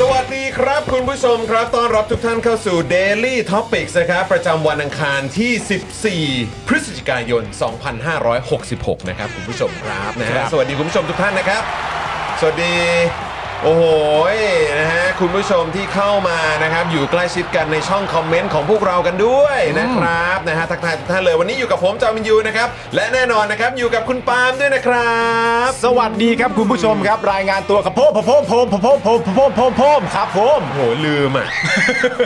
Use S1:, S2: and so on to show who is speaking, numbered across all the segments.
S1: สวัสดีครับคุณผู้ชมครับต้อนรับทุกท่านเข้าสู่ Daily Topics นะครับ ประจำวันอังคารที่ 14 พฤศจิกายน 2566 นะครับ คุณผู้ชมครับนะฮะสวัสดีคุณผู้ชมทุกท่านนะครับ สวัสดี โอ้โหยนะฮะคุณผู้ชมที่เข้ามานะครับ อยู่ใกล้ชิดกันในช่องคอมเมนต์ของพวกเรากันด้วยนะครับนะฮะทักทายทุกท่านเลยวันนี้อยู่กับผมจอมินยูนะครับและแน่นอนนะครับอยู่กับคุณปาล์มด้วยนะครับ
S2: สวัสดีครับคุณผู้ชมครับ รายงานตัวกับโพมโพมโพมโพมโพมโพมโพมโพมครับผม
S1: โอ้โหลืม อ่ะ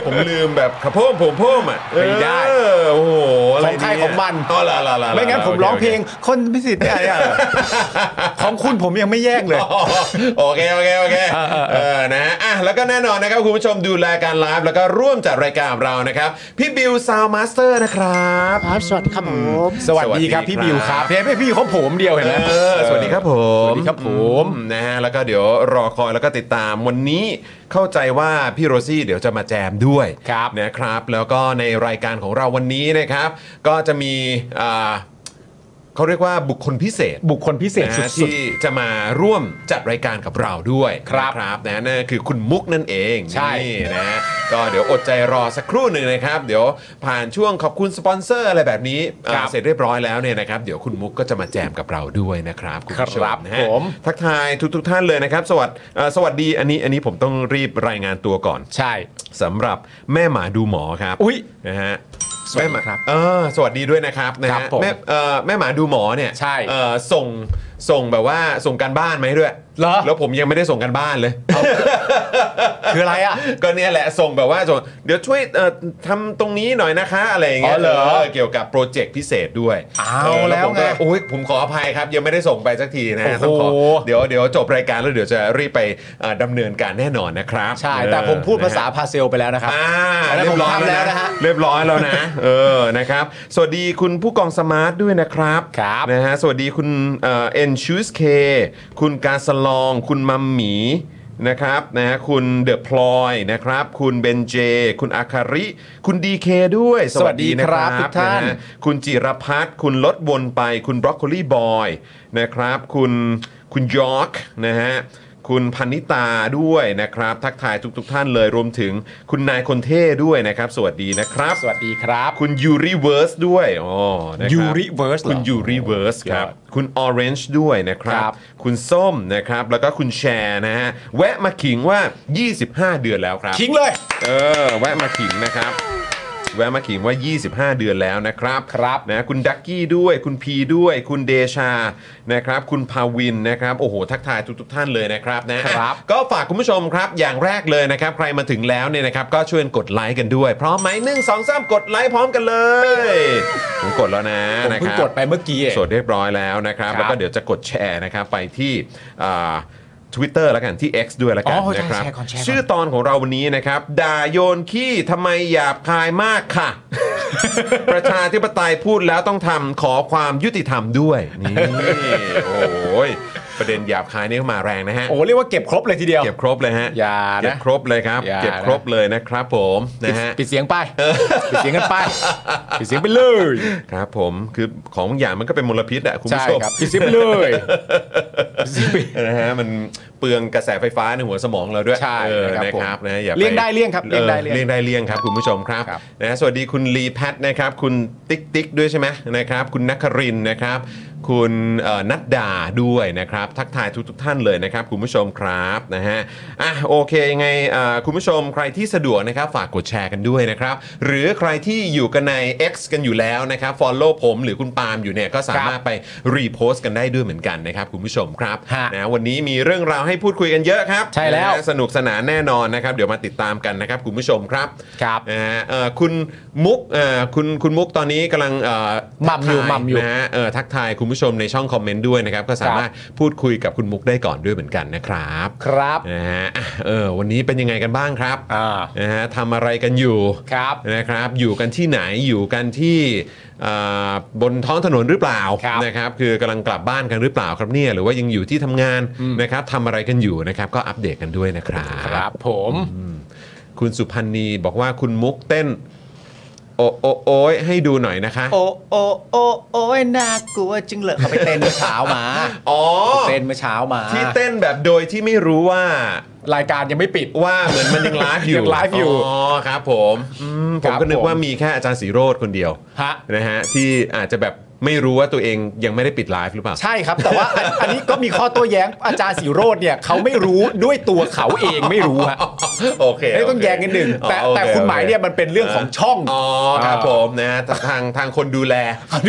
S1: ผมลืมแบบขับโพ่มผมโพ่มอ่ะ
S2: ไม่ได้
S1: เออโอ้โหอะไร
S2: ของใคร
S1: เย
S2: ของมัน
S1: อ๋อละละละละ
S2: ไม่งั้นผมร้องเพลงคนพิสิทธิ์ได้อะของคุณผมยังไม่แยกเลย
S1: โอเค โอเคโอเคโอเคเออนะฮะอ่ะแล้วก็แน่นอนนะครับ คุณผู้ชมดูแลการไลฟ์แล้วก็ร่วมจัดรายการของเรานะครับ พี่บิวซาวมาสเตอร์นะครับ
S3: ครับสวัสดีครับผม
S2: สวัสดีครับพี่บิวครับ
S1: เ
S2: เพี่พี่เขาผมเดียวเห็นไหม
S1: ออสวัสดีครับผม
S2: สวัสดีครับผม
S1: อืนะฮะแล้วก็เดี๋ยวรอคอยแล้วก็ติดตามวันนี้เข้าใจว่าพี่โรซี่เดี๋ยวจะมาแจมด้วย
S2: ครับ
S1: นะครับ แล้วก็ในรายการของเราวันนี้นะครับ ก็จะมีอ่าเขาเรียกว่าบุคคลพิเศษ
S2: บุคคลพิเศษ
S1: นะ
S2: สุ
S1: ฮะ
S2: ด
S1: ที่จะมาร่วมจัดรายการกับเราด้วย
S2: ครับ
S1: นะครับนะนั่นคือคุณมุกนั่นเอง
S2: ใช่
S1: นี่นะฮะก็เดี๋ยวอดใจรอสักครู่หนึ่งนะครับ เดี๋ยวผ่านช่วงขอบคุณสปอนเซอร์อะไรแบบนี้อ่าเสร็จเรียบร้อยแล้วเนี่ยนะครับเดี๋ยวคุณมุกก็จะมาแจมกับเราด้วยนะครับ ขอบณ
S2: ครับ
S1: นะฮะ
S2: ผม
S1: ทักทายทุกทท่านเลยนะครับ สวัสดเอ่อสวัสดีอันนี้อันนี้ผมต้องรีบรายงานตัวก่อน
S2: ๆ ใช่
S1: สำหรับแม่หมาดูหมอครับ
S2: อุ๊ย
S1: นะฮะ
S2: สวัสดี
S1: แม่หมา
S2: ครับ
S1: เออสวัสดีด้วยนะครับนะ
S2: ครั
S1: ฮะ
S2: บผม
S1: แม่เอ่อแม่หมาดูหมอเนี่ย
S2: ใช่
S1: เอ่อส่งส่งแบบว่าส่งการบ้านมาให้ด้วย
S2: เหรอ
S1: แล้วผมยังไม่ได้ส่งการบ้านเลย
S2: คืออะไรอ่ะ
S1: ก็เนี่ยแหละส่งแบบว่าส่งเดี๋ยวช่วยเอ่อทำตรงนี้หน่อยนะคะ อะไรอย่างเงี้ย
S2: อ๋อเหรอ
S1: เกี่ยวกับโปรเจกต์พิเศษด้วย
S2: เอา
S1: ผมก็
S2: แล้วไง
S1: โอ้ยผมขออภัยครับ ยังไม่ได้ส่งไปสักทีนะฮะ
S2: โอ้
S1: ต้อง
S2: โห
S1: ขอเดี๋ยวเดี๋ยวจบรายการแล้วเดี๋ยวจะรีบไปเอ่อดำเนินการแน่นอนนะครับ
S2: ใช่
S1: เออ
S2: แต่ผมพูดภาษา
S1: นะฮะ
S2: พาเซลไปแล้วนะครับ
S1: อ่า
S2: อันนั้น
S1: เรียบร้อย
S2: ผมทำแล้
S1: แล้ว ว
S2: นะ
S1: นะ
S2: ฮะ
S1: เรียบร้อยแล้ว นะ เออนะครับสวัสดีคุณผู้กองสมาร์ทด้วยนะครับ
S2: ครับ
S1: นะฮะสวัสดีคุณเอ็นชูสเคคุณการสลอง คุณมัมหมีนะครับนะฮะคุณเดอะพลอยนะครับ คุณเบนเจ คุณอาคาริ คุณดีเคด้วย
S2: สวัสดีครับทุกท่าน
S1: ะฮะ คุณจิรพัฒน์คุณลดวนไป คุณบรอกโคลีบอยนะครับ คุณคุณยอร์กนะฮะ คุณพันนิตาด้วยนะครับ ทักทายทุกๆทท่านเลยรวมถึงคุณนายคนเท่ด้วยนะครับ สวัสดีนะครับ
S2: สวัสดีครับ
S1: คุณยูริเวิร์สด้วยอ๋อนะครับ
S2: Yuriverse เหรอ
S1: คุณยูริเวิร์สครับ
S2: ยอด
S1: คุณออเรนจ์ด้วยนะครับ
S2: ครับ
S1: คุณส้มนะครับ แล้วก็คุณแชร์นะฮะ แวะมาขิงว่า 25 เดือนแล้วครับ
S2: ทิ้งเลย
S1: เออแวะมาขิงนะครับ แวะมาขิงว่า 25 เดือนแล้วนะครับ
S2: ครับ
S1: นะคุณดักกี้ด้วยคุณพีด้วย คุณเดชานะครับ คุณภาวินนะครับโอ้โหทักทายทุกทท่านเลยนะครับนะครับ ก็ฝากคุณผู้ชมครับ อย่างแรกเลยนะครับ ใครมาถึงแล้วเนี่ยนะครับ ก็ช่วยกดไลค์กันด้วย พร้อมไหมหนึ่งสองสามกดไลค์พร้อมกันเลยผมกดแล้วนะ
S2: ผม
S1: นะค
S2: เพิ่ง
S1: รับ
S2: กดไปเมื่อกี้เอง
S1: สดเรียบร้อยแล้วนะครับ
S2: ครับ
S1: แล้วก็เดี๋ยวจะกดแชร์นะครับไปที่ทวิตเตอร์แล้วกันที่ X ด้วยแล้วกัน
S2: อ๋อใช่
S1: นะครับ
S2: แชร์ก่อนแชร์ก่อน
S1: ชื่อตอนของเราวันนี้นะครับ ด่าโยนขี้ทำไมหยาบคายมากค่ะ ประชาธิปไตยพูดแล้วต้องทำขอความยุติธรรมด้วย นี่ โอ้ย ประเด็นหยาบคายนี่เข้ามาแรงนะฮะ
S2: โอ้เรียกว่าเก็บครบเลยทีเดียว
S1: เก็บครบเลยฮะ
S2: อย่านะ
S1: เก็บครบเลยครับ
S2: อย่านะ
S1: เก็บครบเลยนะครับผมนะฮะ
S2: ปิดเสียงไปปิดเสียง กันไปปิดเสียงไปเลย
S1: ครับผมคือของบางอย่างมันก็เป็นมลพิษอะคุณ
S2: ใช่
S1: ผู้ชม
S2: ครับปิดเสียงไปเลยปิดเสียงไป
S1: นะฮะมันเปลืองกระแสไฟฟ้าในหัวสมองเราด้วย
S2: ใช่
S1: เออ
S2: ครับ
S1: นะ
S2: ผม
S1: ครับนะอย่าป
S2: เลี่ยงได้เลี่ยงครับเลี่ยงได้
S1: ออเลี่ยงได้เลี่ยงครับคุณผู้ชมครับ
S2: ครับ
S1: นะฮะสวัสดีคุณลีแพทนะครับ คุณติ๊กติ๊กด้วยใช่ไหมนะครับ คุณนัครินทร์นะครับ คุณเอ่อนัดดาด้วยนะครับ ทักทายทุกทท่านเลยนะครับ คุณผู้ชมครับนะฮะอ่ะโอเคยังไงเอ่อคุณผู้ชมใครที่สะดวกนะครับฝากกดแชร์กันด้วยนะครับ หรือใครที่อยู่กันใน X กันอยู่แล้วนะครับ Follow ผมหรือคุณปาล์มอยู่เนี่ยก็สามารถ
S2: ครับ
S1: ไปรีโพสต์กันได้ด้วยเหมือนกันนะครับ คุณผู้ชมครับ
S2: ฮะ
S1: นะวันนี้มีเรื่องราวให้พูดคุยกันเยอะครับ
S2: ใช่แล้ว
S1: นะฮะสนุกสนานแน่นอนนะครับ เดี๋ยวมาติดตามกันนะครับ คุณผู้ชมครับ
S2: ครับ
S1: นะฮะเอ่อคุณมุกเอ่อคุณคุณมุกตอนนี้กำลังเอ่อ
S2: หม่ำอยู่
S1: ทักทา
S2: หม่ำอยู่
S1: นะฮะเอ่อทักทายคุณผู้ชมในช่องคอมเมนต์ด้วยนะครับ ก็สามารถพูดคุยกับคุณมุกได้ก่อนด้วยเหมือนกันนะครับ
S2: ครับ
S1: นะฮะอ่ะเออวันนี้เป็นยังไงกันบ้างครับ
S2: อ่า
S1: นะฮะทำอะไรกันอยู่
S2: ครับ
S1: นะครับ อยู่กันที่ไหนอยู่กันที่เอ่อบนท้องถนนหรือเปล่า
S2: ครับ
S1: นะครับ คือกำลังกลับบ้านกันหรือเปล่าครับเนี่ยหรือว่ายังอยู่ที่ทำงานนะครับทำอะไรกันอยู่นะครับ ก็อัปเดตกันด้วยนะครับ
S2: ครับผม
S1: คุณสุพันธ์นีบอกว่าคุณมุกเต้น โอโอโอยให้ดูหน่อยนะคะ
S2: โอโอโอโอ้ยน่ากลัวจังเลยเขาไปเต้นเมื่อเช้ามา
S1: อ๋อ
S2: เต้นเมื่อเช้ามา
S1: ที่เต้นแบบโดยที่ไม่รู้ว่าร
S2: ายการยังไม่ปิด
S1: ว่าเหมือนมันยังไลฟ์อยู่
S2: ยังไลฟ์อยู่
S1: อ๋อครับผมอืมผม
S2: ครับ
S1: ก็นึก
S2: ผม
S1: ว่ามีแค่อาจารย์สีโรดคนเดียว
S2: ฮะ
S1: นะฮะที่อาจจะแบบไม่รู้ว่าตัวเองยังไม่ได้ปิดไลฟ์หรือเปล่า
S2: ใช่ครับ แต่ว่าอันอันนี้ก็มีข้อโต้แย้งอาจารย์สีโรดเนี่ยเขาไม่รู้ด้วยตัวเขาเองไม่รู้ฮะ
S1: โอเค
S2: ไม่ต้องแย้งกันหนึ่งแต่
S1: อ๋อโอ
S2: แต่คุณหมายเนี่ยมันเป็นเรื่องของช่อง
S1: อ๋อครับผมนะ ฮะทางทางคนดูแล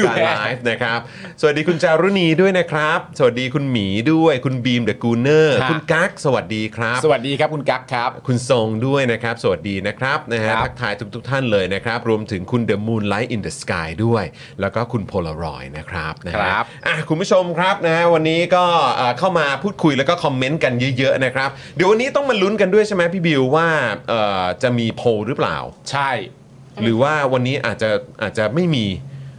S2: ดูแล
S1: การไลฟ์นะครับ สวัสดีคุณจารุณีด้วยนะครับ สวัสดีคุณหมีด้วยคุณบีมเดอะกูเนอร์คุณกั๊กสวัสดีครับ
S2: สวัสดีครับคุณกั๊กครับ
S1: คุณทรงด้วยนะครับ สวัสดีนะครับนะฮะ
S2: ครับ
S1: ทักทายทุกทท่านเลยนะครับ รวมถึงคุณ The Moonlight in the Sky ด้วย แล้วก็คุณ Polaroid นะครับนะฮะ
S2: ครับ
S1: อ่ะคุณผู้ชมครับนะฮะวันนี้ก็เอ่อเข้ามาพูดคุยแล้วก็คอมเมนต์กันเยอะๆนะครับ เดี๋ยววันนี้ต้องมาลุ้นกันด้วยใช่ไหมพี่บิวว่าเอ่อจะมีโพลหรือเปล่า
S2: ใช่
S1: หรือว่าวันนี้อาจจะอาจจะไม่มี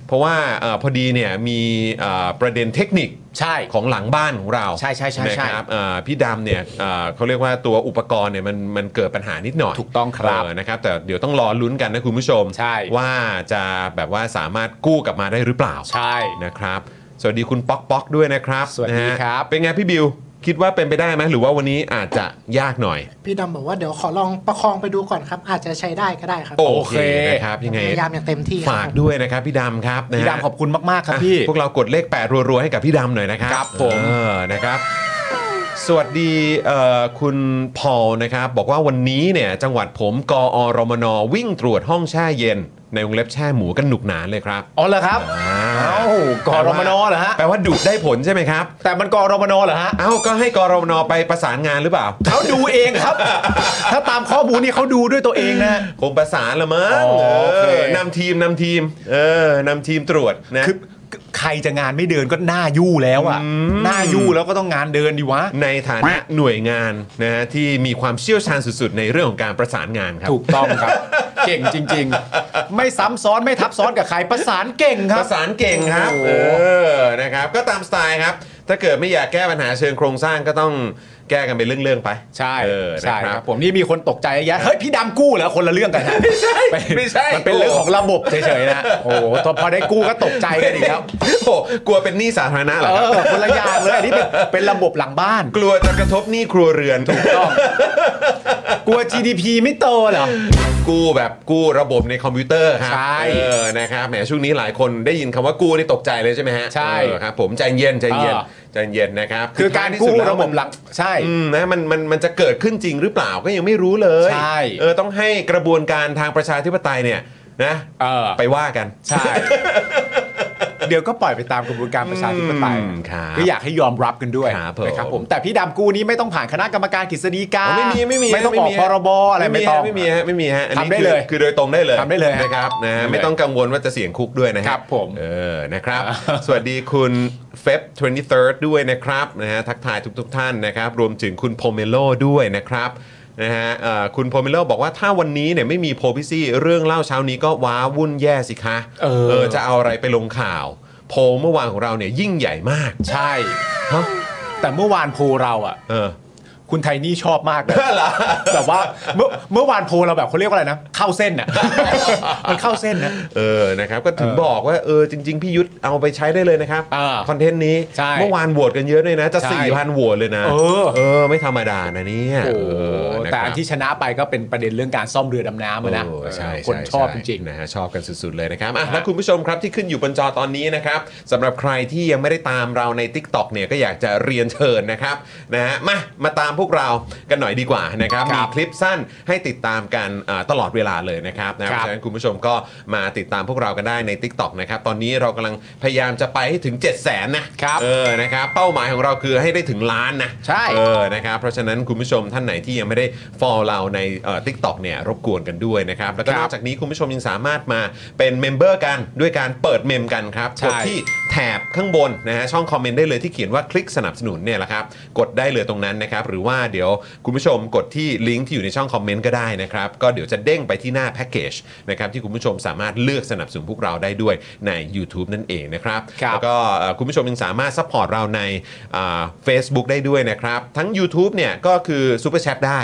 S1: เพราะว่าเอ่อพอดีเนี่ยมีเอ่อประเด็นเทคนิค
S2: ใช่
S1: ของหลังบ้านของเรา
S2: ใช่ใช่ใช่ใช่
S1: นะครับเอ่อพี่ดำเนี่ยเอ่อเขาเรียกว่าตัวอุปกรณ์เนี่ยมันมันเกิดปัญหานิดหน่อย
S2: ถูกต้องครับ
S1: เนะครับแต่เดี๋ยวต้องรอลุ้นกันนะคุณผู้ชม
S2: ใช่
S1: ว่าจะแบบว่าสามารถกู้กลับมาได้หรือเปล่า
S2: ใช่
S1: นะครับ สวัสดีคุณป๊อกป๊อกด้วยนะครับ
S2: สวัสดี
S1: นะฮะ
S2: ครับ
S1: เป็นไงพี่บิว คิดว่าเป็นไปได้ไหมหรือว่าวันนี้อาจจะยากหน่อย
S3: พี่ดำบอกว่าเดี๋ยวขอลองประคองไปดูก่อนครับ อาจจะใช้ได้ก็ได้ครับ
S1: โอ
S2: เค
S1: เคนะครับยังไง
S3: พยายามอย่างเต็มที่ครับ
S1: ฝากด้วยนะครับพี่ดำครับนะฮะ
S2: พี่ดำขอบคุณมาก ๆ ครับพี่
S1: อ่ะพวกเรากดเลข 8 รัว ๆ ให้กับพี่ดำหน่อยนะครับ
S2: ครับผม
S1: เออนะครับ สวัสดีเอ่อคุณพอลนะครับ บอกว่าวันนี้เนี่ยจังหวัดผมกอรมน วิ่งตรวจห้องแช่เย็น ในวงเล็บแช่หมูกันหนุกหนานเลยครับ
S2: อ๋อเหรอครับเอ้ากอรมนเหรอฮะ
S1: แปลว่าดุได้ผลใช่ไหมครับ
S2: แต่มันกอรมนเหรอฮะ
S1: เอ้าก็ให้กอรมนไปประสานงานหรือเปล่า
S2: เขาดูเอง ครับ ถ้าตามข้อมูลนี่เขาดูด้วยตัวเองนะ
S1: คงประสานละมั้ง
S2: อ๋อโอเค
S1: เออนำทีมนำทีม เออนำทีมตรวจนะ
S2: คือใครจะงานไม่เดินก็หน้ายู่แล้วอ่ะหน้ายู่แล้วก็ต้องงานเดินดีวะ
S1: ในฐานะหน่วยงานนะฮะที่มีความเชี่ยวชาญสุดๆ ในเรื่องของการประสานงานครับ
S2: ถูกต้องครับ เก่งจริง ๆ ไม่ซ้ำซ้อนไม่ทับซ้อนกับใครประสานเก่งค
S1: ป
S2: รับ
S1: ระสานเก่งครับ
S2: โอ้
S1: เอ
S2: โห
S1: อ นะครับ ก็ตามสไตล์ครับ ถ้าเกิดไม่อยากแก้ปัญหาเชิงโครงสร้างก็ต้องแก้กันเป็นเรื่อง ๆ ไป
S2: ใช่
S1: เออ
S2: ใช่
S1: นะ
S2: ค
S1: ค
S2: รั
S1: รั
S2: บบ ผมนี่มีคนตกใจเยอะแยะเฮ้ยพี่ดำกู้เหรอคนละเรื่องกันนะไม่ใช่
S1: ไม่ใช่
S2: มันเป็นเรื่องของระบบเฉยๆนะโอ้โหพอได้กู้ก็ตกใจกันอีกแล้ว
S1: โอ้โหกลัวเป็นหนี้สาธารณะเหร
S2: เอ
S1: อครับ
S2: อคนละอย่างเลยอันนี้เป็นเป็นระบบหลังบ้าน
S1: กลัวจะกระทบหนี้ครัวเรือน ถูกต้อง
S2: กลัว GDP ไม่โตเหรอ
S1: กู้แบบกู้ระบบในคอมพิวเตอร์ครับ
S2: ใช่
S1: เออนะครับแหมช่วงนี้หลายคนได้ยินคำว่ากู้นี่ตกใจเลยใช่ไหมฮะ
S2: ใช่
S1: เออครับ ผมใจเย็นใจเย็น
S2: เออ
S1: ใจเย็นนะครับ
S2: คือการ
S1: ท้ยที่สุ
S2: กู้
S1: ดแล้
S2: ระ
S1: ว
S2: บ
S1: มั
S2: บ
S1: น
S2: หลังใช่
S1: อืมนะมันมันมันจะเกิดขึ้นจริงหรือเปล่าก็ยังไม่รู้เลย
S2: ใช่
S1: เออต้องให้กระบวนการทางประชาธิปไตยเนี่ยนะ
S2: เออ
S1: ไปว่ากัน
S2: ใช่ เดี๋ยวก็ปล่อยไปตามกระบวนการประชาธิปไตย
S1: อืมครับ
S2: ก็อยากให้ยอมรับกันด้วย
S1: ครับผม
S2: นะครับผมแต่พี่ดำกู้นี้ไม่ต้องผ่านคณะกรรมการกฤษฎีกา
S1: อ๋อไม่มีไม่มี
S2: ไม่ต้องออก
S1: ไม่มี
S2: พรบอะไรไม่ต้อง
S1: ไม่มีฮะไม่มีฮะอันนี้
S2: ทำได้
S1: คือ
S2: เลย
S1: คือโดยตรงได้เลย
S2: ทำได้เลยฮะ
S1: นะครับนะฮะ
S2: ทำได้เลย
S1: ไม่ต้องกังวลว่าจะเสี่ยงคุกด้วยนะฮะ
S2: ครับผม
S1: เออนะครับ สวัสดีคุณเฟบ23 ด้วยนะครับนะฮะทักทายทุกทท่านนะครับ รวมถึงคุณโพเมโลด้วยนะครับนะฮะเอ่อคุณโพเมโลบอกว่าถ้าวันนี้เนี่ยไม่มีโพพิซี่เรื่องเล่าเช้านี้ก็ว้าวุ่นแย่สิคะ
S2: เออ
S1: จะเอาอะไรไปลงข่าว โพลเมื่อวานของเราเนี่ยยิ่งใหญ่มาก
S2: ใช่ แต่เมื่อวานโพลเราอ่ะ
S1: เออ
S2: คุณไทนี่ชอบมากนะ
S1: เหรอ
S2: แบบว่าเมื่อเมื่อวานโพลเราแบบเขาเรียกว่าอะไรนะ เข้าเส้นอ่ะ มันเข้าเส้นนะ
S1: เออ นะครับ ก็ถึง
S2: เออ
S1: บอกว่า เออ จริง ๆ พี่ยุทธเอาไปใช้ได้เลยนะครับ
S2: อ่า
S1: คอนเทนต์นี้
S2: ใช่
S1: เมื่อวานโหวตกันเยอะด้วยนะ จะ
S2: ใช่
S1: 4,000โหวตเลยนะ
S2: เออ
S1: เออ ไม่ธรรมดานะเนี่ย
S2: โอ้โห
S1: เออนะครับ
S2: แต่อันที่ชนะไปก็เป็นประเด็นเรื่องการซ่อมเรือดำน้ำอะนะ
S1: โอ้ใช่
S2: เออ
S1: ใ
S2: คนชอบ
S1: ใ
S2: จริง
S1: นะฮะชอบกันสุดๆเลยนะครับอ่ะ
S2: ฮะ
S1: และคุณผู้ชมครับที่ขึ้นอยู่บนจอตอนนี้นะครับสำหรับใครที่ยังไม่ได้ตามเราใน Tik t o อกเนี่ยก็อยากจะเรียนเชิญนะครับนะฮะมามาตามพวกเรากันหน่อยดีกว่านะครับ
S2: ครั
S1: มี
S2: บ
S1: คลิปสั้นให้ติดตามกันอ่าตลอดเวลาเลยนะครับนะ
S2: ค
S1: เพ
S2: รับ
S1: ราะฉะนั้นคุณผู้ชมก็มาติดตามพวกเรากันได้ใน Tik t o อกนะครับตอนนี้เรากำลังพยายามจะไปให้ถึง 7 0 0 0 0นนะครับ เออนะครับเป้าหมายของเราคือให้ได้ถึงล้านนะ
S2: ใช่
S1: เออ เออนะครับเพราะฉะนั้นคุณผู้ชมท่านไหนที่ยังไม่ได้ฟอลเราในทิกตอกเนี่ยรบกวนกันด้วยนะครับ แล้วก็
S2: ครั
S1: น
S2: บ
S1: อกจากนี้คุณผู้ชมยังสามารถมาเป็นเมมเบอร์กันด้วยการเปิดเมมกันครับ
S2: ใช่
S1: กดที่แถบข้างบนนะฮะช่องคอมเมนต์ได้เลยที่เขียนว่าคลิกสนับสนุนเนี่ยแหละครับกดได้เลยตรงนั้นนะครับ หรือว่าเดี๋ยวคุณผู้ชมกดที่ลิงก์ที่อยู่ในช่องคอมเมนต์ก็ได้นะครับ ก็เดี๋ยวจะเด้งไปที่หน้าแพ็กเกจนะครับที่คุณผู้ชมสามารถเลือกสนับสนุนพวกเราได้ด้วยใน YouTube นั่นเองนะครับ
S2: ครับ
S1: แล้วก็ ก็เอ่อคุณผู้ชมยังสามารถซัพพอร์ตเราในเฟซบุ๊กได้ด้วยนะครับ ทั้ง YouTube เนี่ยก็คือซูเปอร์แชทได้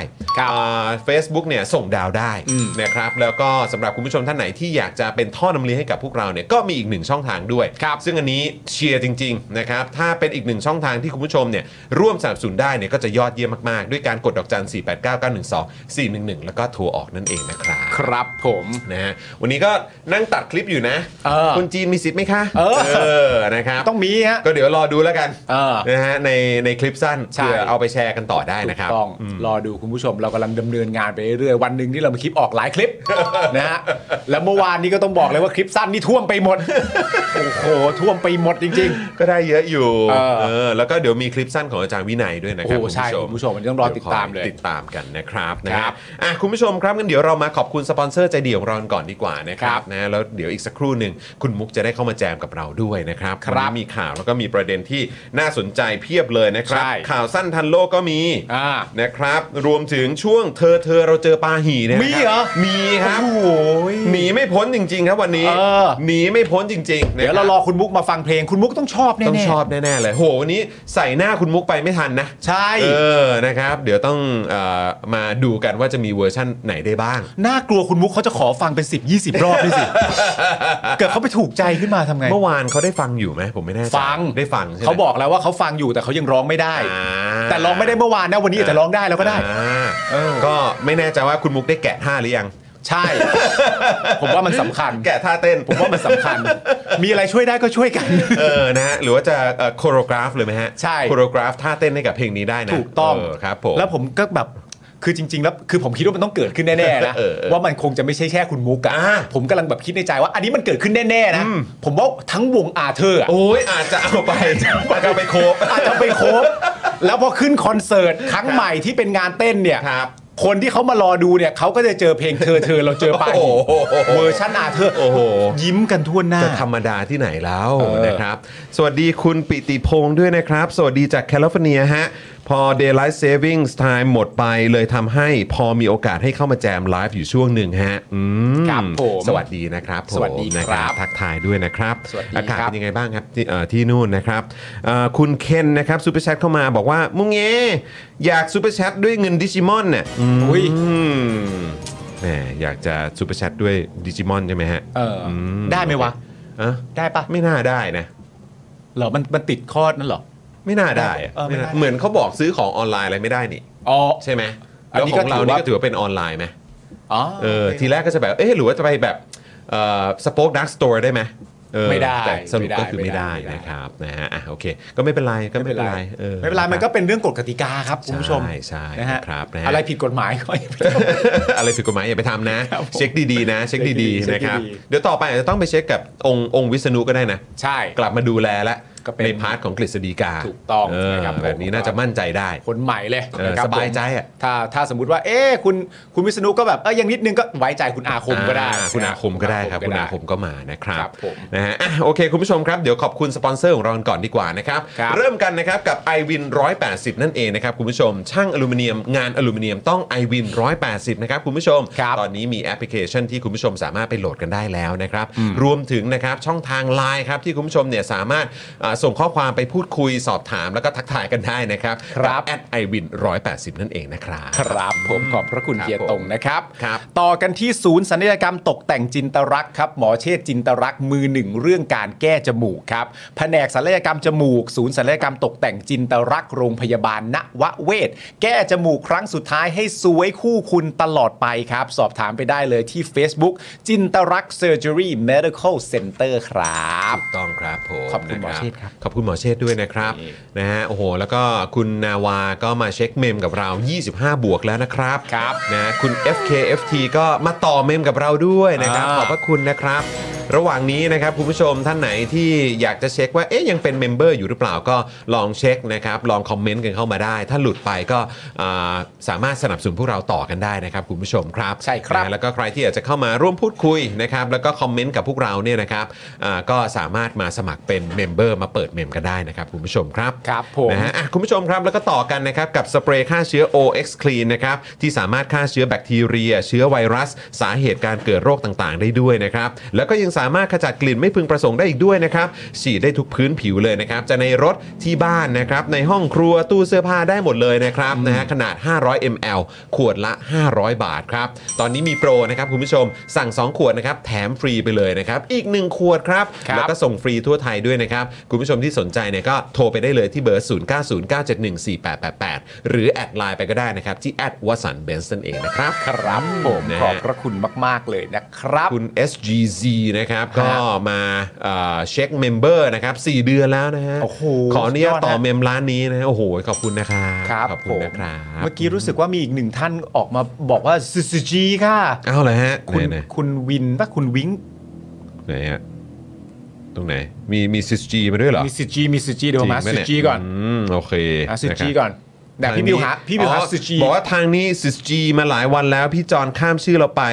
S1: เฟซบุ๊กเนี่ยส่งดาวได้นะครับแล้วก็สำหรับคุณผู้ชมท่านไหนที่อยากจะเป็นท่อนำเลี้ยงให้กับพวกเราเนี่ยก็มีอีกหนึ่งช่องทางด้วย ซึ่งอันนี้เชียร์จริงๆนะครับถ้าเป็นอีกหนึ่งช่องทางที่คุณผู้ชมเนี่ยร่วมสนับสนุนได้เนี่ยก็จะยอดเยี่ยมมากๆ ด้วยการกดดอกจัน 4 8 9 9 1 2 4 1 1 แล้วก็โทรออกนั่นเองนะครับ
S2: ครับผม
S1: นะฮะวันนี้ก็นั่งตัดคลิปอยู่นะ
S2: เออ
S1: คุณจีนมีสิทธิ์ไหมคะ
S2: เอ
S1: อ
S2: อ
S1: นะครับ
S2: ต้องมีฮะ
S1: ก็เดี๋ยวรอดูแล้วกัน
S2: เออ
S1: นะฮะในในคลิปสั้น
S2: ใช่
S1: เพื่อเอาไปแชร์กันต่อได้นะครับ
S2: ถูกต้อง
S1: อืม
S2: รอดูคุณผู้ชมเรากำลังดำเนินงานไปเรื่อยๆวันหนึ่งที่เรามาคลิปออกหลายคลิป นะฮะแล้วเมื่อวานนี้ก็ต้องบอกเลยว่าคลิปสั้นนี่ท่วมไปหมด โอ้โหท่วมไปหมดจริง
S1: ก็ได้เยอะอยู่
S2: เออ
S1: เออแล้วก็เดี๋ยวมีคลิปสั้นของอาจารย์วินัยด้วยนะครับ
S2: โอ้ใช่คุณผู้ชมต้องรอติดตามเลย
S1: ดี๋วคอติดตามกันนะครับนะ
S2: ค
S1: ค
S2: รั
S1: รับบ อ่ะคุณผู้ชมครับงั้นเดี๋ยวเรามาขอบคุณสปอนเซอร์ใจดีของเราก่อนดีกว่านะค
S2: ค
S1: รั
S2: รั
S1: บบ นะแล้วเดี๋ยวอีกสักครู่หนึ่งคุณมุกจะได้เข้ามาแจมกับเราด้วยนะครับ
S2: ครับ
S1: วันนี้มีข่าวแล้วก็มีประเด็นที่น่าสนใจเพียบเลยนะครับ
S2: ใช่
S1: ข่าวสั้นทันโลกก็มี
S2: อ่า
S1: นะครับรวมถึงช่วงเธอเธอเราเจอปาหีเนี่ยนะคบ
S2: มีเหรอ
S1: มี
S2: ๆ
S1: ครับ
S2: โอ้โห
S1: หนีไม่พ้นจริง ๆ ครับวันนี้
S2: เออ
S1: หนีไม่พ้นจริงๆนะคบ
S2: เดี๋ยวเรารอคุณมุกมาฟังเพลงคุณมุกต้องชอบแน่ๆ
S1: ต้องชอบแน่ๆเลยโหวันนี้ใส่หน้าคุณมุกไปไม่ทันนะ
S2: ใช่
S1: เออนะครับ เดี๋ยวต้องเออมาดูกันว่าจะมีเวอร์ชั่นไหนได้บ้าง
S2: น่ากลัวคุณมุกเขาจะขอฟังเป็น 10 20 รอบ ด้วยสิ เกิดเขาไปถูกใจขึ้นมาทำไง
S1: เมื่อวานเขาได้ฟังอยู่ไหมผมไม่แน่ใจ
S2: ฟัง
S1: ได้ฟังใช่ไหม
S2: เขาบอกแล้วว่าเขาฟังอยู่แต่เขายังร้องไม่ได้
S1: อ่า
S2: แต่ร้องไม่ได้เมื่อวานนะวันนี้อาจจะร้องได้แล้วก็ได้
S1: อ่า
S2: เออ
S1: ก็ไม่แน่ใจว่าคุณมุกได้แกะท่าหรือยัง
S2: ใช่ ผมว่ามันสำคั ญ
S1: แกะท่าเต้น
S2: ผมว่ามันสำคัญ มีอะไรช่วยได้ก็ช่วยกัน
S1: เออนะฮะหรือว่าจะโคโรกราฟเลยไหมฮะ
S2: ใช่
S1: โคโรกราฟท่าเต้นให้กับเพลงนี้ได้นะ
S2: ถูกต้อง
S1: เอครับผม
S2: แล้วผมก็แบบคือจริง ๆ แล้วคือผมคิดว่ามันต้องเกิดขึ้นแน่ๆนะ
S1: เออเออ
S2: ว่ามันคงจะไม่ใช่แค่คุณมุกอะ
S1: อ่า
S2: ผมกำลังแบบคิดในใจว่า อันนี้มันเกิดขึ้นแน่ๆนะผมว่าทั้งวงอาเธอร์อะ
S1: โอ้ยอาจจะเอาไปอาจจะเอา ไปโคบ
S2: อาจจะไปโคบแล้วพอขึ้นคอนเสิร์ตครั้งใหม่ที่เป็นงานเต้นเนี่ย
S1: ครับ
S2: คนที่เขามารอดูเนี่ยเขาก็จะเจอเพลงเธอเธอเราเจอปา
S1: โอ้
S2: หี
S1: โห
S2: เวอร์ชันอาเธอร์
S1: โอ้โห
S2: ยิ้มกันทั่วหน้า
S1: จะธรรมดาที่ไหนแล้ว
S2: เออ
S1: นะครับ สวัสดีคุณปิติพงษ์ด้วยนะครับ สวัสดีจากแคลิฟอร์เนียฮะ พอ daylight savings time หมดไปเลยทำให้พอมีโอกาสให้เข้ามาแจมไลฟ์อยู่ช่วงหนึ่งฮะอืม
S2: ครับผม
S1: สวัสดีนะครับผม
S2: สวัสดีครับ
S1: นะทักทายด้วยนะครับ
S2: สวัสดีครับ
S1: อากาศเป็นยังไงบ้างครับที่เอ่อที่นู่นนะครับเอ่อคุณเคนนะครับซูเปอร์แชทเข้ามาบอกว่า มุงเงอยากซูเปอร์แชทด้วยเงินดิจิมอนเนี่ยอืม
S2: อุ้ย
S1: แหมอยากจะซูเปอร์แชทด้วยดิจิมอนใช่ไหมฮะ
S2: เอออ
S1: ม
S2: ได้ไหมวะ
S1: อะ
S2: ได้ปะ
S1: ไม่น่าได้นะ
S2: เหรอมันมันติดคอดนั่นเหรอ
S1: ไม่น่าได้อะ
S2: เออไม่น่า
S1: เหมือนเขาบอกซื้อของออนไลน์อะไรไม่ได้นี่
S2: อ๋อ
S1: ใช่ไหม
S2: อัน
S1: แล้ว
S2: นี้
S1: ข
S2: ก็
S1: องเรา
S2: ถือ
S1: นี่
S2: ว่า
S1: ก็ถือว่าเป็นออนไลน์ไหม
S2: อ๋อ
S1: เออทีแรกก็จะแบบเออหรือว่าจะไปแบบสป็อคดักสโตร์ได้ไหมเออ
S2: ไม่ได้
S1: แต่สรุปก็คือ
S2: ไม่
S1: ไม่
S2: ได้
S1: ได้
S2: ไม่ได้
S1: นะครับนะฮะอ่ะโอเค ก็ไม่เป็นไรก็ไม่เป็นไรออ
S2: ไม่เป็นไรมันก็เป็นเรื่องกฎกติกาครับคุณผู้ชม
S1: ใช่ใช่
S2: นะฮะ
S1: นะครับนะฮะ
S2: อะไรผิดกฎหมายก็อย่าไป
S1: อะไรผิดกฎหมายอย่าไปทำนะ
S2: ครับผม
S1: เช็คดีๆนะ เช็คดีๆ
S2: เช็คดีๆ
S1: นะครับ
S2: เช็คดีๆ
S1: เดี๋ยวต่อไปอาจจะต้องไปเช็คกับองค์องค์วิษณุก็ได้นะ
S2: ใช่
S1: กลับมาดูแลและ
S2: ก็เป็น
S1: ในพาร์ทของกฤษฎีกา
S2: ถูกต้อง
S1: เออ
S2: นะครับผม
S1: แบบนี้น่าจะมั่นใจได้
S2: คนใหม่เลย
S1: เออ
S2: นะครับ
S1: สบายใจอะ
S2: ถ้าถ้าสมมติว่า เอ๊ะคุณคุณวิษณุก็แบบเอ้ยยังนิดนึงก็ไว้ใจคุณอาคมก็ได้
S1: อ่าคุณอาคมก็ได้ครับ คุณอาคม
S2: ก็
S1: ก็มานะครับ
S2: ครับผม
S1: นะฮะอ่ะโอเค คุณผู้ชมครับ เดี๋ยวขอบคุณสปอนเซอร์ของเราก่อนดีกว่านะครับ
S2: ครับ
S1: เริ่มกันนะครับกับ i w วิน180 นั่นเองนะครับคุณผู้ชม ช่างอลูมิเนียมงานอลูมิเนียมต้อง i w วิน180 นะครับคุณผู้ชม
S2: ครับ
S1: ตอนนี้มีแอปพลิเคชันที่คุณผู้ชมสามารถไปโหลดกันได้แล้วนะครับ รวมถึงนะครับช่องทางไลน์ครับที่คุณผู้ชมเนี่ยสามารถอ่า าส่งข้อความไปพูดคุยสอบถามแล้วก็ทักทายกันได้นะครับ
S2: ครับ
S1: แอดไอวินร้อยแปดสิบนั่นเองนะครับ
S2: ครับผมขอบพระคุณ
S1: ครับ
S2: เฮียตงนะครับ
S1: ครับ
S2: ต่อกันที่ศูนย์สัญญกรรมตกแต่งจินตรักษณ์ครับหมอเชษจินตรักษณ์มือหนึ่งเรื่องการแก้จมูกครับแผนกศัลยกรรมจมูก ศูนย์ศัลยกรรมตกแต่งจินตรักษณ์โรงพยาบาลณวเวศแก้จมูกครั้งสุดท้ายให้สวยคู่คุณตลอดไปครับ สอบถามไปได้เลยที่ Facebook จินตรักษณ์ Surgery Medical Center ครับ
S1: ถูกต้องครับผม
S2: ขอบคุณหมอ
S1: นะ
S2: เชษฐ์ครับ
S1: ขอบคุณหมอเชษฐ์ด้วยนะครับ
S2: นี่
S1: นะฮะโอ้โห แล้วก็คุณนาวาก็มาเช็คเมมกับเรา 25 บวกแล้วนะครับ
S2: ครับ
S1: นะคุณ FKFT ก็มาต่อเมมกับเราด้วยนะครับ
S2: อ่า
S1: ขอบพระคุณนะครับ ระหว่างนี้นะครับคุณผู้ชมท่านไหนที่อยากจะเช็คว่าเอ๊ยยังเป็นเมมเบอร์อยู่หรือเปล่าก็ลองเช็คนะครับ ลองคอมเมนต์กันเข้ามาได้ ถ้าหลุดไปก็อ่าสามารถสนับสนุนพวกเราต่อกันได้นะครับคุณผู้ชมครับ
S2: ใช่ครับ
S1: นะ แล้วก็ใครที่อยากจะเข้ามาร่วมพูดคุยนะครับแล้วก็คอมเมนต์กับพวกเราเนี่ยนะครับอ่าก็สามารถมาสมัครเป็นเมมเบอร์มาเปิดเมมกันได้นะครับคุณผู้ชมครับ
S2: ครับผม
S1: นะฮะอ่ะคุณผู้ชมครับแล้วก็ต่อกันนะครับกับสเปรย์ฆ่าเชื้อ OX Clean นะครับที่สามารถฆ่าเชื้อแบคทีเรีย เชื้อไวรัส สาเหตุการเกิดโรคต่างๆ ได้ด้วยนะครับแล้วก็ยังสามารถขจัดกลิ่นไม่พึงประสงค์ได้อีกด้วยนะครับฉีดได้ทุกพื้นผิวเลยนะครับจะในรถที่บ้านนะครับในห้องครัวตู้เสื้อผ้าได้หมดเลยนะครับนะฮะขนาด 500 ml ขวดละ 500 บาทครับ ตอนนี้มีโปรนะครับคุณผู้ชมสั่ง 2 ขวดนะครับแถมฟรีไปเลยนะครับ อีก 1 ขวดครับ
S2: ครับ
S1: แล้วก็ส่งฟรีทั่วไทยด้วยนะครับ คุณผู้ชมที่สนใจเนี่ยก็โทรไปได้เลยที่เบอร์ 0909714888 หรือแอดไลน์ไปก็ได้นะครับ ที่แอดวสันเบนซ์นั่นเองนะครับ
S2: ครับผม
S1: นะฮะ
S2: ขอบพระคุณมาก ๆ เลยนะครับ
S1: คุณ SGZ นะครับ ก็มาเอ่อเช็คเมมเบอร์นะครับ 4 เดือนแล้วนะฮะ
S2: โอ้โห
S1: ขออนุญาต
S2: สุดยอดนะ
S1: ต่อเมมร้านนี้นะฮะโอ้โห ขอบคุณนะครับ
S2: ครับ
S1: ขอบ
S2: ผ
S1: คุณ
S2: ม
S1: นะครับ
S2: เมื่อกี้รู้สึกว่ามีอีกหนึ่งท่านออกมาบอกว่าซูซูจีค่ะ
S1: เอาเลยฮะ
S2: คุณ
S1: ไหน
S2: คุณวินปะคุณวิง
S1: ๆไหนฮะตรงไหน มีมีซิสจีมาด้วยเหรอ
S2: มีซูจีมีซูจีเดี๋ยวผมหา
S1: ไห
S2: ซู
S1: เนี่ย
S2: จีก่อน
S1: มโอเค
S2: หาซู
S1: นะครับ
S2: จีก่อนแต่พี่บิวหาพี่บิวหา
S1: อ๋อ
S2: ซูจี
S1: บอกว่าทางนี้ซิสจีมาหลายวันแล้ว พี่จอนข้ามชื่อเราไป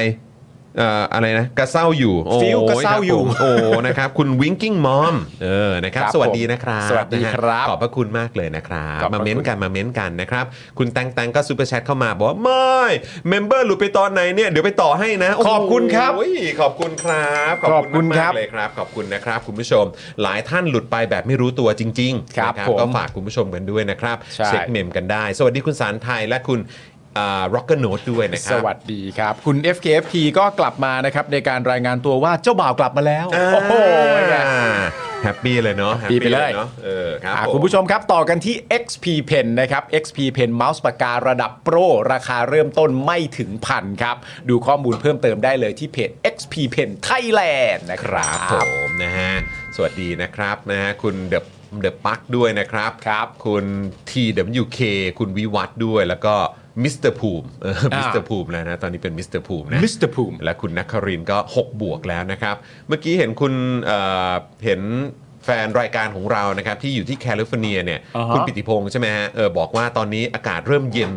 S1: เอ่ออะไรนะกระเซ้าอยู่โอ้
S2: ฟิลกระเซ้าอยู่
S1: ครับผมโอ้นะครับ คุณวิงกิ้งมอมเออนะครับ
S2: ครับ
S1: สวัสดีนะครับ
S2: ผมสวัสดีครับ
S1: นะฮะขอบพระคุณมากเลยนะครับ
S2: ขอบพระ
S1: มาเม้น
S2: คุณ
S1: กันมาเม้นกันนะครับ คุณแตงแตงก็ซูเปอร์แชทเข้ามาบอกว่าไม่เมมเบอร์หลุดไปตอนไหนเนี่ยเดี๋ยวไปต่อให้นะ
S2: ขอบคุณครับ
S1: โอ้ยขอบคุณครับ
S2: ขอบคุณค
S1: มา
S2: รั
S1: ก
S2: บ
S1: ๆเลยครับ ขอบคุณนะครับ คุณผู้ชม หลายท่านหลุดไปแบบไม่รู้ตัวจริงๆ
S2: ครับ
S1: นะ
S2: ผม
S1: ก็ฝากคุณผู้ชมกันด้วยนะครับ
S2: ใช่
S1: เช็คเมมกันได้ สวัสดีคุณสารไทยและคุณร็อกเกอร์โนดด้วยนะค
S2: ส
S1: รับ
S2: วัสดีครับ คุณ FKFP ก็กลับมานะครับ ในการรายงานตัวว่าเจ้าบ่าวกลับมาแล้ว โอ้โหเนี่ย
S1: แฮปปี้เลยเนาะ
S2: Happy ไปเลย
S1: เนาะเออครับ
S2: อ่ะ
S1: ผม
S2: คุณผู้ชมครับ ต่อกันที่ XP Pen นะครับ XP Pen เมาส์ปากการะดับโปร ราคาเริ่มต้นไม่ถึงพันครับ ดูข้อมูลเพิ่มเติมได้เลยที่เพจ XP Pen Thailand นะค
S1: ค
S2: รั
S1: รับผ
S2: บ
S1: มนะฮะสวัสดีนะครับนะฮะคุณเดบเดบปักด้วยนะครับครับ คุณ TWK คุณวิวัฒน์ด้วยแล้วก็มิสเตอร์ภูมิเออมิสเตอร์ภูมิแล้วนะตอนนี้เป็นมิสเตอร์ภูมินะ
S2: มิสเตอร์ภูมิ
S1: และคุณนักครินทร์ก็ 6 บวกแล้วนะครับ เมื่อกี้เห็นคุณเอ่อเห็นแฟนรายการของเรานะครับ ที่อยู่ที่แคลิฟอร์เนียเนี่ย
S2: อ่าฮะ
S1: คุณปิติพงษ์ใช่ไหมฮะเออบอกว่าตอนนี้อากาศเริ่มเย็น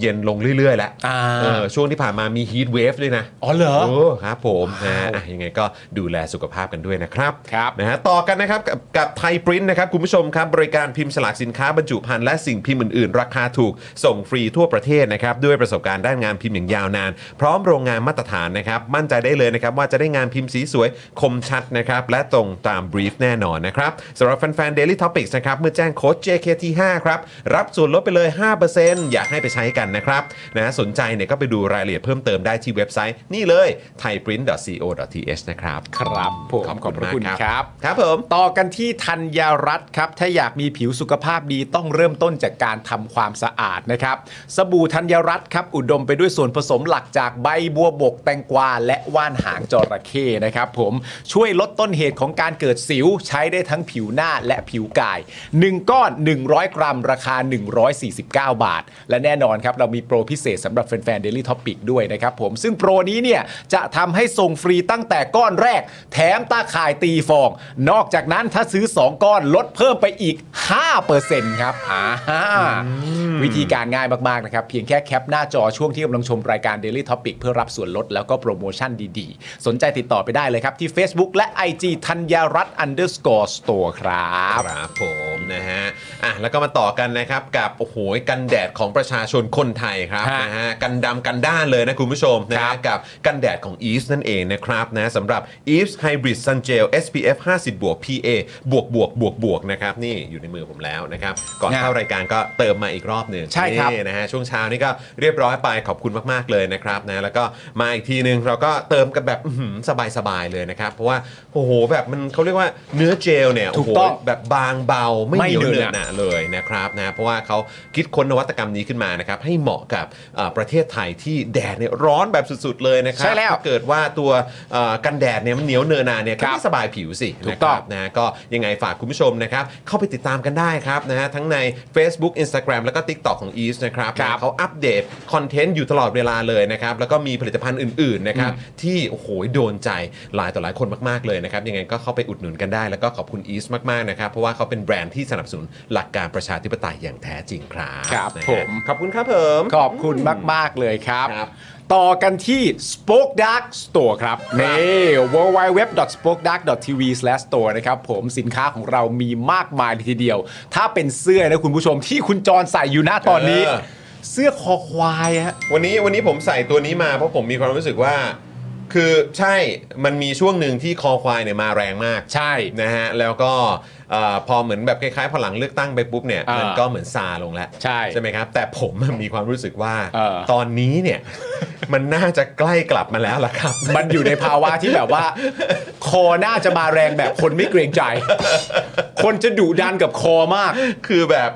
S1: เย็นลงเรื่อย ๆ แล้ว
S2: อ่า
S1: เออช่วงที่ผ่านมามีฮีทเวฟด้วยนะ
S2: อ๋อเหรอ
S1: โอ้ครับผมนะฮะอ่ะยังไงก็ดูแลสุขภาพกันด้วยนะครับ
S2: ครับ
S1: นะฮะต่อกันนะครับกับกับไทยปริ้นนะครับคุณผู้ชมครับ บริการพิมพ์ฉลากสินค้าบรรจุภัณฑ์และสิ่งพิมพ์อื่น ๆ ราคาถูกส่งฟรีทั่วประเทศนะครับ ด้วยประสบการณ์ด้านงานพิมพ์อย่างยาวนาน พร้อมโรงงานมาตรฐานนะครับ มั่นใจได้เลยนะครับ ว่าจะได้งานพิมพ์สีสวยคมชัดนะครับ และตรงตามบรีฟแน่นอนนะครับสำหรับแฟนๆ Daily Topics นะครับเมื่อแจ้งโค้ด JKT5 ครับรับส่วนลดไปเลย 5%อยากให้ไปใช้กันนะครับนะฮะสนใจเนี่ยก็ไปดูรายละเอียดเพิ่มเติมได้ที่เว็บไซต์นี่เลย thaiprint.co.th นะครับ
S2: ครับผม
S1: ขอบ
S2: ขอบพ
S1: คุณ
S2: ระ
S1: มาก
S2: คุณ
S1: ครับ
S2: ครับ
S1: ครับผม
S2: ต่อกันที่ธัญญารัตน์ครับ ถ้าอยากมีผิวสุขภาพดีต้องเริ่มต้นจากการทำความสะอาดนะครับ สบู่ธัญญารัตน์ครับ อุดมไปด้วยส่วนผสมหลักจากใบบัวบกแตงกวา และว่านหางจระเข้นะครับผมช่วยลดต้นเหตุของการเกิดสิว ใช้ได้ทั้งผิวหน้าและผิวกาย 1 ก้อน 100 กรัม ราคา 149 บาท และแน่นอนครับ เรามีโปรพิเศษสำหรับแฟนๆ Daily Topic ด้วยนะครับผมซึ่งโปรนี้เนี่ย จะทำให้ส่งฟรีตั้งแต่ก้อนแรก แถมตาข่ายตีฟอง นอกจากนั้นถ้าซื้อ 2 ก้อนลดเพิ่มไปอีก 5%ครับอ่าฮะวิธีการง่ายมากๆนะครับ เพียงแค่แคปหน้าจอช่วงที่กำลังชมรายการ Daily Topic เพื่อรับส่วนลดแล้วก็โปรโมชั่นดีๆ สนใจติดต่อไปได้เลยครับที่ Facebook และ IG ธัญญารัตน์ underscore store ครับ
S1: ครับผมนะฮะอ่ะแล้วก็มาต่อกันนะครับกับโอ้โหกันแดดของประชาชนค
S4: คนไทยครับ
S2: ฮะ
S4: นะฮะกันดำกันด้านเลยนะคุณผู้ชมนะ
S2: ครั
S4: ฮะ
S2: บ
S4: กับกันแดดของ e v e s นั่นเองนะครับนะสำหรับ e v e s Hybrid Sun Gel SPF 50บวก PA บวกบวกบวกบวกนะครับนี่อยู่ในมือผมแล้วนะครับก่อนเข้ารายการก็เติมมาอีกรอบหนึ่ง
S2: ใช่ครับ
S4: นี่นะฮะช่วงเช้านี่ก็เรียบร้อยไปขอบคุณมาก ๆ เลยนะครับนะแล้วก็มาอีกทีนึงเราก็เติมกันแบบสบายสบายๆเลยนะครับ เพราะว่าโอ้โหแบบมันเขาเรียกว่าเนื้อเจลเนี่ย
S2: ถูกต้อง
S4: โโหแบบบางเบาไม่
S2: ไม่
S4: เหนียว
S2: เห
S4: เหน
S2: นอะ
S4: อะหนะเลยนะครับนะเพราะว่าเขาคิดค้นนวัตกรรมนี้ขึ้นมานะครับให้เหมาะกับเอ่อประเทศไทยที่แดดเนี่ยร้อนแบบสุด ๆ เลยนะครั
S2: ใช่แล้ว
S4: ถ้าเกิดว่าตัวเอ่อกันแดดเนี่ยมันเหนียวเนอะหนาเนี่ยก็
S2: ครับ
S4: ไม่สบายผิวสิ
S2: ถูกต้อ
S4: นะค
S2: ง
S4: รับ นะฮะก็ยังไงฝากคุณผู้ชมนะครับ เข้าไปติดตามกันได้ครับนะฮะทั้งใน Facebook Instagram แล้วก็ TikTok ของ e a s t นะครับ
S2: ครับ
S4: นะเขาอัปเดตคอนเทนต์อยู่ตลอดเวลาเลยนะครับ แล้วก็มีผลิตภัณฑ์อื่น ๆ นะครับ ที่โอ้โหโดนใจหลายต่อหลายคนมาก ๆ เลยนะครับ ยังไงก็เข้าไปอุดหนุนกันได้ แล้วก็ขอบคุณ e a s t มาก ๆ นะครับ เพราะว่าเขาเป็นแบรนด์ที่สนับสนุนหลักการประชาธิปไตยอย่างแท้จริงครับ
S2: ครับ
S4: นะฮะ
S2: ผม
S4: ขอบคุณครับผม
S2: ขอบคุณมาก ๆ เลยครับ
S4: ครับ
S2: ต่อกันที่ Spoke Dark Store ครับนี่ www.spokedark.tv/store นะครับผมสินค้าของเรามีมากมายเลยทีเดียว ถ้าเป็นเสื้อนะคุณผู้ชมที่คุณจรใส่อยู่หน้าตอนนี้ เสื้อคอควายฮะ
S4: วันนี้วันนี้ผมใส่ตัวนี้มาเพราะผมมีความรู้สึกว่า คือใช่มันมีช่วงหนึ่งที่คอควายเนี่ยมาแรงมาก
S2: ใช่
S4: นะฮะแล้วก็เอ่อพอเหมือนแบบคล้ายๆ พอหลังเลือกตั้งไปปุ๊บเนี่ย
S2: อ่ามั
S4: มันก็เหมือนซาลงแล้ว
S2: ใช่
S4: ใช่ไหมครับ แต่ผมมันมีความรู้สึกว่า
S2: เออ
S4: ตอนนี้เนี่ย มันน่าจะใกล้กลับมาแล้วล่ะครับ
S2: มันอยู่ในภาวะที่ แบบว่า คอน่าจะมาแรงแบบคนไม่เกรงใจ คนจะดุดันกับคอมาก
S4: คือแบบ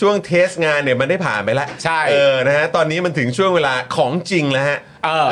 S4: ช่วงเทสงานเนี่ยมันได้ผ่านไปแล้ว
S2: ใช่
S4: เออนะฮะตอนนี้มันถึงช่วงเวลาของจริงแล้วฮะ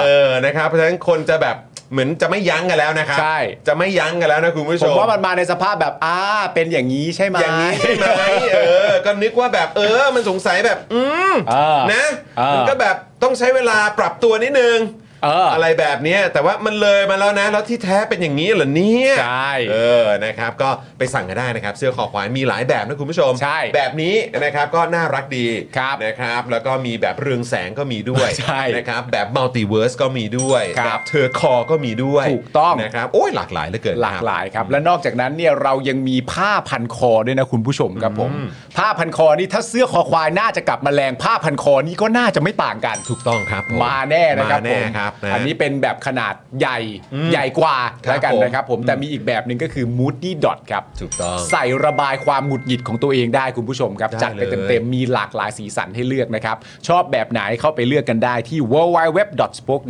S2: เออ
S4: นะครับเพราะฉะนั้นคนจะแบบเหมือนจะไม่ยั้งกันแล้วนะครับ
S2: ใช่
S4: จะไม่ยั้งกันแล้วนะคุณผู้ช
S2: ผม มว่ามันมาในสภาพแบบอ่าเป็นอย่างนี้ใช่ไหม
S4: อย่างนี้ใช่ไหมเออ ก็นึกว่าแบบเออ มันสงสัยแบบ อืม
S2: เออ
S4: นะ
S2: เออ
S4: มันก็แบบต้องใช้เวลาปรับตัวนิดนึง
S2: เอออ
S4: ไรแบบเนี้ยแต่ว่ามันเลยมาแล้วนะ แล้วที่แท้เป็นอย่างนี้เหรอเนี่ย
S2: ใช่
S4: เออนะครับ ก็ไปสั่งกันได้นะครับ เสื้อคอควายมีหลายแบบนะคุณผู้ชม
S2: ใช่
S4: แบบนี้นะครับก็น่ารักดี
S2: ครับ
S4: นะครับ แล้วก็มีแบบเรืองแสงก็มีด้วย
S2: ใช่
S4: นะครับแบบมัลติเวิร์สก็มีด้วย
S2: ครับ
S4: แบบเธอคอก็มีด้วย
S2: ถูกต้อง
S4: นะครับโอ้ยหลากหลายเหลือเกิน
S2: หลากหลายครับ และนอกจากนั้นเนี่ยเรายังมีผ้าพันคอด้วยนะคุณผู้ชมครับผม ผ้าพันคอนี่ถ้าเสื้อคอควายน่าจะกลับมาแรงผ้าพันคอนี่ก็น่าจะไม่ต่างกัน
S4: ถูกต้องครับผ
S2: มาแน่นะครับ
S4: มาแน่
S2: ผม
S4: ครับนะ
S2: อันนี้เป็นแบบขนาดใหญ่ใหญ่กว่าแล้วกันนะครับผมแต่มีอีกแบบหนึ่งก็คือ moody dot ครับ
S4: ถูกต้อง
S2: ใส่ระบายความหงุดหงิดของตัวเองได้คุณผู้ชมครับ
S4: ได้
S2: จัดไป
S4: เลย
S2: เต็มๆมีหลากหลายสีสันให้เลือกนะครับ ชอบแบบไหนเข้าไปเลือกกันได้ที่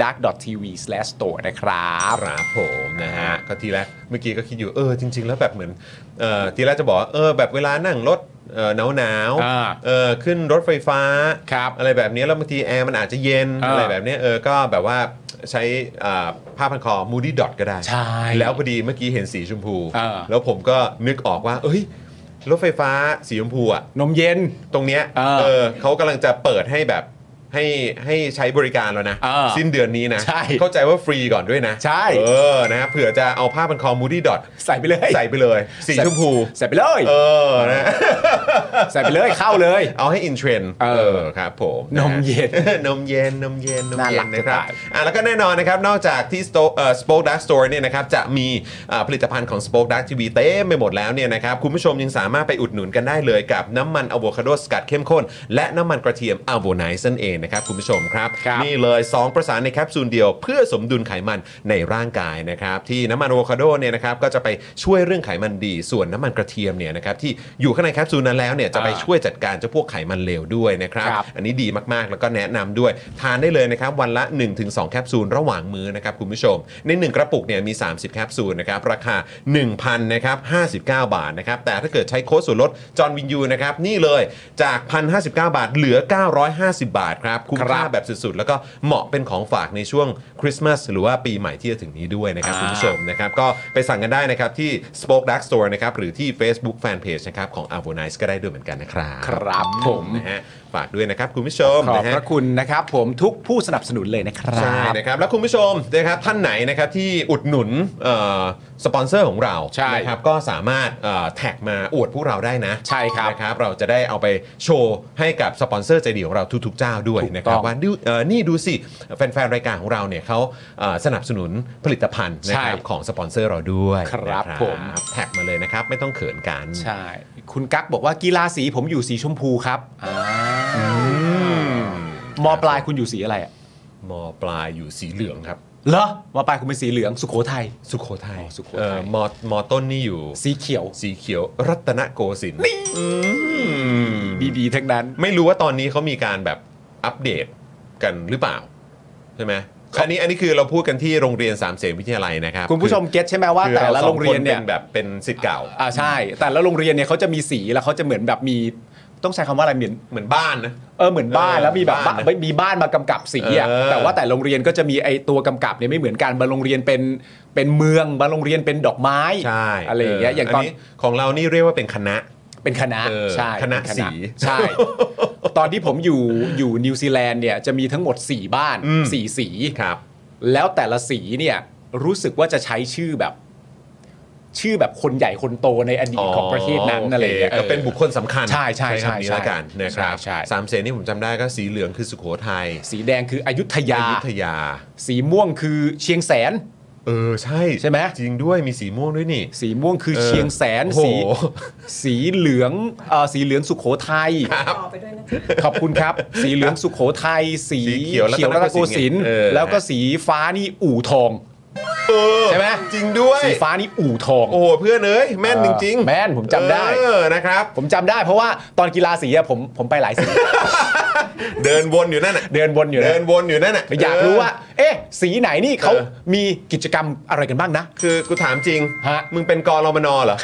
S2: www.spokedark.tv/store นะครับ
S4: ครับผมนะฮะก็ทีแรกเมื่อกี้ก็คิดอยู่เออจริง ๆ แล้วแบบเหมือนเออทีแรกจะบอกว่าเออแบบเวลานั่งรถเออหนาวหนาวๆ
S2: อ่า
S4: เออขึ้นรถไฟฟ้า
S2: ครับ
S4: อะไรแบบเนี้ยแล้วบางทีแอร์มันอาจจะเย็น
S2: อ่า
S4: อะไรแบบเนี้ยเออก็แบบว่าใช้อ่าผ้าพันคอมูดี้ดอทก็ได้
S2: ใช่
S4: แล้วพอดีเมื่อกี้เห็นสีชมพู
S2: อ่า
S4: แล้วผมก็นึกออกว่า เอ้ย รถไฟฟ้าสีชมพูอะ
S2: นมเย็น
S4: ตรงเนี้ย
S2: เออ
S4: เออเขากำลังจะเปิดให้แบบให้ให้ใช้บริการแล้วนะ
S2: เออ
S4: สิ้นเดือนนี้นะ
S2: ใช่
S4: เข้าใจว่าฟรีก่อนด้วยนะ
S2: ใช่
S4: เออนะเผื่อจะเอาผ้าพันคอมูดี้ดอท
S2: ใส่ไปเลย
S4: ใส่ไปเลย สีชมพู
S2: ใส่ไปเลย
S4: เออนะ
S2: ใส่ไปเลยเข้าเลย
S4: เอาให้อินเทรนด์
S2: เออ
S4: ครับผม
S2: นมเย็น
S4: นมเย็น นมเย็น นม
S2: น่า
S4: เย็
S2: รั
S4: น
S2: ก
S4: นะค
S2: จะ
S4: รับ
S2: ตาย
S4: อ่ะแล้วก็แน่นอนนะครับ นอกจากที่ Sto- เอ่อ Spoke Dark Store เนี่ยนะครับจะมีเอ่อผลิตภัณฑ์ของ Spoke Dark TV เต็มไปหมดแล้วเนี่ยนะครับคุณผู้ชมยังสามารถไปอุดหนุนกันได้เลยกับน้ำมันอะโวคาโดสกัดเข้มข้น และน้ำมันกระเทียมอะโวไนซ์นั่นเองนะครับคุณผู้ชมครับ
S2: ครับ
S4: นี่เลย 2 ประสานในแคปซูลเดียวเพื่อสมดุลไขมันในร่างกายนะครับ ที่น้ำมันอะโวคาโดเนี่ยนะครับก็จะไปช่วยเรื่องไขมันดี ส่วนน้ำมันกระเทียมเนี่ยนะครับที่อยู่ข้างในแคปซูลนั้นแล้วเนี่ยจะไปช่วยจัดการเจ้าพวกไขมันเลวด้วยนะครับ
S2: ครับ
S4: อันนี้ดีมากๆ แล้วก็แนะนำด้วย ทานได้เลยนะครับ วันละ 1-2 แคปซูลระหว่างมื้อนะครับคุณผู้ชม ใน 1 กระปุกเนี่ยมี 30 แคปซูลนะครับ ราคา 1,000นะครับ59 บาทนะครับ แต่ถ้าเกิดใช้โค้ดส่วนลดจอห์นวินยูนะครับ นี่เลยจาก 1,059 บาท เหลือ 950 บาทครับ คุ้มค่า
S2: ครับ
S4: แบบสุดๆ แล้วก็เหมาะเป็นของฝากในช่วงคริสต์มาสหรือว่าปีใหม่ที่จะถึงนี้ด้วยนะครับ
S2: อ่า
S4: คุณผู้ชมนะครับก็ไปสั่งกันได้นะครับที่ Spoke Dark Store นะครับหรือที่ Facebook Fanpage นะครับของ a v o n i c e ก็ได้ด้วยเหมือนกันนะครับ
S2: ครับผม
S4: นะฮะฝากด้วยนะครับคุณผู้ชม
S2: ขอบ
S4: นะฮะ
S2: พระคุณนะครับ ผมทุกผู้สนับสนุนเลยนะครั
S4: ใช่
S2: บ
S4: นะครับแล้วคุณผู้ชมนะครับท่านไหนนะครับที่อุดหนุนเอ่อสปอนเซอร์ของเรา
S2: ใช่
S4: นะครับก็สามารถเอ่อแท็กมาอวดพวกเราได้นะ
S2: ใช่ครับ
S4: นะครับ เราจะได้เอาไปโชว์ให้กับสปอนเซอร์ใจดีของเราทุกๆเจ้าด้วย
S2: ถูก
S4: นะครับ
S2: ต้อง
S4: ว่าดูเอ่อนี่ดูสิแฟนๆรายการของเราเนี่ยเขาเอ่อสนับสนุนผลิตภัณฑ์นะครับ
S2: ใช่
S4: ของสปอนเซอร์เราด้วย
S2: ครับ
S4: นะ
S2: ผม
S4: แท็กมาเลยนะครับไม่ต้องเขินกัน
S2: ใช่ คุณกั๊กบอกว่ากีฬาสีผมอยู่สีชมพูครับอ่า มปลายคุณอยู่สีอะไรอะ
S4: มปลายอยู่สีเหลืองครับ
S2: เหรอมปลายคุณเป็นสีเหลืองสุโขทัย
S4: สุโขทัย
S2: อ๋อสุโขทัย
S4: เอ่อมมต้นนี่อยู่
S2: สีเขียว
S4: สีเขียวรัตนโกสินทร์อืม
S2: ดีๆทั้งนั้น
S4: ไม่รู้ว่าตอนนี้เขามีการแบบอัปเดตกันหรือเปล่า ใช่ไหมอันนี้อันนี้คือเราพูดกันที่โรงเรียนสามเสนวิทยาลัยนะครับ
S2: คุณผู้ชมเก็ตใช่ไหมว่า
S4: คือ
S2: แต่ละโรงเรียนเนี่ย
S4: าสอคป็แบบเป็นสิทธิ์เก่า
S2: อ่าใช่ แต่ละโรงเรียนเนี่ยเขาจะมีสีแล้วเขาจะเหมือนแบบมีต้องใช้คำว่าอะไรเหมือน
S4: เหมือนบ้านนะ
S2: เออเหมือนบ้าน
S4: เออ
S2: แล้วมีแบบ
S4: บ้าน
S2: บ้านมีบ้านมากำกับสีอ่ะ
S4: เออ
S2: แต่ว่าแต่โรงเรียนก็จะมีไอตัวกำกับเนี่ยไม่เหมือนกันบางโรงเรียนเป็นเป็นเมืองบางโรงเรียนเป็นดอกไม้
S4: ใช่
S2: อะไรอย่างเงี้ยอย่างตอน
S4: ของเรานี่เรียกว่าเป็นคณะ
S2: เป็นคณะ
S4: เออ
S2: ใช่
S4: คณะ
S2: เป็น
S4: สี
S2: ใช่ ตอนที่ผมอยู่อยู่นิวซีแลนด์เนี่ยจะมีทั้งหมด 4 บ้านสี่สี
S4: ครับ
S2: แล้วแต่ละสีเนี่ยรู้สึกว่าจะใช้ชื่อแบบ ชื่อแบบคนใหญ่คนโตในอดีตของประเทศนั้นอะไรอย่างเงี้ย
S4: โคก็เป็นบุคคลสำคัญ
S2: ใช่ใช่ใช่
S4: คำนี้
S2: ใช่
S4: ละกันนะครับ
S2: ใช่ใช่
S4: สามเสนนี่ผมจำได้ก็สีเหลืองคือสุโขทัย
S2: สีแดงคืออยุธยา
S4: อยุธยา
S2: สีม่วงคือเชียงแสน
S4: เออใช่
S2: ใช่ไหม
S4: จริงด้วยมีสีม่วงด้วยนี่
S2: สีม่วงคือ
S4: เออ
S2: เชียงแสน
S4: โอ้โห
S2: สีสีเหลืองเอ่อสีเหลืองสุโขทัย
S5: ต่อไปด้วยนะคะ
S2: ขอบคุณครับ สีเหลืองสุโขทัยสี
S4: สีเขียวรัตน
S2: รัตนโกสิน
S4: โกสินท
S2: ทร์
S4: ร์เออ
S2: แล้วก็สีฟ้านี่อู่ทอง
S4: เออ
S2: ใช่ไหม
S4: จริงด้วย
S2: สีฟ้านี่อู่ทอง
S4: โอ้โหเพื่อนเอ้ยแม่นจริงๆ
S2: แม่นผมจำได้
S4: เออนะครับ
S2: ผมจำได้เพราะว่าตอนกีฬาสีอะผมผมไปหลายสี
S4: เดินวนอยู่นั่นน่ะ
S2: เดินวนอยู่นะ
S4: เดินวนอยู่นั่นน่ะ
S2: อยากรู้ว่า เอ๊ะ สีไหนนี่เขา
S4: เออ
S2: มีกิจกรรมอะไรกันบ้างนะ
S4: คือกูถามจริง
S2: ฮะ
S4: มึงเป็นกรรมนเหร อ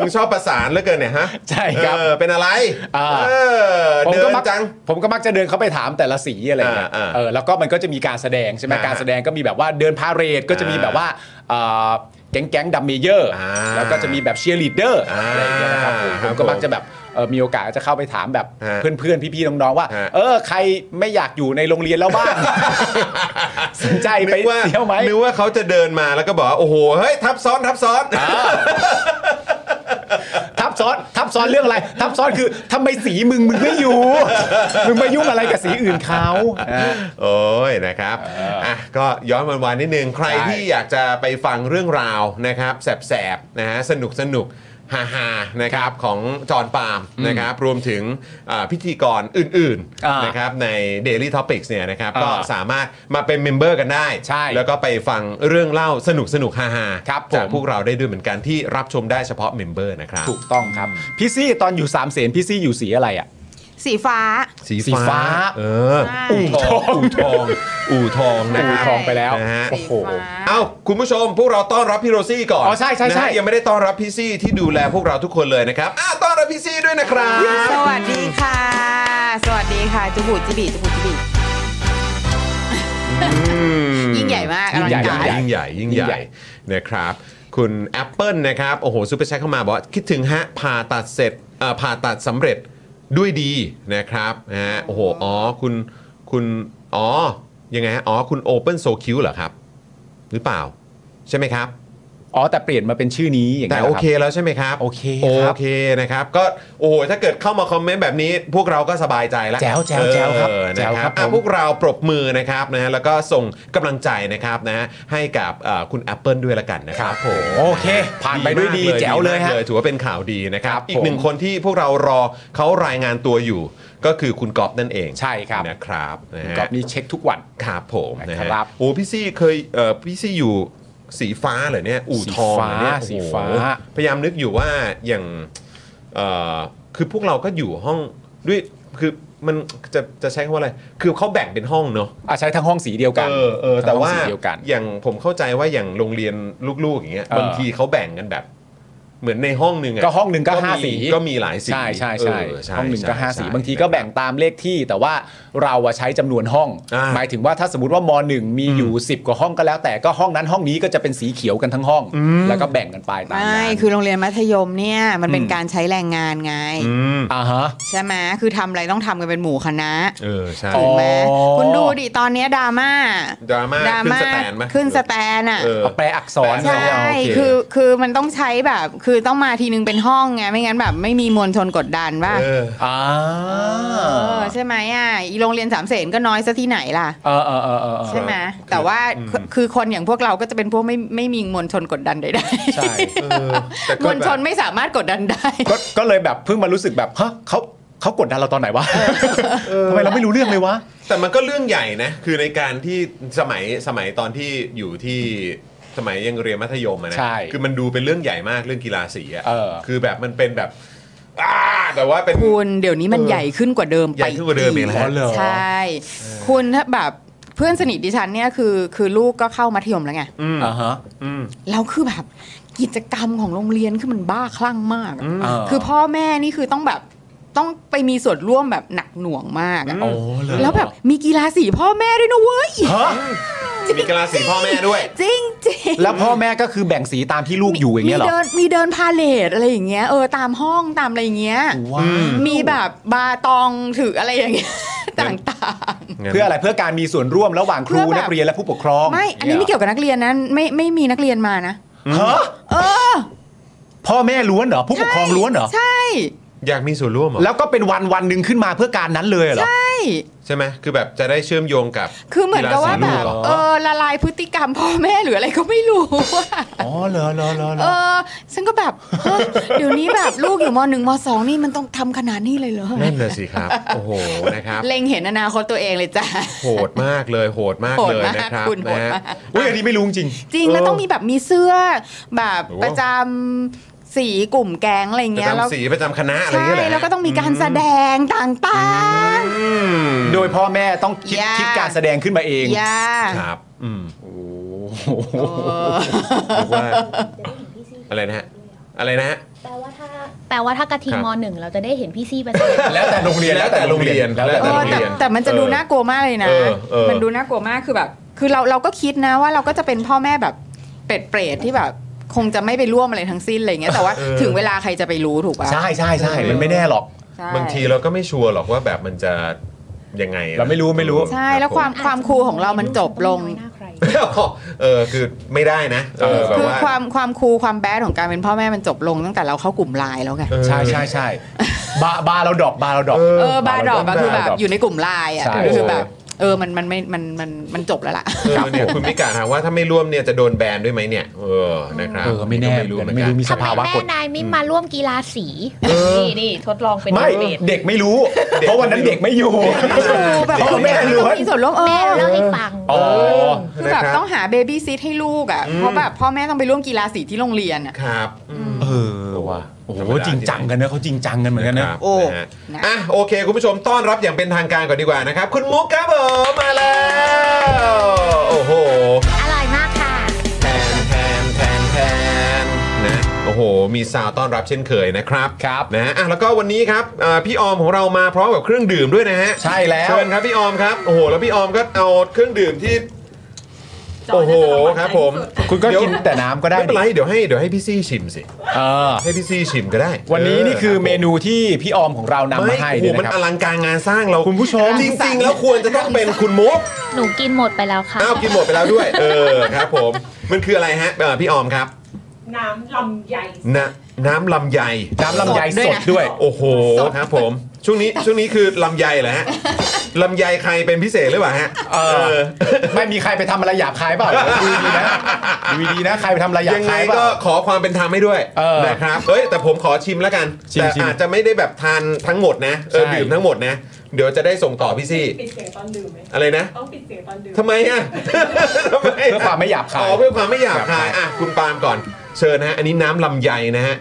S4: มึงชอบประสานเหลือเกินเนี่ยฮะ
S2: ใช่ครับ
S4: เออเป็นอะไร
S2: อ่า
S4: เออ
S2: ผม
S4: เดิ
S2: ก็
S4: น
S2: มัก
S4: จัง
S2: ผมก็มักจะเดินเข้าไปถามแต่ละสีอะไรเงี้ย
S4: อ่าอ่า
S2: เออแล้วก็มันก็จะมีการแสดงใช่ไหม
S4: อ่า
S2: การแสดงก็มีแบบว่าเดินพาเหรดก็จะมีแบบว่าเอ่อแก๊งแก๊งดัมเมเยอร์
S4: อ่า
S2: แล้วก็จะมีแบบเชียร์ลีดเดอร์
S4: อ่า
S2: อะไรอย่างเงี้ยนะครับผม
S4: ครับ
S2: ผมก็มักจะแบบเอ่อมีโอกาสจะเข้าไปถามแบบ
S4: ฮะ
S2: เพื่อนๆ พี่ๆ น้องๆ ว่า
S4: ฮะ
S2: เออใครไม่อยากอยู่ในโรงเรียนแล้วบ้าง สนใจไป
S4: นึกว่า
S2: เที่ยวไหม
S4: นึกว่าเขาจะเดินมาแล้วก็บอกว่าโอ้โหเฮ้ยทับซ้อนทับซ้อน
S2: ทับซ้อนทับซ้อนเรื่องอะไร ทับซ้อนคือทำไมสีมึงมึงไม่อยู่ มึงมายุ่งอะไรกับสีอื่นเขาอ่า
S4: โอ้ยนะครับอ่ะก็ย้อนวันวานนิดนึง ใคร
S2: ใช่
S4: ที่อยากจะไปฟังเรื่องราวนะครับแสบๆนะฮะสนุกสนุกฮาฮาๆนะครับของจอห์นปาล์มนะครับรวมถึงอ่าพิธีกรอื่น
S2: อ่า
S4: ๆนะครับใน Daily Topics เนี่ยนะครับ
S2: อ่า
S4: ก็สามารถมาเป็นเมมเบอร์กันได้
S2: ใช่
S4: แล้วก็ไปฟังเรื่องเล่าสนุกสนุกๆฮาฮาๆ
S2: ครับผม
S4: จากพวกเราได้ด้วยเหมือนกันที่รับชมได้เฉพาะเมมเบอร์นะครับ
S2: ถูกต้องครับ พี่ซี่ตอนอยู่สามเสนพี่ซี่อยู่สีอะไรอ่ะ
S6: สีฟ้า
S4: สี
S2: สีฟ้า
S4: เออ
S6: ใช่
S4: อู่ทองอู่ทองอู่ทองนะ
S2: อู
S4: ครับ
S2: ทองไปแล้ว
S4: นะฮะ
S2: โอ้โห
S6: สีฟ้า
S4: เอ้า คุณผู้ชม พวกเราต้อนรับพี่โรซี่ก่อน
S2: อ๋อใช่ใช่ใช่
S4: นะฮะยังไม่ได้ต้อนรับพี่ซี่ที่ดูแลพวกเราทุกคนเลยนะครับอ้าวต้อนรับพี่ซี่ด้วยนะครับ
S6: สวัสดีค่ะ สวัสดีค่ะ จุบุจิบิจุบุจิบิ
S4: อืม
S6: ยิ่งใหญ่มากอลัง
S4: ยิ่งให
S6: การ
S4: ญ่ยิ่งใหญ่ยิ่งให
S2: ยิ่งใหญ่
S4: ญ่นะครับ คุณ Apple นะครับโอ้โหซูเปอร์แชทเข้ามาบอกว่าคิดถึงฮะผ่าตัดเสร็จเอ่อผ่าตัดสำเร็จด้วยดีนะครับนะฮะโอ้โหอ๋อคุณคุณอ๋อยังไงฮะอ๋อคุณ Open So Q เหรอครับ หรือเปล่า ใช่ไหมครับ
S2: อ๋อแต่เปลี่ยนมาเป็นชื่อนี้อย่าง
S4: แต่
S2: นี้ยห
S4: โอ
S2: รรับ
S4: เคแล้วใช่ไหมครับ
S2: โอเค
S4: โอ
S2: ครับ
S4: เคนะครับก็โอ้โหถ้าเกิดเข้ามาคอมเมนต์แบบนี้ พวกเราก็สบายใจแล้ว
S2: แจ๋วแจ๋วแจ๋วครับ
S4: เออนะ
S2: แจ๋ว
S4: ค
S2: ครั
S4: รับบ อ่ะ
S2: ผม
S4: พวกเราปรบมือนะครับนะฮะแล้วก็ส่งกำลังใจนะครับนะฮะให้กับเอ่อคุณ Apple ด้วยละกันนะครับ
S2: ครับผมโอเคผ่านไปด้วยดี
S4: มาก
S2: แจ๋วเลย
S4: ดีมาก
S2: ฮะ
S4: ถือว่าเป็นข่าวดีนะครับ
S2: ครับ
S4: อีกหนึ่งคนที่พวกเรารอเขารายงานตัวอยู่ ก็คือคุณก๊อฟนั่นเอง
S2: ใช่ครับ
S4: นะครับนะฮะ
S2: กรอบนี้เช็คทุกวัน
S4: ครับผมนะฮะ
S2: ครับ
S4: โอ้พี่ซี่เคยเอ่อพี่ซี่อยู่สีฟ้าเหรอเนี่ยอู่ทองเหรอเนี่ย
S2: สีฟ้า
S4: โอ้โห
S2: สีฟ้า
S4: พยายามนึกอยู่ว่าอย่างเอ่อคือพวกเราก็อยู่ห้องด้วยคือมันจะจะใช้คำว่าอะไร คือเขาแบ่งเป็นห้องเนาะ
S2: อ่ะใช้ทั้งห้องสีเดียวกัน
S4: เออเออแต่
S2: ทั้งห้
S4: ว่า
S2: องสีเดียวกัน
S4: อย่างผมเข้าใจว่าอย่างโรงเรียนลูกๆอย่างเงี้
S2: เออบ
S4: ยางทีเขาแบ่งกันแบบ เหมือนในห้องหนึ่งะ
S2: ก็ห้องหนึ่งก็ห้า
S4: มี
S2: สี
S4: ก็มีหลายสี
S2: ใช่ใช่ใช่
S4: เใช่
S2: ห้องหนึ่งก็
S4: ใช่
S2: ห้า
S4: ใช่
S2: สีบางทีก็แบ่ง
S4: นะ
S2: ตามเลขที่แต่ว่าเราอะใช้จำนวนห้อง
S4: อ่า
S2: หมายถึงว่าถ้าสมมติว่ามหนึ่งมีอยู่ 10 กว่าห้องก็แล้ว แต่ก็ห้องนั้นห้องนี้ก็จะเป็นสีเขียวกันทั้งห้อง แล้วก็แบ่งกันไปตามนั้น
S6: ไม่ คือโรงเรียนมัธยมเนี่ย มันเป็นการใช้แรงงานไง
S2: อ่าฮะ
S6: ใช่ไหมคือทำอะไรต้องทำกันเป็นหมู่คณะ
S4: ครับเออใช่
S2: อ๋
S6: ถู
S2: อ
S6: กไหมคุณดูดิ ตอนเนี้ยดราม่า
S4: ดราม่า
S6: ดราม่า
S4: ขึ้นสแตนไหม
S6: ขึ้นสแตนอ่ะ
S4: เออ
S2: เอาแปลอักษร
S6: ใช่
S2: เอาโอเค
S6: คือคือมันต้องใช้แบบ คือต้องมาทีนึงเป็นห้องไง ไม่งั้นแบบไม่มีมวลชนกดดันว่า
S4: เออ
S2: อ่า
S6: เออใช่ไหมอ่ะอีโรงเรียนสามเสนก็น้อยซะที่ไหนล่ะ
S2: เออเออเออเออเออ
S6: ใช่ไหมแต่ว่าคือคือคนอย่างพวกเราก็จะเป็นพวกไม่ไม่มีมวลชนกดดันใด
S2: ใช่
S6: ๆ
S4: เออแต่ก็
S6: มวลชน
S4: แบบ
S6: ไม่สามารถกดดันได้
S2: ก็ก็เลยแบบเพิ่งมารู้สึกแบบฮะเขา เขากดดันเราตอนไหนวะทำไมเราไม่รู้เรื่องเลยวะ
S1: แต่มันก็เรื่องใหญ่นะ คือในการที่สมัยสมัยตอนที่อยู่ที่สมัยยังเรียนมัธยมอะนะ
S2: ใช่
S1: คือมันดูเป็นเรื่องใหญ่มากเรื่องกีฬาสีอะ
S2: เออ
S1: คือแบบมันเป็นแบบอ่าแต่ว่าเป็น
S6: คุณเดี๋ยวนี้มันใหญ่ขึ้นกว่าเดิมไป
S1: ใหญ่ขึ้นกว่าเดิมอีกแล้ว
S2: เหรอ
S6: ใช่ คุณถ้าแบบเพื่อนสนิทดิฉันเนี่ยคือคือลูกก็เข้ามัธยมแล้วไง
S2: อ่าฮะ
S6: แล้วคือแบบกิจกรรมของโรงเรียนคือมันบ้าคลั่งมากอะ
S2: อ่า
S6: คือพ่อแม่นี่คือต้องแบบต้องไปมีส่วนร่วมแบบหนักหน่วงมากอะ
S2: โอ้เหรอ
S6: แล้วแบบมีกีฬาสีพ่อแม่ด้วยนะเว้ย
S1: มีกีฬาสีพ่อแม่ด้วย
S6: จริงจริงๆ
S2: แล้วพ่อแม่ก็คือแบ่งสีตามที่ลูกอยู่อย่าง
S6: มี
S2: เงี้ยเหรอ
S6: เดินมีเดินพาเลทอะไรอย่างเงี้ยเออตามห้องตามอะไรอย่างเงี้ย
S2: ว้าว
S6: มีแบบบาตองถืออะไรอย่างเงี้ย ต่าง
S2: เพื่ออะไรเพื่อการมีส่วนร่วมระหว่างครูนักเรียนและผู้ปกครอง
S6: ๆ ไม่ อันนี้ไม่เกี่ยวกับนักเรียนนะไม่ไม่มีนักเรียนมานะ
S2: ฮะพ่อแม่ล้วนเหรอผู้ปกครองล้วนเหรอ
S6: ใช่
S1: อยากมีส่วนร่วมเหรอ
S2: แล้วก็เป็นวันวันหนึ่งขึ้นมาเพื่อการนั้นเลยเหรอ
S6: ใช่
S1: ใช่ไหมคือแบบจะได้เชื่อมโยงกับ
S6: คือเหมือนกับว่า
S1: ฬสี
S6: แบ
S1: ลู
S6: บ
S1: เหรอ
S6: เออละลายพฤติกรรมพ่อแม่หรืออะไรก็ไม่รู้อะ
S2: อ๋อเหรอเหรอเหรอเหร
S6: เอ
S2: อ
S6: อฉันก็แบบเฮ้ยเดี๋ยวนี้แบบลูกอยู่มหนึ่งมสองนี่มันต้องทำขนาดนี้เลยเหรอ
S1: นั่นเลยสิครับ โอ้โหนะครับ
S6: เล็งเห็นอนาคตตัวเองเลยจ้ะ
S1: โหดมากเลย โหดมาก
S6: โหด
S1: เลย
S6: มาก
S1: นะครับ
S6: คุณโหด
S1: นะฮะ
S6: มาก
S2: เฮ้ยอันนี้ไม่รู้จริง
S6: จริงแล้วต้องมีแบบมีเสื้อแบบ
S1: โอ้โห
S6: ประจำสีกลุ่มแก๊งอะไร
S1: ประ
S6: เงี้ยแล้ว
S1: จำสีประจำคณะอะไรอย่าง
S6: ใช่
S1: เงี้ยเหรอ
S6: แล้วก็ต้องมีการแสดงต่าง
S1: อืม
S2: โดยพ่อแม่ต้องคิด
S6: ยาก
S2: คิดการแสดงขึ้นมาเอง
S6: ๆอย่า
S1: ครับ อืม
S6: เออ
S1: นึกว่า
S7: จะได้เห็นพี่ซี่
S1: อะไรนะฮะ อะไรนะฮะ
S7: แปลว่าถ้าแปลว่าถ้ากระทิง
S1: ครับ
S7: มหนึ่งเราจะได้เห็นพี่ซี่ประจำ
S2: แล้วแต่โรงเรียน
S1: แล้วแต่โรงเรียน
S2: แล้วแต่
S1: ล้ว
S6: เออ
S2: โรง
S6: แต่
S2: เรียน
S6: แต่มันจะดูน่ากลัวมากเลยนะ
S1: เออเออ
S6: มันดูน่ากลัวมากคือแบบ คือเราเราก็คิดนะว่าเราก็จะเป็นพ่อแม่แบบเป็ดเปรตที่แบบ คงจะไม่ไปร่วมอะไรทั้งสิ้นอะไรเงี้ยแต่ว่าถึงเวลาใครจะไปรู้ถูกป่ะ
S2: ใช่ใช่ใช่มันไม่แน่หรอก
S6: ใช่
S1: บางทีเราก็ไม่ชัวร์หรอกว่าแบบมันจะยังไงนะ
S2: เราไม่รู้ไม่รู้
S6: ใช่แล้ว ความ
S7: อาจจะ
S6: ความคูลของเรามันจบลง
S7: ไม่น้อยหน้าใคร
S1: เออคือไม่ได้นะเออแบบ
S6: คือ
S1: ว่า
S6: ความความคูลความแบดของการเป็นพ่อแม่มันจบลงตั้งแต่เราเข้ากลุ่มไลน์แล้วไง
S1: เออ
S2: ใช่ใช่ใช่บาร์บาร์เราดรอกบาร์เราดรอก
S6: เออบาร์ดรอปอะคือแบบ
S2: บาร์ดรอป
S6: อยู่ในกลุ่มไลน์อะ
S2: ใช่
S6: คือแบบ เออมันมันไม่มันมันมันจบแล้วล่ะ
S1: เออเนี่ยคุณมิกาถามว่าถ้าไม่ร่วมเนี่ยจะโดนแบนด้วยไหมเนี่ย เออนะครับ
S2: เออไม่แน่
S1: ก็ไม่รู้เหมือน
S2: ไม่
S1: กัน
S2: รู้มีส
S7: ทำไม
S2: ภาวะก
S7: แม่
S2: ด
S7: นายไม่มาร่วมกีฬาสี นี่นี่ทดลองเป็น
S2: ไม่
S7: เบส
S2: เด็กไม่รู้เพราะวันนั้นเด็กไม่อยู่
S6: แบบ
S2: พ่อแม่ล้วน
S6: ต้องมีส่วนร่วมเอ
S7: แม่
S6: อ
S7: เล่าให้ฟัง
S2: อ๋อ
S6: คือแบบ
S1: นะครับ
S6: ต้องหาเบบี้ซิทให้ลูกอ่ะเพราะแบบพ่อแม่ต้องไปร่วมกีฬาสีที่โรงเรียนอ่ะ
S1: ครับ
S2: เออว่ะโอ้โห
S1: ธรรมดา
S2: จริงจังกันนะเขาจริงจังกันเหมือนกันนะ
S1: ครับ
S6: โอ้
S1: นะฮะ
S6: นะ
S1: อ่ะโอเค คุณผู้ชมต้อนรับอย่างเป็นทางการก่อนดีกว่านะครับ คุณมุกครับผมมาแล้วโอ้โห
S7: อร่อยมากค่ะ
S1: แทนแทนแทนแทนนะโอ้โห มีสาวต้อนรับเช่นเคยนะครับ
S2: ครับ
S1: นะฮะอ่ะแล้วก็วันนี้ครับอ่าพี่ออมของเรามาพร้อมกับเครื่องดื่มด้วยนะฮะ
S2: ใช่แล้ว
S1: เชิญครับพี่ออมครับโอ้โหแล้วพี่ออมก็เอาเครื่องดื่มที่โอ้โหครับผม
S2: คุณก็
S1: เดี๋ยว
S2: กินแต่น้ำก็ได้
S1: ไม่เป็นไรเดี๋ยวให้เดี๋ยวให้พี่ซี่ชิมสิ
S2: เออ
S1: ให้พี่ซี่ชิมก็ได้
S2: วันนี้นี่คือเม
S1: เ
S2: นูที่พี่ออมของเรา
S1: ออน
S2: ำมาให้
S1: ไม่โอ้โห
S2: ด้วย
S1: มัน
S2: นะ
S1: อ
S2: ครับ
S1: ลังการงานสร้างเรา
S2: คุณผู้ชม
S1: จริง ๆ แล้วควรจะต้องเป็นคุณมุก
S7: หนูกินหมดไปแล้วค่ะ
S1: อ้าวกินหมดไปแล้ว ด้วย เออครับผม มันคืออะไรฮะเอ่อพี่ออมครับ
S8: น้ำลำใหญ่
S1: นะน้ำลำไย
S2: น้ำลำไยสดด้วย
S1: โอ้โหครับผม ช่วง นี้ช่วงนี้คือลำไยเหรอฮะลำไยใครเป็นพิเศษหรือเปล่าฮะ
S2: เออ ไม่มีใครไปทำอะไรหยาบคายเปล่าดูดีๆนะดูดีๆนะใครไปทำอะไรหยา
S1: ยั
S2: บ
S1: งไง
S2: คายเป
S1: ก็
S2: ล่า
S1: ขอความเป็นธรรมให้ด้วย
S2: เออ
S1: นะครับเอ้ยแต่ผมขอชิมแล้วกัน
S2: ชิม
S1: แต่
S2: ชิม
S1: อาจจะไม่ได้แบบทานทั้งหมดนะเออ
S2: ใช่
S1: ดื่มทั้งหมดนะ เดี๋ยวจะได้ส่งต่อพี่ซี่
S8: ปิดเสียงตอนดื่มไหม
S1: อะไรนะ
S8: ต้องปิดเสียงตอนดื่ม
S1: ทำไมอ่ะ ทำไม
S2: เพื่อความไม่หยาบคาย
S1: อ๋อเพื่อความไม่หยาบคายอ่ะคุณปาล์มก่อน เชิญนะฮะ อันนี้น้ำลำไยนะฮะ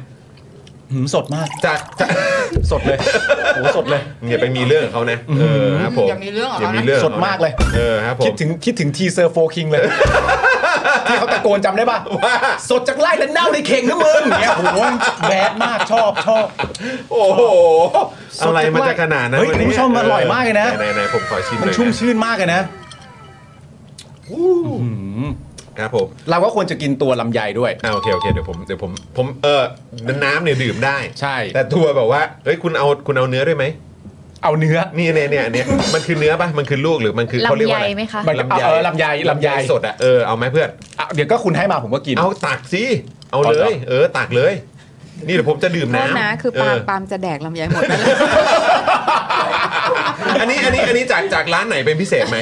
S2: หืมสดมาก
S1: จากจาก
S2: สดเลยโอ้โหสดเลย
S1: อย่าไปมีเรื่องกับเขานะ เออครับผม
S6: อย่ามีเรื่องกับ
S1: อย่า
S6: เขานะ
S1: มีเรื่อง
S2: สดมากเลย
S1: เออครับผม
S2: คิดถึงคิดถึงทีเซอร์โฟคิง เลย ที่เขาตะโกนจำได้ป่ะ
S1: ว่า
S2: สดจากไล่และเน่าในเข่งนะมึงเนี่ยโอ้โหแบดมากชอบชอบ
S1: โอ้โห
S2: สด
S1: อะไรมันจะขนาดนั้น
S2: เฮ้ย
S1: วัน
S2: คุ
S1: นี้
S2: ณผู้ชมอร่อยมากเลยนะ
S1: ไหนๆผมขอชิม
S2: มัน
S1: เลย
S2: ชุ่มชื่นมากเลยนะ
S1: ครับผม
S2: เราก็ควรจะกินตัวลำไยด้วย
S1: อ่าโอเคโอเคเดี๋ยวผมเดี๋ยวผมผมเออน้ำเนี่ยดื่มได้
S2: ใช่
S1: แต่ตัวแบบว่าเฮ้ยคุณเอาคุณเอาเนื้อด้วยไหม
S2: เอาเนื้อ
S1: นี่เนี่ยเนี่ยเนี่ยมันคือเนื้อป่ะมันคือลูกหรือมันคือเขาเรียกว่าอะ
S7: ลำไยไห
S1: ไร
S7: มคะ
S2: มันเอาเออลำไยลำไย
S1: สดอ่ะเออเอาไหมเพื่อน
S2: อ่ะเดี๋ยวก็คุณให้มาผมก็กิน
S1: เอาตักสิ เอา
S2: เอา
S1: เล
S2: เหรอ
S1: ย เออ ตักเลย นี่เดี๋ยวผมจะดื่ม
S6: โทษ
S1: น้ำ
S6: นะคือปาล์ม
S1: เ
S6: ปาล์มจะแดกลำไยหมดแล้วนะ
S1: อออันนี้อันนี้อันนี้จากจากร้านไหนเป็นพิเศษไหม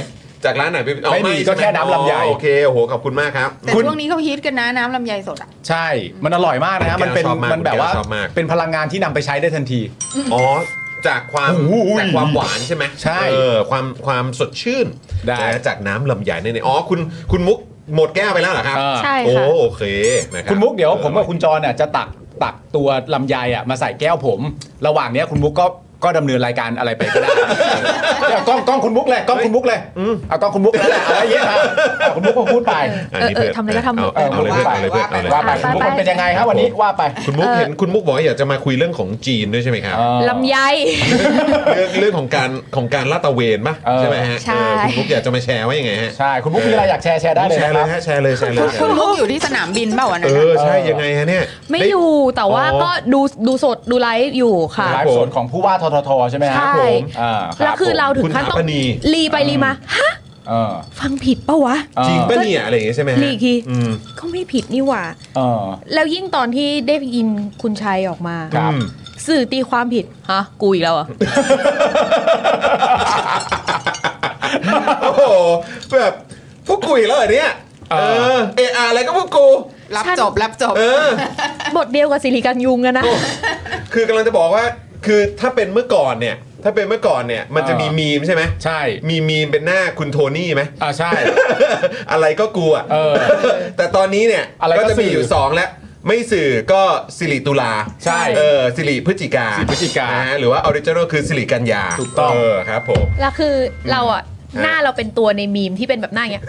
S1: จากร้านไหนเป็นอ๋อ
S2: ไม่มีก็
S1: ใช่ห
S2: แค่น้ำลำไย
S1: อ๋อโอเค โอ้โห ขอบคุณมากครับ
S6: แต่ช่วงนี้เขาฮิตกันนะน้ำลำไยสดอ่ะ
S2: ใช่ มันอร่อยมากนะ
S1: คุณ
S2: มันเป็น
S1: ชอบมาก
S2: มันแบบว่า
S1: คุณชอบมาก
S2: เป็นพลังงานที่นำไปใช้ได้ทันที
S1: อ๋อ จากความ
S2: โอ้โห
S1: จากความหวานใช่ไหม
S2: ใช่
S1: เออความความสดชื่น
S2: ได้
S1: นะจากน้ำลำไยเนี่ยอ๋อคุณคุณมุกหมดแก้วไปแล้วเหรอครับ
S2: เออ
S7: ใช่
S1: โอ้
S7: ค่ะ
S1: โอเคนะครับ
S2: คุณมุกเดี๋ยว
S1: ออ
S2: ผมกับคุณจรเนี่ยจะตักตักตัวลำไยอ่ะมาใส่แก้วผม ระหว่างเนี้ยคุณมุกก็ก็ดำเนินรายการอะไรไปก็ได้ เดี๋ยวกล้องกล้องคุณมุกเลยกล้องคุณมุกเลยเอากล้องคุณมุกแล้วแหละเอาไว้เยอะเอาคุณมุกก็พูดไป
S1: อันนี้
S7: เออ
S1: เพื่
S7: เออ
S1: น
S7: ทำอะไรก็ทำ
S1: เอาเอาเอาเลย
S2: ว่า
S1: เพื่อนเอา
S2: ไป
S1: เลยเพื่อนเอาเลย
S2: ว่าไปคุณ
S7: ไป
S2: มุกมัน
S7: ไป
S2: เป็นยังไงครับวันนี้ว่าไป
S1: คุณมุกเห็นคุณมุกบอกว่าอยากจะมาคุยเรื่องของจีนด้วยใช่ไหมครับ
S7: ลำไย
S1: เรื่องเรื่องของการของการลาดตระเวนป่ะ
S2: เออ
S1: ใช่ไหมฮะเอ
S7: ใช่
S1: อคุณมุกอยากจะมาแชร์ว่ายังไงฮะ
S2: ใช่คุณมุกมีอะไรอยากแชร์แชร์ได้เลย
S1: แชร์
S2: นะ
S1: เลย
S2: ครับ
S1: ฮะแชร์เลยแชร์เลยแชร์
S6: คุณ
S1: เลย
S6: ลูกอยู่ที่สนามบินเปล่าวัน
S1: เอ
S6: นั้นน่ะ
S1: อใช่ยังไงฮะเนี่ย
S7: ไม่
S1: ด้
S7: อยู่แต่ว่า
S1: อ๋อ
S7: ก็ดูดูสดดูไลฟ์อยู่ค่ะ
S2: ไลฟ์สดของผู้ว่าทททใช่ไหมฮะ
S7: ใช่
S2: ผมอ่า
S7: แล้ว
S2: บ
S7: คือเราถึง
S1: คุณ
S7: ขั้น
S1: ถา
S7: ต้อง
S1: ปณี
S7: รีไปรีมาฮะ
S2: เออ
S7: ฟังผิดปะวะ
S2: เออ
S1: จริงป่ะเนี่ยอะไรอย่างงี้ใช่ไหมฮะ
S7: นี่อีกที
S1: อืม
S7: ก็ไม่ผิดนี่หว่า
S2: เออ
S7: แล้วยิ่งตอนที่ได้ยินคุณชัยออกมา
S2: ครับ
S1: อืม
S7: สื่อตีความผิดฮะกูอีกแล้วเหรอ่ะ
S1: โอ้โหแบบพวกกูอีกแล้วเหรอเนี่ย
S2: เอ
S1: เอ
S2: อ
S1: อเอออะไรก็พวกกู
S6: รับ
S7: ฉัน
S6: จบรับจบ
S1: เออ
S7: บทเดียวกับสิริกันยุงอะนะ
S1: คือกำลังจะบอกว่าคือถ้าเป็นเมื่อก่อนเนี่ย ถ้าเป็นเมื่อก่อนเนี่ยมันจะมีมีมใช่ไหม
S2: ใช่
S1: มีมีมเป็นหน้าคุณโทนี่ไหม
S2: อ่าใช่
S1: อะไรก็กลัว
S2: เออ
S1: แต่ตอนนี้เนี่ย
S2: อะไรก็
S1: จะมีอยู่
S2: สื่อ
S1: สองแล้ว ไม่สื่อก็สิริตุลา
S2: ใช่
S1: เออสิริพฤศจิกา
S2: สิริพฤศจิกา
S1: ฮะหรือว่าออริจินอลคือสิริกัญญา
S2: ถูกต้อง
S1: เออครับผม
S7: แล้วคือเราอ่ะ
S1: อืม
S7: หน้าเราเป็นตัวในมีมที่เป็นแบบหน้าอย่างเงี้ย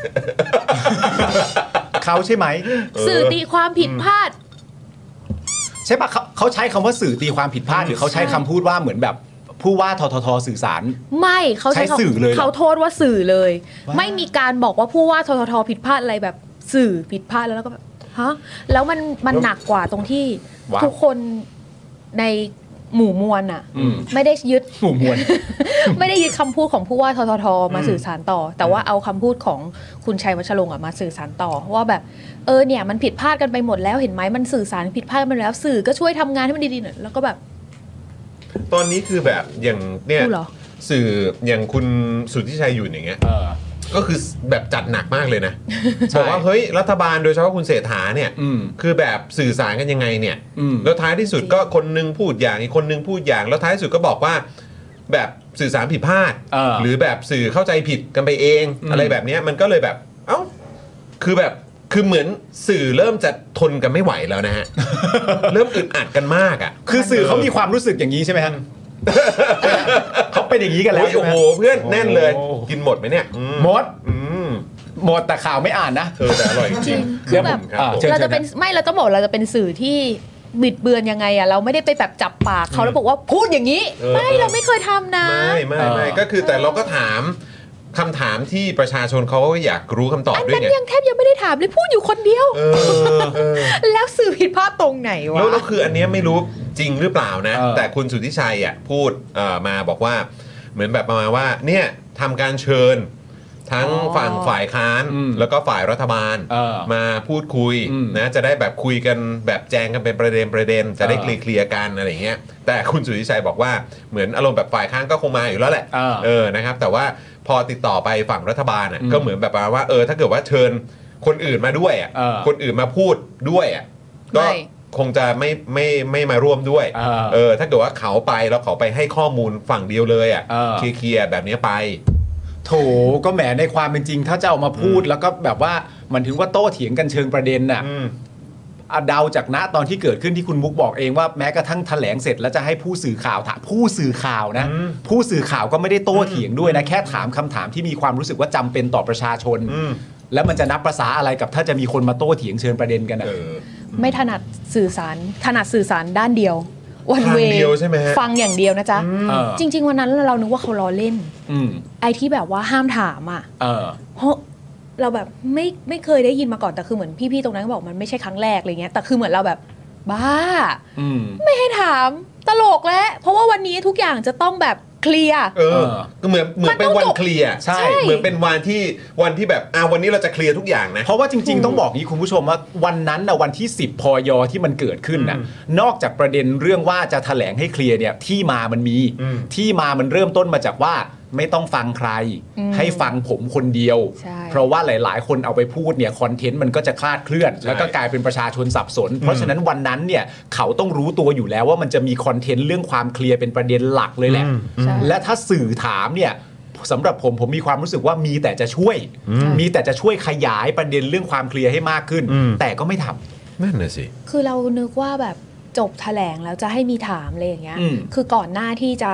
S2: เขาใช่ไหม
S7: สื่อตีความผิดพลาด
S2: ใช่ปะเขาเขาใช้คำว่าสื่อตีความผิดพลาดหรือเขาใช้คำพูดว่าเหมือนแบบผู้ว่าทททสื่อสาร
S7: ไม่เขา
S2: ใช้สื่อเลยเหรอ
S7: เขาโทษว่าสื่อเลย
S2: ว้า
S7: ไม่มีการบอกว่าผู้ว่าทททผิดพลาดอะไรแบบสื่อผิดพลาดแล้วแล้วก็แบบฮะแล้วมันมันหนักกว่าตรงที่
S1: ว้าว
S7: ทุกคนในหมู่มวลอ่ะ
S2: อืม
S7: ไม่ได้ยึด
S2: หมู่มวล
S7: ไม่ได้ยึดคำพูดของผู้ว่าทททมาสื่อสารต่อ แต่ว่าเอาคำพูดของคุณชัยวัชรงค์อะมาสื่อสารต่อ ว่าแบบเออเนี่ยมันผิดพลาดกันไปหมดแล้วเห็นไหมมันสื่อสารผิดพลาดกันไปแล้วสื่อก็ช่วยทำงานให้มันดีๆหน่อยแล้วก็แบบ
S1: ตอนนี้คือแบบอย่างเนี่ย
S7: กูเหรอ
S1: สื่ออย่างคุณสุทธิชัยหยุ่นอย่างเงี้ย
S2: เออ
S1: ก็คือแบบจัดหนักมากเลย นะ
S2: ใช่
S1: บอกว่าเฮ้ยรัฐบาลโดยเฉพาะคุณเศรษฐาเนี่ย
S2: อืม
S1: คือแบบสื่อสารกันยังไงเนี่ย
S2: อืม
S1: แล้วท้ายที่สุดก็คนนึงพูดอย่างอีกคนนึงพูดอย่าง แล้วท้ายที่สุดก็บอกว่า แบบสื่อสารผิดพลาด
S2: เออ
S1: หรือแบบสื่อเข้าใจผิดกันไปเอง
S2: อืม
S1: อะไรแบบเนี้ยมันก็เลยแบบ เอ้า คือแบบคือเหมือนสื่อเริ่มจะทนกันไม่ไหวแล้ว นะฮะ เริ่มอึดอัดกันมากอ่ะ
S2: คือสื่อเขามีความรู้สึกอย่างนี้ใช่ไหมฮะเขาเป็นอย่างนี้กันแล้ว
S1: โอ้ยโอ้โหเพื่อนแน่นเลย กินหมดไหมเนี่ยอื
S2: หมด
S1: อืม
S2: หมดแต่ข่าวไม่อ่านนะ
S1: เออแต่อร่อยจริง
S7: จริงคือแบบ
S1: ผมครับผม
S2: เชิญ
S7: เราจะ
S2: เชิญ
S7: เป็นไม่เราต้องบอกเราจะเป็นสื่อที่บิดเบือนยังไงอะเราไม่ได้ไปแบบจับปากเขาแล้วบอกว่าพูดอย่างนี้
S1: เออ
S7: ไม่
S1: เออ
S7: เราไม่เคยทำนะ
S1: ไม่ไม่
S2: เออ
S1: ไม่ก็คือแต่เราก็ถามคำถามที่ประชาชนเขาก็อยากรู้คำตอบ
S7: อัน
S1: ด้วย
S7: นั้น
S1: ไง
S7: ยังแทบยังไม่ได้ถามเลยพูดอยู่คนเดียว
S1: เออเออ
S7: แล้วสื่อผิดพลาดตรงไหนวะ
S1: แล้วแล้วคืออันเนี้ยไม่รู้จริงหรือเปล่านะ
S2: เออ
S1: แต่คุณสุทธิชัยอ่ะพูดเอ่อมาบอกว่า เหมือนแบบประมาณว่าเนี่ยทำการเชิญ ทั้ง
S7: อ๋อ
S1: ฝั่งฝ่ายค้าน
S2: อืม
S1: แล้วก็ฝ่ายรัฐบาล
S2: เออ
S1: มาพูดคุย
S2: อืม
S1: นะจะได้แบบคุยกันแบบแจงกันเป็นประเด็นประเด็น จะได้
S2: เออ
S1: เคลียร์ๆกันอะไรอย่างเงี้ยแต่คุณสุทธิชัยบอกว่าเหมือนอารมณ์แบบฝ่ายค้านก็คงมาอยู่แล้วแหละ
S2: เออ
S1: เออนะครับ แต่ว่าพอติดต่อไปฝั่งรัฐบาลอ่ะ
S2: อืม
S1: ก็เหมือนแบบประมาณว่าเออถ้าเกิดว่าเชิญคนอื่นมาด้วยอ่ะ
S2: เออ
S1: คนอื่นมาพูดด้วยอ่ะก็
S7: ไม่
S1: คงจะไม่ไม่ไม่มาร่วมด้วย
S2: เออ
S1: เออ ถ้าเกิดว่าเขาไปแล้วเขาไปให้ข้อมูลฝั่งเดียวเลยอ่ะ
S2: เออ
S1: เคลียร์ๆแบบเนี้ยไป
S2: โถก็แหมในความเป็นจริง ถ้าจะเอามาพูดแล้วก็แบบว่ามันถึงว่าโต้เถียงกันเชิงประเด็นน่ะ
S1: อืม
S2: อ่ะเดาจากณตอนที่เกิดขึ้นที่คุณมุกบอกเองว่าแม้กระทั่งแถลงเสร็จแล้วจะให้ผู้สื่อข่าวถามผู้สื่อข่าวนะ
S1: อืม
S2: ผู้สื่อข่าวก็ไม่ได้โต้เถียงด้วยนะ แค่ถามคำถามที่มีความรู้สึกว่าจำเป็นต่อประชาชน
S1: อืม
S2: แล้วมันจะนับประษาอะไรกับถ้าจะมีคนมาโต้เถียงเชิญประเด็นกันนะ
S1: เออ
S7: ไม่ถนัดสื่อสารถนัดสื่อสารด้านเดียว วัน
S1: ทาง
S7: เว
S1: เดียวใช่ไหมฮะ
S7: ฟังอย่างเดียวนะจ๊ะ
S2: เออ
S7: จริง ๆ วันนั้นเรานึกว่าเขาล้อเล่น
S2: อืม
S7: ไอ้ที่แบบว่าห้ามถามอ่ะ
S2: เออ
S7: เพราะเราแบบไม่ไม่เคยได้ยินมาก่อนแต่คือเหมือนพี่ๆตรงนั้นก็บอกมันไม่ใช่ครั้งแรกอะไรเงี้ยแต่คือเหมือนเราแบบบ้า
S2: อืม
S7: ไม่ให้ถามตลกแล้ว เพราะว่าวันนี้ทุกอย่างจะต้องแบบเคลียร์
S1: เอ
S2: เอ
S1: อ
S2: อ
S1: ก็เหมือนเหมือนเป็น
S7: มันต้อง
S1: วัน
S7: จบ
S1: เคลียร์
S2: ใช่
S1: เหมือนเป็นวันที่วันที่แบบอ่ะวันนี้เราจะเคลียร์ทุกอย่างนะ
S2: เพราะว่าจริง ๆ ต้องบอกนี้คุณผู้ชมว่าวันนั้นนะวันที่ 10พอยอที่มันเกิดขึ้นนะนอกจากประเด็นเรื่องว่าจะแถลงให้เคลียร์เนี่ยที่มามันมี
S1: อืม
S2: ที่มามันเริ่มต้นมาจากว่า ไม่ต้องฟังใคร
S7: อืม
S2: ให้ฟังผมคนเดียว
S7: ใช่
S2: เพราะว่าหลาย ๆ คนเอาไปพูดเนี่ยคอนเทนต์มันก็จะคลาดเคลื่อน แล้วก็กลายเป็นประชาชนสับสน เพราะฉะนั้นวันนั้นเนี่ยเขาต้องรู้ตัวอยู่แล้วว่ามันจะมีคอนเทนต์เรื่องความเคลียร์เป็นประเด็นหลักเลยแหละ
S7: ใช่
S2: และถ้าสื่อถามเนี่ยสำหรับผมผมมีความรู้สึกว่ามีแต่จะช่วย มีแต่จะช่วยขยายประเด็นเรื่องความเคลียร์ให้มากขึ้น แต่ก็ไม่ทำ
S1: นั่นน่ะสิ
S7: คือเรานึกว่าแบบจบแถลงแล้วจะให้มีถามอะไรอย่างเงี้ย
S2: อืม
S7: คือก่อนหน้าที่จะ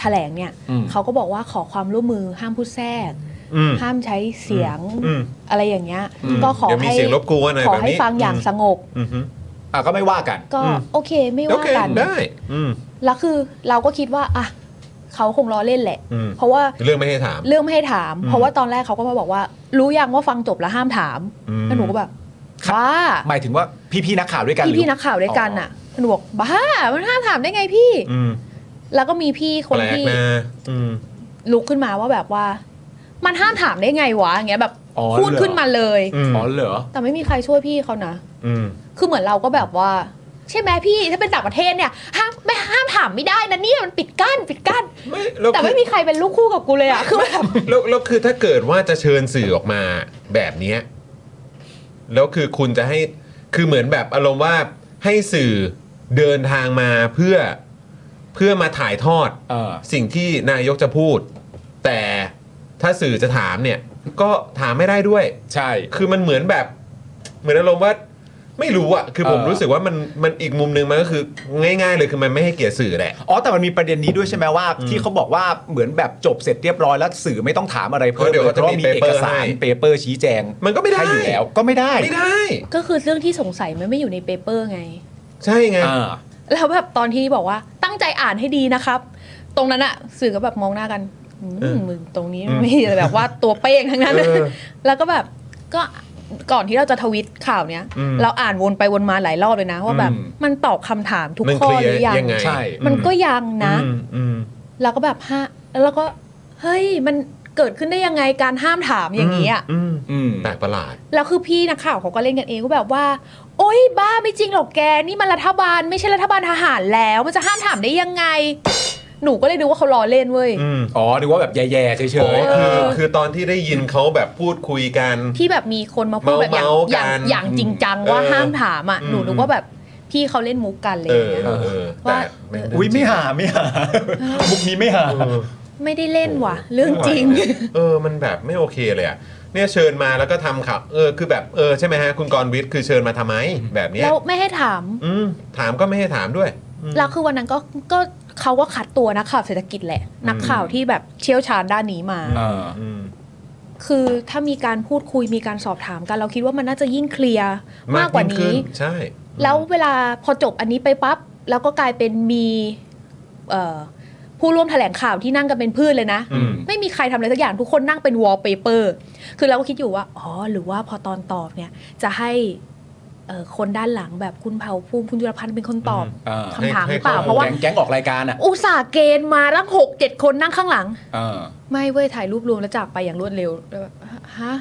S7: แถลงเนี่ย
S2: อืม
S7: เขาก็บอกว่าขอความร่วมมือห้ามพูดแทรก
S1: อืม
S7: ห้ามใช้เสียง
S1: อืม
S7: อะไรอย่างเงี้ย
S2: อืม
S7: ก็ขอ
S1: เดี๋ยวมี
S7: ให้
S1: เสียงรบกวนอะไร
S7: ขอ
S1: แบบ
S7: ให้
S1: นี้
S7: ฟังอย่าง
S1: อืม
S7: สงบ
S1: อือฮึ
S2: อ่ะก็ไม่ว่ากัน
S7: ก็โอเคไม่
S1: โอ
S7: ว่า
S1: เค
S7: กัน
S1: ได้อืม
S7: แล้วคือเราก็คิดว่าอ่ะเขาคงล้อเล่นแหละ
S1: อืม
S7: เพราะว่า
S1: เรื่องไม่ให้ถาม
S7: เรื่องไม่ให้ถาม เพราะว่าตอนแรกเขาก็มาบอกว่า รู้ยังว่าฟังจบแล้วห้ามถาม
S1: อืม
S7: แล้วหนูก็แบบ
S2: ครับ
S7: บ้า
S2: หมายถึงว่าพี่ๆนักข่าวด้วยกันห
S7: พี่
S2: รือ
S7: พี่นักข่าวด้วยกัน
S2: อ๋อ
S7: น่ะหนูบอกบ้า มันห้ามถามได้ไงพี่
S1: อืม
S7: แล้วก็มีพี่คน
S1: แปลก
S7: ที่
S1: นะอืม
S7: ลุกขึ้นมาว่าแบบว่า มันห้ามถามได้ไงวะอย่างเงี้ยแบบ
S2: อ๋อ
S7: พูด
S2: เหรอ
S7: ขึ้นมาเลย
S1: อืม
S2: อ๋อเหรอ
S7: แต่ไม่มีใครช่วยพี่เขานะ
S1: อืม
S7: คือเหมือนเราก็แบบว่า ใช่ไหมพี่ถ้าเป็นต่างประเทศเนี่ยห้ามไม่ห้ามถามไม่ได้นะเนี่ยมันปิดกั้นปิดกั้น
S1: ไม่แล้ว
S7: แต่
S1: คือ
S7: ไม่มีใครเป็นลูกคู่กับกูเลยอะคือแบบ
S1: แล้วแล้วคือถ้าเกิดว่าจะเชิญสื่อออกมาแบบเนี้ยแล้วคือคุณจะให้คือเหมือนแบบอารมณ์ว่าให้สื่อเดินทางมาเพื่อเพื่อมาถ่ายทอด
S2: เออ
S1: สิ่งที่นายกจะพูด แต่ถ้าสื่อจะถามเนี่ย ก็ถามไม่ได้ด้วย
S2: ใช่
S1: คือมันเหมือนแบบ เหมือนอารมณ์ว่าไม่รู้อะคือผม
S2: เออ
S1: รู้สึกว่ามันมันอีกมุมหนึ่งมันก็คือง่าย ๆ เลยคือมันไม่ให้เกียรติสื่อแหละ
S2: อ๋อ แต่มันมีประเด็นนี้ด้วยใช่ไหมว่า ที่เขาบอกว่าเหมือนแบบจบเสร็จเรียบร้อยแล้วสื่อไม่ต้องถามอะไรเพิ่ม
S1: เดี๋ยว
S2: เลย
S1: เขาจะ
S2: เพราะ
S1: มี
S2: ว่ามีเอกสารเปเปอร์ชี้แจง
S1: มันก็ไม่ได้
S2: ให้อยู่แล้วก็ไม่ได้
S1: ไม่ได้
S7: ก็คือเรื่องที่สงสัยมันไม่อยู่ในเปเปอร์ไง
S1: ใช่ไง
S2: อ่า
S7: แล้วแบบตอนที่บอกว่าตั้งใจอ่านให้ดีนะครับ ตรงนั้นอะสื่อก็แบบมองหน้ากันอืม
S1: เออ
S7: มึงตรงนี้
S1: อืม
S7: ไม่ แบบว่าตัวเป้งทั้งนั้น
S1: เออ
S7: แล้วก็แบบก็ก่อนที่เราจะทวิตข่าวเนี้ย
S1: อืม
S7: เราอ่านวนไปวนมาหลายรอบเลยนะ ว่าแบบมันตอบคำถามทุก
S1: มัน
S7: ข้อ
S1: เคลียร์
S7: หรือยัง
S1: ยังไง
S2: ใช่
S7: มันก็ยังนะ
S1: อืมอืม
S7: แล้วก็แบบฮะแล้วก็เฮ้ยมันเกิดขึ้นได้ยังไงการห้ามถามอย่างนี้อะ
S1: ม
S2: อืม
S1: แปลกประหลาด
S7: แล้วคือพี่นักข่าวเขาก็เล่นกันเองก็แบบว่า โอ๊ยบ้าไม่จริงหรอกแกนี่มันรัฐบาลไม่ใช่รัฐบาลทหารแล้ว มันจะห้ามถามได้ยังไง หนูก็เลยดูว่าเขาล้อเล่นเว้ย
S1: อืม
S2: อ๋อหรือว่าแบบแย่ๆเฉย
S1: โอ้คือ
S2: ๆ
S7: เออ
S1: คือตอนที่ได้ยินเขาแบบพูดคุยกัน
S7: ที่แบบมีคนมาพูดแบบอย่าง
S1: เมาส์
S7: อ
S1: กั
S7: ย่าง
S1: น
S7: อย่างจริงจังว่า
S1: เออ
S7: ห้ามถามอ่ะ
S1: อืม
S7: หนูนึกว่าแบบพี่เขาเล่นมุกกันอะไรอ
S1: เอย่าง อ
S7: เลย
S1: เออเออ
S7: ว่า
S1: แต่แง
S2: อุ้ยไม่หาไม่หา มุกนี้ไม่หา
S1: เออ
S7: ไม่ได้เล่นว่ะ เรื่องจริง
S1: เออ มันแบบไม่โอเคเลยอะเนี่ยเชิญมาแล้วก็ทำข่าวเออคือแบบเออใช่ไหมฮะคุณกรณ์วิทย์คือเชิญมาทำไมแบบเนี้ย
S7: แล้วไม่ให้ถาม
S1: อืมถามก็ไม่ให้ถามด้วย
S7: แล้วคือวันนั้นก็ก็เขาก็คัดตัวนักข่าวเศรษฐกิจแหละ นักข่าวที่แบบเชี่ยวชาญด้านนี้มา
S2: เออ
S1: อืม
S7: คือถ้ามีการพูดคุยมีการสอบถามกัน เราคิดว่ามันน่าจะยิ่งเคลียร์มากกว่า
S1: ยิ่
S7: นี้
S1: งขึ้ใช่
S7: แล้วเวลาพอจบอันนี้ไปปั๊บแล้วก็กลายเป็นมีเอ่อผู้ร่วมแถลงข่าวที่นั่งกันเป็นพืชเลยนะ
S2: อืม
S7: ไม่มีใครทำอะไรสักอย่างทุกคนนั่งเป็นวอลเปเปอร์คือเราก็คิดอยู่ว่า อ๋อ หรือว่าพอตอนตอบเนี่ย จะให้เอ่อคนด้านหลังแบบคุณเผ่าภูมิคุณจุลพันธ์เป็นคนตอบ
S2: เออ
S7: คำถามหรือเปล่า
S1: ให้
S7: เพราะว่า
S2: แก๊งแก๊งออกรายการอ่ะ
S7: อุตส่าห์เกณฑ์มาตั้งหกเจ็ดคนนั่งข้างหลัง
S2: เออ
S7: ไม่เว้ยถ่ายรูปรวมแล้วจากไปอย่างรวดเร็วแล้วแบบฮะ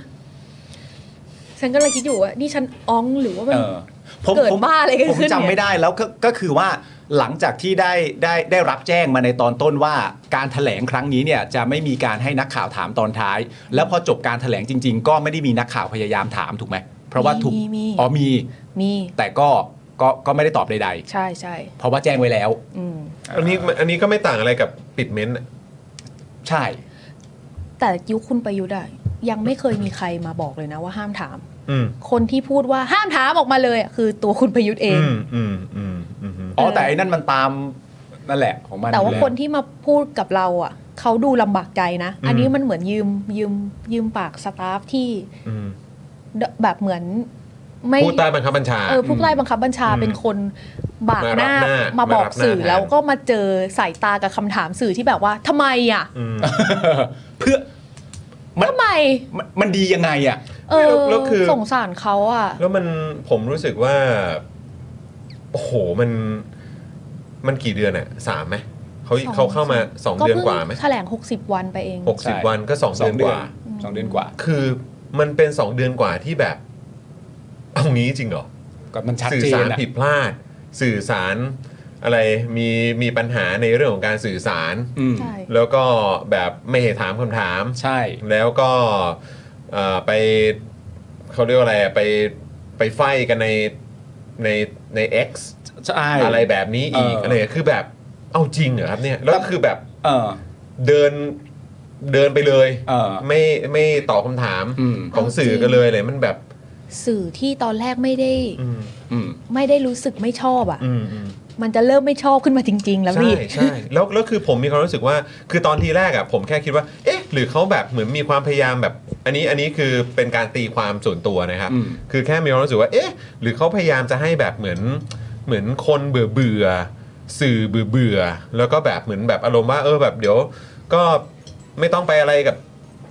S7: ฉันก็เลยคิดอยู่ว่านี่ฉันอ้องหรือว่ามัน
S2: เออผม
S7: เกิด
S2: ผม
S7: บ้าอะไรกัน
S2: ผม
S7: ขึ้นเนี่ย
S2: จำไม่ได้แล้วก็ก็คือว่าหลังจากที่ได้ได้ได้รับแจ้งมาในตอนต้นว่าการแถลงครั้งนี้เนี่ยจะไม่มีการให้นักข่าวถามตอนท้าย แล้วพอจบการแถลงจริง ๆ ก็ไม่ได้มีนักข่าวพยายามถามถูกไหมเพราะว่าถูก
S7: มีมี
S2: อ๋อมี
S7: มี
S2: แต่ก็ก็ก็ไม่ได้ตอบใด
S7: ใช่ใช่
S2: ๆ เพราะว่าแจ้งไว้แล้ว
S7: อืม
S1: อันนี้อันนี้ก็ไม่ต่างอะไรกับปิดเม้นท์อะ
S2: ใช่
S7: แต่ยุคคุณประยุทธ์อะยังไม่เคยมีใครมาบอกเลยนะว่าห้ามถาม
S1: อืม
S7: คนที่พูดว่าห้ามถามออกมาเลยอะคือตัวคุณประยุทธ์เอ
S1: อื
S7: ง
S1: มอืมอืมอืมอืม
S2: อ๋อแต่ไอ้นั่นมันตามนั่นแหละของมัน
S7: แต่ว่า
S2: อยู่ล้
S7: คนที่มาพูดกับเราอะเขาดูลำบากใจนะ อันนี้มันเหมือนยืมยืมยืมปากสตาฟที่
S1: อืม
S7: ดแบบเหมือนไม่
S1: ผู้ใต้บังคับบัญชา
S7: เออผู้ใต้บังคับบัญชา
S1: อืม
S7: เป็นคนบากหน้า
S1: มารับหน้า
S7: มาบอ
S1: มา
S7: ก
S1: รับหน้า
S7: สื่อ
S1: แทน
S7: แล้วก็มาเจอสายตากับคำถามสื่อที่แบบว่าทำไมอะ
S1: ม
S2: เพื่อ
S7: ทำไม
S2: มันมันดียังไงอ่ะ
S7: เออ
S1: แล้วคือ
S7: สงสารเขาอะ
S1: แล้วมันผมรู้สึกว่าโอ้โหมันมันกี่เดือนอะสามไหมเขา
S7: สอง
S1: เขาเข้ามาสองเดือนกว่าไหม
S7: พิ่งแถลง 60 วันไปเอง
S1: หกสิบ
S2: ใช่
S1: วันก็สองเดือนกว่า
S2: สองเดือนกว่า
S1: คือมันเป็นสองเดือนกว่าที่แบบเอางี้จริงเหรอ
S2: ก็มันชัด
S1: สื่อ
S2: เจ
S1: สาน ร
S2: อะ
S1: ผิดพลาด สื่อสาร
S4: อะไรมีมีปัญหาในเรื่องของการสื่อสาร
S2: อืม
S7: ใช่
S4: แล้วก็แบบไม่ให้ถามคำถาม
S2: ใช่
S4: แล้วก็เอ่อไปเขาเรียกว่าอะไรอะไปไปไฟกันในในใน X
S2: ใช่
S4: อะไรแบบนี้อีก
S2: เอออ
S4: อะไรคือแบบเอาจริงเหรอครับเนี่ยแล้ว
S2: แต่
S4: คือแบบ
S2: เออ
S4: เดินเดินไปเลย
S2: เออ
S4: ไม่ไม่ตอบคำถาม
S2: อืม
S4: ของสื่อกันเลยเลยมันแบบ
S7: สื่อที่ตอนแรกไม่ได้
S4: อืม
S2: อืม
S7: ไม่ได้รู้สึกไม่ชอบอ่ะ
S4: อืมอืม
S7: มันจะเริ่มไม่ชอบขึ้นมาจริง ๆ แล้ว
S4: ใช่
S7: พี่
S4: ใช่แล้วแล้วคือผมมีความรู้สึกว่าคือตอนทีแรกอะผมแค่คิดว่า เอ๊ะ หรือเขาแบบเหมือนมีความพยายามแบบ อันนี้อันนี้คือเป็นการตีความส่วนตัวนะครับ
S2: อืม
S4: คือแค่มีความรู้สึกว่า เอ๊ะ หรือเขาพยายามจะให้แบบเหมือนเหมือนคนเบื่อเบื่อๆสื่อเบื่อเบื่อๆแล้วก็แบบเหมือนแบบอารมณ์ว่าเออแบบเดี๋ยว ก็ไม่ต้องไปอะไรกับ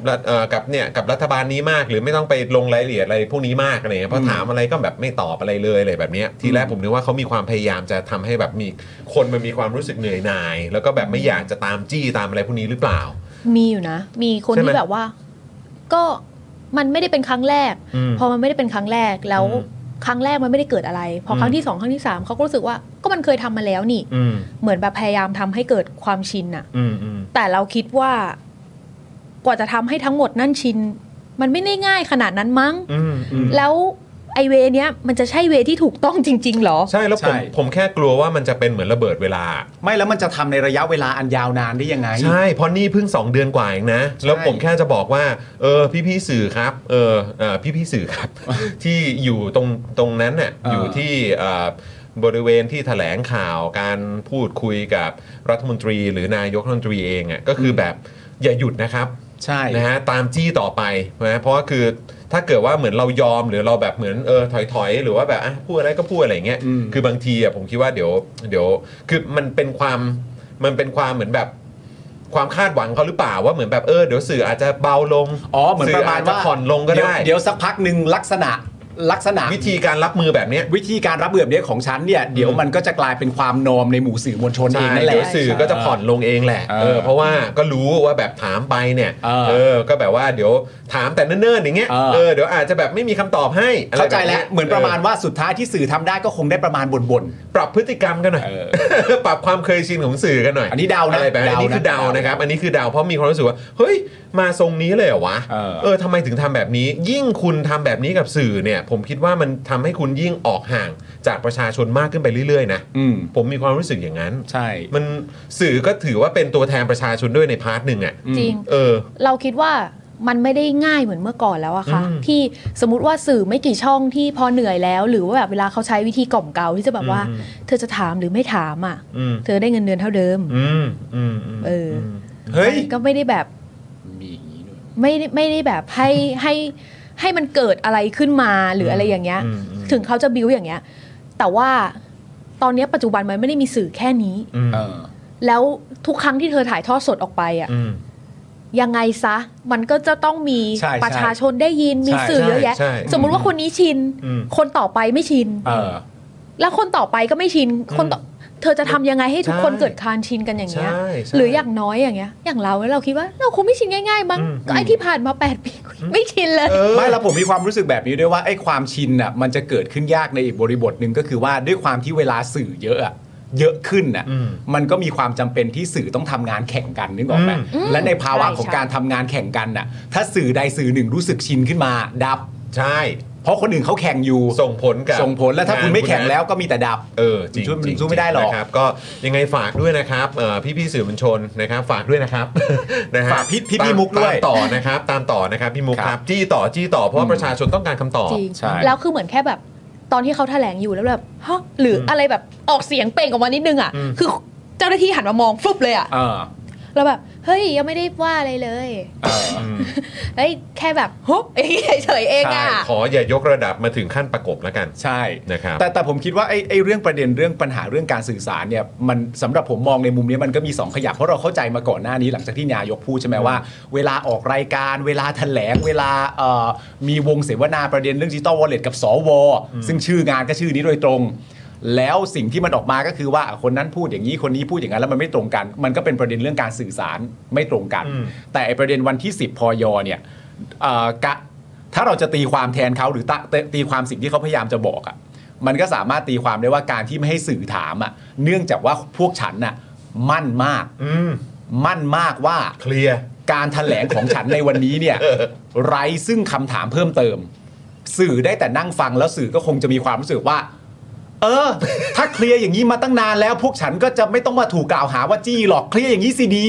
S4: รัฐเอ่อกับเนี่ยกับรัฐบาลนี้มาก หรือไม่ต้องไปลงรายละเอียดอะไรพวกนี้มากอะไรเงี้ยเพ
S2: อื
S4: ราะ
S2: ม
S4: ถามอะไรก็แบบไม่ตอบอะไรเลยอะไรแบบเนี้ยทีแรกผมนึกว่าเขามีความพยายามจะทำให้แบบมีคนมันมีความรู้สึกเหนื่อยหน่าย แล้วก็แบบไม่อยากจะตามจี้ตามอะไรพวกนี้หรือเปล่า
S7: มีอยู่นะ มีคน
S4: ใช่ไหม
S7: ที่แบบว่า ก็มันไม่ได้เป็นครั้งแรก
S4: อืม
S7: พอมันไม่ได้เป็นครั้งแรกแล้ว
S4: อืม
S7: ครั้งแรกมันไม่ได้เกิดอะไร พออ
S4: ม
S7: ครั้งที่สองครั้งที่สามเขาก็รู้สึกว่าก็มันเคยทำมาแล้วนี่
S4: อืม
S7: เหมือนแบบพยายามทำให้เกิดความชินอะ
S4: อืมอืม
S7: แต่เราคิดว่า กว่าจะทำให้ทั้งหมดนั่นชิน มันไม่ได้ง่ายขนาดนั้นมั้ง
S4: อืมอืม
S7: แล้วไอเวเนี้ยมันจะใช่เวที่ถูกต้องจริง ๆ หรอ
S4: ใช่แล้วผม
S2: ใช่
S4: ผมแค่กลัวว่ามันจะเป็นเหมือนระเบิดเวลา
S2: ไม่แล้วมันจะทำในระยะเวลาอันยาวนานได้ยังไง
S4: ใช่เพราะนี่เพิ่ง 2 เดือนกว่าเองนะ แล้วผมแค่จะบอกว่า เออ พี่พี่ๆสื่อครับ เออเออพี่พี่ๆสื่อครับ ที่อยู่ตรงตรงนั้นน่ะ
S2: อ่า
S4: อยู่ที่เอ่อบริเวณที่แถลงข่าวการพูดคุยกับรัฐมนตรี หรือนายกรัฐมนตรีเองอ่ะก็คืออ
S2: ม
S4: แบบอย่าหยุดนะครับ
S2: ใช่
S4: นะฮะตามจี้ต่อไปนะเพราะว่าคือถ้าเกิดว่าเหมือนเรายอมหรือเราแบบเหมือนเออถอยถอยๆ หรือว่าแบบอ่ะพูดอะไรก็พูดอะไรอย่างเงี้ย
S2: อืม
S4: คือบางทีอ่ะผมคิดว่าเดี๋ยวเดี๋ยวคือมันเป็นความมันเป็นความเหมือนแบบความคาดหวังเขาหรือเปล่าว่าเหมือนแบบเออเดี๋ยวสื่ออาจจะเบาลง
S2: อ๋อเหมือน
S4: สื่
S2: ประมาณ
S4: จจะ
S2: ว่า
S4: ผ่อนลงก็
S2: เดี๋ยว
S4: ได้
S2: เดี๋ยวสักพักหนึ่งลักษณะลักษณะ
S4: วิธีการรับมือแบบเนี้ย
S2: วิธีการรับเบื่อเนี้ยของฉันเนี่ยเดี๋ยวมันก็จะกลายเป็นความนอมในหมู่สื่อมวลชนเองนั่นแหละ
S4: เดี๋ยวสื่อก็จะผ่อนลงเองแหละ
S2: เออ
S4: เออเพราะว่าก็รู้ว่าแบบถามไปเนี่ย
S2: เออ
S4: ก็แบบว่าเดี๋ยวถามแต่เนิ่นๆอย่างเงี้ย
S2: เออ
S4: เออเดี๋ยวอาจจะแบบไม่มีคำตอบให้อะไร
S2: เข้าใจ
S4: แบบ
S2: แล้ว
S4: ย
S2: เหมือนประมาณว่าสุดท้ายที่สื่อทำได้ก็คงได้ประมาณบ่น
S4: ปรับพฤติกรรมกันหน่อย
S2: ๆเออ
S4: ปรับความเคยชินของสื่อกันหน่อย
S2: อันนี้เดานะ
S4: อะไรแบบนี้
S2: เดานะ
S4: อันนี้คือเดานะครับ อันนี้คือเดาเพราะมีความรู้สึกว่า เฮ้ย มาทรงนี้เลยเหรอวะ
S2: เออ
S4: เออทำไมถึงทำแบบนี้ ยิ่งคุณทำแบบนี้กับสื่อเนี่ย ผมคิดว่ามันทำให้คุณยิ่งออกห่างจากประชาชนมากขึ้นไปเรื่อยๆนะ
S2: อืม
S4: ผมมีความรู้สึกอย่างนั้น
S2: ใช่
S4: มันสื่อก็ถือว่าเป็นตัวแทนประชาชนด้วยในพาร์ทหนึ่งอะ
S7: จริง
S4: เออ
S7: เราคิดว่ามันไม่ได้ง่ายเหมือนเมื่อก่อนแล้วอะค่ะ
S4: อืม
S7: ที่สมมติว่าสื่อไม่กี่ช่องที่พอเหนื่อยแล้ว หรือว่าแบบเวลาเขาใช้วิธีกล่อมเกลาที่จะแบบว่า
S4: อืม
S7: เธอจะถามหรือไม่ถามอะ
S4: อืม
S7: เธอได้เงินเดือนเท่าเดิม
S4: อืมอืมม
S7: เอออื
S4: ม
S2: เฮ้ย
S7: มันก็ไม่ได้แบบ
S2: มีอย่างนี้ด้วย
S7: ไม่ได้ไม่ได้แบบให้ให้ให้มันเกิดอะไรขึ้นมาหรืออะไรอย่างเงี้ย
S4: มอืม
S7: ถึงเขาจะบิ้วอย่างเงี้ย แต่ว่าตอนเนี้ยปัจจุบันมันไม่ได้มีสื่อแค่นี้
S4: อืม
S2: เออ
S7: แล้วทุกครั้งที่เธอถ่ายทอดสดออกไปอะ
S4: อืม
S7: ยังไงซะ มันก็จะต้องมี
S2: ใช่ใช่
S7: ประชาชนได้ยินมี
S2: ใช่
S7: สื่อเยอะแยะ
S4: ใช่ใช่
S7: สมมุติว่าคนนี้ชิน
S4: อืม
S7: คนต่อไปไม่ชิน
S2: เออ
S7: แล้วคนต่อไปก็ไม่ชิน คนต่อเธอจะทำยังไงให้ทุกคนเกิดการชินกันอย่างเงี้ย
S4: ใช่ใช่
S7: หรืออย่างน้อยอย่างเงี้ย อย่างเราแล้วเราคิดว่าเราคงไม่ชินง่ายๆ มั้ง
S4: อืม
S7: ก็ไอ้ที่ผ่านมา 8 ปีไม่ชินเลย
S4: เออ
S2: ไม่แล้วผมมีความรู้สึกแบบนี้ด้วยว่าไอ้ความชินน่ะมันจะเกิดขึ้นยากในอีกบริบทหนึ่งก็คือว่าด้วยความที่เวลาสื่อเยอะอะเยอะขึ้นน่ะ
S4: อืม
S2: มันก็มีความจำเป็นที่สื่อต้องทำงานแข่งกันนึกออกไหม
S4: อืม
S2: และในภาวะของ
S7: ใช่
S2: การทำงานแข่งกันน่ะถ้าสื่อใดสื่อหนึ่งรู้สึกชินขึ้นมาดับ
S4: ใช่
S2: เพราะคนอื่นเขาแข่งอยู่
S4: ส่งผลกับ
S2: ส่งผลแล้วถ้าคุณไม่แข่งแล้วก็มีแต่ดับ
S4: เออจริง
S2: ช่วยมัน
S4: จริง
S2: สู้ไม่ได้หรอก
S4: นะครับก็ยังไงฝากด้วยนะครับเอ่อพี่พี่ๆสื่อมวลชนนะครับ ฝากด้วยนะครับ นะฮะ
S2: ฝากพี่พี่
S4: ต
S2: พี่มุกด้วย
S4: ตามต่อนะครับตามต่อนะครับพี่มุก
S2: ครับ
S4: ครับจี้ต่อจี้ต่อเพราะว่า
S2: อืม
S4: ประชาชนต้องการคำตอบ
S7: จริง
S2: ใช่
S7: แล้วคือเหมือนแค่แบบตอนที่เขาแถลงอยู่แล้วแบบฮะหรืออะไรแบบออกเสียงเปล่งออกมานิดนึงอ่ะ
S4: อืม
S7: คือเจ้าหน้าที่หันมามองฟลุบเลยอ่ะ
S2: เออ
S7: เราแบบเฮ้ยยังไม่ได้ว่าอะไรเลย
S2: เออ
S4: อืม
S7: เฮ้ยแค่แบบฮุบอย่างงี้เฉยๆเองอ่ะ
S2: ใช่
S4: ข ออย่ายกระดับมาถึงขั้นประกบแล้วกัน
S2: ใช่
S4: นะครับ
S2: แต่แต่ผมคิดว่าไอ้ไอ้เรื่องประเด็นเรื่องปัญหาเรื่องการสื่อสารเนี่ยมันสำหรับผมมองในมุมนี้มันก็มี 2 ขยักเพราะเราเข้าใจมาก่อนหน้านี้หลังจากที่นายกพูดใช่ไหมว่า เวลาออกรายการ เวลาแถลง เวลาเอ่อมีวงเสวนาประเด็นเรื่องดิจิตอลวอลเล็ตกับสวซึ่งชื่องานก็ชื่อนี้โดยตรง แล้วสิ่งที่มันออกมาก็คือว่าอ่ะคนนั้นพูดอย่างนี้คนนี้พูดอย่างนั้นแล้วมันไม่ตรงกัน มันก็เป็นประเด็นเรื่องการสื่อสารไม่ตรงกัน
S4: อืม
S2: แต่ไอ้ประเด็นวันที่ 10พอยเนี่ยเอ่อกะถ้าเราจะตีความแทนเขาหรือตะตีความสิ่งที่เขาพยายามจะบอกอะ มันก็สามารถตีความได้ว่าการที่ไม่ให้สื่อถามอ่ะเนื่องจากว่าพวกฉันน่ะมั่นมาก
S1: อืม
S2: มั่นมากว่า
S1: เคลียร์
S2: การถแถลงของฉันในวันนี้เนี่ย
S1: เออ
S2: ไร้ซึ่งคำถามเพิ่มเติม สื่อได้แต่นั่งฟังแล้วสื่อก็คงจะมีความรู้สึกว่า เออ ถ้าเคลียร์อย่างนี้มาตั้งนานแล้ว พวกฉันก็จะไม่ต้องมาถูกกล่าวหาว่าจี้หรอกเคลียร์อย่างนี้สิดี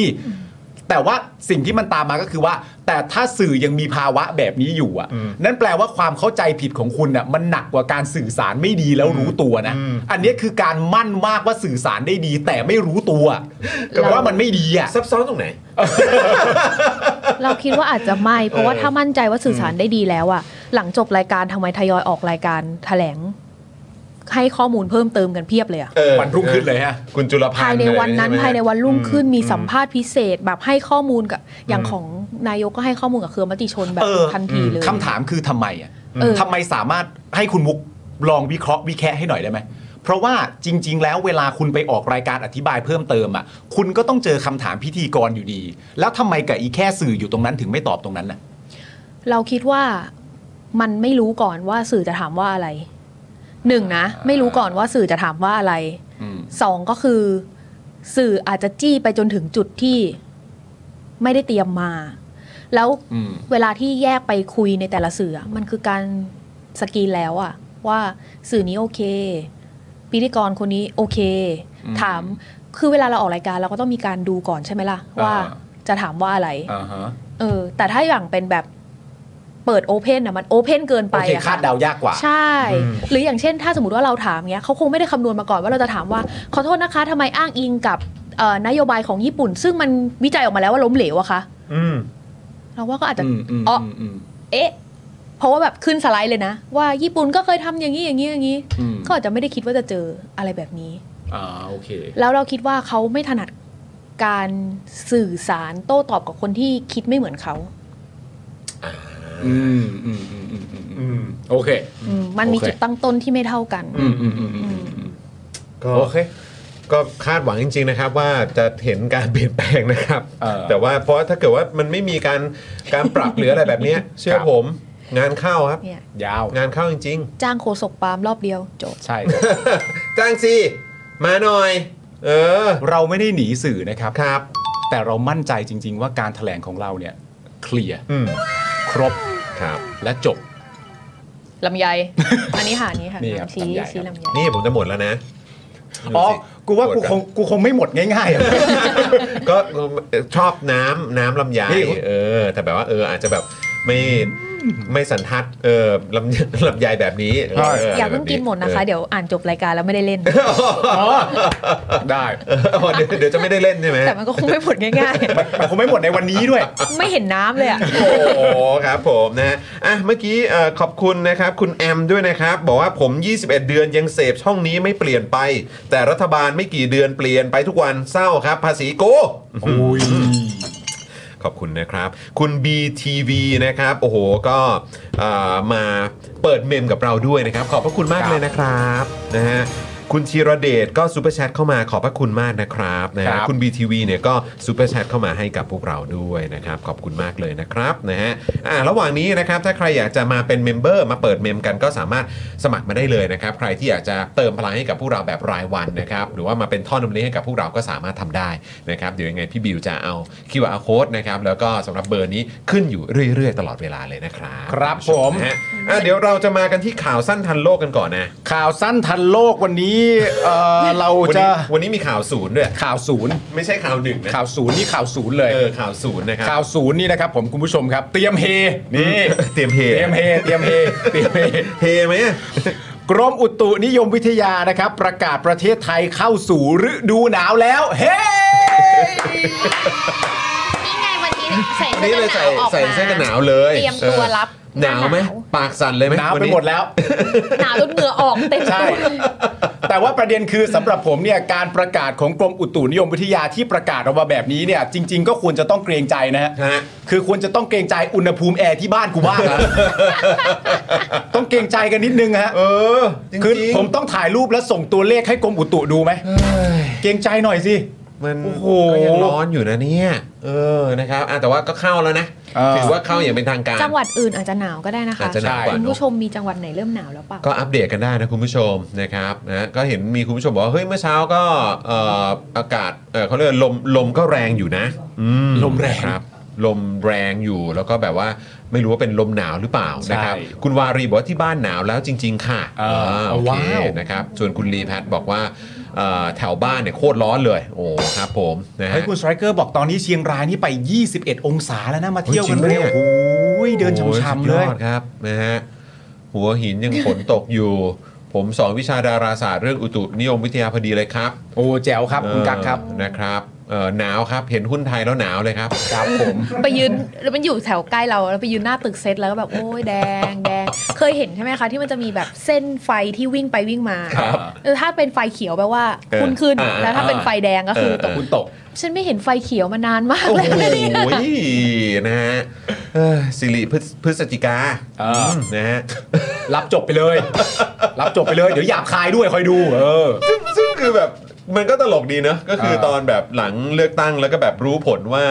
S2: แต่ว่าสิ่งที่มันตามมาก็คือว่า แต่ถ้าสื่อยังมีภาวะแบบนี้อยู่อ่ะ นั่นแปลว่าความเข้าใจผิดของคุณน่ะมันหนักกว่าการสื่อสารไม่ดีแล้วรู้ตัวนะ อันเนี้ยคือการมั่นมากว่าสื่อสารได้ดี แต่ไม่รู้ตัวว่ามันไม่ดีอ่ะ
S1: ซับซ้อนตรงไหน
S7: เราคิดว่าอาจจะไม่ เพราะว่าถ้ามั่นใจว่าสื่อสารได้ดีแล้วอะหลังจบรายการทำไมทยอยออกรายการแถลง ให้ข้อมูลเพิ่มเติมกันเพียบเลยอะ
S1: เออ
S2: วันรุ่งขึ้นเลยฮะ
S1: คุณจุลพันธ์
S7: ภายในวันนั้น
S1: ช่ไหม
S7: ภายในวันรุ่งขึ้นมีสัม
S1: อื
S7: ภาษณ์พิเศษแบบให้ข้อมูลกับอย่างของนายกก็ให้ข้อมูลกับเครือมติชนแบบ
S2: เออ
S7: ทันทีเลย
S2: คำถามคือทำไมอ่ะ
S7: เออ
S2: ทำไมสามารถให้คุณมุกลองวิเคราะห์วิแคะให้หน่อยได้ไหม เพราะว่าจริง ๆ แล้วเวลาคุณไปออกรายการอธิบายเพิ่มเติมอ่ะ คุณก็ต้องเจอคำถามพิธีกรอยู่ดี แล้วทำไมกับอีแค่สื่ออยู่ตรงนั้นถึงไม่ตอบตรงนั้นน่ะ
S7: เราคิดว่ามันไม่รู้ก่อนว่าสื่อจะถามว่าอะไรหนึ่งนะไม่รู้ก่อนว่าสื่อจะถามว่าอะไร
S2: อืม
S7: สองก็คือ สื่ออาจจะจี้ไปจนถึงจุดที่ไม่ได้เตรียมมา แล้ว
S2: อืม
S7: เวลาที่แยกไปคุยในแต่ละสื่ออะมันคือการสกรีนแล้วอะว่าสื่อนี้โอเคพิธีกรคนนี้โอเค
S2: อืม
S7: ถามคือเวลาเราออกรายการเราก็ต้องมีการดูก่อนใช่ไหมล่ะ ว่า
S2: อ่า
S7: จะถามว่าอะไร
S2: อ่าฮะ
S7: เออแต่ถ้าอย่างเป็นแบบเปิดโอเพนอะมันโอเพนเกิน
S2: โอ
S7: ไป
S2: เค
S7: อะ
S2: คา
S7: ค่ะ
S2: ดเดายากกว่า
S7: ใช่ หรืออย่างเช่น ถ้าสมมติว่าเราถามเงี้ยเขาคงไม่ได้คำนวณมาก่อนว่าเราจะถามว่าขอโทษนะคะทำไมอ้างอิงกับเอ่อนโยบายของญี่ปุ่น ซึ่งมันวิจัยออกมาแล้วว่าล้มเหลวอะคะเราว่าก็อาจจะ
S2: อืมอืม
S7: อ๋ออื
S2: มอืม
S7: เอ๊ะเพราะว่าแบบขึ้นสไลด์เลยนะ ว่าญี่ปุ่นก็เคยทำอย่างนี้อย่างนี้อย่างนี้
S2: อืม
S7: ก็อาจจะไม่ได้คิดว่าจะเจออะไรแบบนี้
S2: อ่าโอเค
S7: แล้วเราคิดว่าเขาไม่ถนัดการสื่อสารโต้ตอบกับคนที่คิดไม่เหมือนเขา
S2: อืมอืมอืมอืมอืมอืมโอเค
S7: อืมมันมี
S2: โอเค
S7: จุดตั้งต้นที่ไม่เท่ากัน
S2: อืมอืมอืมอืมอืม
S1: ก็
S2: โอเค
S1: ก็คาดหวังจริง ๆ นะครับว่าจะเห็นการเปลี่ยนแปลงนะครับ
S2: เออ
S1: แต่ว่าเพราะถ้าเกิดว่ามันไม่มีการการปรับหรืออะไรแบบเนี้ยเชื่
S2: ค
S1: อ
S2: รับ
S1: ผม งานเข้าครับ
S7: เนี่ย
S2: ยาว
S1: งานเข้าจริง
S7: จ้างโคศกปาล์มรอบเดียวจบ
S2: ใช่
S1: ๆ จ้างสิมาหน่อย เออ
S2: เราไม่ได้หนีสื่อนะครับ
S1: ครับ
S2: แต่เรามั่นใจจริง ๆ ว่าการถแถลงของเราเนี่ย เคลียร์
S1: อืม
S2: ครบ
S1: ครับ
S2: และจบ
S7: ลำไย อันนี้หานี้ค่ะ
S2: นี่ครับ
S7: ชี้
S2: ลำไย
S7: ชี้
S2: ครับ
S7: ลำไย
S1: นี่ผมจะหมดแล้วนะดูสิ
S2: อ๋อ กูว่ากู
S1: ปด
S2: คงกูคงไม่หมดง่าย ๆอะ
S1: ก็ชอบน้ำน้ำลำไย
S2: นี่
S1: เออ แต่แบบว่าเอออาจจะแบบไม่ไม่สันทัดเออลำไยลำไยแบบนี้เอออย่
S7: อาเพิ่งกินหมดนะคะ เดี๋ยวอ่านจบรายการแล้วไม่ได้ เล่น
S2: ได้
S1: อ๋อเดี๋ยวเดี๋ยวจะไม่ได้เล่นใช่ไหม
S7: แต่มันก็คงไม่ผลง่าย
S2: มันมันคงไม่หมดในวันนี้ด้วย
S7: ๆ ไม่เห็นน้ำเลยอ่ะ
S1: โอ้โหครับผมนะฮะอ่ะเมื่อกี้เอ่อขอบคุณนะครับคุณแอมด้วยนะครับ บอกว่าผม 21 เดือนยังเสพช่องนี้ไม่เปลี่ยนไป แต่รัฐบาลไม่กี่เดือนเปลี่ยนไปทุกวันเศร้าครับ ภาษีโก
S2: โอ้ย
S1: ขอบคุณนะครับ คุณ BTV นะครับ โอ้โห ก็เอ่อมาเปิดเมมกับเราด้วยนะครับ ขอบพระคุณมาก
S2: ครับ
S1: เลยนะครับนะฮะคุณธีรเดชก็ซูเปอร์แชทเข้ามาขอบพระคุณมากนะครับนะ
S2: ครั
S1: ฮะ
S2: บ
S1: คุณ BTV เนี่ยก็ซูเปอร์แชทเข้ามาให้กับพวกเราด้วยนะครับ ขอบคุณมากเลยนะครับนะฮะอ่าระหว่างนี้นะครับถ้าใครอยากจะมาเป็นเมมเบอร์มาเปิดเมมกันก็สามารถสมัครมาได้เลยนะครับ ใครที่อยากจะเติมพลังให้กับพวกเราแบบรายวันนะครับ หรือว่ามาเป็นท่อนำเลี้ยงให้กับพวกเราก็สามารถทำได้นะครับเดี๋ยวยังไงพี่บิวจะเอา QR code นะครับ แล้วก็สำหรับเบอร์นี้ขึ้นอยู่เรื่อยๆ ตลอดเวลาเลยนะครับ
S2: ครับ
S1: ณช
S2: ผม
S1: นะฮะอ่ะเดี๋ยวเราจะมากันที่ข่าวสั้นทันโลกกันก่อนนะ
S2: ข่าวสั้นทันโลกวันนี้เอ่อเรา
S1: วัน
S2: จะ
S1: นี้วันนี้มีข่าวศูนย์ด้วย
S2: ข่าวศูนย์
S1: ไม่ใช่ข่าวหนึ่งนะ
S2: ข่าวศูนย์นี่ข่าวศูนย์เลย
S1: เออข่าวศูนย์นะครับ
S2: ข่าวศูนย์นี่นะครับผมคุณผู้ชมครับ เตรียมเฮนี่
S1: เตรียมเฮ
S2: เตรียมเฮเตรียมเฮเตรียมเฮ
S1: เฮไหม
S2: กรมอุตุนิยมวิทยานะครับ ประกาศประเทศไทยเข้าสู่ฤดูหนาวแล้ว เฮ้
S7: นี่ไงวันนี้ใส่
S1: อัน
S7: เสื้
S1: นี้
S7: อ
S1: เล
S7: กั
S1: ย
S7: นห
S1: ใส่
S7: นาวออก
S1: ใส่
S7: มา
S1: เสื้อกันหนาวเลย
S7: เตรียมตัวรับ
S1: เออหนาวไหมปากสั่นเลยไหม
S2: หนาวไป
S1: นี้
S2: หมดแล้ว
S7: หนาวจนเหงื่อออกเต็ม
S2: ใช่
S7: ตัว
S2: แต่ว่าประเด็นคือสำหรับผมเนี่ยการประกาศของกรมอุตุนิยมวิทยาที่ประกาศออกมาแบบนี้เนี่ยจริง ๆ ก็ควรจะต้องเกรงใจนะฮะ
S1: ฮะ
S2: คือควรจะต้องเกรงใจอุณหภูมิแอร์ที่บ้านกูบ้าง นะ ต้องเกรงใจกันนิดนึงฮะ
S1: เออจริง
S2: คือ
S1: ๆ
S2: ผมต้องถ่ายรูปแล้วส่งตัวเลขให้กรมอุตุดูไหมเกรงใจหน่อยสิ
S1: มัน
S2: โอ้โห
S1: ก็ยังร้อนอยู่นะเนี่ย เออนะครับอ่ะแต่ว่าก็เข้าแล้วนะ
S2: เออ
S1: ถือว่าเข้าอย่างเป็นทางการ
S7: จังหวัดอื่นอาจจะหนาวก็ได้นะคะ
S1: อาจจะหนาวกว่า
S7: คุณ
S1: เนอะ
S7: ผู้ชมมีจังหวัดไหนเริ่มหนาวแล้วเปล่า
S1: ก็อัปเดตกันได้นะคุณผู้ชมนะครับนะก็เห็นมีคุณผู้ชมบอกว่าเฮ้ยเมื่อเช้าก็เอ่ออากาศเอ่อเขาเรียกว่าลมลมก็แรงอยู่นะอื
S2: ลมแรง
S1: ครับลมแรงอยู่แล้วก็แบบว่าไม่รู้ว่าเป็นลมหนาวหรือเปล่านะครับ
S2: ใช่
S1: คุณวารีบอกว่าที่บ้านหนาวแล้วจริง ๆ ค่ะ
S2: เออ
S1: โอ
S2: ว้
S1: เค
S2: าว
S1: นะครับส่วนคุณรีแพทบอกว่าเอ่อแถวบ้านเนี่ยโคตรร้อนเลย โอ้ครับผมนะ
S2: เฮ้ย
S1: ฮะ
S2: คุณสไตรเกอร์บอกตอนนี้เชียงรายนี่ไป 21 องศาแล้วนะมาเที่ยวกันเร็ว
S1: เฮ้ยจริงปะเนี่ย
S2: โอ้ยเดินช้ำๆเลย
S1: โอ้สุดอดครับนะฮะหัวหินยังฝนตกอยู่ ผมสอนวิชาดาราศาสตร์เรื่องอุตุนิยมวิทยาพอดีเลยครับ
S2: โอ้แจ๋วครับ คุณกักครับ
S1: เออนะครับเออหนาวครับ เห็นหุ้นไทยแล้วหนาวเลยครับ
S2: ครับ ผม
S7: ไปยืนแล้วมันอยู่แถวใกล้เราแล้วไปยืนหน้าตึกเซตแล้วก็แบบโอ้ยแดงแดงเคยเห็นใช่ไหมคะ ที่มันจะมีแบบเส้นไฟที่วิ่งไปวิ่งมา
S1: ครับ
S7: เออถ้าเป็นไฟเขียวแปลว่า
S1: เออ
S7: คุณขึ้น
S1: อ่า
S7: แล้วถ้าเป็นไฟแดงก็คือ
S1: เออ
S7: ต
S1: เออ
S7: ก
S2: คุณตก
S7: ฉันไม่เห็นไฟเขียวมานานมาก
S1: โอ้
S7: แล้ว
S1: โห
S7: นะเนี่ย
S1: นะฮะเอ้ยสิริพฤศพฤศจิกา
S2: เอออื
S1: มนะฮะ
S2: รับจบไปเลย รับจบไปเลย เดี๋ยวหยาบคายด้วยคอยดู เออ
S1: ซึ่งซึ่งคือแบบมันก็ตลกดีเนอะก็คือ
S2: เออ
S1: ตอนแบบหลังเลือกตั้งแล้วก็แบบรู้ผลว่า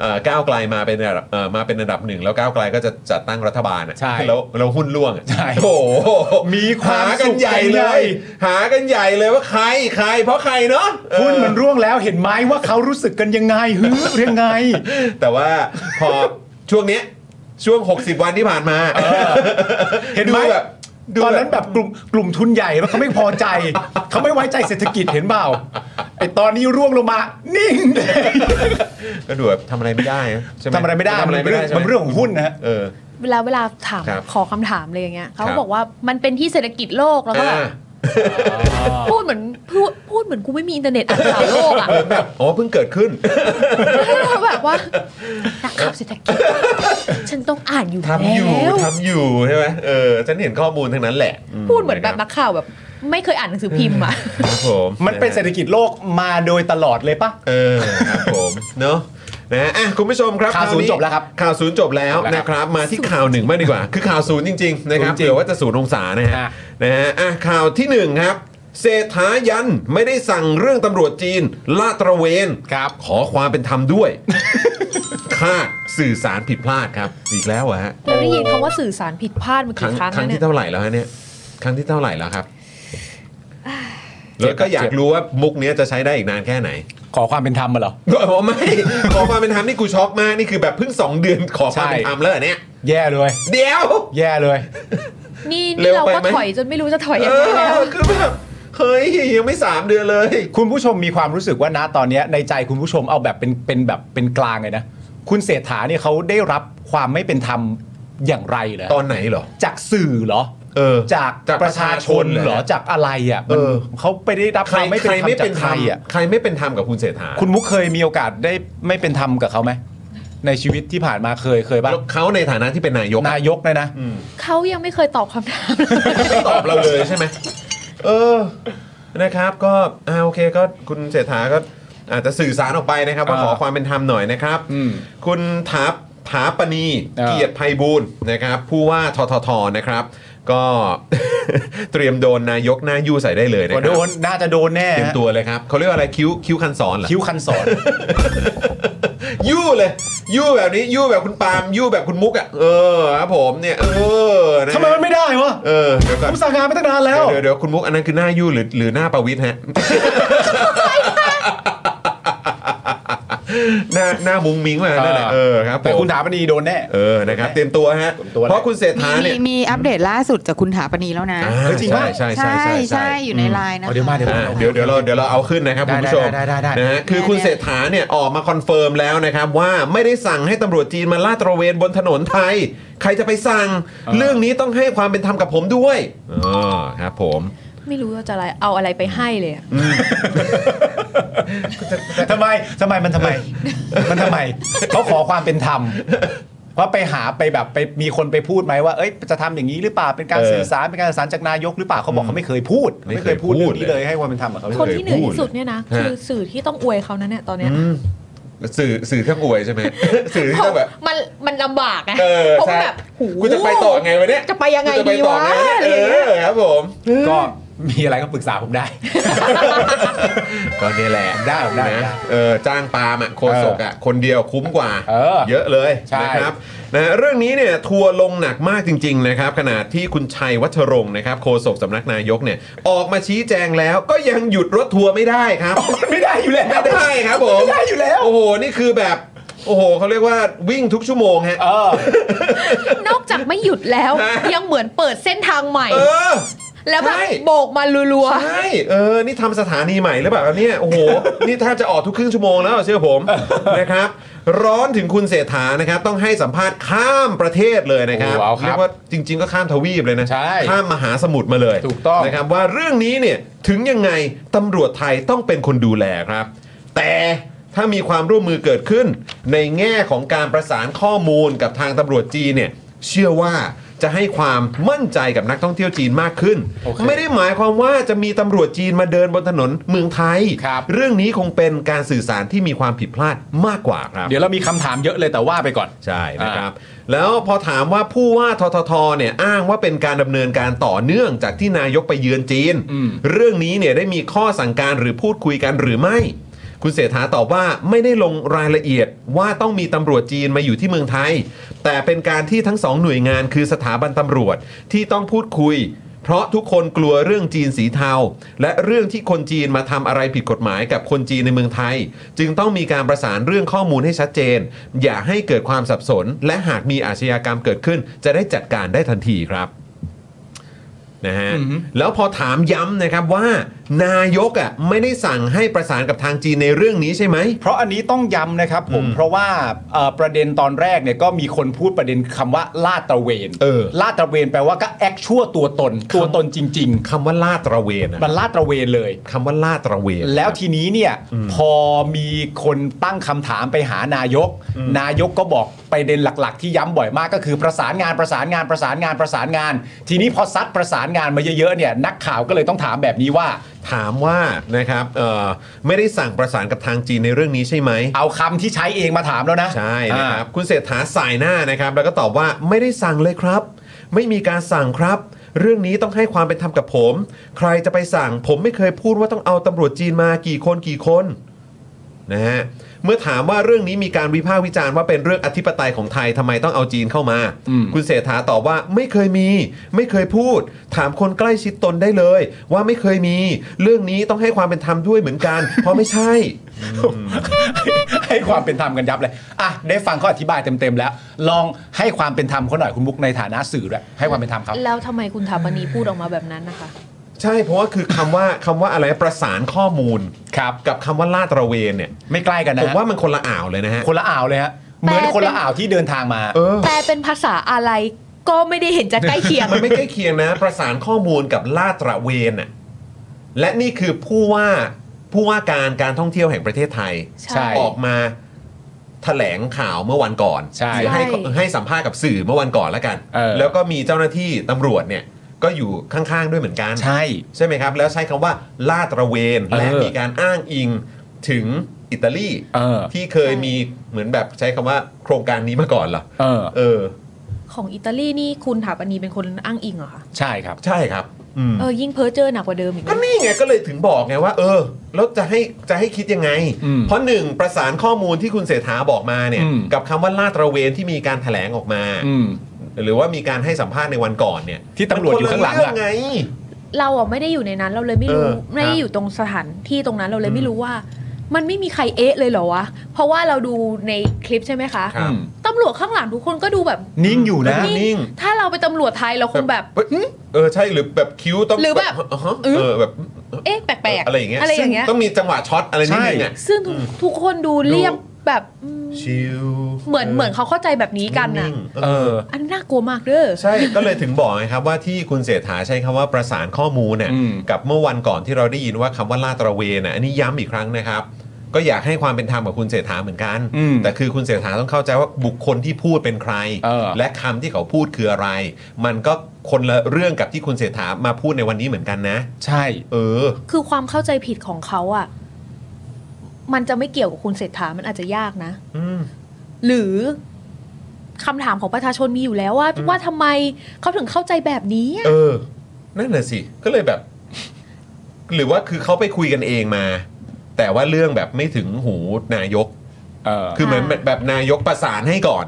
S1: เอ่อก้าวไกลมาเป็นระดับเอ่อมาเป็นอันดับหนึ่งแล้วก้าวไกลก็จะจัดตั้งรัฐบาลอะ
S2: ใช่
S1: แล้วแล้วหุ้นร่วงอะ
S2: ใช่
S1: โอ้โห
S2: มีความ
S1: หากั
S2: สุ
S1: น
S2: ข
S1: ใหญ่
S2: กันให
S1: เล
S2: ญ่
S1: ย หากันใหญ่เลยว่าใครใคร เพราะใครเนาะเออ
S2: คุณมันร่วงแล้วเห็นไหมว่าเขารู้สึกกันยังไงฮึยังไง
S1: แต่ว่าพอ ช่วงเนี้ยช่วง 60 วันที่ผ่านมา
S2: เห็นไหม
S1: ดูแบบดูแบบ
S2: ตอนนั้นแบบกลุ่มกลุ่มทุนใหญ่แล้วเขาไม่พอใจ เขาไม่ไว้ใจเศรษฐกิจเห็นเปล่าไอตอนนี้ร่วงลงมา นิ่งเลย
S1: ก็ดูแบบทำอะไรไม่ได้นะใช่ห
S2: ทำอะไรไม่ได้
S1: ทำอะไรไม่ได้ใช่ไห
S2: มันเรื่องของหุ้นนะฮะ
S1: เออ
S7: เวลาเวลาถาม
S1: ครับ
S7: ขอคำถามเลยอย่างเงี้ยเขา
S1: ครั
S7: ก็
S1: บ
S7: บอกว่ามันเป็นที่เศรษฐกิจโลกแล้วก็แบบ
S1: อ่า
S7: พูดเหมือนพูดพูดเหมือนกูไม่มีอินเทอร์เน็ตอ่านข่าวโลกอ่ะ
S1: แบบอ๋อเพิ่งเกิดขึ้น
S7: แบบว่านักข่าวเศรษฐกิจ ฉันต้องอ่านอยู่แล
S1: ทำอยู่
S7: ้ว
S1: ทำอยู่ใช่ไหมเออฉันเห็นข้อมูลทั้งนั้นแหละ
S7: พูดเหมือนแบบนักข่าวแบบ ไม่เคยอ่านหนังสือพิมพ์อ่ะ
S1: ครับผม
S2: มันเป็นเศรษฐกิจโลกมาโดยตลอดเลยปะ
S1: เออครับผมเนาะนะฮะอ่ะคุณผู้ชมครับ
S2: ข่าวศูนย์จบแล้วครับ
S1: ข่าวศูนย์จบแล้ว
S2: แล้วครับ
S1: นะครับ มาที่ข่าวหนึ่งมากดีกว่า คือข่าวศูนย์จริงๆนะครับ
S2: ศูนย์จริง
S1: เดี๋ยวว่าจะศูนย์องศานะฮะ
S2: อ่ะ
S1: นะฮะอ่ะข่าวที่หนึ่งครับเศรษฐายันไม่ได้สั่งเรื่องตำรวจจีน ลาดตระเวน
S2: ครับ
S1: ขอความเป็นธรรมด้วย ค่าดสื่อสารผิดพลาดครับ อีกแล้วเหรอฮะ
S7: เราได้ยินคำว่าสื่อสารผิดพลาดมา
S1: ครั้
S7: กี่
S1: ง
S7: ครั้ง
S1: ครั้ง
S7: แล้วเนี่
S1: ที่
S7: ย
S1: เท่าไหร่แล้วฮะเนี่ย ครั้งที่เท่าไหร่ แล้วครับ แล้วก็อยากรู้ว่ามุกเนี้ยจะใช้ได้อีกนานแค่ไหน
S2: ขอความเป็นธรรมมาเหรอ
S1: โอ้ไม่ ขอความเป็นธรรมนี่กูช็อกมาก นี่คือแบบเพิ่งสองเดือนขอความเป็นธรรมแล้วเหรอเนี่ย
S2: แย่เลย
S1: เดี๋ยว
S2: แย่เลย
S7: นี่
S1: เร็
S7: นี่
S1: ว
S7: เรา
S1: ไป
S7: ก็
S1: ไหม
S7: ถอยจนไม่รู้จะถอยยัง
S1: เอ
S7: ไงแล้ว
S1: อคือแบบเฮ้ยยังไม่สามเดือนเลย
S2: คุณผู้ชมมีความรู้สึกว่านะตอนเนี้ยในใจคุณผู้ชมเอาแบบเป็นเป็นแบบเป็นกลางเลยนะ คุณเศรษฐาเนี่ยเขาได้รับความไม่เป็นธรรมอย่างไรเหรอ
S1: ตอนไหนเหรอ
S2: จากสื่อเหรอ
S1: เออ
S2: จาก
S1: จาก
S2: ป
S1: ประ ระ
S2: ชา
S1: ชา
S2: ช
S1: ชน
S2: นเห
S1: เห
S2: ร
S1: ร
S2: อ
S1: อ
S2: จากอะไรอ่ะมัน
S1: เออ
S2: เขาไปได้รับ
S1: ใค
S2: ค
S1: ร
S2: วามไม่
S1: ใคร
S2: เป็นธรรม
S1: ไม่
S2: จา
S1: เป็น
S2: ก
S1: ธ
S2: ใค
S1: ร
S2: ร
S1: รม
S2: อ่ะ
S1: ใครไม่เป็นธรรมกับคุณเศรษฐา
S2: คุณมุกเคยมีโอกาสได้ไม่เป็นธรรมกับเขาไหมในชีวิตที่ผ่านมาเคยเคยบ้าง
S1: แล้วเขาในฐานะที่เป็นนายกอะ
S2: นายกเลยนะ
S7: เขายังไม่เคยตอบคำถาม
S1: ไม่ตอบเราเลยใช่ไหมเออ นะครับก็อ่าโอเคก็คุณเศรษฐาก็อาจจะสื่อสารออกไปนะครับ ว่า
S2: เออ
S1: ขอความเป็นธรรมหน่อยนะครับ
S2: อืม
S1: คุณถาถาปณี
S2: เออ
S1: เกียรติภัยบูลย์นะครับ ผู้ว่าทททนะครับ ก็ เตรียมโดนนายกหน้ายู่ใส่ได้เลยนะ
S2: ก็
S1: ค
S2: โด
S1: รับ
S2: นน่าจะโดนแน่
S1: เตรียม
S2: ฮะ
S1: ตัวเลยครับเขาเรียกว่าอะไรคิ้วคิ้วคันสอนเหรอ
S2: คิ้วคันสอน
S1: ยู่เลยยู่แบบนี้ยู่แบบคุณปาล์มยู่แบบคุณมุกอ่ะเออครับผมเนี่ยเออนะ
S2: ทำไมมันไม่ได้วะ
S1: เออเดี๋ยวก่อน
S2: ผมสั่งงานไปตั้งนานแล้ว
S1: เดี๋ยวเดี๋ยวคุณมุกอันนั้นคือหน้ายู่หรือหรือหน้าประวิทย์ฮะ หน้าหน้ามุ้งมิ้งมานั่นแหละ
S2: เอ
S1: เอ
S2: อ
S1: อครับ
S2: แต่
S1: ผม
S2: คุณถาปณีโดนแน่
S1: เออนะครับเตรียมตัวฮะ
S2: เตรียมตัวเลย
S1: เพราะคุณเศรษ
S6: มี
S1: ฐา
S6: มี
S1: เนี่ย
S6: มีอัปเดตล่าสุดจากคุณถาปณีแล้วนะ
S1: อ่า
S2: เฮ้ยจริงปะ
S1: ใช่ใช่ใช่
S6: ใช่อยู่ในไลน์นะคะ
S2: เอาเดี๋ยวมาเดี๋ยว
S1: อ่า
S2: มา
S1: เดี๋ยวเดี๋ยวเราเดี๋ยวเราเอาขึ้นนะครับ
S2: ได้
S1: คุณผู้ชม
S2: ได้ได้ได้ได้
S1: นะฮะคือคุณเศรษฐาเนี่ยออกมาคอนเฟิร์มแล้วนะครับ ว่าไม่ได้สั่งให้ตำรวจจีนมาลาดตระเวนบนถนนไทย ใครจะไปสั่ง เรื่องนี้ต้องให้ความเป็นธรรมกับผมด้วยเออครับผม
S7: ไม่รู้ว่าจะอะไรเอาอะไรไปให้เลยอะ
S2: ทำไมทำไมมันทำไม มันทำไมเขาขอความเป็นธรรมว่าไปหาไปแบบไปมีคนไปพูดไหมว่าเอ้ยจะทำอย่างนี้หรือเปล่าเป็นการ
S1: เออ
S2: สื่อสารเป็นการสื่อสารจากนายกหรือเปล่าเขาบอกเขาไม่เคยพูด
S1: ไม่
S2: ไม่
S1: เคย
S2: เคยพูดเรื่อง
S1: พู
S2: นี้
S1: ดเลย
S2: เลยให้ความเป็นธรรมกับเขา
S7: คน
S2: เลย
S7: ที่เหนื่อยที่สุดเนี่ยนะ
S1: ฮะ
S7: คือสื่อที่ต้องอวยเขานั้นเนี่ยตอนเนี้ย
S1: อืมสื่อสื่อเครื่องอวย ใช่ไหม สื่อที่ต้องแบบ
S7: มันมันลำบากไง
S1: เออ
S7: ผม
S1: ใช่
S7: แบบหู
S1: กูจะไปต่อไงวะเนี่ย
S7: จะไปยังไง
S1: กูจะไป
S7: ดี
S1: ต่อ
S7: วะ
S1: ไงวะเนี่ย
S7: อะ
S1: เอ
S7: ไรอย่า
S1: อ
S7: งเงี้ย
S1: ครับผม
S2: ก็ มีอะไรก็ปรึกษาผมได้
S1: ก็นี่แหละ
S2: ได้ผมได้
S1: นะ
S2: ได้
S1: เออจ้างปาล์มอ่ะโคศกอ่ะคนเดียวคุ้มกว่า
S2: เออ
S1: เยอะเลย
S2: ใช่
S1: นะครับนะเรื่องนี้เนี่ยทัวร์ลงหนักมากจริง ๆ นะครับ ขนาดที่คุณชัยวัชรงค์นะครับโฆษกสำนักนายกเนี่ยออกมาชี้แจงแล้วก็ยังหยุดรถทัวร์ไม่ได้ครับ
S2: ไม่ได้อยู่แล้ว
S1: ไม่ได้ครับผม
S2: ไม่ได้อยู่แล้ว
S1: โอ้โห นี่คือแบบ โอ้โหเขาเรียกว่าวิ่งทุกชั่วโมงฮะ
S2: เออ
S7: นอกจากไม่หยุดแล้ว
S1: ฮะ
S7: ยังเหมือนเปิดเส้นทางใหม่
S1: เออ
S7: แล้วแบบ
S1: ใช่
S7: โบกมารัว
S1: ใช่เออ นี่ทำสถานีใหม่หรือเปล่าครับเนี่ย โอ้โห นี่แทบจะออกทุกครึ่งชั่วโมงแล้วเชื่อผม นะครับ ร้อนถึงคุณเศรษฐานะครับ ต้องให้สัมภาษณ์ข้ามประเทศเลยนะครับ
S2: โอ้โหเอาครับ
S1: เรียกว่าจริง ๆ ก็ข้ามทวีปเลยนะ
S2: ใช่
S1: ข้ามมหาสมุทรมาเลย
S2: ถูกต้อง
S1: นะครับว่าเรื่องนี้เนี่ยถึงยังไงตำรวจไทยต้องเป็นคนดูแลครับ แต่ถ้ามีความร่วมมือเกิดขึ้น ในแง่ของการประสานข้อมูลกับทางตำรวจจีนเนี่ยเชื่อว่าจะให้ความมั่นใจกับนักท่องเที่ยวจีนมากขึ้น
S2: โอเค
S1: ไม่ได้หมายความว่าจะมีตำรวจจีนมาเดินบนถนนเมืองไทย
S2: ครับ
S1: เรื่องนี้คงเป็นการสื่อสารที่มีความผิดพลาดมากกว่าครับ
S2: เดี๋ยวเรามีคำถามเยอะเลยแต่ว่าไปก่อน
S1: ใช่นะครับ แล้วพอถามว่าผู้ว่าทททเนี่ยอ้างว่าเป็นการดำเนินการต่อเนื่องจากที่นายกไปเยือนจีน
S2: อืม
S1: เรื่องนี้เนี่ยได้มีข้อสั่งการหรือพูดคุยกันหรือไม่ คุณเศรษฐาตอบว่าไม่ได้ลงรายละเอียดว่าต้องมีตำรวจจีนมาอยู่ที่เมืองไทย แต่เป็นการที่ทั้งสองหน่วยงานคือสถาบันตำรวจที่ต้องพูดคุย เพราะทุกคนกลัวเรื่องจีนสีเทา และเรื่องที่คนจีนมาทำอะไรผิดกฎหมายกับคนจีนในเมืองไทย จึงต้องมีการประสานเรื่องข้อมูลให้ชัดเจน อย่าให้เกิดความสับสน และหากมีอาชญากรรมเกิดขึ้น จะได้จัดการได้ทันทีครับนะฮะ
S2: อือฮึ
S1: แล้วพอถามย้ำนะครับว่า นายกอ่ะไม่ได้สั่งให้ประสานกับทางจีนในเรื่องนี้ใช่ไหม
S2: เพราะอันนี้ต้องย้ำนะครับผม เพราะว่าเอ่อประเด็นตอนแรกเนี่ยก็มีคนพูดประเด็นคำว่าลาดตระเวน
S1: เออ
S2: ลาดตระเวนแปลว่าก็แอคชั่วตัวตน ตัวตนจริง
S1: คำว่าลาดตระเวนอะ
S2: ๆ มันลาดตระเวนเลย
S1: คำว่าลาดตระเวน
S2: แล้วทีนี้เนี่ยพอมีคนตั้งคำถามไปหานายก นายกก็บอกประเด็นหลัก ๆ ที่ย้ำบ่อยมากก็คือประสานงานประสานงานประสานงานประสานงาน ทีนี้พอซัดประสานงานมาเยอะๆเนี่ยนักข่าวก็เลยต้องถามแบบนี้ว่า
S1: ถามว่านะครับเอ่อไม่ได้สั่งประสานกับทางจีนในเรื่องนี้ใช่ไหม
S2: เอาคำที่ใช้เองมาถามแล้วนะ
S1: ใช่นะครับ
S2: อ่
S1: คุณเศรษฐาสายหน้านะครับ แล้วก็ตอบว่าไม่ได้สั่งเลยครับ ไม่มีการสั่งครับ เรื่องนี้ต้องให้ความเป็นธรรมกับผม ใครจะไปสั่ง ผมไม่เคยพูดว่าต้องเอาตำรวจจีนมากี่คนกี่คนนะฮะเมื่อถามว่าเรื่องนี้มีการวิพากษ์วิจารณ์ว่าเป็นเรื่องอธิปไตยของไทยทำไมต้องเอาจีนเข้ามา คุณเศรษฐาตอบว่าไม่เคยมี ไม่เคยพูด ถามคนใกล้ชิดตนได้เลย ว่าไม่เคยมี เรื่องนี้ต้องให้ความเป็นธรรมด้วยเหมือนกัน เพราะไม่ใช่
S2: าให้ความเป็นธรรมกันยับเลยอ่ะได้ฟังเขาอธิบายเต็มๆแล้ว ลองให้ความเป็นธรรมเขาหน่อยคุณบุ๊กในฐานะสื่อด้วยให้ความเป็นธรรมครับ
S7: แล้วทำไมคุณถาปณีพูดออกมาแบบนั้นนะคะ
S1: ใช่เพราะว่าคือคำว่าคำว่าอะไรประสานข้อมูล
S2: ครับ
S1: กับคำว่าลาดตระเวนเนี่ย
S2: ไม่ใกล้กันนะ
S1: ผ
S2: ฮะ
S1: มว่ามันคนละอ่าวเลยนะฮะ
S2: คนละอ่าวเลยฮะเหมือนคนละอ่าวที่เดินทางมา
S1: เออ
S7: แปลเป็นภาษาอะไรก็ไม่ได้เห็นจะใกล้เคียง
S1: มันไม่ใกล้เคียงนะ ประสานข้อมูลกับลาดตระเวนน่ะและนี่คือผู้ว่าผู้ว่าการการท่องเที่ยวแห่งประเทศไทย
S2: ใช่
S1: ออกมาแถลงข่าวเมื่อวันก่อน
S2: ใช่
S1: หรือให้ให้สัมภาษณ์กับสื่อเมื่อวันก่อนแล้วกัน
S2: เออ
S1: แล้วก็มีเจ้าหน้าที่ตำรวจเนี่ย ก็อยู่ข้างๆด้วยเหมือนกัน
S2: ใช่
S1: ใช่ไหมครับ แล้วใช้คำว่าลาดตระเวน
S2: เออ
S1: และมีการอ้างอิงถึงอิตาลี
S2: เออ
S1: ที่เคยมีเหมือนแบบใช้คำว่าโครงการนี้มาก่อนเหรอ
S2: เออ
S1: เออ
S7: ของอิตาลีนี่คุณถาปณีเป็นคนอ้างอิงเหรอคะ
S2: ใช่ครับ
S1: ใช่ครับอืม
S7: เออยิ่งเพ้อเจอหนักกว่าเดิมอีก
S1: ก็
S7: นะ
S1: นี่ไงก็เลยถึงบอกไงว่า เออ แล้วจะให้จะให้คิดยังไง
S2: อืม
S1: เพราะหนึ่งประสานข้อมูลที่คุณเสถาบอกมาเนี่ย
S2: อืม
S1: กับคำว่าลาดตระเวนที่มีการแถลงออกมา
S2: อืม
S1: หรือว่ามีการให้สัมภาษณ์ในวันก่อนเนี่ย
S2: ที่ตำรวจอยู่ข้างหลังอะ
S1: มันคนเรื่ไง
S7: เราอ่ะไม่ได้อยู่ในนั้นเราเลยไม่รู้
S1: เออครับ
S7: ไม่ได้อยู่ตรงสถานที่ตรงนั้นเราเลยไม่รู้ว่า มันไม่มีใครเอ๊ะเลยเหรอวะ เพราะว่าเราดูในคลิปใช่ไหมคะ
S1: ครับ
S7: ตำรวจข้างหลังทุกคนก็ดูแบบ
S2: นิ่งอยู่นะ
S1: นิ่งนิ่ง
S7: ถ้าเราไปนตำรวจไทยเราคงแบบ
S1: เออใช่หรือแบบคิ้วต้อง
S7: หรือแบบ
S1: ฮะ
S7: อื้อ
S1: เออแบบ
S7: เอ๊ะแปลกๆ
S1: อะไรอย่างเงี้ย
S7: อะไรอย่างเงี้ย
S1: ซึ่ต้องมีจังหวะช็อตอะไรนิดนึงอ่ะ
S7: ซึ่งทุกทุกคนดูเรียบแบบอืม
S1: ชิล
S7: เหมือนเหมือนเขาเข้าใจแบบนี้กัน
S1: นะ
S7: น่ะ
S1: เออ
S7: อันนน่ากลัวมากเด้อ
S1: ใช่ ก็เลยถึงบอกไงครับว่าที่คุณเศรษฐาใช้คำว่าประสานข้อมูลเนี่ย
S2: อืม
S1: กับเมื่อวันก่อนที่เราได้ยินว่าคำว่าลาดตระเวนน่ะอันนี้ย้ำอีกครั้งนะครับ ก็อยากให้ความเป็นธรรมกับคุณเศรษฐาเหมือนกัน
S2: อืม
S1: แต่คือคุณเศรษฐาต้องเข้าใจว่าบุคคลที่พูดเป็นใคร
S2: เออ
S1: และคำที่เขาพูดคืออะไร มันก็คนละเรื่องกับที่คุณเศรษฐามาพูดในวันนี้เหมือนกันนะ
S2: ใช่
S1: เออ
S7: คือความเข้าใจผิดของเขาอ่ะมันจะไม่เกี่ยวกับคุณเศรษฐามันอาจจะยากนะ
S1: อืม
S7: หรือคำถามของประชาชนมีอยู่แล้วว่าว่าทำไมเขาถึงเข้าใจแบบนี้อะ
S1: เออ นั่นน่ะสิ ก็เลยแบบ หรือว่าคือเขาไปคุยกันเองมา แต่ว่าเรื่องแบบไม่ถึงหูนายก
S2: เออ
S1: คือเหมือนแบบแบบนายกประสานให้ก่อน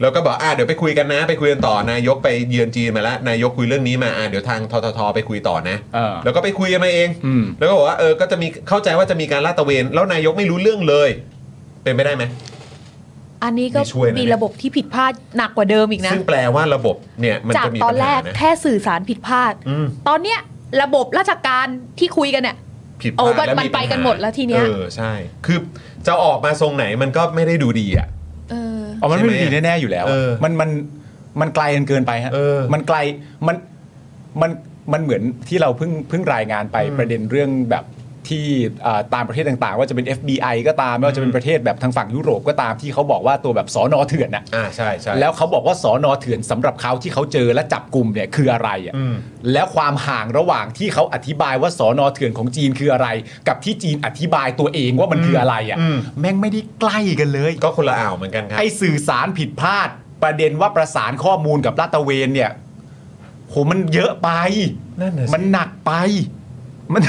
S1: แล้วก็บอกอ่าเดี๋ยวไปคุยกันนะ ไปคุยกันต่อนายกไปเยือนจีนมาแล้วนายกคุยเรื่องนี้มาอ่าเดี๋ยวทางทททไปคุยต่อนะ
S2: เออ
S1: แล้วก็ไปคุยกันมาเอง
S2: อืม
S1: แล้วก็บอกว่าเออก็จะมีเข้าใจว่าจะมีการลาดตระเวน แล้วนายกไม่รู้เรื่องเลย เป็นไปได้ไหม
S7: อันนี้ก็
S1: ไม่ช่วยนะเนี่ย
S7: มีระบบที่ผิดพลาดหนักกว่าเดิมอีกนะ
S1: ซึ่งแปลว่าระบบเนี่ยมัน
S7: จาก
S1: จะมี
S7: ตอ
S1: ปั
S7: น
S1: ญ
S7: แร
S1: หาก นะ
S7: แค่สื่อสารผิดพลาด
S1: อืม
S7: ตอนเนี้ยระบบราชการที่คุยกันเนี่ย
S1: ผิดพ
S7: โอ้
S1: ลาด
S7: มัน
S1: และ
S7: มันไป
S1: ญา
S7: กันหมดแล้วทีเนี้ย
S1: เออใช่ คือจะออกมาทรงไหนมันก็ไม่ได้ดูดีอ่ะ
S7: เออ
S2: อ๋อมันไม่มีแน่ๆอยู่แล้วอะ
S1: เออ
S2: มันมันมันไกลกันเกินไปฮะ
S1: เออ
S2: มันไกลมันมันมันเหมือนที่เราเพิ่งเพิ่งรายงานไป
S1: อืม
S2: ประเด็นเรื่องแบบที่อ่าตามประเทศต่างๆ ว่าจะเป็น FBI ก็ตามไม่ว่าจะเป็น
S1: อืม
S2: ประเทศแบบทางฝั่งยุโรปก็ตามที่เขาบอกว่าตัวแบบสอนอเถื่อนอะ
S1: อ่าใช่ใช่
S2: แล้วเขาบอกว่าสอนอเถื่อนสำหรับเขาที่เขาเจอและจับกลุ่มเนี่ยคืออะไรอะ
S1: อืม
S2: แล้วความห่างระหว่างที่เขาอธิบายว่าสอนอเถื่อนของจีนคืออะไร กับที่จีนอธิบายตัวเองว่ามันคืออะไรอะ
S1: อืม
S2: แม่งไม่ได้ใกล้กันเลย
S1: ก็คนละอ่าวเหมือนกันครับ
S2: ไอสื่อสารผิดพลาด ประเด็นว่าประสานข้อมูลกับลาดตระเวนเนี่ยโหมันเยอะไป
S1: นั่นน่ะสิ
S2: มันหนักไป มัน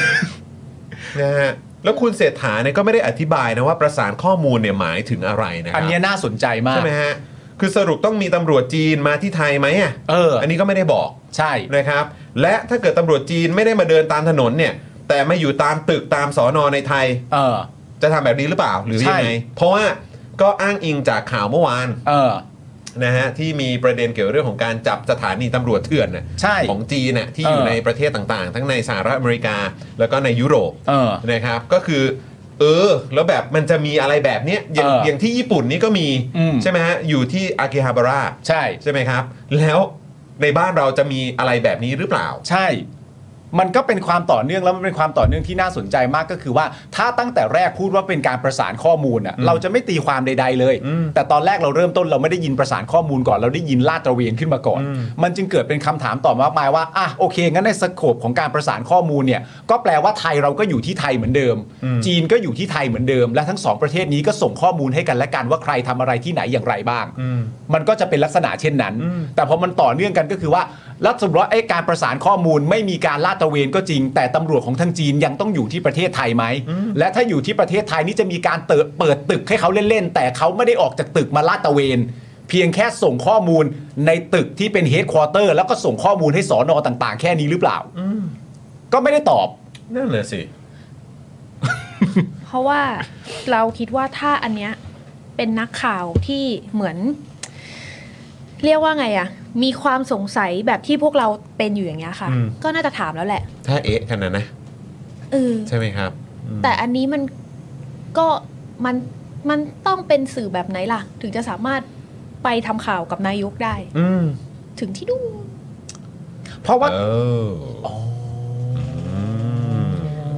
S1: นะฮะแล้วคุณเศรษฐาเนี่ยก็ไม่ได้อธิบายนะว่าประสานข้อมูลเนี่ยหมายถึงอะไรนะค
S2: อั
S1: รั
S2: นเนี้ยน่าสนใจมาก
S1: ใช่ไหมฮะคือสรุปต้องมีตำรวจจีนมาที่ไทยไหมอ่ะ
S2: เออ
S1: นนี้ก็ไม่ได้บอก
S2: ใช่
S1: นะครับและถ้าเกิดตำรวจจีนไม่ได้มาเดินตามถนนเนี่ย แต่มาอยู่ตามตึกตามสอนอในไทย
S2: เออ
S1: จะทำแบบนี้หรือเปล่าหรือ
S2: ใช่
S1: ยังไงเพราะว่าก็อ้างอิงจากข่าวเมื่อวาน
S2: เออ
S1: นะฮะที่มีประเด็นเกี่ยวเรื่องของการจับสถานีตำรวจเถื่อนน่ะ
S2: ใช่
S1: ของจีนน่ะที่
S2: เออ
S1: อ
S2: อ
S1: ยู่ในประเทศต่างๆ ทั้งในสหรัฐอเมริกาแล้วก็ในยุโรป
S2: เออ
S1: นะครับก็คือเออแล้วแบบมันจะมีอะไรแบบเนี้ยอย่าง
S2: เออ
S1: อ
S2: อย่าง
S1: ที่ญี่ปุ่นนี่ก็มี
S2: อืม
S1: ใช่ไหมฮะอยู่ที่อากิฮาบาระ
S2: ใช่
S1: ใช่ไหมครับ แล้วในบ้านเราจะมีอะไรแบบนี้หรือเปล่า
S2: ใช่ มันก็เป็นความต่อเนื่องแล้วมันเป็นความต่อเนื่องที่น่าสนใจมากก็คือว่า ถ้าตั้งแต่แรกพูดว่าเป็นการประสานข้อมูลอ่ะ เราจะไม่ตีความใด ๆ เลย
S1: อืม
S2: แต่ตอนแรกเราเริ่มต้นเราไม่ได้ยินประสานข้อมูลก่อนเราได้ยินลาดตระเวนขึ้นมาก่อน
S1: อืม
S2: มันจึงเกิดเป็นคำถามต่อมากมายว่าอ่ะโอเคงั้นในสโคปของการประสานข้อมูลเนี่ย ก็แปลว่าไทยเราก็อยู่ที่ไทยเหมือนเดิม จีนก็อยู่ที่ไทยเหมือนเดิม และทั้งสองประเทศนี้ก็ส่งข้อมูลให้กันและกันว่าใครทำอะไรที่ไหนอย่างไรบ้าง
S1: อืม
S2: มันก็จะเป็นลักษณะเช่นนั้น
S1: อืม
S2: แต่พอมันต่อเนื่องกันก็คือว่ารัฐสมรสไอ้การประสานข้อมูลไม่มีการลาดตระเวนก็จริง แต่ตำรวจของทางจีนยังต้องอยู่ที่ประเทศไทยไหม และถ้าอยู่ที่ประเทศไทยนี่จะมีการเติดเปิดตึกให้เขาเล่น ๆ แต่เขาไม่ได้ออกจากตึกมาลาดตระเวน เพียงแค่ส่งข้อมูลในตึกที่เป็นเฮดควอเตอร์แล้วก็ส่งข้อมูลให้สอนอต่างๆ แค่นี้หรือเปล่า ก็ไม่ได้ตอบ
S1: นั่นแหละสิ
S7: เพราะว่าเราคิดว่าถ้าอันเนี้ยเป็นนักข่าวที่เหมือน เรียกว่าไงอะมีความสงสัยแบบที่พวกเราเป็นอยู่อย่างเงี้ยค่ะ ก็น่าจะถามแล้วแหละ
S1: ถ้าเอ๊ะกันนะนะ
S7: เออ
S1: ใช่ไหมครับอืม
S7: แต่อันนี้มันก็มันมันต้องเป็นสื่อแบบไหนล่ะ ถึงจะสามารถไปทำข่าวกับนายกได้
S1: อืม
S7: ถึงที่นู่น
S2: เพราะว่า
S1: เออม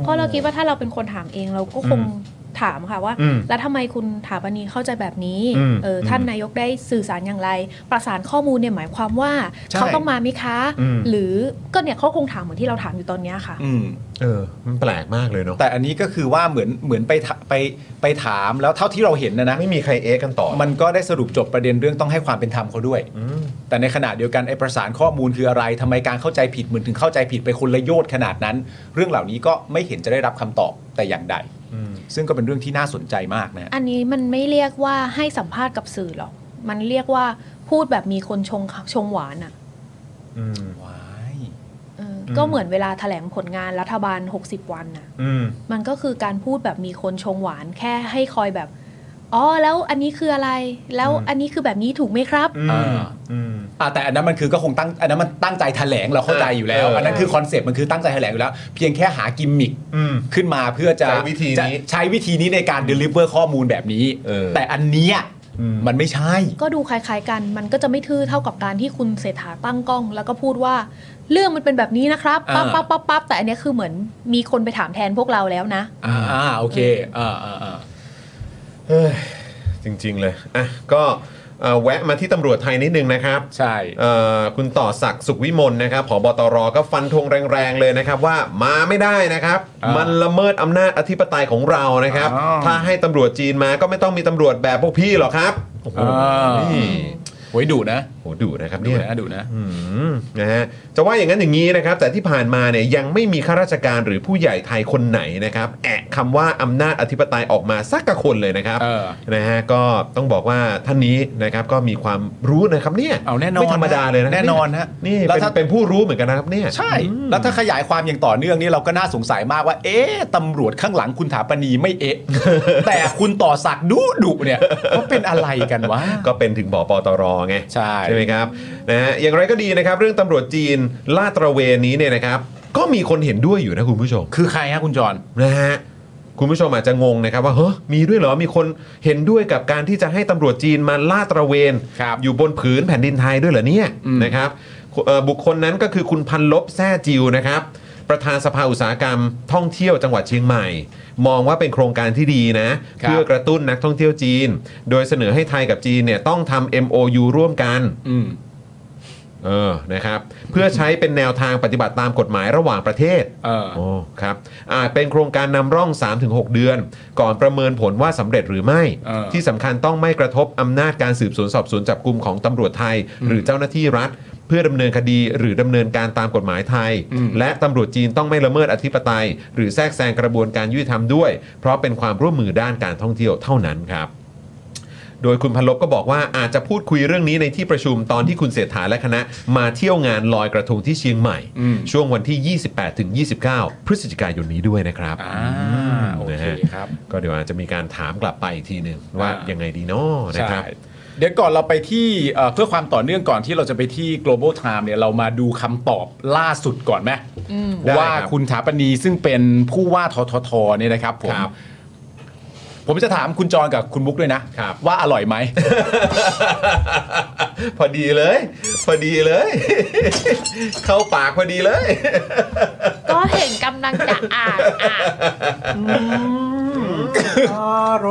S7: เพราะเราคิดว่าถ้าเราเป็นคนถามเองเราก็คง
S1: อืม
S7: ถามค่ะว่า
S1: อืม
S7: แล้วทำไมคุณถาปนีเข้าใจแบบนี้
S1: อืม
S7: เออท่าน
S1: อืม
S7: นายกได้สื่อสารอย่างไร ประสานข้อมูลเนี่ยหมายความว่า
S2: ใช่
S7: เขาต้องมาไหมคะ
S1: อืม
S7: หรือก็เนี่ยเขาคงถามเหมือนที่เราถามอยู่ตอนเนี้ยค่ะ
S2: อืม
S1: เออ มันแปลกมากเลยเนาะ
S2: แต่อันนี้ก็คือว่าเหมือนเหมือนไปถไปไปถามแล้วเท่าที่เราเห็นนะนะ
S1: ไม่มีใครเอ๊ะกันต่อ
S2: มันก็ได้สรุปจบประเด็นเรื่องต้องให้ความเป็นธรรมเขาด้วย
S1: อืม
S2: แต่ในขณะเดียวกันไอ้ประสานข้อมูลคืออะไรทำไมการเข้าใจผิดเหมือนถึงเข้าใจผิดไปคนละโยชน์ขนาดนั้น เรื่องเหล่านี้ก็ไม่เห็นจะได้รับคำตอบแต่อย่างใด
S1: อืม
S2: ซึ่งก็เป็นเรื่องที่น่าสนใจมากนะฮะ
S7: อันนี้มันไม่เรียกว่าให้สัมภาษณ์กับสื่อหรอก มันเรียกว่าพูดแบบมีคนชงชงหวานอะ่ะ
S1: อืม
S2: ว้าย
S7: เอออ
S1: ม
S7: ก็เหมือนเวลาแถลงผลงานรัฐบาล 60 วันน่ะ
S1: อืม
S7: มันก็คือการพูดแบบมีคนชงหวาน แค่ให้คอยแบบ อ๋อแล้วอันนี้คืออะไร แล้ว
S1: อืม
S7: อันนี้คือแบบนี้ถูกไหมครับ
S1: อืมอืม
S2: อ่ะแต่อันนั้นมันคือก็คงตั้งอันนั้นมันตั้งใจแถลงเราเข้าใจอยู่แล้ว
S1: เอออั
S2: อันนั้นคือคอนเซปต์มันคือตั้งใจแถลงอยู่แล้ว เพียงแค่หากิมมิค
S1: อืม
S2: ขึ้นมาเพื่อจะ
S1: ใช้วิธีนี้
S2: จะใช้วิธีนี้ในการ deliver ข้อมูลแบบนี้
S1: เออ
S2: แต่อันเนี้ย
S1: อืม
S2: มันไม่ใช่
S7: ก็ดูคล้ายๆกัน มันก็จะไม่ทื่อเท่ากับการที่คุณเศรษฐาตั้งกล้อง แล้วก็พูดว่า เรื่องมันเป็นแบบนี้นะครับปั๊บ
S2: อ่า
S7: ปั๊บปั๊บปั๊บแต่อันเนี้ยคือเหมือนมีคนไปถามแทนพวกเราแล้วนะ
S2: อ่าโอเคอ่าอ่าอ่า
S1: เฮ้ยจริง ๆ เลย อ่ะ ก็เอ่อแวะมาที่ตำรวจไทยนิดนึงนะครับ
S2: ใช่
S1: เอ่อคุณต่อศักดิ์สุขวิมลนะครับผบตรก็ฟันธงแรง ๆ เลยนะครับ ว่ามาไม่ได้นะครับ
S2: อ่ามั
S1: มันละเมิดอำนาจอธิปไตยของเรานะครับ
S2: อ๋อ
S1: ถ้าให้ตำรวจจีนมาก็ไม่ต้องมีตำรวจแบบพวกพี่หรอกครับโอ้โห
S2: อ่าโหยดุนะ
S1: หดุนะครับ
S2: ดู
S1: เนี่ย
S2: นะดูนะ
S1: อืมนะฮะจะว่าอย่างนั้นอย่างนี้นะครับ แต่ที่ผ่านมาเนี่ยยังไม่มีข้าราชการหรือผู้ใหญ่ไทยคนไหนนะครับ แอะคำว่าอำนาจอธิปไตยออกมาสักกะคนเลยนะครับ
S2: เออ
S1: นะฮะก็ต้องบอกว่าท่านนี้นะครับก็มีความรู้นะครับเนี่ย
S2: เอาแน่นอน
S1: ไม่ธรรมดาเลยนะ
S2: แน่นอนฮะ
S1: นี่
S2: แล้
S1: เป็
S2: ว
S1: น
S2: ถ้า
S1: เป็นผู้รู้เหมือนกันนะครับเนี่ย
S2: ใช่ แล้วถ้าขยายความอย่างต่อเนื่องนี่เราก็น่าสงสัยมากว่า เอ๊ะตำรวจข้างหลังคุณถาปณีไม่เอ๊ะ แต่คุณต่อสักดิ์ดุดุเนี่ยเขาเป็นอะไรกันวะ
S1: ก็เป็นถึงบอปอตรไง
S2: ใช่
S1: ใช่ไหมครับนะฮะอย่างไรก็ดีนะครับ เรื่องตำรวจจีนลาดตระเวนนี้เนี่ยนะครับ ก็มีคนเห็นด้วยอยู่นะคุณผู้ชม
S2: คือใครฮะคุณจร
S1: นะฮะคุณผู้ชมอาจจะงงนะครับว่าเฮ้ยมีด้วยเหรอมีคนเห็นด้วยกับการที่จะให้ตำรวจจีนมาลาดตระเวน
S2: ครับ
S1: อยู่บนผืนแผ่นดินไทยด้วยเหรอเนี่ย
S2: อืม
S1: นะครับเอ่อบุคคลนั้นก็คือคุณพันลบแซ่จิวนะครับ ประธานสภาอุตสาหกรรมท่องเที่ยวจังหวัดเชียงใหม่ มองว่าเป็นโครงการที่ดีนะ เพื่อกระตุ้นนักท่องเที่ยวจีน โดยเสนอให้ไทยกับจีนเนี่ยต้องทำ MOU ร่วมกัน
S2: อืม
S1: เออ นะครับ เพื่อใช้เป็นแนวทางปฏิบัติตามกฎหมายระหว่างประเทศ
S2: เออ
S1: โอ้ครับอาจเป็นโครงการนำร่อง 3-6 เดือน ก่อนประเมินผลว่าสำเร็จหรือไม่
S2: เออ
S1: ที่สำคัญต้องไม่กระทบอำนาจการสืบสวนสอบสวนจับกลุ่มของตำรวจไทย หรือเจ้าหน้าที่รัฐ เพื่อดำเนินคดีหรือดำเนินการตามกฎหมายไทย และตำรวจจีนต้องไม่ละเมิดอธิปไตย หรือแทรกแซงกระบวนการยุติธรรมด้วย เพราะเป็นความร่วมมือด้านการท่องเที่ยวเท่านั้นครับ โดยคุณพันลบก็บอกว่าอาจจะพูดคุยเรื่องนี้ในที่ประชุมตอนที่คุณเศรษฐาและคณะมาเที่ยวงานลอยกระทงที่เชียงใหม่
S2: อืม
S1: ช่วงวันที่ 28 ถึง 29 พฤศจิกายนนี้ด้วยนะครับ
S2: อ่า
S1: อืม
S2: โอ
S1: นะฮ
S2: เค
S1: ะ
S2: ครับ
S1: ก็เดี๋ยวอาจจะมีการถามกลับไปอีกทีหนึ่งว่า
S2: อ่ายั
S1: ยังไงดีเนาะนะครับ
S2: ใช่เดี๋ยวก่อนเราไปที่เอ่อเพื่อความต่อเนื่องก่อนที่เราจะไปที่ global time เนี่ยเรามาดูคำตอบล่าสุดก่อนไหม
S1: ได้
S2: ว่า
S1: ครับ
S2: คุณถาปณีซึ่งเป็นผู้ว่าทททเนี่ยนะครับผม
S1: ครับ
S2: ผมจะถามคุณจรกับคุณมุกด้วยนะ
S1: ครับ
S2: ว่าอร่อยไหม
S1: พอดีเลย พอดีเลย เข้าปากพอดีเลย
S7: ก็เห็นกำลังจะอ่านอ่ าน
S3: อโร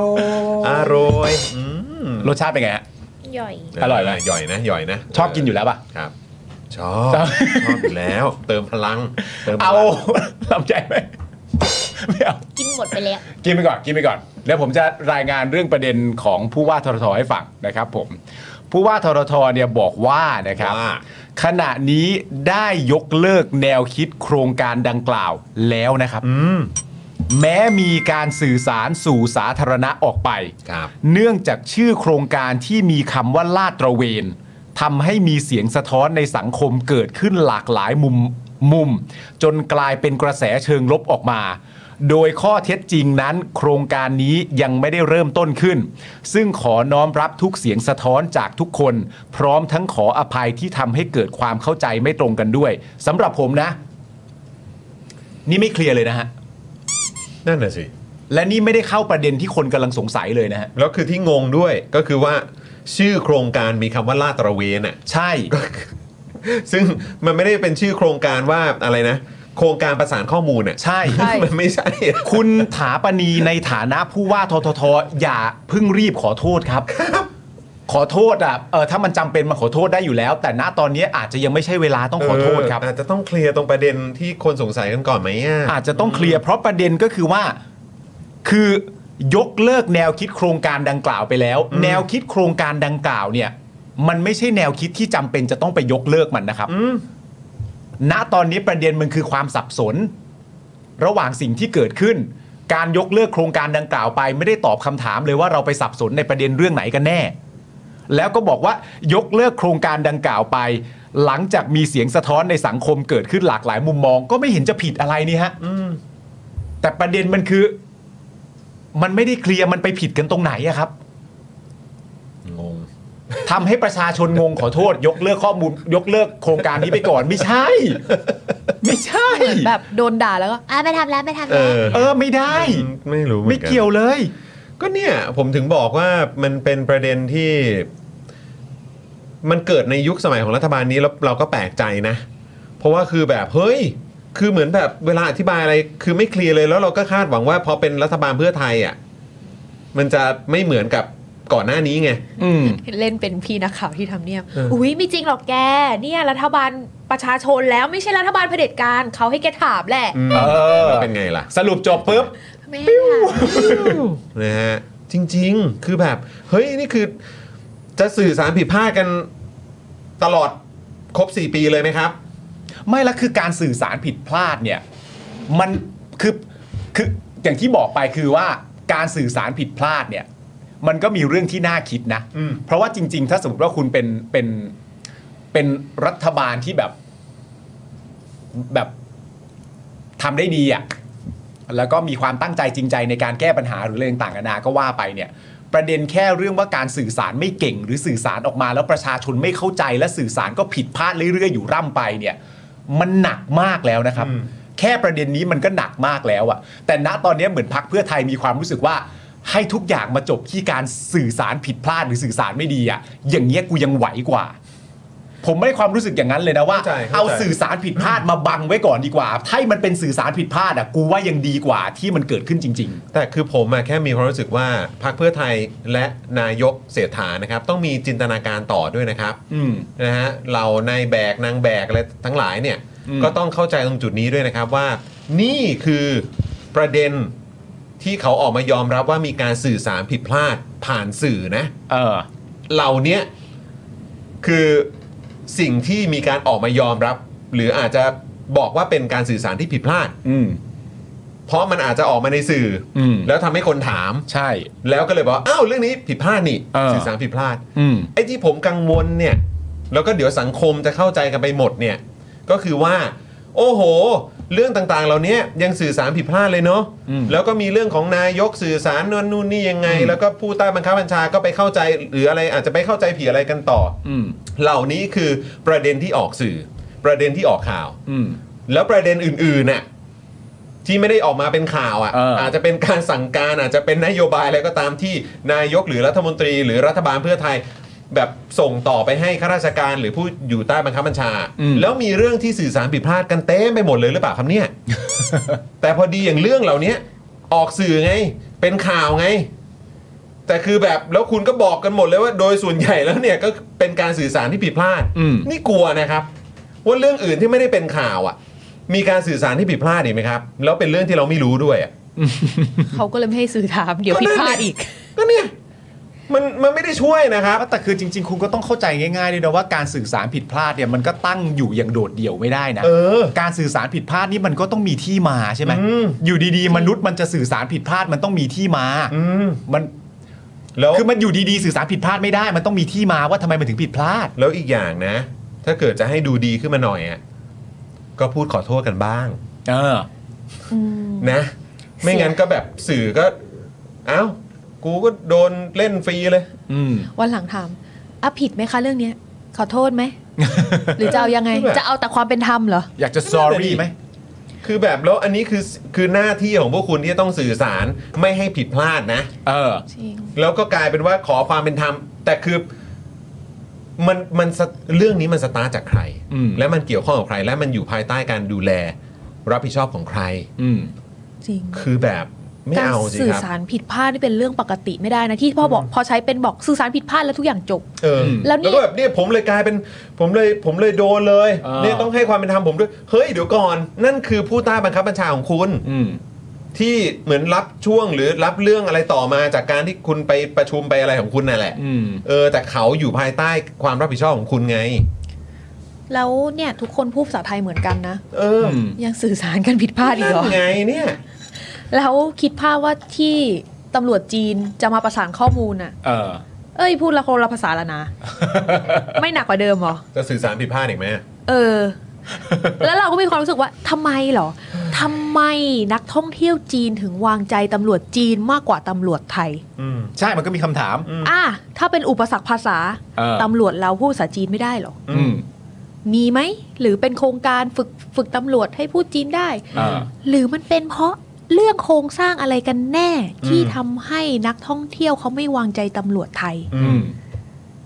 S1: อร่อยอืม
S2: รสชาติเป็นไงฮะ
S7: ย่อย
S2: อร่อยไหม
S1: ย่อยนะย่อยนะ
S2: ชอบกินอยู่แล้วป่ะ
S1: ครับ ชอบ
S2: ชอบ
S1: ชอบอยู่แล้ว เติมพลังติมพลัง
S2: เอา ลำใจไหมไม่เอา
S7: กินหมดไปแล้ว
S2: กินไปก่อนกินไปก่อน แล้วผมจะรายงานเรื่องประเด็นของผู้ว่าทททให้ฟังนะครับผม ผู้ว่าทททเนี่ยบอกว่านะครับ
S1: ว่า
S2: ขณะนี้ได้ยกเลิกแนวคิดโครงการดังกล่าวแล้วนะครับ
S1: อืม
S2: แม้มีการสื่อสารสู่สาธารณะออกไป
S1: ครับ
S2: เนื่องจากชื่อโครงการที่มีคำว่าลาดตระเวนทำให้มีเสียงสะท้อนในสังคมเกิดขึ้นหลากหลายมุมมุม จนกลายเป็นกระแสเชิงลบออกมา โดยข้อเท็จจริงนั้น โครงการนี้ยังไม่ได้เริ่มต้นขึ้น ซึ่งขอน้อมรับทุกเสียงสะท้อนจากทุกคน พร้อมทั้งขออภัยที่ทำให้เกิดความเข้าใจไม่ตรงกันด้วยสำหรับผมนะ นี่ไม่เคลียร์เลยนะฮะ
S1: นั่นน่ะสิ
S2: และนี่ไม่ได้เข้าประเด็นที่คนกำลังสงสัยเลยนะฮะ
S1: แล้วคือที่งงด้วยก็คือว่าชื่อโครงการมีคำว่าลาดตระเวนอ่ะ
S2: ใช่
S1: ซึ่งมันไม่ได้เป็นชื่อโครงการว่าอะไรนะ โครงการประสานข้อมูลอ่ะ
S2: ใช่
S1: มันไม่ใช่อะ
S2: คุณถาปณีในฐานะผู้ว่าทททอย่าเพิ่งรีบขอโทษครับ ขอโทษอ่ะเออถ้ามันจำเป็นมาขอโทษได้อยู่แล้ว แต่ณตอนนี้อาจจะยังไม่ใช่เวลาต้องขอโทษครับ
S1: เอออาจจะต้องเคลียร์ตรงประเด็นที่คนสงสัยกันก่อนไหมอ่ะ
S2: อาจจะต้องเคลียร์เพราะประเด็นก็คือว่า คือยกเลิกแนวคิดโครงการดังกล่าวไปแล้ว แนวคิดโครงการดังกล่าวเนี่ย มันไม่ใช่แนวคิดที่จำเป็นจะต้องไปยกเลิกมันนะครับณตอนนี้ประเด็นมันคือความสับสน ระหว่างสิ่งที่เกิดขึ้น การยกเลิกโครงการดังกล่าวไป ไม่ได้ตอบคำถามเลยว่าเราไปสับสนในประเด็นเรื่องไหนกันแน่ แล้วก็บอกว่ายกเลิกโครงการดังกล่าวไป หลังจากมีเสียงสะท้อนในสังคมเกิดขึ้นหลากหลายมุมมอง ก็ไม่เห็นจะผิดอะไรนี่ฮะแต่ประเด็นมันคือ มันไม่ได้เคลียร์มันไปผิดกันตรงไหนอะครับ
S1: งง
S2: ทำให้ประชาชนงงขอโทษ ยกเลิกข้อมูล ยกเลิกโครงการนี้ไปก่อน ไม่ใช่ ไม่ใช่
S7: เหมือนแบบโดนด่าแล้วก็อ่ะไม่ทำแล้วไม่ทำ
S1: เอ
S7: แล้ว
S1: อ
S2: เออไม่ได้
S1: ไม่รู้หอนน
S2: ไม่เกี่ยวเลย
S1: ก็เนี่ย ผมถึงบอกว่ามันเป็นประเด็นที่ มันเกิดในยุคสมัยของรัฐบาลนี้แล้วเราก็แปลกใจนะ เพราะว่าคือแบบเฮ้ย คือเหมือนแบบเวลาอธิบายอะไร คือไม่เคลียร์เลยแล้วเราก็คาดหวังว่าพอเป็นรัฐบาลเพื่อไทยอ่ะมันจะไม่เหมือนกับก่อนหน้านี้ไง
S2: อืม
S7: เล่นเป็นพี่นักข่าวที่ทำเนียบ
S1: เอออุ๊
S7: อุ้ยไม่จริงหรอกแก เนี่ยรัฐบาลประชาชนแล้วไม่ใช่รัฐบาลเผด็จการเขาให้แกถามแหละ
S2: เออ
S1: แล้วเป็นไงล่ะ
S2: สรุปจบปุ๊บ
S7: ไม่ให้ถาม
S1: นะฮะจริง ๆ คือแบบ เฮ้ย นี่คือ จะสื่อสารผิดพลาดกัน ตลอดครบ 4 ปีเลยไหมครับ
S2: ไม่และคือการสื่อสารผิดพลาดเนี่ยมันคือคืออย่างที่บอกไปคือว่าการสื่อสารผิดพลาดเนี่ยมันก็มีเรื่องที่น่าคิดนะ
S1: อืม
S2: เพราะว่าจริง ๆ ถ้าสมมติว่าคุณเป็นเป็นเป็นรัฐบาลที่แบบแบบทำได้ดีอะ่ะแล้วก็มีความตั้งใจจริงใจในการแก้ปัญหาหรือเรื่องต่างๆนานาก็ว่าไปเนี่ย ประเด็นแค่เรื่องว่าการสื่อสารไม่เก่ง หรือสื่อสารออกมาแล้วประชาชนไม่เข้าใจและสื่อสารก็ผิดพลาดเรื่อยๆอยู่ร่ำไปเนี่ย มันหนักมากแล้วนะครับ
S1: อืม
S2: แค่ประเด็นนี้มันก็หนักมากแล้วอะแต่ณตอนนี้เหมือนพักเพื่อไทยมีความรู้สึกว่า ให้ทุกอย่างมาจบที่การสื่อสารผิดพลาดหรือสื่อสารไม่ดีอะอย่างเงี้ยกูยังไหวกว่า ผมไม่ได้ความรู้สึกอย่างนั้นเลยนะว่า
S1: เข้าใจเข้าใจ
S2: เอาสื่อสารผิดพลาดมาบังไว้ก่อนดีกว่าถ้ามันเป็นสื่อสารผิดพลาดอะกูว่ายังดีกว่าที่มันเกิดขึ้นจริง ๆ
S1: แต่คือผมอะแค่มีความรู้สึกว่าพรรคเพื่อไทยและนายกเศรษฐานะครับ ต้องมีจินตนาการต่อด้วยนะครับ
S2: อืม
S1: นะฮะเหล่านายแบกนางแบกอะไรทั้งหลายเนี่ย
S2: อืม
S1: ก็ต้องเข้าใจตรงจุดนี้ด้วยนะครับว่า นี่คือ ประเด็นที่เขาออกมายอมรับว่ามีการสื่อสารผิดพลาดผ่านสื่อนะ
S2: เออ
S1: เหล่าเนี้ยคือสิ่งที่มีการออกมายอมรับ หรืออาจจะบอกว่าเป็นการสื่อสารที่ผิดพลาด
S2: อืม
S1: เพราะมันอาจจะออกมาในสื่ออ
S2: ม
S1: แล้วทำให้คนถาม
S2: ใช่
S1: แล้วก็เลยบอกว่าอ้าวเรื่องนี้ผิดพลาดนี่
S2: เออ
S1: สื่อสารผิดพลาด
S2: อืม
S1: ไอ้ที่ผมกังวลเนี่ยแล้วก็เดี๋ยวสังคมจะเข้าใจกันไปหมดเนี่ยก็คือว่า โอ้โห เรื่องต่างๆ เหล่านี้ยังสื่อสารผิดพลาดเลยเนาะ
S2: อืม
S1: แล้วก็มีเรื่องของนายกสื่อสารนนนู่นนี่ยังไง แล้วก็ผู้ใต้บังคับบัญชาก็ไปเข้าใจ หรืออะไรอาจจะไปเข้าใจผิดอะไรกันต่ออ
S2: ม
S1: เหล่านี้คือประเด็นที่ออกสื่อ ประเด็นที่ออกข่าว
S2: อืม
S1: แล้วประเด็นอื่นๆน่ะที่ไม่ได้ออกมาเป็นข่าว
S2: เออ
S1: อะ่ะ
S2: อ
S1: อาจจะเป็นการสั่งการอาจจะเป็นนโยบายอะไรก็ตามที่นายกหรือรัฐมนตรี หรือรัฐบาลเพื่อไทย แบบส่งต่อไปให้ข้าราชการหรือผู้อยู่ใต้บังคับบัญชา แล้วมีเรื่องที่สื่อสารผิดพลาดกันเต็มไปหมดเลยหรือเปล่าครับ เนี่ย แต่พอดีอย่างเรื่องเหล่านี้ออกสื่อไง เป็นข่าวไง แต่คือแบบแล้วคุณก็บอกกันหมดเลยว่า โดยส่วนใหญ่แล้วเนี่ยก็เป็นการสื่อสารที่ผิดพลาด
S2: อืม
S1: นี่กลัวนะครับ ว่าเรื่องอื่นที่ไม่ได้เป็นข่าวอ่ะ มีการสื่อสารที่ผิดพลาดอีกไหมครับ แล้วเป็นเรื่องที่เราไม่รู้ด้วยอะ
S7: เขาก็เลยไม่ให้สื่อถาม เดี๋ยวผิดพลาดอีก
S1: ก็เนี่ยมันมันไม่ได้ช่วยนะครับ
S2: แต่คือจริง ๆ คุณก็ต้องเข้าใจง่ายๆด้วยนะว่าการสื่อสารผิดพลาดเนี่ยมันก็ตั้งอยู่อย่างโดดเดี่ยวไม่ได้นะ
S1: เออ
S2: การสื่อสารผิดพลาดนี่มันก็ต้องมีที่มาใช่ไหม
S1: อืม
S2: อยู่ดีๆ มนุษย์มันจะสื่อสารผิดพลาดมันต้องมีที่มา
S1: อืม
S2: มัน
S1: แล้ว
S2: คือมันอยู่ดีๆ สื่อสารผิดพลาดไม่ได้ มันต้องมีที่มาว่าทำไมมันถึงผิดพลาด
S1: แล้วอีกอย่างนะ ถ้าเกิดจะให้ดูดีขึ้นมาหน่อยอ่ะก็พูดขอโทษกันบ้าง
S2: เออ
S1: นะ ไม่งั้นก็แบบสื่อก็ เอ้า กูก็โดนเล่นฟรีเลย
S2: อืม
S7: วันหลังถามอ่ะผิดไหมคะเรื่องเนี้ย ขอโทษไหม หรือจะเอายังไง
S1: คือแบบ
S7: จะเอาแต่ความเป็นธรรมเหรอ
S2: อยากจะ sorry ไหม
S1: คือแบบแล้วอันนี้คือคือหน้าที่ของพวกคุณที่จะต้องสื่อสารไม่ให้ผิดพลาดนะ
S2: เออ
S7: จริง
S1: แล้วก็กลายเป็นว่าขอความเป็นธรรม แต่คือมันมันสะเรื่องนี้มันสตาร์ทจากใคร
S2: อืม
S1: และมันเกี่ยวข้องกับใคร และมันอยู่ภายใต้การดูแล รับผิดชอบของใคร
S2: อืม
S7: จริง
S1: คือแบบไม่
S7: การ
S1: เอาสิ
S7: สื่อ
S1: ครับ
S7: สารผิดพลาดนี่เป็นเรื่องปกติไม่ได้นะที่พ่อบอกพอใช้เป็นบอกสื่อสารผิดพลาดแล้วทุกอย่างจบ
S1: เออ
S7: แล้วนี่
S1: แล้วก็แบบเนี่ยผมเลยกลายเป็นผมเลยผมเลยโดนเลย
S2: อ่า
S1: เนี่ยต้องให้ความเป็นธรรมผมด้วยเฮ้ยเดี๋ยวก่อน นั่นคือผู้ใต้บังคับบัญชาของคุณ
S2: อืม
S1: ที่เหมือนรับช่วงหรือรับเรื่องอะไรต่อมาจากการที่คุณไปประชุมไปอะไรของคุณนั่นแหละ
S2: อืม
S1: เออแต่เขาอยู่ภายใต้ความรับผิดชอบของคุณไง
S7: แล้วเนี่ยทุกคนพูดภาษาไทยเหมือนกันนะ
S1: เออ
S2: อืม
S7: ยังสื่อสารกันผิดพลาดอีกเหรอ
S1: นั่นไงเนี่ย
S7: แล้วคิดภาพว่าที่ตำรวจจีนจะมาประสานข้อมูลอ่ะ
S2: เออ
S7: เอ้ยพูดละคนละภาษาแล้วนะ ไม่หนักกว่าเดิมเหรอ
S1: จะสื่อสารผิดพลาดอีกไหม
S7: เออ แล้วเราก็มีความรู้สึกว่าทำไมเหรอทำไมนักท่องเที่ยวจีนถึงวางใจตำรวจจีนมากกว่าตำรวจไทย
S1: อืม
S2: ใช่ มันก็มีคำถาม
S7: อ่ะถ้าเป็นอุปสรรคภาษา
S2: เออ
S7: ตำรวจเราพูดภาษาจีนไม่ได้เหรอ
S2: อืม
S7: มีไหม หรือเป็นโครงการฝึกฝึกตำรวจให้พูดจีนได้
S2: เออ
S7: หรือมันเป็นเพราะเรื่องโครงสร้างอะไรกันแน่ ที่ทำให้นักท่องเที่ยวเขาไม่วางใจตำรวจไทย
S2: อืม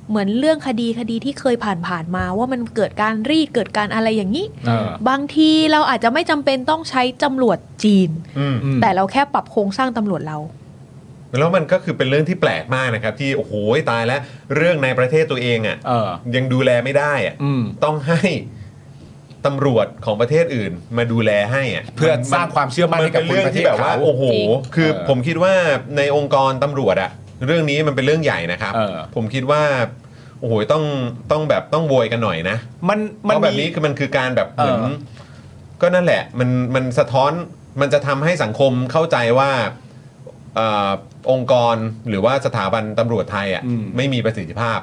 S7: เหมือนเรื่องคดีคดีที่เคยผ่านผ่านๆมาว่ามันเกิดการรีดเกิดการอะไรอย่างนี้
S2: เออบ
S7: างทีเราอาจจะไม่จำเป็นต้องใช้ตำรวจจีน
S1: อืม
S2: อืม
S7: แต่เราแค่ปรับโครงสร้างตำรวจเรา
S1: แล้วมันก็คือเป็นเรื่องที่แปลกมากนะครับ ที่โอ้โหตายแล้วเรื่องในประเทศตัวเองอะ่ะ
S2: เออ
S1: ยังดูแลไม่ได้อะ่ะ
S2: อืม
S1: ต้องให้ตำรวจของประเทศอื่นมาดูแลให้อะ่ะ
S2: เพื่อสร้างความเชื่อมั่นให้กับ
S1: มัน
S2: คน
S1: เรื่อง
S2: ประเท
S1: ที่
S2: ศ
S1: แบบว่า
S2: เขา
S1: โอ้โห คือ
S2: เออ
S1: ผมคิดว่าในองค์กรตำรวจอะ่ะ เรื่องนี้มันเป็นเรื่องใหญ่นะครับ
S2: เออ
S1: ผมคิดว่า โอ้โหต้องต้องแบบต้องโวยกันหน่อยนะ
S2: มัน
S1: เพ
S2: มัน
S1: ราะแบบ
S2: มี
S1: นี้คือมันคือการแบบเหมือน
S2: เออ
S1: ก็นั่นแหละมันมันสะท้อนมันจะทำให้สังคมเข้าใจว่าเออองค์กรหรือว่าสถาบันตำรวจไทยอ่ะไม่มีประสิทธิภาพ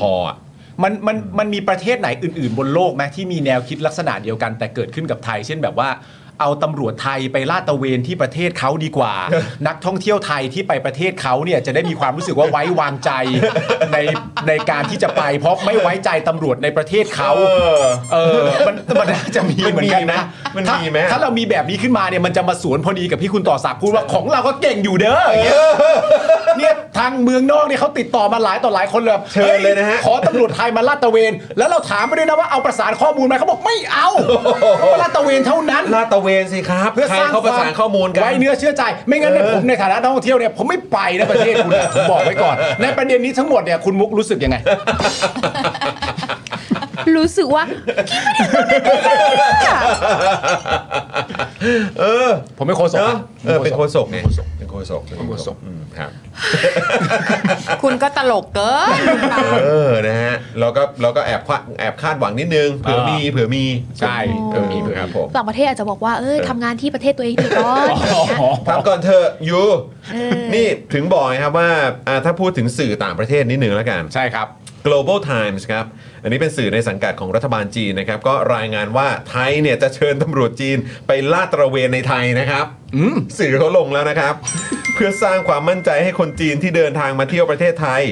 S1: พออะ
S2: มันมันมันมีประเทศไหนอื่น ๆ บนโลกไหมที่มีแนวคิดลักษณะเดียวกันแต่เกิดขึ้นกับไทย เช่นแบบว่า เอาตำรวจไทยไปลาดตระเวนที่ประเทศเขาดีกว่า นักท่องเที่ยวไทยที่ไปประเทศเขาเนี่ยจะได้มีความรู้สึกว่าไว้วางใจในในการที่จะไป เพราะไม่ไว้ใจตำรวจในประเทศเขาเออมันมันน่าจะมี
S1: มันมี
S2: เหมือนกันนะ
S1: มัน
S2: ถ้า
S1: มีไหม
S2: ถ้าเรามีแบบนี้ขึ้นมาเนี่ยมันจะมาสวนพอดีกับที่คุณต่อศักดิ์พูดว่าของเราก็เก่งอยู่เด้ออย่างเงี้ยเนี่ยทางเมืองนอกเนี่ยเขาติดต่อมาหลายต่อหลายคนเลยแบบ
S1: เชิญเลยนะฮะ
S2: ขอตำรวจไทยมาลาดตระเวน แล้วเราถามไปด้วยนะว่าเอาประสานข้อมูลไหมเขาบอกไม่ เอามาลาดตระเวนเท่านั้น
S1: ลาดตระเวนสิครับ
S2: เพื่อ
S1: ใคร
S2: สร้าง
S1: เขาประสานข้อมูลกัน
S2: ไว้เนื้อเชื่อใจ ไม่งั้นเนี่ยผมในฐานะนักท่องเที่ยวเนี่ยผมไม่ไปนะประเทศคุณ นะผมบอกไว้ก่อน ในประเด็นนี้ทั้งหมดเนี่ยคุณมุกรู้สึกยังไง
S7: รู้สึกว่า
S1: เออ
S2: ผมเป็นโคศก
S1: เนอะ
S2: นะ
S1: เออเป็นโค
S2: ศ
S1: ศก
S2: ก
S1: ไงเป็นโคศก
S2: เป็นโฆษก
S1: อืมครับ
S6: คุณก็ตลกเกิน
S1: เออ นะฮะ เราก็เราก็แอบคาดแอบคาดหวังนิดนึง เผื่อมี เผื่อมี
S2: ใช่
S1: เผื่อมีเผื่อมีครับผม
S7: ต่างประเทศอาจจะบอกว่าเอ้ยทำงานที่ประเทศตัวเองดีก่อน
S1: ทำก่อนเถอะยู
S7: เออ
S1: นี่ถึงบอกไงครับว่าอ่า ถ้าพูดถึงสื่อต่างประเทศนิดนึงแล้วกัน
S2: ใช่ครับ
S1: Global Times ครับ อันนี้เป็นสื่อในสังกัดของรัฐบาลจีนนะครับ ก็รายงานว่าไทยเนี่ยจะเชิญตำรวจจีนไปลาดตระเวนในไทยนะครับสื่อเขาลงแล้วนะครับ เพื่อสร้างความมั่นใจให้คนจีนที่เดินทางมาเที่ยวประเทศไทย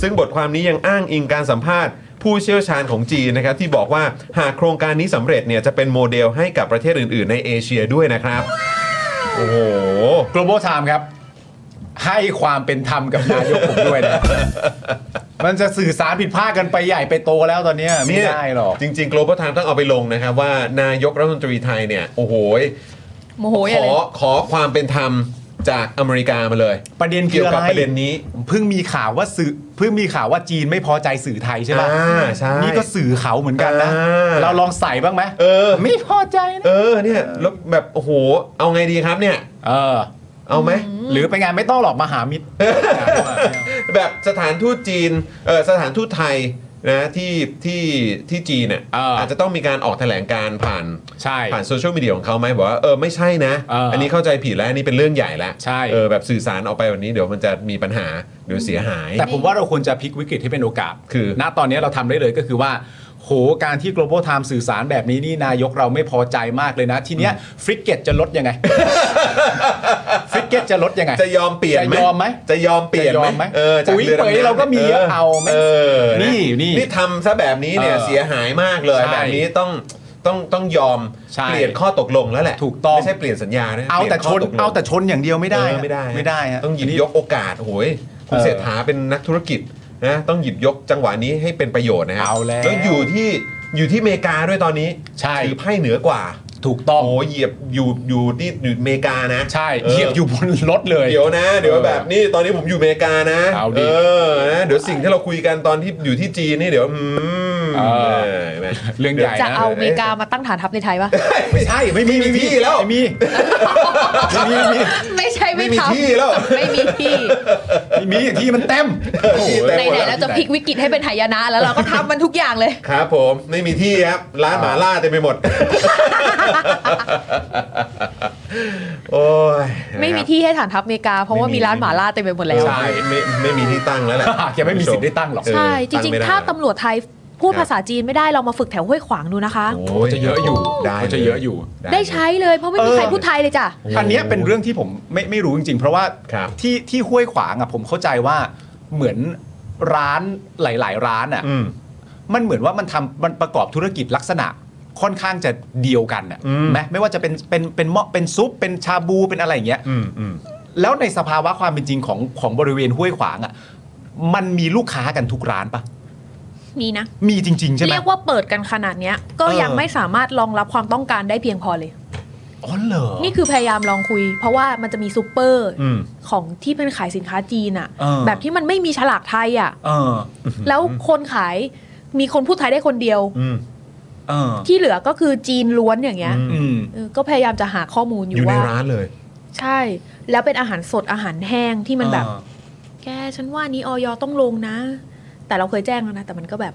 S1: ซึ่งบทความนี้ยังอ้างอิงการสัมภาษณ์ ผู้เชี่ยวชาญของจีนนะครับ ที่บอกว่าหากโครงการนี้สำเร็จเนี่ยจะเป็นโมเดลให้กับประเทศอื่น ๆ ในเอเชียด้วยนะครับโอ้โห
S2: global time ครับ ให้ความเป็นธรรมกับนายกผมด้วย นะมันจะสื่อสารผิดพลาดกันไปใหญ่ไปโตแล้วตอนเนี้ยไม่
S1: เนี่ย
S2: ได้หรอก
S1: จริง ๆ global time ต้องเอาไปลงนะครับว่านายกรัฐมนตรีไทยเนี่ยโอ้โห
S6: โมโห
S1: ข
S6: อะไร
S1: อขอความเป็นธรรมจากอเมริกามาเลย
S2: ประเด็นคือ
S1: เกี่ยวกับ
S2: อะไร
S1: ประเด็นนี้
S2: เพิ่งมีข่าวว่าสื่อเพิ่งมีข่าวว่าจีนไม่พอใจสื่อไทยใช่ปะ
S1: อ่าใช่
S2: นี่ก็สื่อเขาเหมือนกันนะ
S1: อ่า
S2: เราลองใส่บ้างไหม
S1: เออ
S2: ไม่พอใจนะ
S1: เออเนี่ยแล้วแบบโอ้โห เอาไงดีครับเนี่ย
S2: เออ
S1: เอาไหม
S2: หรือไปงานไม่ต้องหรอกมาหามิตร
S1: แบบสถานทูตจีนเออสถานทูตไทยนะที่ที่ที่จีนเนี่ย
S2: เอออ
S1: อาจจะต้องมีการออกแถลงการณ์ผ่าน
S2: ใช่
S1: ผ่านโซเชียลมีเดียของเขาไหมบอกว่าเออไม่ใช่นะ
S2: เอออั
S1: นนี้เข้าใจผิดแล้วอันนี้เป็นเรื่องใหญ่แล้ว
S2: ใช่
S1: เออแบบสื่อสารออกไปวันนี้เดี๋ยวมันจะมีปัญหาเดี๋ยวเสียหาย
S2: แต่ผมว่าเราควรจะพลิกวิกฤตให้เป็นโอกาส
S1: คือ
S2: ณตอนนี้เราทำได้เลยก็คือว่า โห การที่ global time สื่อสารแบบนี้นี่นายกเราไม่พอใจมากเลยนะ ทีเนี้ยฟริกเกตจะลดยังไง ฟริกเกตจะลดยังไง
S1: จะยอมเปลี่ยน
S2: จะยอมไหม
S1: จะยอมเปลี่ยน
S2: จะยอมไหม
S1: เออจาก
S2: ปุ๋ย
S1: รือดำน้ำ
S2: เป๋ยเราก็มีเยอะเอาไหม
S1: เออ
S2: นี่
S1: ะ
S2: นี่
S1: นี่ทำซะแบบนี้เนี่ย
S2: เออ
S1: เสียหายมากเลย
S2: ใช่
S1: แบบนี้ต้องต้องต้องยอม
S2: ใช่
S1: เปลี่ยนข้อตกลงแล้วแหละ
S2: ถูกต้อง
S1: ไม่ใช่เปลี่ยนสัญญานะ
S2: เอาแต่ชน
S1: ปลี่ยข้กลง
S2: เอาแต่ชนอย่างเดียวไม่ได้
S1: เออ
S2: นะ
S1: ไม่ได้
S2: ไม่ได้ฮะ
S1: ต้องหยิบยกโอกาสโอ้ยคุณ
S2: เออ
S1: เศรษฐาเป็นนักธุรกิจนะต้องหยิบยกจังหวะนี้ให้เป็นประโยชน์นะฮะ
S2: เอาแล้ว
S1: แล้วอยู่ที่อยู่ที่อเมริกาด้วยตอนนี้
S2: ใช่
S1: ถือไพ่เหนือกว่า
S2: ถูกต้อง
S1: โอ้ยเหยียบอยู่อยู่ที่อยู่อเมริกานะ
S2: ใช่
S1: ออ
S2: เหยียบอยู่บนรถเลย
S1: เดี๋ยวนะ เดี๋ยว
S2: เออ
S1: แบบนี่ตอนนี้ผมอยู่อเมริกานะ
S2: เอาดิ
S1: อนะเดี๋ยวสิ่งที่เราคุยกันตอนที่อยู่ที่จีนนี่เดี๋ยว อืม
S2: เออ
S1: อห็นไหม
S2: เรื่องใหญ่
S7: จะ
S2: นะ
S7: เอาอเมริกามาตั้งฐานทัพในไทยปะ
S1: ไม่ใช่ ไม่มีที่แล้ว
S2: ไม่มีไม่มีไม่มี
S7: ไม่ใช่
S1: ไม่
S7: ไม่
S1: มี
S7: ทำ
S1: ที่แล้ว
S7: ไม่มีที่
S2: ไม่มีที่มันเต็ม
S1: ที่เต็ม
S7: ใน
S1: หมด
S7: ไหน
S1: แล้ว
S7: เราจะพลิกวิกฤตให้เป็นหายนะ แล้วเราก็ทำมันทุกอย่างเลย
S1: ครับผมไม่มีที่ครับ ร้านหมาล่าเต็มไปหมด โอ้ย
S7: ไม่มีที่ให้ฐานทัพอเมริกา เพราะว่ามีร้านหมาล่าเต็มไปหมดแล้ว
S1: ใช่ไม่ไม่มีที่ตั้งแล้วแหละ
S2: แกไม่มีสิทธิ์ได้ตั้งหรอก
S1: เ
S7: ใช่ จริง
S1: ไม่ได้
S7: ๆ ถ้าตำรวจไทยพูดภาษาจีนไม่ได้เรามาฝึกแถวห้วยขวางดูนะคะ
S1: โอ้ย
S2: จะเยอะอยู่
S1: ได้
S2: เขาจะเยอะอยู่
S7: ได้ใช้เลยเพราะไม่มีใครพูดไทยเลยจ้ะ
S2: อันเนี้ยเป็นเรื่องที่ผมไม่ไม่รู้จริงๆ เพราะว่า
S1: ครับ
S2: ที่ที่ห้วยขวางอ่ะผมเข้าใจว่าเหมือนร้านหลายๆ ร้านอ่ะ
S1: อืม
S2: มันเหมือนว่ามันทำมันประกอบธุรกิจลักษณะค่อนข้างจะเดียวกันอ่ะ
S1: อืม
S2: ไหมไม่ว่าจะเป็นเป็นเป็นหม้อเป็นซุปเป็นชาบูเป็นอะไรอย่างเงี้ย
S1: อืมอืม
S2: แล้วในสภาวะความเป็นจริงของของบริเวณห้วยขวางอะ่ะ มันมีลูกค้ากันทุกร้านปะ
S7: มีนะ
S2: มีจริง ๆ ใช่ไหม
S7: เรียกว่าเปิดกันขนาดเนี้ย ก็
S2: เออ
S7: ยังไม่สามารถรองรับความต้องการได้เพียงพอเลย
S2: อ๋อเหรอ
S7: นี่คือพยายามลองคุย เพราะว่ามันจะมีซูเปอร์
S1: อืม
S7: ของที่เป็นขายสินค้าจีนอะ
S2: เออ
S7: แบบที่มันไม่มีฉลากไทยอะ
S2: เออ
S7: แล้วคนขายมีคนพูดไทยได้คนเดียว
S1: อืม
S2: เออ
S7: ที่เหลือก็คือจีนล้วนอย่างเงี้ย
S2: อืม
S7: เออก็พยายามจะหาข้อมูลอ
S1: อยู่
S7: ยู่
S1: ใน
S7: ว่า
S1: ร้านเลย
S7: ใช่ แล้วเป็นอาหารสดอาหารแห้งที่มันแบบ
S2: เออ
S7: แกฉันว่านี้ออยต้องลงนะ แต่เราเคยแจ้งแล้วนะแต่มันก็แบบ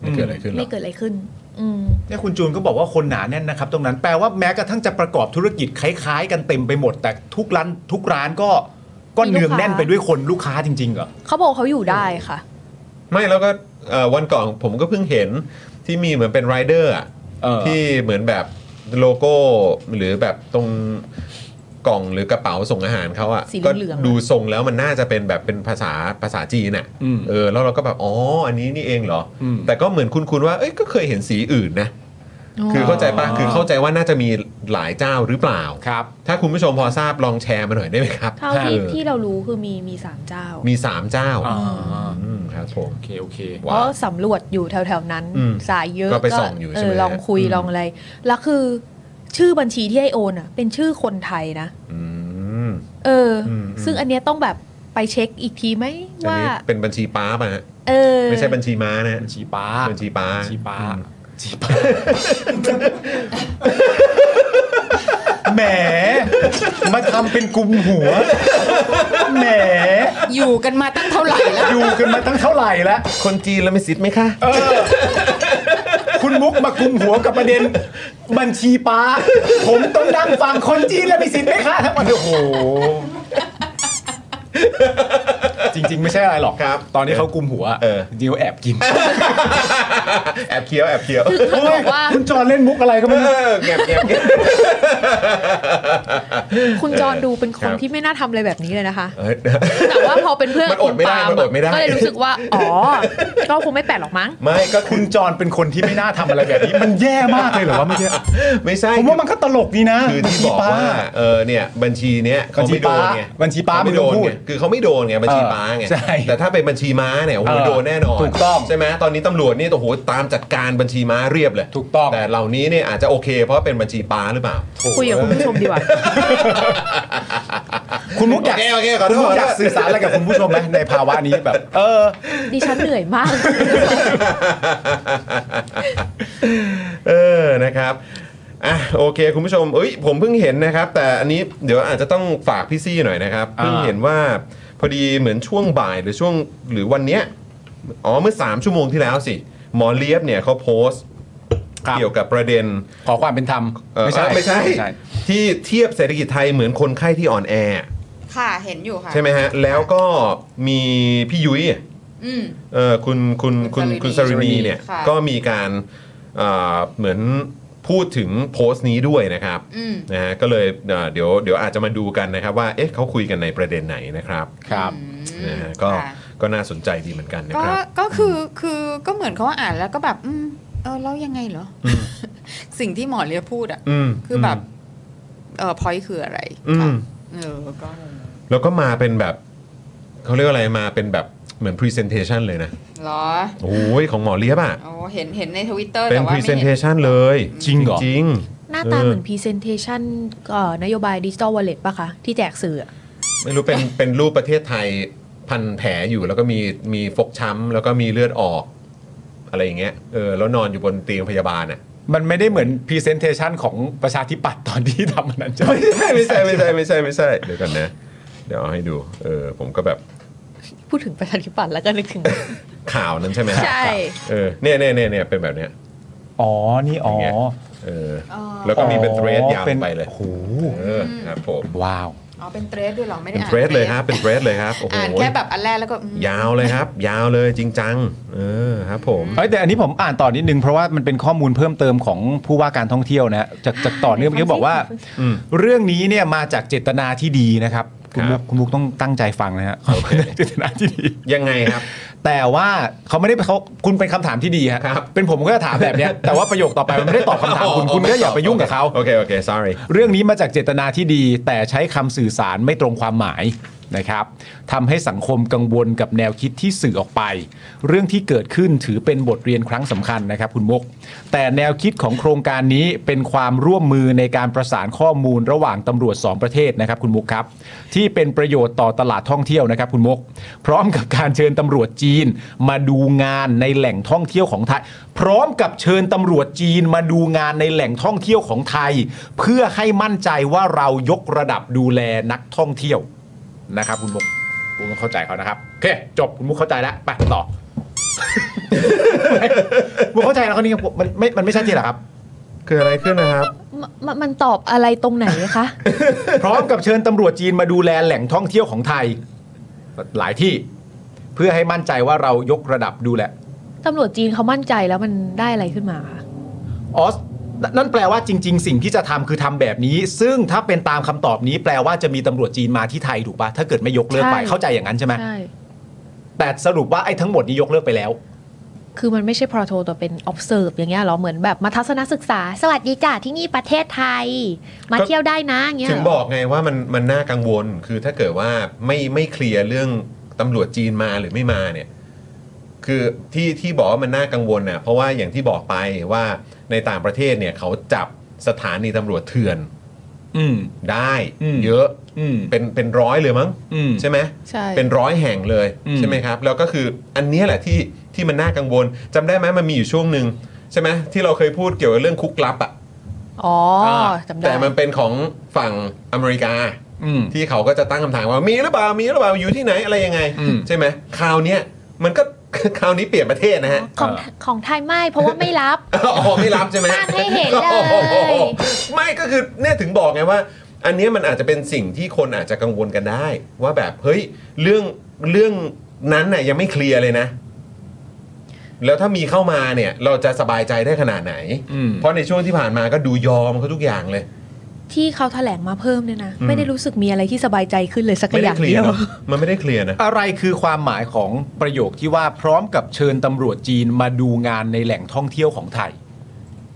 S1: ไม่เกิดอะไรขึ้นหร
S7: ไม่
S1: อก
S7: เกิดอะไรขึ้น อืม
S2: เนี่ยคุณจูนก็บอกว่าคนหนาแน่นนะครับ ตรงนั้นแปลว่าแม้กระทั่งจะประกอบธุรกิจคล้ายๆ กันเต็มไปหมด แต่ทุกร้านทุกร้านก็ก็
S7: มีลูกค้า
S2: เนืองแน่นไปด้วยคนลูกค้าจริงๆเหรอ
S7: เขาบอกเขาอยู่ได้ค่ะ
S1: ไม่แล้วก็เอ่อวันก่อนผมก็เพิ่งเห็นที่มีเหมือนเป็นไรเดอร์อะ
S2: เออ
S1: ที่เหมือนแบบโลโก้หรือแบบตรงกล่องหรือกระเป๋าส่งอาหารเขาอะ
S7: สี
S1: ก็
S7: เหลืองๆอะ
S1: ดูทรงแล้วมันน่าจะเป็นแบบเป็นภาษาภาษาจีนอะ
S2: อืม
S1: เออแล้วเราก็แบบอ๋ออันนี้นี่เองเหรออ
S2: ม
S1: แต่ก็เหมือนคุณคุณว่าเอ้ยก็เคยเห็นสีอื่นนะ คือเข้าใจป่ะ คือเข้าใจว่าน่าจะมีหลายเจ้าหรือเปล่า
S2: ครับ
S1: ถ้าคุณผู้ชมพอทราบลองแชร์มาหน่อยได้ไหมครับ
S7: เท่าที่
S1: ออ
S7: ที่เรารู้คือมีมีสามเจ้า
S1: มี 3 เจ้า
S2: อ่า
S1: อืมครับผม
S2: โอเคโอเค
S7: เพ
S1: ว้า
S7: ราะ
S1: ว
S7: สำรวจอยู่แถวๆนั้น
S1: อืม
S7: สายเยอะ
S1: ก็ไปส่องอยู่
S7: เ
S1: ใช่ไหม
S7: ลองคุย
S1: อืม
S7: ลองอะไร แล้วคือชื่อบัญชีที่ไอโอนอ่ะ เป็นชื่อคนไทยนะ
S1: อืม
S7: เอออ
S1: ม
S7: ซึ่งอันเนี้ยต้องแบบไปเช็คอีกทีไหม
S1: อัน
S7: ว่า
S1: นี้เป็นบัญชีป้าป่ะฮะ
S7: เออ
S1: ไม่ใช่บัญชีม้านะฮะ
S2: บัญชีป้า
S1: บัญชีป้า
S2: บัญชีป้าบัญชีป้าแหม มาทำเป็นกลุ่มหัว แหม
S6: อยู่กันมาตั้งเท่าไหร่แล้ว
S2: อยู่กันมาตั้งเท่าไหร่แล้ว
S1: คนจีนแล้วไม่สิทธิ์ไหมคะ
S2: คุณมุกมากุมหัวกับประเด็น บัญชีป้า ผมต้องดังฟังคนจีนและมีสิทธิ์ไหมคะทั้งหมดโอ้โห จริง ๆ ไม่ใช่อะไรหรอก
S1: ครับ
S2: ตอนนี้เขากุมหัว
S1: เออ
S2: จริงๆเขาแอบกิน
S1: แอบเคี้ยวแอบเคี้ยว
S7: คือเขาบอกว่า
S2: คุณจอนเล่นมุกอะไรก็
S1: เอ
S2: ไม่รู้
S1: อแงบแงบแงบ
S7: คุณจอนดูเป็นค
S1: คน รับ
S7: ที่ไม่น่าทำอะไรแบบนี้เลยนะคะ
S1: เอ้ย
S7: แต่ว่าพอเป็นเพื่อนกับ
S1: มันอดไม่ได้
S7: คุณปาล์
S1: มันอดไม่ได้
S7: ก็เลยรู้สึกว่า อ๋อ ก็คงไม่แปลกหรอกมั้ง
S1: ไม่ก็คุ
S2: คุณ ณจอนเป็นคนที่ไม่น่าทำอะไรแบบนี้ มันแย่มากเลยเหรอวะเมื่อกี้
S1: ไม่ใช่
S2: ผมว่ามันก็ตลกดีนะ
S1: คือที่บอกว่าเออเนี่ยบัญชีเนี้ย
S2: บั
S1: เขา
S2: ญชี
S1: ไม่โด
S2: ป้าน
S1: ไง
S2: บัญชีป้า
S1: เข
S2: ไม่โดนพูด
S1: ไงคือเขาไม่โดนไงบัญชีม้าไง
S2: เออใช่
S1: แต่ถ้าเป็นบัญชีม้าเนี่ยโอ้โห
S2: เออ
S1: โดนแน่นอน
S2: ถูกต้อง
S1: ใช่ไหมตอนนี้ตำรวจนี่โอ้โหตามจัดการบัญชีม้าเรียบเลย
S2: ถูกต้อง
S1: แต่เหล่านี้เนี่ยอาจจะโอเค เพราะเป็นบัญชีป้าหรือเปล่า
S7: คุยกับคุณผู้ชมดีกว่า
S2: คุณมุกอยาก
S1: โอเคโอเคขอโทษ
S2: คุณมุกอยากสื่อสารอะไรกับคุณผู้ชมไหมในภาวะนี้แบบ เออ
S7: ดิฉันเหนื่อยมาก
S1: เออนะครับอ่ะโอเค คุณผู้ชมเอ้ยผมเพิ่งเห็นนะครับ แต่อันนี้เดี๋ยวอาจจะต้องฝากพี่ซี่หน่อยนะครับ
S2: อ่า
S1: เพิ่งเห็นว่าพอดีเหมือนช่วงบ่ายหรือช่วงหรือวันเนี้ยอ๋อเมื่อ 3 ชั่วโมงที่แล้วสิหมอเลียบเนี่ยเขาโพสต์เกี่ยวกับประเด็น
S2: ขอความเป็นธรรม
S1: เอ่อ
S2: ไม่ใช่
S1: ไม่ใช่ ที่เทียบเศรษฐกิจไทยเหมือนคนไข้ที่อ่อนแอ
S6: ค่ะเห็นอยู่ค่ะ
S1: ใช่ไหมฮะ แล้วก็มีพี่ยุ้ย
S6: อืม
S1: เอ่อคุณคุณคุณ
S6: คุ
S1: คุณ
S6: ณ
S1: ส
S6: สริณี
S1: รินีเนี่ย
S6: ค่ะ
S1: ก็มีการเอ่อเหมือนพูดถึงโพสต์นี้ด้วยนะครับ
S6: อืม
S1: นะฮะก็เลยเอ่อเดี๋ยวเดี๋ยวอาจจะมาดูกันนะครับว่าเอ๊ะเขาคุยกันในประเด็นไหนนะครับ
S2: ครับ
S1: นะฮะก็
S6: ค่ะ
S1: ก็น่าสนใจดีเหมือนกันนะ
S6: ก็
S1: ครับ
S6: ก็คือคือก็เหมือนเขาว่าอ่านแล้วก็แบบอืมเออแล้วยังไงเหรออ
S1: ม
S6: สิ่งที่หมอเลียพูดอ่ะ
S1: อืม
S6: คือแบบเออพอยคืออะไร
S1: อื
S6: ค่ะ
S1: ม
S6: เออก็งง
S1: แล้วก็มาเป็นแบบเขาเรียกว่าอะไรมาเป็นแบบเหมือน presentation เลยนะ
S6: เหรอ
S1: โอ้ยของหมอเลียบอ่ะ
S6: โอ้เห็นเห็นในทวิตเตอร์
S1: เป็น
S6: แต่ว่าไม่เห็น
S1: presentation เลย
S2: จริงเหรอ
S1: จริง
S7: หน้าตาเหมือน
S1: เออ
S7: พรีเซนเทชันนโยบายดิจิ t a ลวอลเล็ตป่ะคะ ที่แจกสื่ออะ
S1: ไม่รู้เป็นเป็นรูปประเทศไทยพันแผลอยู่แล้วก็มีมีฟกช้ำแล้วก็มีเลือดออก อะไรอย่างเงี้ยเออแล้วนอนอยู่บนเตียงพยาบาลอ่ะ
S2: มันไม่ได้เหมือนพรีเซนเทชันของประชาธิปัตย์ตอนที่ทำอันนั้นใช่ไหม
S1: ไม่ใช่ไม่ใช่ไม่ใช่ไม่ใช่ไม่ใช่เดี๋ยวกันนะ เดี๋ยวเอาให้ดูเออผมก็แบบ
S7: พูดถึงประชาธิปัตย์แล้วก็นึกถึง
S1: ข่าวนั้นใช่ไหมฮะ
S7: ใช่
S1: เออเนี่ยเนี่ยเนี่ยเนี่ยเป็นแบบเนี้ย
S2: อ๋อ นี่อ๋อ
S1: เป็นไง เออแล้วก็มีเป็นเทรดยาวไปเลย
S2: โอ้โห
S1: เออครับผม
S2: ว้าว
S6: อ๋อเป็นเทรดด้วยเหรอไม่ได้
S1: เป็น
S6: อ่าน
S1: เทรดเลยครับเป็นเทรดเลยครับโอ้โห
S6: อ่านแค่แบบอันแรกแล้วก็อืม
S1: ยาวเลยครับ ยาวเลยจริงจังเออครับผม
S2: เฮ้ยแต่อันนี้ผมอ่านต่อนิดนึง เพราะว่ามันเป็นข้อมูลเพิ่มเติมของผู้ว่าการท่องเที่ยวนะฮะจากจากต่อเนื่องเมื่อกี้บอกว่า
S1: อืม
S2: เรื่องนี้เนี่ยมาจากเจตนาที่ดีนะครับ คุณ
S1: ครั
S2: มุ
S1: บ
S2: กคุณมุกต้องตั้งใจฟังนะฮะ
S1: โอเค
S2: เจตนาที่ดี
S1: ยังไงครับ
S2: แต่ว่าเขาไม่ได้เขาคุณเป็นคำถามที่ดีฮะ
S1: ครับ
S2: เป็นผมก็จะถามแบบ เนี้ยแต่ว่าประโยคต่อไปมันไม่ได้ตอบคำถามคุณคุณก็อย่าไปยุ่งกับเขา
S1: โอเคโอเค sorry
S2: เรื่องนี้มาจากเจตนาที่ดี แต่ใช้คำสื่อสารไม่ตรงความหมายนะครับทำให้สังคมกังวลกับแนวคิดที่สื่อออกไป เรื่องที่เกิดขึ้นถือเป็นบทเรียนครั้งสำคัญนะครับคุณมุก แต่แนวคิดของโครงการนี้เป็นความร่วมมือในการประสานข้อมูลระหว่างตำรวจสองประเทศนะครับคุณมุกครับ ที่เป็นประโยชน์ต่อตลาดท่องเที่ยวนะครับคุณมุก พร้อมกับการเชิญตำรวจจีน มาดูงานในแหล่งท่องเที่ยวของไทย พร้อมกับเชิญตำรวจจีนมาดูงานในแหล่งท่องเที่ยวของไทย เพื่อให้มั่นใจว่าเรายกระดับดูแลนักท่องเที่ยวนะครับ คุณมุกคุณมุกเข้าใจเขานะครับโอเคจบคุณมุกเข้าใจแล้วไปต่อ ผมเข้าใจแล้วคนนี้ผมมันไม่มันไม่ชัดเจนเหรอครับ
S1: เกิดอะไรขึ้นนะครับ
S7: มมมันตอบอะไรตรงไหนคะ
S2: พร้อมกับเชิญตำรวจจีนมาดูแลแหล่งท่องเที่ยวของไทย หลายที่ เพื่อให้มั่นใจว่าเรายกระดับดูแล
S7: ตำรวจจีนเขามั่นใจแล้วมันได้อะไรขึ้นมาคะ
S2: ออสนั่นแปลว่าจริง ๆ สิ่งที่จะทำคือทำแบบนี้ ซึ่งถ้าเป็นตามคำตอบนี้แปลว่าจะมีตำรวจจีนมาที่ไทยถูกปะถ้าเกิดไม่ยกเลิกไปเข้าใจอย่างนั้นใช่ไหม
S7: ใช่
S2: แต่สรุปว่าไอ้ทั้งหมดนี้ยกเลิกไปแล้ว
S7: คือมันไม่ใช่พอโทแต่เป็น observe อย่างเงี้ยเหรอ เหมือนแบบมาทัศนศึกษา สวัสดีจ้าที่นี่ประเทศไทย มา
S1: ก็
S7: เที่ยวได้นะอย่างเงี้ย
S1: ถึงบอกไงว่ามันมันน่ากังวลคือถ้าเกิดว่าไม่ไม่เคลียร์เรื่องตำรวจจีนมาหรือไม่มาเนี่ย คือที่ที่บอกว่ามันน่ากังวลน่ะเพราะว่าอย่างที่บอกไปว่าในต่างประเทศเนี่ยเขาจับสถานีตำรวจเถื่อน
S2: อืม
S1: ได้
S2: อืม
S1: เยอะ
S2: อืม
S1: เป็นเป็นร้อยเลยมั้ง
S2: อืม
S1: ใช่ไหม
S6: ใช่
S1: เป็นร้อยแห่งเลย
S2: อืม
S1: ใช่ไหมครับแล้วก็คืออันเนี้ยแหละที่ที่มันน่ากังวลจำได้ไหมมันมีอยู่ช่วงหนึ่งใช่ไหมที่เราเคยพูดเกี่ยวกับเรื่องคุกลับอ่ะ
S7: อ๋ออา จำได้
S1: แต่มันเป็นของฝั่งอเมริกา
S2: อืม
S1: ที่เขาก็จะตั้งคำถามว่ามีหรือเปล่ามีหรือเปล่าอยู่ที่ไหนอะไรยังไง
S2: อืม
S1: ใช่ไหมคราวเนี้ยมันก็ คราวนี้เปลี่ยนประเทศนะฮะ
S7: ของของไทยไม่เพราะว่าไม่รับ
S1: อ๋อไม่รับใช่ไหม
S7: ตั้งให้เห็นเลย
S1: โอ้โไม่ก็คือเนี่ยถึงบอกไงว่า อันเนี้ยมันอาจจะเป็นสิ่งที่คนอาจจะกังวลกันได้ ว่าแบบเฮ้ยเรื่องเรื่องนั้นน่ะยังไม่เคลียร์เลยนะ แล้วถ้ามีเข้ามาเนี่ย เราจะสบายใจได้ขนาดไหน
S2: อืม
S1: เพราะในช่วงที่ผ่านมาก็ดูยอมเขาทุกอย่างเลย
S7: ที่เขาแถลงมาเพิ่มเนี่ยนะ
S1: อืม
S7: ไม่ได้รู้สึกมีอะไรที่สบายใจขึ้นเลยสัก
S1: ไม่
S7: อ
S1: ได้
S7: ย่าง
S1: เคลี
S7: เดี
S1: ย
S7: ย
S1: ร์
S7: ว
S1: เนอะมันไม่ได้เคลียร์นะ
S2: อะไรคือความหมายของประโยคที่ว่าพร้อมกับเชิญตำรวจจีนมาดูงานในแหล่งท่องเที่ยวของไทย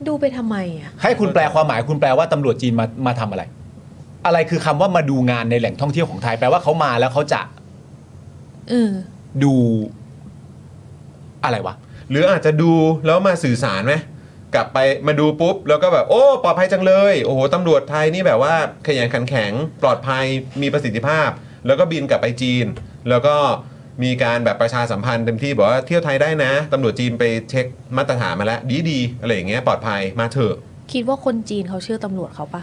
S7: ดูไปทำไมอ่ะ
S2: ให้คุณแปลความหมายคุณแปลว่าตำรวจจีนมามาทำอะไร อะไรคือคำว่ามาดูงานในแหล่งท่องเที่ยวของไทย แปลว่าเขามาแล้วเขาจะ
S7: เออ
S2: ดูอะไรวะ
S1: หรืออาจจะดูแล้วมาสื่อสารไหมกลับไปมาดูปุ๊บ แล้วก็แบบโอ้ปลอดภัยจังเลย โอ้โหตำรวจไทยนี่แบบว่าขยันขันแข็ง ปลอดภัยมีประสิทธิภาพ แล้วก็บินกลับไปจีน แล้วก็มีการแบบประชาสัมพันธ์เต็มที่บอกว่าเที่ยวไทยได้นะตำรวจจีนไปเช็คมาตรฐานมาแล้วดีดีๆอะไรอย่างเงี้ยปลอดภัยมาเถอะ
S7: คิดว่าคนจีนเขาเชื่อตำรวจเขาปะ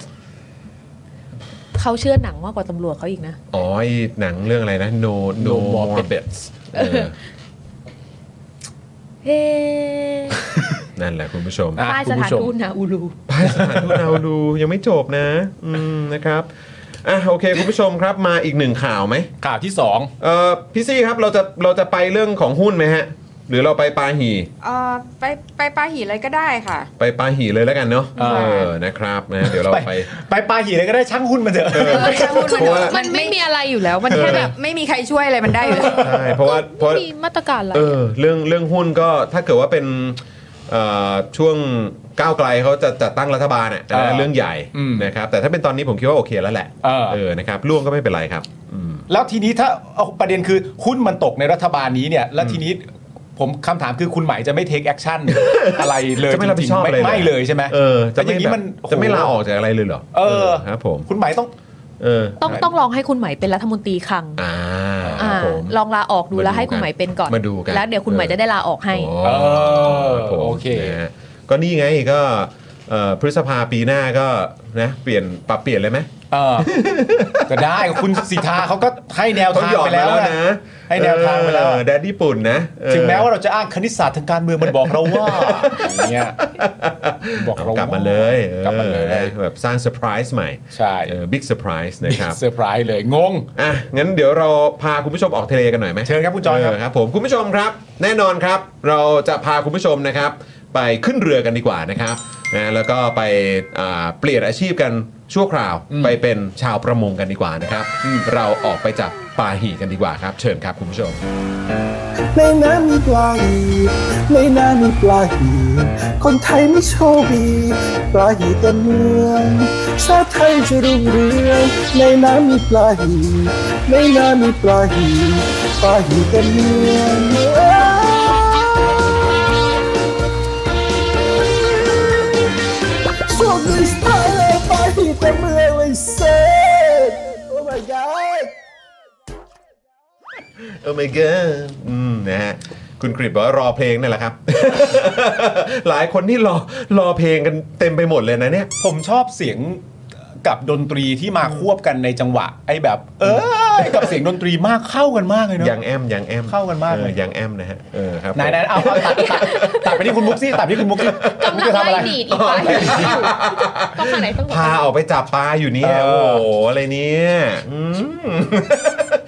S7: เขาเชื่อหนังมากกว่าตำรวจเขาอีกนะ
S1: อ๋อไอ้หนังเรื่องอะไรนะ no no
S2: No
S1: more
S2: More
S1: bets เออ
S7: เฮ้
S1: นั่นแหละคุณผู้ชม
S2: อ่ะ
S7: ป้าย
S2: คุ
S7: ส
S2: ณ
S7: ถาน
S2: ผู้ชม
S7: ทูตนาอูรู
S1: ไปสถานทูตนาดู ยังไม่จบนะ อืมนะครับอ่ะโอเคคุณผู้ชมครับมาอีกหนึ่งข่าวไหม
S2: ข่าวที่สอง
S1: เอ่อพี่ซี่ครับเราจะเราจะไปเรื่องของหุ้นไหมฮะ หรือเราไปปาหี
S9: เอ่อไปไปปลาหีอะไรก็ได้ค่ะ
S1: ไปปาหีเลยแล้วกันเนาะ
S9: เออ
S1: เออนะครับนะเดี๋ยวเราไป
S2: ไปปาหีเลยก็ได้ช่างหุ้นมันเถอะ
S1: เพราะว่า
S6: มันไม่มีอะไรอยู่แล้ว มัน
S1: เออ
S6: แค่
S9: แค่
S6: แบ
S9: แบบ บไม่มีใครช่วยอะไรมันได้เลย
S1: ใช่เพราะว่าเพราะ
S7: มีมาตรการอะไร
S1: เออเรื่องเรื่องหุ้นก็ถ้าเกิดว่าเป็นเอ่อช่วงก้าวไกลเขาจะจัดตั้งรัฐบาลอ่ะ
S2: เออ
S1: เรื่องใหญ่
S2: อืม
S1: นะครับแต่ถ้าเป็นตอนนี้ผมคิดว่าโอเคแล้วแหละ
S2: เออ
S1: เออนะครับล่วงก็ไม่เป็นไรครับอืม
S2: แล้วทีนี้ถ้าเอาประเด็นคือหุ้นมันตกในรัฐบาลนี้เนี่ย แล้วทีนี้ผมคำถามคือคุณหมายจะไม่เทคแอคชั่น อะไรเลย
S1: จะไม่รับผิดชอบ
S2: จงๆ
S1: อะไรเลย
S2: ไม่เลยใช่ไหม
S1: เออจะไม่
S2: แต่อย่างนี้
S1: แบบ
S2: มันโอ้โห
S1: จะไม่ลาออกจากอะไรเลยเหรอ
S2: เออ
S1: ครับผม
S2: คุณหมายต้อง
S1: เออ
S7: ต้องต้องลองให้คุณไหมายเป็นรัฐมนตรีคลัง
S1: อ่าค
S7: อ่า
S1: รับผม
S7: ลองลาออกดู
S1: มาดู
S7: แล้วให้คุณ
S1: กัน
S7: ไหมายเป็นก่อน
S1: มาดูกัน
S7: แล้วเดี๋ยวคุณไหมาย
S1: เออ
S7: จะได้ลาออกให้
S2: เออ
S1: ผม
S2: โอเค
S1: นะฮะก็นี่ไงก็เอ่อพฤษภาปีหน้าก็นะเปลี่ยนปรับเปลี่ยนเลยไหม
S2: เออก็ได้คุณสิทธาเขาก็ให้แนว
S1: เขา
S2: ทาง
S1: หยอดมา
S2: ไปแล้
S1: แล้ว ว
S2: นะ
S1: นะ
S2: ให้แนวทางไปแล้ว
S1: แดดญี่ปุ่นนะเออ
S2: ถึงแม้ว่าเราจะอ้างคณิตศาสตร์ทางการเมืองมันบอกเราว่าอย่างเงี้ยบอก
S1: เอา
S2: เรา
S1: ก
S2: ก
S1: ลับมาเลยเออก
S2: ลับมาเลย
S1: แบบสร้างเซอร์ไพรส์ใหม่
S2: ใช่
S1: บิ๊กเซอร์ไพรส์นะครับ
S2: เซอร์ไพรส์เลยงง
S1: อ่ะงั้นเดี๋ยวเราพาคุณผู้ชมออกทะเลกันหน่อยไหม
S2: เชิญครับคุณจอยครับ
S1: เครับผมคุณผู้ชมครับ แน่นอนครับ เราจะพาคุณผู้ชมนะครับ ไปขึ้นเรือกันดีกว่านะครับนะแล้วก็ไปอ่าเปลี่ยนอาชีพกันชั่วคราวไปเป็นชาวประมงกันดีกว่านะครับ เราออกไปจากปาหีกันดีกว่าครับ เชิญครับคุณผู้ชม
S10: ในน้ำมีปลาหีในน้ำมีปลาหีคนไทยไม่โชคดีปลาหีเต็มเมืองชาติไทยจะรุ่งเรืองในน้ำมีปลาหีในน้ำมีปลาหีปลาหีเต็มเมืองเอ้ยโชคดีสไตล์เลยปลาหีเต็มเมืองเลยเซ่โอ้ my god
S1: โอ้ my god อืมนะฮะคุณกริบบอกว่ารอเพลงนั่นแหละครับ หลายคนที่รอรอเพลงกันเต็มไปหมดเลยนะเนี่ย
S2: ผมชอบเสียง กับดนตรีที่มาควบกันในจังหวะ ไอ้แบบ เออกับเสียงดนตรีมากเข้ากันมากเลยเนอะ
S1: ยังแอมยังแอม
S2: เข้ากันมากเลย
S1: ออยังแอมนะฮะเออครับ
S2: ไหนไหนเอาเอาตัดตัดตัดไปที่คุณมุกซี่ตัดไปที่คุณมุกซี่
S7: กำลังไล่ดีดอีกฝ่ายต้องข้างไหนต้อง
S1: พาออกไปจับปลาอยู่เนี่ยโอ้โหอะไรเนี่ย อืม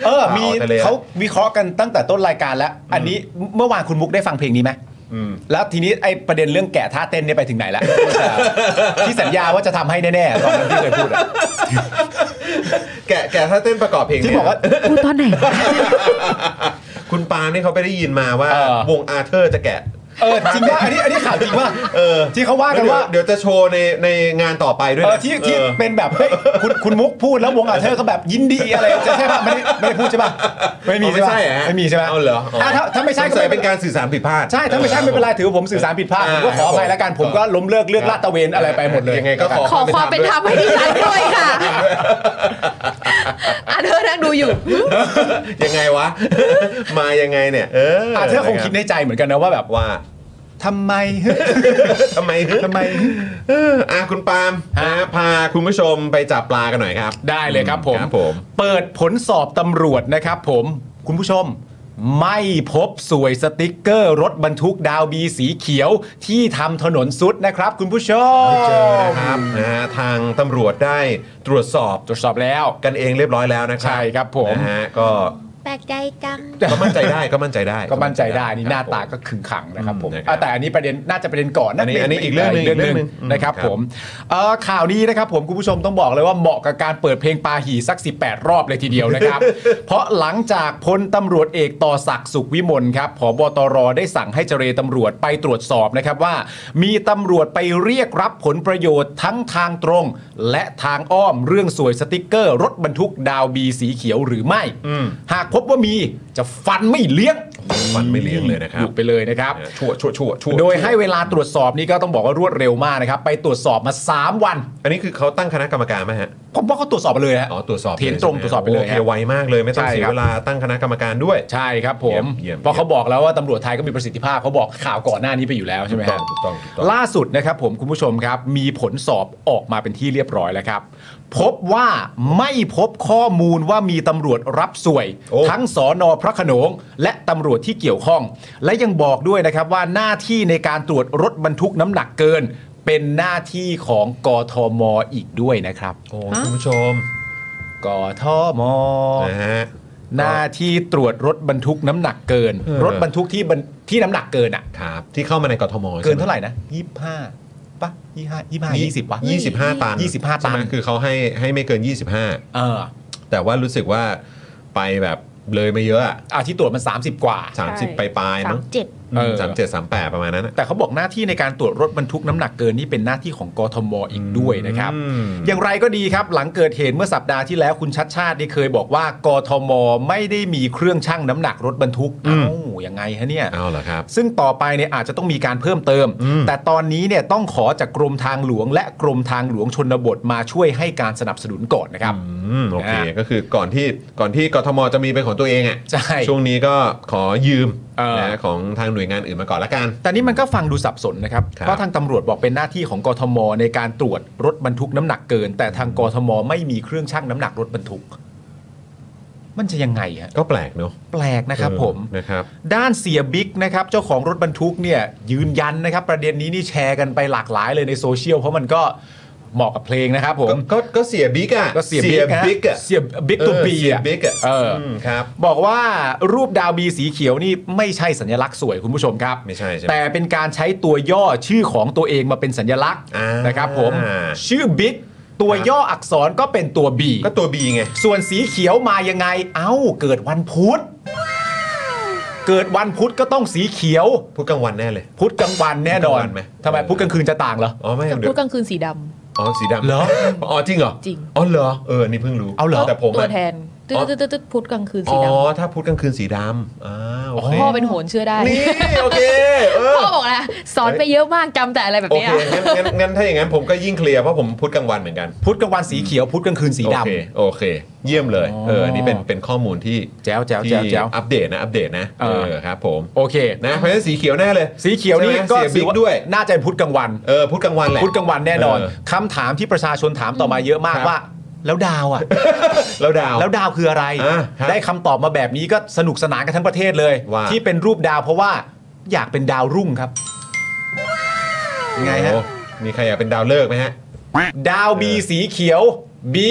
S2: เออ
S1: เอา
S2: มี
S1: แต่เลยอะ
S2: เขาวิเคราะห์กันตั้งแต่ต้นรายการแล้ว อันนี้เมื่อวานคุณมุกได้ฟังเพลงนี้ไหม
S1: อืม
S2: แล้วทีนี้ไอ้ประเด็นเรื่องแกะท่าเต้นเนี่ยไปถึงไหน แล้ว ที่สัญญาว่าจะทำให้แน่ๆตอนนั้นที่เคยพูดอะ
S1: แกะแกะถ้าเต้นประกอบเพลง
S2: ที่
S1: เนี่ย
S2: บอกว่า
S6: พูดตอนไหน
S1: คุณปาล์มนี่เขาไปได้ยินมาว่า
S2: เออ
S1: วงอาเธอร์จะแกะ
S2: เออจริงว่าอันนี้อันนี้ข่าวจริงว่า
S1: เออ
S2: ที่เขาว่ากันว่า
S1: เดี๋ยวจะโชว์ในในงานต่อไปด้วย
S2: เอ
S1: นะ
S2: อที่ที่
S1: เออ
S2: เป็นแบบเฮ้ยคุณคุณมุกพูดแล้ววงอาเธอร์ก็แบบยินดีอะไรจะใช่ ป่ะไม่ได้ไม่ได้พูดใช่ป่ะไม่มี
S1: อ๋อไม่
S2: ใช่
S1: ใช่
S2: ป่ะ
S1: เหรอฮะ
S2: ไม่มีใช่ป่ะ
S1: เอาเหรออ๋ออ่
S2: ะถ้าถ้าไม่ใช่
S1: ส
S2: ก็
S1: งสัย
S2: ไม่เป็
S1: เป็น
S2: น
S1: การสื่อสารผิดพลาด
S2: ใช่ถ้าไม่ใช่ไม่เป็นไรถือว่าผมสื่อสารผิดพลาดผมก็ขออภัยแล้วกันผมก็ล้มเลิกเลือกลาดตระเวนอะไรไปหมดเลย
S1: ยังไงก็ขอ
S7: ขอความเป็นธรรมให้ดิฉันด้วยค่ะ อ่ะเธอนั่งดูอยู่
S1: ยังไง วะ มายังไงเนี่ย เอออา
S2: อาเธอร์คงคิดในใจเหมือนกันนะว่าแบบ
S1: ว่า
S2: ทำไม
S1: ทำไม
S2: ทำไม
S1: เอออ่ะคุณปาล์ม
S2: ฮะ
S1: นะพาคุณผู้ชมไปจับปลากันหน่อยครับ
S2: ได้เลยครับผม
S1: ครับผม
S2: เปิดผลสอบตำรวจนะครับผมคุณผู้ชม ไม่พบสวยสติกเกอร์ รถบรรทุกดาวบีสีเขียวที่ทำถนนสุดนะครับคุณผู้ชม
S1: เจอนะครับนะฮะทางตำรวจได้ตรวจสอบ
S2: ตรวจสอบแล้ว
S1: กันเองเรียบร้อยแล้วนะครับ
S2: ใช่ครับผม
S1: นะฮะก็
S7: แปลกใจจัง
S1: ก็มั่นใจได้ก็มั่นใจได้
S2: ก็มั่นใจได้นี่หน้าตาก็ขึงขังนะครับผม
S1: อืมนะครับ
S2: อ่ะแต่อันนี้ประเด็นน่าจะประเด็นก่อน
S1: อันนี้อันนี้อีกเรื่องหนึ่ง
S2: เรื่องหนึ่
S1: อีก
S2: ง
S1: เรื่องหนึ่ง
S2: นะครับ
S1: ครับ
S2: ผมเอ่อข่าวนี้นะครับผมคุณผู้ชมต้องบอกเลยว่าเหมาะกับการเปิดเพลงปาหีสัก 18 รอบเลยทีเดียวนะครับ เพราะหลังจากพลตำรวจเอกต่อศักดิ์สุขวิมลครับผบตรได้สั่งให้เจรตำรวจไปตรวจสอบนะครับว่า มีตำรวจไปเรียกรับผลประโยชน์ทั้งทางตรง และทางอ้อมเรื่องสวยสติกเกอร์ รถบรรทุกดาวบีสีเขียวหรือไม่
S1: อืม
S2: หากพบว่ามีจะฟันไม่เลี้ยง
S1: ฟันไม่เลี้ยงเลยนะครับ
S2: หยุดไปเลยนะครับ
S1: ชั่วชั่วชั่วชั่ว
S2: โดยให้เวลาตรวจสอบนี่ก็ต้องบอกว่ารวดเร็วมากนะครับ ไปตรวจสอบมา 3 วัน
S1: อันนี้คือเขาตั้งคณะกรรมการไหมฮะ
S2: ผมว่าเขาตรวจสอบไปเลยฮะ
S1: อ๋อ ตรวจสอบ
S2: เห็นตรงตร
S1: ใช่ไห
S2: ว
S1: ม
S2: จสอบไปเล
S1: โอ
S2: ยฮะ
S1: เคไวมากเลยไม่ต้อง
S2: ใช่
S1: เสีย
S2: ครับ
S1: เวลาตั้งคณะกรรมการด้วย
S2: ใช่ครับผม
S1: เยี่ยมเยี่ยม
S2: เพราะเขาบอกแล้วว่าตำรวจไทยก็มีประสิทธิภาพเขาบอกข่าวก่อนหน้านี้ไปอยู่แล้วใช่ไหมฮะ
S1: ถูกต้องถูกต้องถูกต้อง
S2: ล่าสุดนะครับผมคุณผู้ชมครับ มีผลสอบออกมาเป็นที่เรียบร้อยแล้วครับ พบว่าไม่พบข้อมูลว่ามีตำรวจรับสวย
S1: โอ้
S2: ทั้งสอนอพระโขนง และตำรวจที่เกี่ยวข้อง และยังบอกด้วยนะครับว่าหน้าที่ในการตรวจรถบรรทุกน้ำหนักเกิน เป็นหน้าที่ของกทมอีกด้วยนะครับ
S1: โอ้คุณผู้ชม
S2: กทม
S1: นะฮะ
S2: หน้าที่ตรวจรถบรรทุกน้ำหนักเกิน
S1: เออ
S2: รถบรรทุกที่บรรที่น้ำหนักเกินอ่ะ
S1: ครับที่เข้ามาในกทม
S2: เกินเท่าไหร่นะยี่ห้าปะยี่ห้ายี่ห้ายี่สิบวะ
S1: ยี่สิบห้าตัน
S2: 25
S1: ใช่
S2: ตัน
S1: ไหมคือเขาให้ให้ไม่เกิน
S2: เออ
S1: 25 แต่ว่ารู้สึกว่าไปแบบเลยมาเยอะอะ
S2: อาที่ตรวจมัน 30 กว่า
S1: 30 ไปปลายๆมั้ง
S7: เจ็ด
S2: เออ
S1: สามเจ็ดสามแปดประมาณนั้นอะ
S2: แต่เขาบอกหน้าที่ในการตรวจรถบรรทุกน้ำหนักเกินนี่เป็นหน้าที่ของกทมอีกด้วยนะครับ
S1: อืม
S2: อย่างไรก็ดีครับ หลังเกิดเหตุเมื่อสัปดาห์ที่แล้วคุณชัดชาติได้เคยบอกว่ากทมไม่ได้มีเครื่องชั่งน้ำหนักรถบรรทุกเอ้ายังไงฮะเนี่ย
S1: เอาเหรอครับ
S2: ซึ่งต่อไปเนี่ยอาจจะต้องมีการเพิ่มเติม
S1: อืม
S2: แต่ตอนนี้เนี่ยต้องขอจากกรมทางหลวง และกรมทางหลวงชนบทมาช่วยให้การสนับสนุนก่อนนะครับ
S1: อืมโอเค
S2: นะ
S1: ก็คือก่อนที่ก่อนที่กทมจะมีเป็นของตัวเองอ่ะ
S2: ใช่
S1: ช่วงนี้ก็ขอยืม
S2: เออ
S1: นะของทางหน่วยงานอื่นมาก่อนละกัน
S2: แต่นี่มันก็ฟังดูสับสนนะครับ
S1: ครับ
S2: เพราะทางตำรวจบอกเป็นหน้าที่ของกทม ในการตรวจรถบรรทุกน้ำหนักเกิน แต่ทางกทม ไม่มีเครื่องชั่งน้ำหนักรถบรรทุก มันจะยังไงฮะ
S1: ก็แปลกเนอะ
S2: แปลกนะครับผม
S1: เออนะครับ
S2: ด้านเสียบิ๊กนะครับเจ้าของรถบรรทุกเนี่ยยืนยันนะครับ ประเด็นนี้นี่แชร์กันไปหลากหลายเลยในโซเชียลเพราะมันก็เหมาะกับเพลงนะครับผม
S1: ก็ก็ก็เสียบิ๊กอ่ะ
S2: ก็เสียบิ๊กฮะ
S1: บิ๊กอ่ะ
S2: เสียบิ๊กตัว
S1: เออ
S2: ปี
S1: เสีย
S2: อ่ะ
S1: บิ๊กอ่ะ
S2: เอออ
S1: มครับ
S2: บอกว่ารูปดาวบีสีเขียวนี่ไม่ใช่สัญลักษณ์สวยคุณผู้ชมครับ
S1: ไม่ใช่ใช่ไหม
S2: แต่เป็นการใช้ตัวย่อชื่อของตัวเองมาเป็นสัญลักษณ์
S1: อ่าน
S2: นะครับผม
S1: อ่า
S2: ชื่อบิ๊กตัวย่ออักษรก็เป็นตัวบี
S1: ก็ตัวบีไง
S2: ส่วนสีเขียวมายังไง เอ้า เกิดวันพุธ เกิดวันพุธก็ต้องสีเขียว
S1: พูดกลางวันแน่เลย
S2: พุธกลางวันแน่นอน
S1: พุธกลางวันไหม
S2: ทำไมพุธกลางคืนจะต่างเหรอ
S1: อ๋อไม่
S7: กับ
S1: เดี๋ย
S7: พู
S1: ว
S7: ดกลางคืนสีดำ
S1: อ๋อสีดำ
S2: เหรอ
S1: อ๋อจริงเหรอ
S7: จริง
S1: อ๋อเหรอเออนี่เพิ่งรู้
S2: เอาเหรอ
S1: แต่ผม
S7: ตัว
S1: อะ
S7: แทน ตึ๊ดตึ๊ดตึ๊ดตึ๊ดพุธกลางคืนสี
S1: อ๋
S7: ด
S1: อ ถ้าพูดกลางคืนสีดำอ่าโอเค
S7: ำพ่อเป็นโหนเชื่อได้
S1: นี่ โอเคเออ
S7: พ่อบอกนะสอนไปเยอะมากจำแต่อะไรแบบ
S1: โอ
S7: เนี้
S1: เค
S7: ย
S1: งั้นงั้นงั้นถ้าอย่างนั้นผมก็ยิ่งเคลียร์เพราะผมพูดกลางวันเหมือนกัน
S2: พุธกลางวันสีเขียวพุธกลางคืนสี
S1: โอ
S2: ดำ
S1: เคโอเค เยี่ยมเลย เออ
S2: อ๋ออั
S1: อันนี้เป็นเป็นข้อมูลที่
S2: แจ๋วแจ๋ว
S1: ที่
S2: แจ๋วแจ๋ว
S1: อัปเดตนะ อัปเดตนะ
S2: เอ
S1: เอ
S2: อ
S1: อครับผม
S2: โอเค
S1: นะเพราะฉะนั้นสีเขียวแน่เลย
S2: สีเขียวนี่
S1: ใช่ไหม
S2: ก็
S1: เสียบิ๊ก
S2: ถือา
S1: ด้วย
S2: น่าจะเป็นพุธกลางวัน
S1: เออพูดกลางวันแหละ
S2: พุธกลางวันแน่นอน
S1: เออ
S2: คำถามที่ประชาชนถามต่อมาเยอะมาก
S1: ครับ
S2: ว่า แล้วดาวอ่ะ
S1: แล้วดาว
S2: แล้วดาวคืออะไร
S1: อ่ะครับ
S2: ได้คำตอบมาแบบนี้ก็สนุกสนานกันทั้งประเทศเลย
S1: ว่า
S2: ที่เป็นรูปดาวเพราะว่าอยากเป็นดาวรุ่งครับ ยังไงฮะ
S1: โอ้มีใครอยากเป็นดาวเลิกษ์ไหมฮะ
S2: ดาวบีสีเขียวบี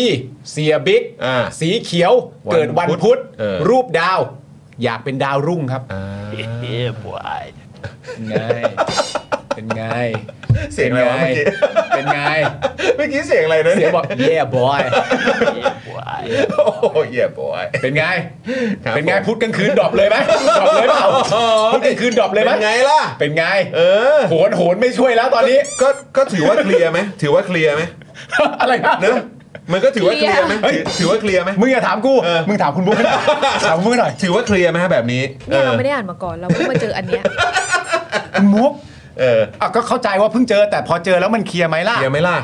S2: เสียบิ๊ก
S1: อ่า
S2: สีเขียว
S1: วัน
S2: เกิดวันพุธ
S1: เออ
S2: รูปดาว อยากเป็นดาวรุ่งครับ
S1: อ่า
S2: ไงเป็นไง
S1: เสียงอะไรวะเมื่อกี้
S2: เป็นไง
S1: เมื่อกี้เสียงอะไรนะ
S2: เสี
S1: เนี่ย ย
S2: งบอก yeah boy
S1: โอ้โหเยี่ยบอย
S2: เป็นไง
S1: ครับ
S2: เป็นไง
S1: ผม
S2: พุธกลางคืนดรอปเลยไหมดรอปเลยเปล่าพุธกลางคืนดรอปเลยไหม
S1: เป็นไงล่ะ
S2: เป็นไง
S1: เออ
S2: โหนโหนไม่ช่วยแล้วตอนนี้
S1: ก็ก็ถือว่าเคลียร์ไหมถือว่าเคลียร์ไหม
S2: อะไรนะ
S1: เนอะมันก็ถือว่าเคลียร์ไหม
S2: เฮ้ย
S1: ถือว่าเคลียร์ไหม
S2: มึงอย่าถามกู
S1: เออ
S2: มึงถามคุณบุ๊คถามคุณบุ๊คหน่อย
S1: ถือว่าเคลียร์ไหมฮะแบบนี้
S7: เนี่ยเราไม่ได้อ่านมาก่อนเราเพิ่งมาเจออันเนี้ย
S2: คุณบุ๊ค
S1: เออ
S2: อ่ะก็เข้าใจว่าเพิ่งเจอแต่พอเจอแล้วมันเคลียร์ไหมล่ะ
S1: เคลียร์ไหมล่ะ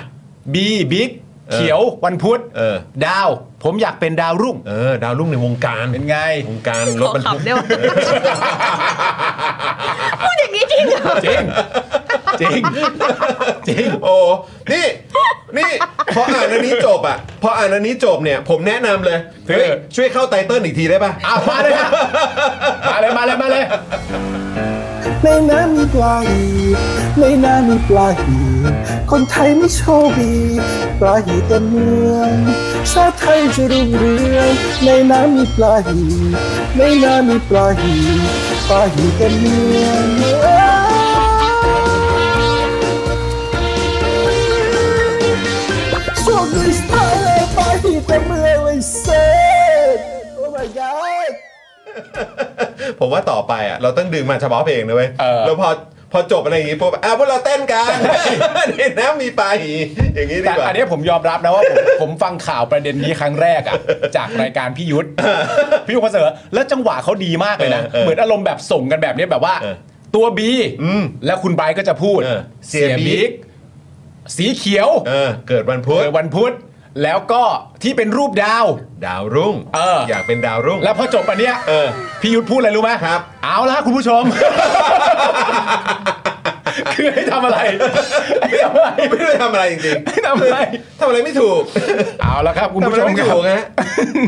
S2: บีบิ๊ก
S1: เออ
S2: เขียววันพุธ
S1: เออ
S2: ดาว ผมอยากเป็นดาวรุ่ง
S1: เออ ดาวรุ่งในวงการ
S2: เป็นไง
S1: วงการรถบรรทุก
S7: พูดอย่างนี้จริงเหรอ
S2: จริง จริ ง จริง
S1: โอ้นี่นี่ พออ่านอันนี้จบอ่ะพออ่านอันนี้จบเนี่ย ผมแนะนำเลย
S2: เออ
S1: เฮ้ยช่วยเข้าไตเติ้ลอีกทีได้ป่ะ
S2: อ่ะมาเลยนะมาเลย มาเลย มาเลย
S10: ในน้ำมีปลาหีในน้ำมีปลาหีคนไทยไม่โชคดีปลาหีเต็มเมืองชาติไทยจะรุ่งเรืองในน้ำมีปลาหีในน้ำมีปลาหีปลาหีเต็มเมืองเอ้ยโชคดีสไตล์เลยปลาหีเต็มเมืองเลยเซ็ต Oh my god
S1: ผมว่าต่อไปอ่ะเราต้องดึงมาเฉพาะเพลงนะเว้ย
S2: เออ
S1: แล้วพอพอจบอะไรอย่างงี้ปุ๊บอ่ะพวกเราเต้นกัน ในน้ำมีปลาหีอย่างงี้ดี
S2: แต่
S1: กว่า
S2: อันเนี้ยผมยอมรับนะว่าผมผมฟังข่าวประเด็นนี้ครั้งแรก อ่ะ จากรายการพี่ยุทธพี่ยุทธเขาเสนอแล้วจังหวะเขาดีมากเลยนะ
S1: เออเออ
S2: เหมือนอารมณ์แบบส่งกันแบบเนี้ยแบบว่า
S1: เออ
S2: ตัวบี
S1: อืม
S2: แล้วคุณไบร์ทก็จะพูด
S1: เออเสียบิ๊ก
S2: สีเขียว
S1: เออเกิดวันพุธ
S2: เกิดวันพุธแล้วก็ที่เป็นรูปดาว
S1: ดาวรุ่ง
S2: เอออ
S1: ยากเป็นดาวรุ่ง
S2: แล้วพอจบอันเนี้ย
S1: เออ
S2: พี่ยุทธพูดอะไรรู้ไหม
S1: ครับ
S2: เอาละคุณ ผู้ชม คือให้ทำ อะไรให้ทำอะไร
S1: ไม่รู้จะทำอะไรจริงๆ
S2: ทำอะไร
S1: ทำอะไรไม่ ถูก
S2: เอาละครับคุณ
S1: ทำ
S2: ผู้
S1: อะไร
S2: ชม
S1: ไม่
S2: ครั
S1: ถู
S2: บ
S1: กฮะ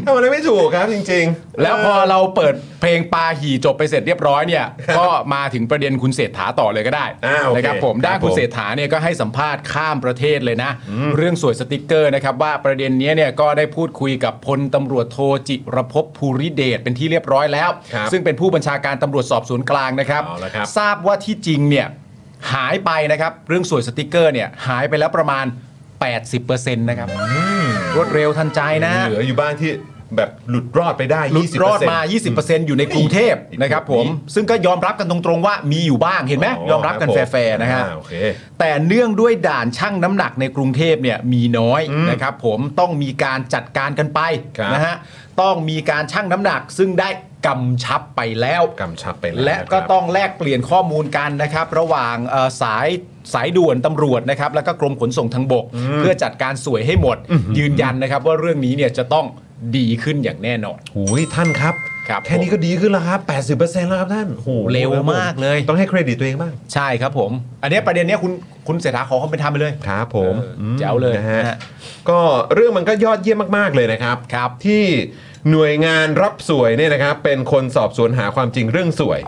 S1: ทำอะไรไม่ถูกครับจริงๆ
S2: แล้วพอเราเปิดเพลงปาหี่จบไปเสร็จเรียบร้อย เนี่ย ก็มาถึงประเด็นคุณเศรษฐาต่อเลยก็ได้
S1: อ่าโอเค
S2: นะครับผมด้า
S1: ค
S2: น
S1: รับผม
S2: คุณเศรษฐาเนี่ยก็ให้สัมภาษณ์ข้ามประเทศเลยนะ เรื่องสวยสติกเกอร์นะครับว่าประเด็นเนี้ยเนี่ยก็ได้พูดคุยกับพลตำรวจโทจิรภพภูริเดชเป็นที่เรียบร้อยแล้ว
S1: ครับ
S2: ซึ่งเป็นผู้บัญชาการตำรวจสอบสวนกลางนะครับ
S1: เอาละครับ
S2: ทราบว่าที่จริงเนี่ยหายไปนะครับเรื่องสวยสติกเกอร์เนี่ยหายไปแล้วประมาณ 80%นะครับรวดเร็วทันใจนะ
S1: เหลืออยู่บ้างที่แบบหลุดรอดไปได้
S2: หลุดรอดมา
S1: 20%
S2: 20%อยู่ในกรุงเทพนะครับผม ซึ่งก็ยอมรับกันตรงๆว่ามีอยู่บ้างเห็นไหมยอมรับกันแฟร์ๆนะฮะ
S1: อ่าโอเค
S2: แต่เนื่องด้วยด่านช่างน้ำหนักในกรุงเทพเนี่ยมีน้อยนะครับผมต้องมีการจัดการกันไป
S1: ครับ
S2: นะฮะต้องมีการชั่งน้ำหนัก ซึ่งได้กำชับไปแล้ว
S1: กำชับไปแล้ว
S2: และ
S1: นครับ
S2: ก็ต้องแลกเปลี่ยนข้อมูลกันนะครับ ระหว่างเอ่อสายสายด่วนตำรวจนะครับ แล้วก็กรมขนส่งทางบก เพื่อจัดการสวยให้หมด ยืนยันนะครับว่าเรื่องนี้เนี่ยจะต้องดีขึ้นอย่างแน่นอน
S1: หูยท่านครับ
S2: ครับ
S1: แค่นี้ก็ดีขึ้นแล้วครับ 80%แล้วครับท่านโอ้โห
S2: เร็วมากเลย
S1: ต้องให้เครดิตตัวเองบ้าง
S2: ใช่ครับผม อันเนี้ยประเด็นเนี้ยคุณคุณเศรษฐาขอความเป็นธรรมไปเลย
S1: ครับผม
S2: เออ
S1: ม
S2: แจ๋วเลย
S1: นะฮะ
S2: นะฮะ
S1: ก็เรื่องมันก็ยอดเยี่ยมมาก ๆ เลยนะครับ
S2: ครับ
S1: ที่หน่วยงานรับสวยเนี่ยนะครับ เป็นคนสอบสวนหาความจริงเรื่องสวย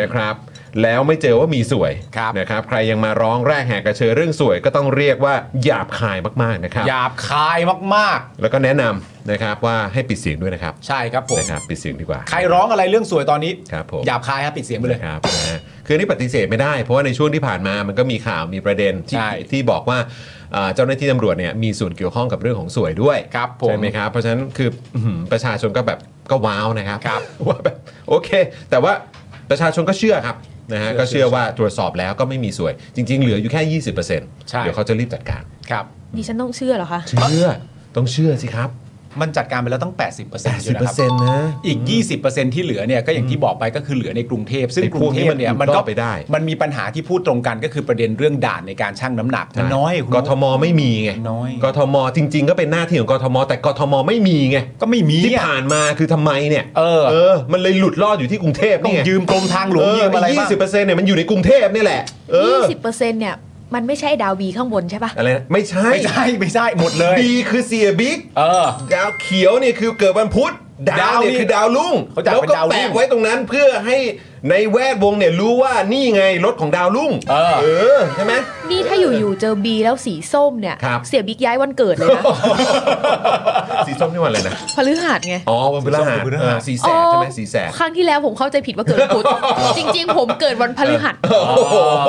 S1: นะครับ แล้วไม่เจอว่ามีสวย
S2: ครับ
S1: นะครับ ใครยังมาร้องแรกแหกกระเชอเรื่องสวยก็ต้องเรียกว่าหยาบคายมากๆนะครับ
S2: หยาบคายมาก
S1: แล้วก็แนะนำนะครับว่าให้ปิดเสียงด้วยนะครับ
S2: ๆ ใช่ครับผม
S1: นะครับปิดเสียงดีกว่า
S2: ใครร้องอะไรเรื่องสวยตอนนี้
S1: ครับผม
S2: หยาบคายครับปิดเสียงไปเลย
S1: นะครับนะฮะคืออันนี่ปฏิเสธไม่ได้ เพราะว่าในช่วงที่ผ่านมามันก็มีข่าวมีประเด็นที่
S2: ใช่
S1: ที่บอกว่าเอ่อเจ้าหน้าที่ตำรวจเนี่ยมีส่วนเกี่ยวข้องกับเรื่องของสวยด้วย
S2: ครับผม
S1: ใช่ไหมครับ เพราะฉะนั้นคืออื้อหือประชาชนก็แบบก็ว้าวนะครับ
S2: ครับ
S1: ว่าแบบโอเค แต่ว่าประชาชนก็เชื่อครับนะฮะ
S2: เชื่อ
S1: ก็เชื่อว่าตรวจสอบแล้วก็ไม่มีสวย จริง ๆ เหลืออยู่แค่ 20%เ
S2: ใช่
S1: ดี๋ยวเขาจะรีบจัดการ
S2: ครับ
S7: ดิฉันต้องเชื่อเหรอคะ
S1: เชื่อต้องเชื่อสิครับ
S2: มันจัดการไปแล้วตั้ง 80%อ
S1: 80%
S2: ยู่นะครั
S1: นะ
S2: อีก 20%ที่เหลือเนี่ยก็อย่างที่บอกไปก็คือเหลือในกรุงเทพซึ่ง
S1: ไอ้
S2: กรุ
S1: พวก
S2: งเท
S1: นี้
S2: พ
S1: มัน
S2: เนี่ย
S1: หลุด
S2: มัน
S1: ร
S2: ก็
S1: อดไปได้
S2: มันมีปัญหาที่พูดตรงกันก็คือประเด็นเรื่องด่านในการชั่งน้ำหนักมันน้อยคุณ
S1: กทมไม่มีไง
S2: น้อย
S1: กทมจริง ๆ ก็เป็นหน้าที่ของกทม แต่กทมไม่มีไง
S2: ก็ไม่มี
S1: ที่
S2: อะ
S1: ผ่านมาคือทำไมเนี่ย
S2: เออ
S1: มันเลยหลุดรอดอยู่ที่กรุงเทพ
S2: ต้อ
S1: นี่
S2: ง
S1: ไง
S2: ยืมกรมทางหลวงยืมอะไร
S1: ยี่
S2: บ้าง
S1: สิบเปอร์เซ็นต์เนี่ยมันอยู่ในกรุงเทพนี่แหละเอ
S7: ยี่
S1: อ
S7: สิบเปอร์เซ็นต์เนี่ย มันไม่ใช่ดาวบีข้างบนใช่ปะ
S1: อะไรนะไม่ใช่
S2: ไม่ใช่ไม่ใช่หมดเลย
S1: ดีคือเสียบิ๊ก
S2: เออ
S1: ดาวเขียวเนี่ยคือเกิดวันพุธดา
S2: ดาว
S1: วเนี่ย
S2: นี่
S1: คือดาวรุ่ง
S2: เขาจัด
S1: แล้ว
S2: เป็น
S1: ก็
S2: ดาวรุ่ง
S1: แปะไว้ตรงนั้นเพื่อให้ในแวดวงเนี่ยรู้ว่านี่ไงรถของดาวรุ่ง
S2: เออ
S1: อใช่ไหม
S7: นี่ถ้าอยู่ๆเจอบีแล้วสีส้มเนี่ย
S1: ครับ
S7: เสียบิ๊กย้ายวันเกิดเลยนะ
S1: สีส้มนี่วันอะไรนะ
S7: พฤหัสไง
S1: อ๋อวันพฤหัส
S2: สีส้มวัน
S1: เออสีแสด
S2: พฤหัส
S1: ใช่ไหมสีแสด
S7: ครั้งที่แล้วผมเข้าใจผิดว่าเกิดวันพุธจริง ๆ ผมเกิดวันพฤหัส
S1: โอ้โห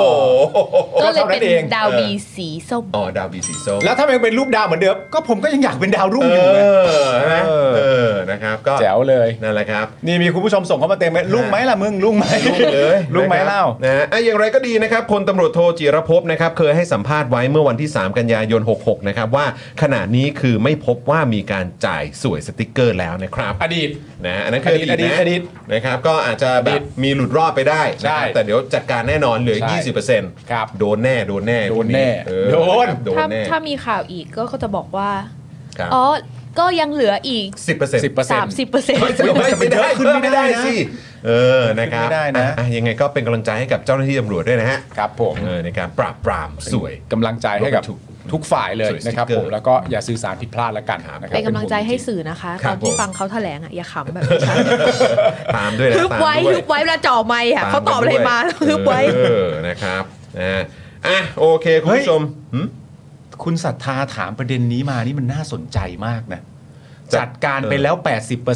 S7: ก็เลยเป็น
S2: ก็เท่านั้นเอง
S7: ดาวบีสีส้ม
S1: อ๋อดาวบีสีส้ม
S2: แล้วถ้ามันเป็นรูปดาวเหมือนเดิมก็ผมก็ยังอยากเป็นดาวรุ่ง
S1: เอ
S2: อยู่ไง
S1: อใช่ไหม
S2: เออ
S1: เออนะครับก็
S2: แจ๋วเลย
S1: นั่นแหละครับ
S2: นี่มีคุณผู้ชมส่งเข้ามาเต็มเลยลุงไหม ล่ะมึงลุงไหม
S1: ลุงเลย
S2: ลุงไหมเล่า
S1: นะฮะอ่ะอย่างไรก็ดีนะครับพลตำรวจโทจิรภพนะครับเคยให้สัมภาษณ์ไว้เมื่อวันที่ 3 กันยายน 66 นะครับว่าขณะนี้คือไม่พบว่ามีการจ่ายสวยสติกเกอร์แล้วนะครับ
S2: อดีต
S1: นะฮะอันนั้นคืออดีต
S2: อดีต
S1: นะ
S2: อดีต
S1: นะครับก็อาจจะแบ
S2: อดี
S1: บ
S2: ต
S1: มีหลุดรอดไปได้
S2: ใช่
S1: นะครับแต่เดี๋ยวจัดการแน่นอนเหลือ
S2: ใช่
S1: 20%
S2: ครับ
S1: โดนแน่โดนแน่
S2: โดนแน่
S1: เออ
S2: โดน
S1: โดน
S7: ถ้า
S1: แน่
S7: ถ้ามีข่าวอีกก็เขาจะบอกว่า
S1: ครับ
S7: อ๋อ ก็ยังเหลืออีก
S1: สิบเปอร์เซ็นต์
S2: สิบเปอร์เซ็นต์
S7: 30เปอร์เซ็นต์
S1: ไม่ได้ไม่ได้ขึ้นไม่ได้สิเออนะครับ
S2: ขึ้นไม่ได้นะ
S1: อ่ยังไงก็เป็นกำลังใจให้กับเจ้าหน้าที่ตำรวจด้วยนะฮะ
S2: ครับผม
S1: เออในการปราบปรามสวย
S2: กำลังใจให้กั
S1: ร
S2: บ
S1: ถบรรทุก
S2: ทุกฝ่ายเลย
S1: สวยสติ๊กเกอร์
S2: นะครับผมแล้วก็อย่าสื่อสารผิดพลาดแล้วกัน
S1: ครับ
S2: นะครับ
S7: เป็นกำลังใจให้
S2: เป็นห่ว
S7: สื่อนะคะ
S1: ครั
S7: ต
S1: บ
S7: อนที่
S1: ผม
S7: ฟังเขาแถลงอ่ะอย่าขำแบบฉัน
S1: ตามด้วยนะ
S7: ฮึบ
S1: ตาม
S7: ไว้
S1: ด้วย
S7: ฮึบไว้เวลาจ่อไมค์อ่ะ
S1: ม
S7: เขาตอบอะไร
S1: ด้วย
S7: มาฮึบไว้
S1: เออนะครับนะฮะอ่ะโอเคคุณผู้ชมหืม
S2: งคุณศรัทธาถามประเด็นนี้มานี่มันน่าสนใจมากนะ
S1: จัด
S2: จัดการไปแล้ว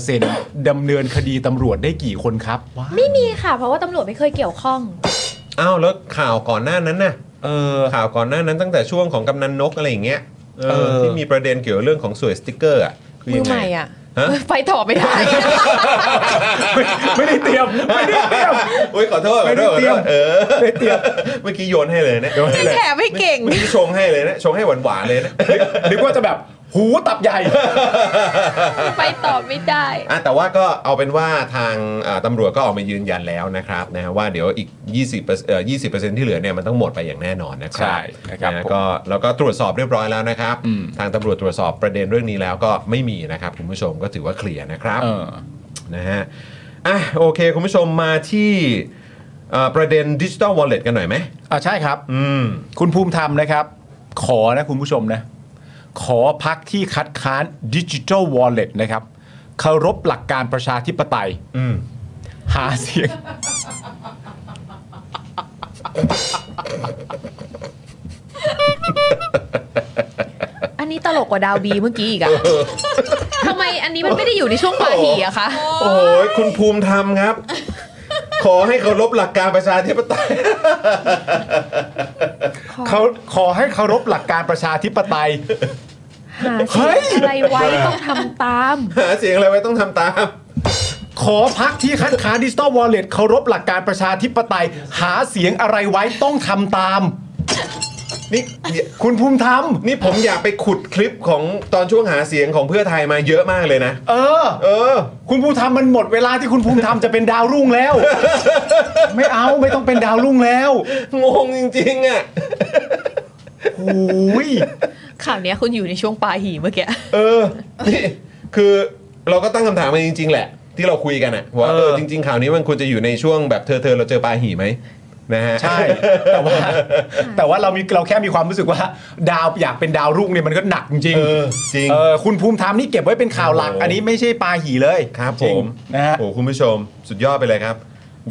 S2: 80%ดำเนินคดีตำรวจได้กี่คนครับว้าว
S7: ไม่มีค่ะ เพราะว่าตำรวจไม่เคยเกี่ยวข้อง
S1: อ้าวแล้วข่าวก่อนหน้านั้นน่ะ
S2: เออ
S1: ข่าวก่อนหน้านั้นตั้งแต่ช่วงของกำนันนกอะไรอย่างเงี้ยเออ
S2: เออ
S1: ที่มีประเด็นเกี่ยวกับเรื่องของสวยสติ๊กเกอร์อ่ะคื
S7: มื
S1: ยั
S7: อง ให
S1: ไง
S7: ม่อ่ะ
S1: ฮะ
S7: ไปต่อไม่ได้
S2: ไม่ไม่ได้เตรียมไม่ได้เตรียม
S1: โอ้ยขอโทษขอโทษขอ
S2: ไม่ได้เตรี
S1: โท
S2: ยม
S1: ษเออเมื่อกี้โยนให้เลยนะ
S7: ไม่แถมไม่เก่ง
S1: เมื่อกี้ชงให้เลยนะชงให้หวานๆเลยนะ
S2: นึกว่าจะแบบหูตับใหญ่
S7: ไปต่อไม่ได้
S1: อ่ะแต่ว่าก็เอาเป็นว่าทางเอ่อตำรวจก็ออกมายืนยันแล้วนะครับนะฮะว่าเดี๋ยวอีก 20%เอ่อ20%ที่เหลือเนี่ยมันต้องหมดไปอย่างแน่นอนนะครั
S2: ใช่นะครับ
S1: นะฮะ
S2: ผม
S1: ก็แล้วก็ตรวจสอบเรียบร้อยแล้วนะครับ
S2: อืม
S1: ทางตำรวจตรวจสอบประเด็นเรื่องนี้แล้วก็ไม่มีนะครับคุณผู้ชมก็ถือว่าเคลียร์นะครับ
S2: เออ
S1: นะฮะ อ่ะโอเค คุณผู้ชมมาที่เอ่อประเด็นดิจิ t a ลวอลเล็ตกันหน่อยไหม
S2: อ่าใช่ครับ
S1: อืม
S2: คุณภูมิธรรมนะครับ ขอนะคุณผู้ชมนะ ขอพักที่คัดค้านดิจิ t a ลวอลเล็ตนะครับเคารพหลักการประชาธิปไตย
S1: อืม
S2: หาเสียง
S7: อันนี้ตลกกว่าดาวบีเมื่อกี้อีกอะ ทำไมอันนี้มันไม่ได้อยู่ในช่วงปาหีอะคะ
S1: โอ้ยคุณภูมิธรรมครับ ขอให้เคารพหลักการประชาธิปไตย
S2: เขาขอให้เคารพหลักการประชาธิปไตย
S7: หาเสียงอะไรไว้ต้องทำตาม
S1: หาเสียงอะไรไว้ต้องทำตาม
S2: ขอพักที่คัดค้านดิจิ t a ลวอลเล็ตเคารพหลักการประชาธิปไตย หาเสียงอะไรไว้ต้องทำตาม
S1: นี่
S2: คุณภูมิธรรม
S1: นี่ผมอยากไปขุดคลิปของตอนช่วงหาเสียงของเพื่อไทยมาเยอะมากเลยนะ
S2: เออ
S1: เออ
S2: คุณภูมิธรรมมันหมดเวลาที่คุณภูมิธรรมจะเป็นดาวรุ่งแล้ว ไม่เอาไม่ต้องเป็นดาวรุ่งแล้ว
S1: งงจริงๆอ่ะ
S2: โอ้ย
S7: ข่าวเนี้ยคุณอยู่ในช่วงปาหีเมื่อกี้
S1: เออ นี่คือเราก็ตั้งคำถามมาจริง ๆ แหละ ที่เราคุยกันอ่ะว่าเอ
S2: เอ
S1: อ
S2: อ
S1: จริง ๆ ข่าวนี้มันควรจะอยู่ในช่วงแบบเธอเธอเราเจอปลาหีไหมนะฮะ
S2: ใช่ แต่ ว่า แต่ว่าเรามีเราแค่มีความรู้สึกว่า ดาวอยากเป็นดาวรุ่งเนี่ยมันก็หนักจริง
S1: เออจริง
S2: เออคุณภูมิธรรมนี่เก็บไว้เป็นข่าวหลัก
S1: โอ้
S2: อันนี้ไม่ใช่ปาหีเลย
S1: ครับ
S2: จ
S1: ผ
S2: ง
S1: ม
S2: นะฮะ
S1: โอ้คุณผู้ชม สุดยอดไปเลยครับ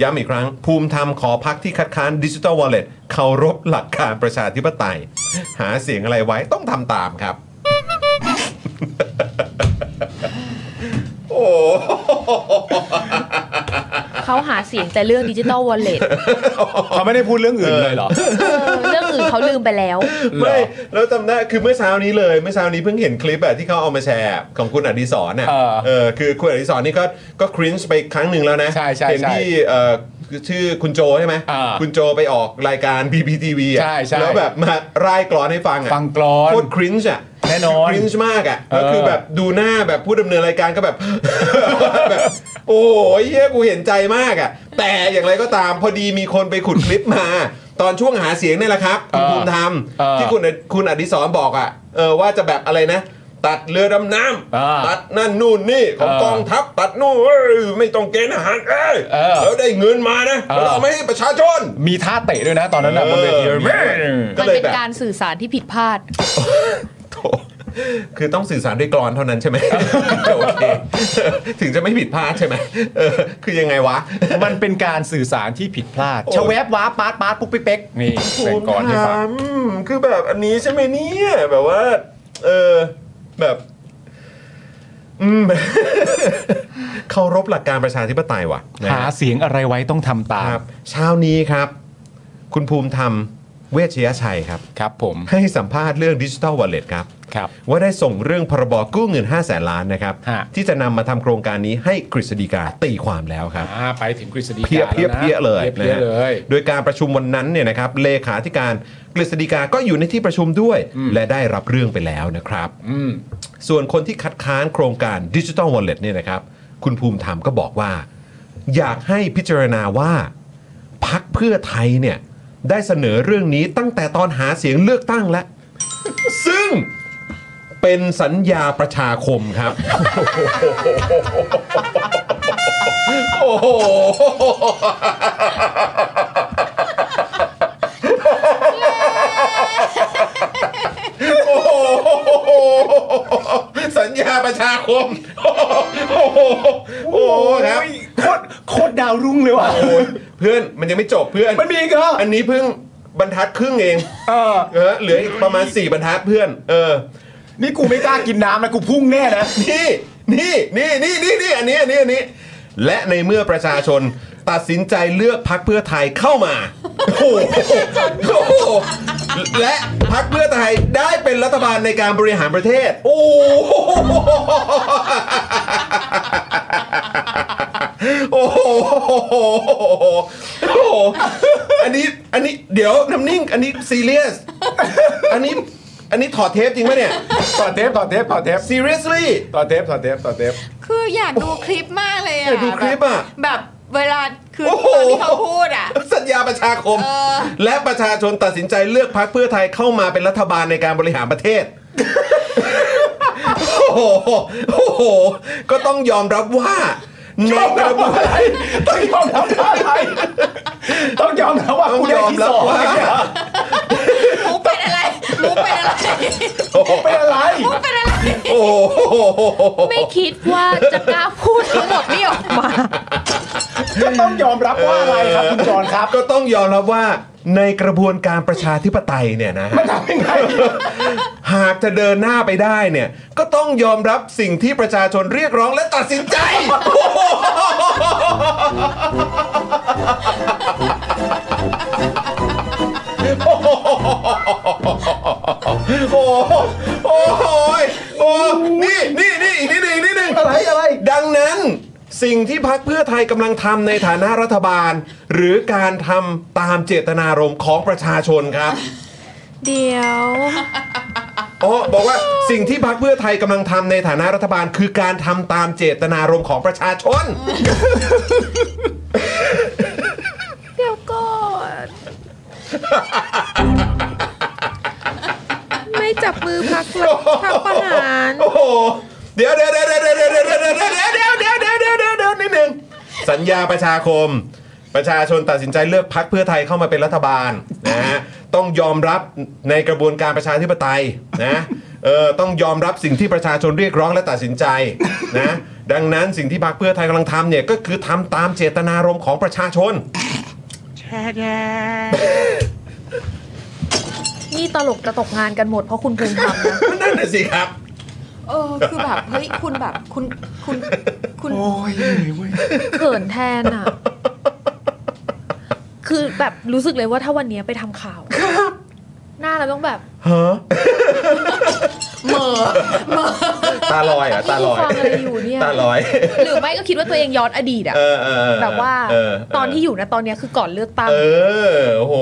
S1: ย้ำอีกครั้ง ภูมิธรรมขอพักที่คัดค้านดิจิทัลวอลเล็ตเคารพหลักการประชาธิปไตย หาเสียงอะไรไว้ต้องทำตามครับ โอ้
S7: เขาหาเสียงแต่เรื่องดิจิตอลวอลเล็ต
S2: เขาไม่ได้พูดเรื่องอื่นเลยเหรอ
S7: เรื่องอื่นเขาลืมไปแล้ว
S1: ไม่แล้วจำได้คือเมื่อเช้านี้เลยเมื่อเช้านี้เพิ่งเห็นคลิปอะที่เขาเอามาแชร์ของคุณอดิศรน่ะ
S2: เออ
S1: เออคือคุณอดิศรนี่ก็ก็คริ้นไปครั้งหนึ่งแล้วนะ
S2: ใช่ใช่
S1: เห็น
S2: ใช่
S1: ที่เอ่อชื่อคุณโจใช่ไหม
S2: อ่า
S1: คุณโจไปออกรายการ BPTV อะ
S2: ใช่ใช่
S1: แล้วแบบมาร่ายกลอนให้ฟังอะ
S2: ฟังกรอน
S1: โคตรคริ้นจ์อ่ะ
S2: แน่นอน
S1: กริ้งมากอ่ะ
S2: เอ
S1: ก็
S2: อ
S1: คือแบบดูหน้าแบบผู้ดำเนินรายการก็แบบ แบบโอ้โหเฮียกูเห็นใจมากอ่ะ แต่อย่างไรก็ตามพอดีมีคนไปขุดคลิปมา ตอนช่วงหาเสียงเนี่ยแหละครับคุณ
S2: เออ
S1: ภูมิธรรม
S2: เออ
S1: ที่คุณคุณอดิศรบอกอ่ะเออว่าจะแบบอะไรนะ ตัดเรือดำน้
S2: เออ
S1: ำตัดนั่นนู่นนี่ของ
S2: เออก
S1: องทัพตัดนู่นเอ้ยไม่ต้องเกณฑ์ทหารเอ้ย
S2: เออ
S1: แล้วได้เงินมานะ
S2: เออ
S1: แล้วเอาไม่ให้ประชาชน
S2: มีท่าเตะด้วยนะ ตอนนั้นนะบนเวที
S1: เออ
S2: แม่ง
S1: ก็
S7: มัน
S1: เลย
S7: เป็น
S1: แบบ
S7: การสื่อสารที่ผิดพลาด
S1: โถคือต้องสื่อสารด้วยกรอนเท่านั้นใช่ไหม โอเค ถึงจะไม่ผิดพลาดใช่ไหมเออ คือยังไงวะ
S2: มันเป็นการสื่อสารที่ผิดพลาด
S1: โอ้
S2: ชะแวบว้าปาดปาดปุ๊บปิ๊กเป๊กนี่แต่งก่อนให้ฟัง
S1: อืมคือแบบอันนี้ใช่ไหมเนี่ย แบบว่า เออ แบบ อืม เคารพหลักการประชาธิปไตยว่ะนะ
S2: หา
S1: ฮะ
S2: เสียงอะไรไว้ต้องทำตา
S1: ค
S2: ม
S1: รับ เช้านี้ครับ คุณภูมิธรรมเวชยชัยครับ
S2: ครับผม
S1: ให้สัมภาษณ์เรื่องดิจิ t a l วอลเล็ตครับ
S2: ครับ
S1: ว่าได้ส่งเรื่องพรบกู้เงิน 5 0 0แสนล้านนะครับ
S2: ฮะ
S1: ที่จะนำมาทำโครงการนี้ให้กฤษฎีกาตีความแล้วครับ
S2: อ่าไปถึงกฤษฎีกา
S1: เพียเพีย
S2: แวนะ
S1: เพียเลย
S2: เพีย
S1: นะฮะ
S2: เลย
S1: โดยการประชุมวันนั้นเนี่ยนะครับเลขาธิการกฤษฎีกาก็อยู่ในที่ประชุมด้วย และได้รับเรื่องไปแล้วนะครับ
S2: อืม
S1: ส่วนคนที่คัดค้านโครงการดิจิ t a l วอลเล็ตเนี่ยนะครับ คุณภูมิธรรมก็บอกว่า อยากให้พิจารณาว่าพักเพื่อไทยเนี่ย ได้เสนอเรื่องนี้ตั้งแต่ตอนหาเสียงเลือกตั้งแล้ว ซึ่งเป็นสัญญาประชาคมครับ โอ้โห โอ้โหสัญญาประชาคม โอ้โหโอ้โหครับ
S2: โคตรโคตรดาวรุ่งเลยว่ะ
S1: โอ้ยเพื่อนมันยังไม่จบเพื่อน
S2: มันมีอีกเหรอ
S1: อันนี้เพิ่งบรรทัดครึ่งเอง
S2: เออ
S1: เออเหลืออีกประมาณ 4 บรรทัดเพื่อน เออ
S2: นี่กูไม่กล้ากินน้ำนะกูพุ่งแน่นะ
S1: นี่นี่นี่นี่นี่นี่อันนี้อันนี้อันนี้ และในเมื่อประชาชนตัดสินใจเลือกพักเพื่อไทยเข้ามา โอ้โหโอ้โหและพักเพื่อไทยได้เป็นรัฐบาลในการบริหารประเทศ โอ้โหโอ้โหโอ้โหอันนี้อันนี้เดี๋ยวน้ำนิ่ง อันนี้ซีเรียสอันนี้อันนี้ถอดเทปจริงปะเนี่ย
S2: ต่อเทปต่อเทปต่อเทป
S1: seriously
S2: ต่อเทปต่อเทปต่อเทป
S6: คืออยากดูคลิปมากเลย
S1: อ
S6: อะ
S1: ยากดูคลิปอะ
S6: แบบแบบเวลาคือ
S1: โอ้โห
S6: ตอนที่เขาพูดอะ
S1: สัญญาประชาคม
S6: เออ
S1: และประชาชนตัดสินใจเลือกพรรคเพื่อไทยเข้ามาเป็นรัฐบาลในการบริหารประเทศ โอ้โหโอ้โห ก็ต้องยอมรับว่าในกระบวนการ
S2: ต้องยอมรับว่าอะไร ต้องยอมรับว่า
S1: ต้อง
S2: กู
S1: ย
S2: ได้
S1: อม
S2: ที่
S1: รั
S2: ส
S1: บ
S2: อง
S1: ว่า
S6: รู้เป็นอะไร รู้เป็นอะไร
S2: เป็นอะไร
S1: โอ้โห
S7: ไม่คิดว่าจะกล้าพูดทั้งหมดนี่ออกมา
S2: ก็ต้องยอมรับว่าอะไรครับคุณจรครับ
S1: ก็ต้องยอมรับว่าในกระบวนการประชาธิปไตยเนี่ยนะฮะ
S2: มันทำยังไง
S1: หากจะเดินหน้าไปได้เนี่ย ก็ต้องยอมรับสิ่งที่ประชาชนเรียกร้องและตัดสินใจ โอ้โหโอ้โหโอ้นี่นี่นี่อีกนิดหนึ่งอีกนิดหนึ่ง
S2: อะไรอะไร
S1: ดังนั้นสิ่งที่พักเพื่อไทยกำลังทำในฐานะรัฐบาล หรือการทำตามเจตนารมณ์ของประชาชนครับ
S7: เดี๋ยว
S1: อ๋อบอกว่าสิ่งที่พรรคเพื่อไทยกำลังทำในฐานะรัฐบาล คือการทำตามเจตนารมณ์ของประชาชน
S7: เดี๋ยวก่อน ไม่จับมือพักรักพักประหาร
S1: โอ้โหเดี๋ยวเดี๋ยวเดี๋ยวเดี๋ยวเดี๋ยวเดี๋ยวเดี๋ยวเดี๋ยวเดี๋ยวเดี๋ยวเดี๋ยวเดี๋ยวเดี๋ยวเดี๋ยวนิดหนึ่งสัญญาประชาคม ประชาชนตัดสินใจเลือกพักเพื่อไทยเข้ามาเป็นรัฐบาลนะฮะต้องยอมรับในกระบวนการประชาธิปไตยนะเออต้องยอมรับสิ่งที่ประชาชนเรียกร้องและตัดสินใจนะดังนั้นสิ่งที่พรรคเพื่อไทยกำลังทำเนี่ยก็คือทำตามเจตนารมณ์ของประชาชน
S7: นี่ตลกจะตกงานกันหมดเพราะคุณภูมิธรรมนะ
S1: นั่นน่ะสิครับ
S6: เออ คือแบบ เฮ้ย คุณแบบ คุณ คุณ คุณ
S7: เขินแทนอ่ะ คือแบบรู้สึกเลยว่าถ้าวันเนี้ยไปทำข่าว หน้าเราต้องแบบ
S1: ฮะ
S6: เหม่อ
S1: ตาลอยเหรอ่ะตาลอย
S7: ฟังอะไรอยู่เนี่ย
S1: ตาลอย
S7: หรือไม่ก็คิดว่าตัวเองย้อนอดีตอ่ะ
S1: เออเออเออ
S7: แบบว่า
S1: เเ
S7: ตอนที่อยู่นะตอนเนี้ยคือก่อนเลือกตั้ง
S1: เออโอ้โห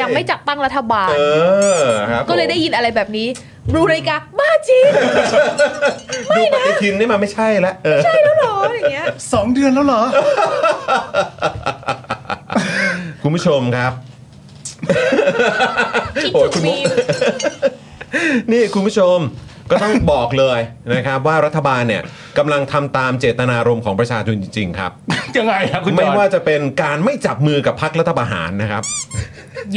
S7: ยังไม่จัดตั้งรัฐบาล
S1: เออครับ
S7: ก็เลยได้
S1: ผม
S7: ยินอะไรแบบนี้ บรูเรกาไม่
S6: จริง
S1: ดูปฏิทินนี่มันไม่ใช่ละเออ
S6: ใช่แล้วเหรออย่างเงี้ย
S2: สองเดือนแล้วเหรอ
S1: คุณผู้ชมครับ
S6: คิด
S1: โอ้ยคุ
S6: ถึ
S1: ณ
S6: ง
S1: มุก
S6: ฟิล์ม
S1: นี่คุณผู้ชมก็ต้องบอกเลยนะครับว่ารัฐบาลเนี่ยกำลังทำตามเจตนารมณ์ของประชาชนจริง ๆ ครับ
S2: ยังไงครับคุณจอห์น
S1: ไม่ว่าจะเป็นการไม่จับมือกับพรรครัฐประหารนะครับ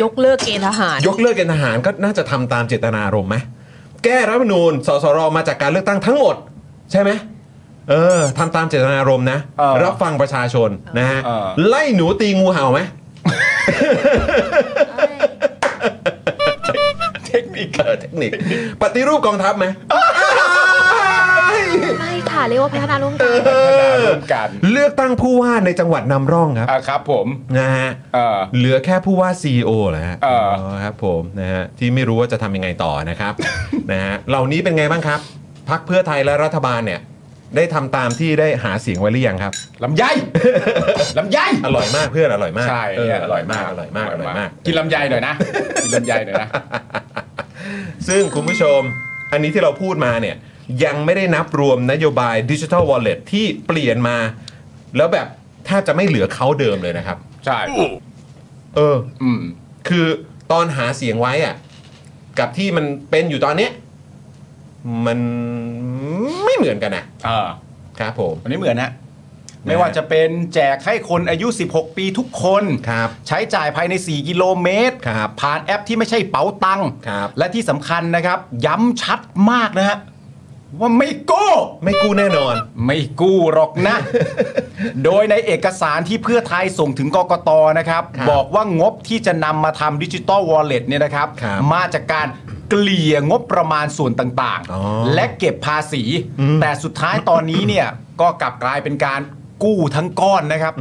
S6: ยกเลิกเกณฑ์ทหาร
S1: ยกเลิกเกณฑ์ทหารก็น่าจะทำตามเจตนารมณ์ไหมแก้รัฐธรรมนูญสสรมาจากการเลือกตั้งทั้งหมด ใช่ไหมเออทำตามเจตนารมณ์นะ
S2: เออ
S1: รับฟังประชาชนนะฮะ
S2: เออ
S1: ไล่หนูตีงูเห่าไห ม
S2: เทคนิค
S1: เออเทคนิคปฏิรูปกองทัพไหม
S7: ไม่ค่ะ เรียกว่าพัฒนาร่วมกัน
S2: ร่วมกัน
S1: เลือกตั้งผู้ว่าในจังหวัดนำร่องครับ
S2: อ่ะครับผม
S1: นะฮะ
S2: เออ
S1: เหลือแค่ผู้ว่า CEO แหละฮะ
S2: เอออ๋
S1: อครับผมนะฮะที่ไม่รู้ว่าจะทำยังไงต่อ นะครับ นะฮะเหล่านี้เป็นไงบ้างครับพักเพื่อไทยและรัฐบาลเนี่ย ได้ทำตามที่ได้หาเสียงไว้หรือยังครับ
S2: ลำไย ลำไย
S1: อร่อยมากเพื่อนอร่อยมาก
S2: ใช่
S1: เออ
S2: เนี่
S1: อร่อยมากอร่อยมากอร่อยมาก
S2: กินลำไยหน่อยนะ กินลำไยหน่อยนะ
S1: ซึ่งคุณผู้ชมอันนี้ที่เราพูดมาเนี่ย ยังไม่ได้นับรวมนโยบายดิจิทัลวอลเล็ตที่เปลี่ยนมา แล้วแบบแทบจะไม่เหลือเขาเดิมเลยนะครับ
S2: ใช่
S1: เออ
S2: อืม
S1: คือตอนหาเสียงไว้อะกับที่มันเป็นอยู่ตอนเนี้ยมันไม่เหมือนกันนะ
S2: เออ
S1: ครับผม
S2: อันนี้เหมือนฮะ
S1: นะ
S2: ไม่ว่าจะเป็นแจกให้คนอายุ 16 ปีทุกคน
S1: ครับ
S2: ใช้จ่ายภายใน 4 กิโลเมตร
S1: ครับ
S2: ผ่านแอปที่ไม่ใช่เป๋าตัง
S1: ครับ
S2: และที่สำคัญนะครับ ย้ำชัดมากนะฮะ ว่าไม่โก้
S1: ไม่กู้แน่นอน
S2: ไม่กู้หรอก นะ โดยในเอกสารที่เพื่อไทยส่งถึงกกตนะครับ
S1: ครับ
S2: บอกว่างบที่จะนำมาทำดิจิ t a ลวอลเล็ตเนี่ยนะครับ
S1: ครับ
S2: มาจากการเกลี่ยงบประมาณส่วนต่าง
S1: อ๋อ
S2: ๆ และเก็บภาษี
S1: อืม
S2: แต่สุดท้ายตอนนี้ เนี่ย ก็กลับกลายเป็นการกู้ทั้งก้อนนะครับ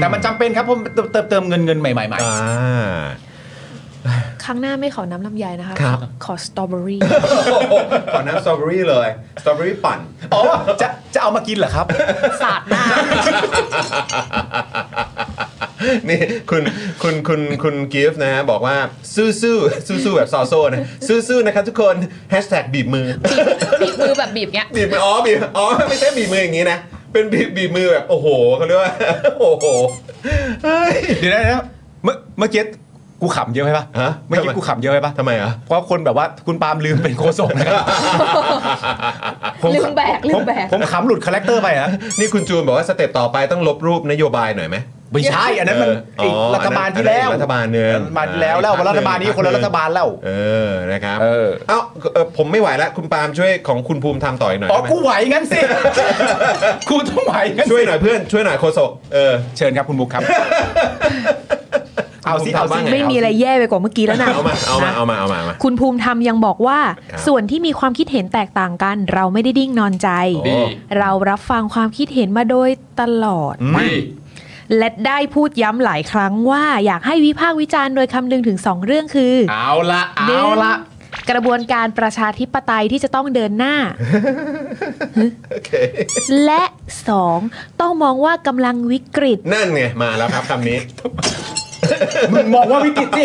S2: แต่มันจำเป็นครับเพราะเติมเติมเติมเงินเงินใหม่ๆ
S1: อ่า
S6: ครั้งหน้าไม่ขอน้ำลำไยนะคะ
S1: ครับ
S6: ขอสตรอเบอรี่
S1: ขอน้ำสตรอเบอรี่เลยสตรอเบอรี่ปั่น
S2: อ๋อจะจะเอามากินเหรอ ครับ
S6: สาดหน้า
S1: นี่คุณคุณคุณคุณกิฟต์นะฮะบอกว่าสู้สู้สู้สู้ๆแบบซอโซนะสู้สู้ๆนะครับทุกคนแฮชแท็กบีบมือ
S6: บีบมือแบบบีบเงี้ย
S1: บีบมืออ๋อบีบอ๋อไม่ใช่บีบมืออย่างนี้นะ เป็นบีบบีบมือแบบ โอ้โหเขาเรียกว่า โอ้โหเฮ้ย
S2: เดี๋ยวนะเดี๋ยวนะเมื่อเมื่อกี้กูขำเยอะไปปะ
S1: ฮะ
S2: เมื่อกี้กูขำเยอะไปปะ
S1: ทำไมอ่ะ
S2: เพราะคนแบบว่าคุณปาล์มลืมเป็นโคศกนะครับ ผม
S6: ลืมแบกลืมแบก
S2: ผมผมขำหลุดคาแรคเตอร์ไปนะ
S1: นี่คุณจูนบอกว่าสเต็ปต่อไปต้องลบรูปนโยบายหน่อยไหม
S2: ไม่ใช่อั นนั้นมัน
S1: เออ
S2: ไอ้รัฐบาล
S1: อัน
S2: ที่
S1: นั้น
S2: แล้ว
S1: อันนั้นอีกรัฐบาลหนึ่ง
S2: รัฐบาลที่แล้วแล้วรัฐบาลนี้คนละรัฐบาลแล้ว
S1: เออนะครับ
S2: เออ
S1: เอ้าเอ่อผมไม่ไหวแล้วคุณปาล์มช่วยของคุณภูมิทำต่ออีกหน่อย
S2: อ๋อ
S1: ได้ไหม
S2: กูไหวงั้นสิ กูต้องไหวงั้น
S1: ช่วย
S2: สิ
S1: หน่อยเพื่อนช่วยหน่อยโคศกเออ
S2: เชิญครับคุณบุ๊คครับ เอาสิ
S1: คุณภูมิ
S2: เอา
S1: ว่า
S2: สิ
S1: ไง
S7: ไม่มีอะไรแย่ไปกว่าเมื่อกี้แล้วนะ
S1: เอามาเอามา
S7: นะ
S1: เอามาเอามาเอามา
S7: คุณภูมิธรรมยังบอกว่า
S1: ครับ
S7: ส่วนที่มีความคิดเห็นแตกต่างกัน เราไม่ได้ดิ้งนอนใจ
S1: ดี
S7: เรารับฟังความคิดเห็นมาโดยตลอด
S1: ไม่
S7: และได้พูดย้ำหลายครั้งว่าอยากให้วิพากษ์วิจารณ์โดยคำนึงถึง 2 เรื่องคือ
S2: เอาละเอาละ
S7: กระบวนการประชาธิปไตยที่จะต้องเดินหน้า
S1: โอเค
S7: และ 2. ต้องมองว่ากำลังวิกฤต
S1: นั่นไง มาแล้วครับคำนี้
S2: มึงมองว่าวิกฤตสิ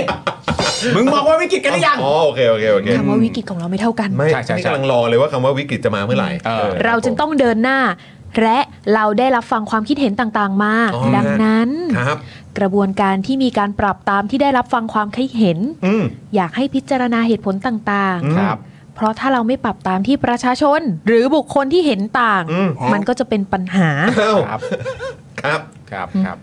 S2: มึงมองว่าวิกฤตกันหรือยัง
S1: อ๋อโอเคโอเคโอเค
S7: คำว่าวิกฤตของเราไม่เท่ากัน
S1: ไม่
S2: ใช่ใช่
S1: นี่
S2: ใช่
S1: กำลังรอเลยว่าคำว่าวิกฤตจะมาเมื่อไหร่ออ
S7: เราจึงต้องเดินหน้า และเราได้รับฟังความคิดเห็นต่างๆ มา
S1: อ๋อ
S7: ดังนั้น
S1: ครับ
S7: กระบวนการที่มีการปรับตามที่ได้รับฟังความคิดเห็น
S1: อืม
S7: อยากให้พิจารณาเหตุผลต่าง
S1: อืม
S2: ครับ
S7: ๆ เพราะถ้าเราไม่ปรับตามที่ประชาชน หรือบุคคลที่เห็นต่าง
S1: อืม
S7: มันก็จะเป็นปัญหา
S1: เอ้า
S2: ครับ
S1: ครับ
S2: ครับครับ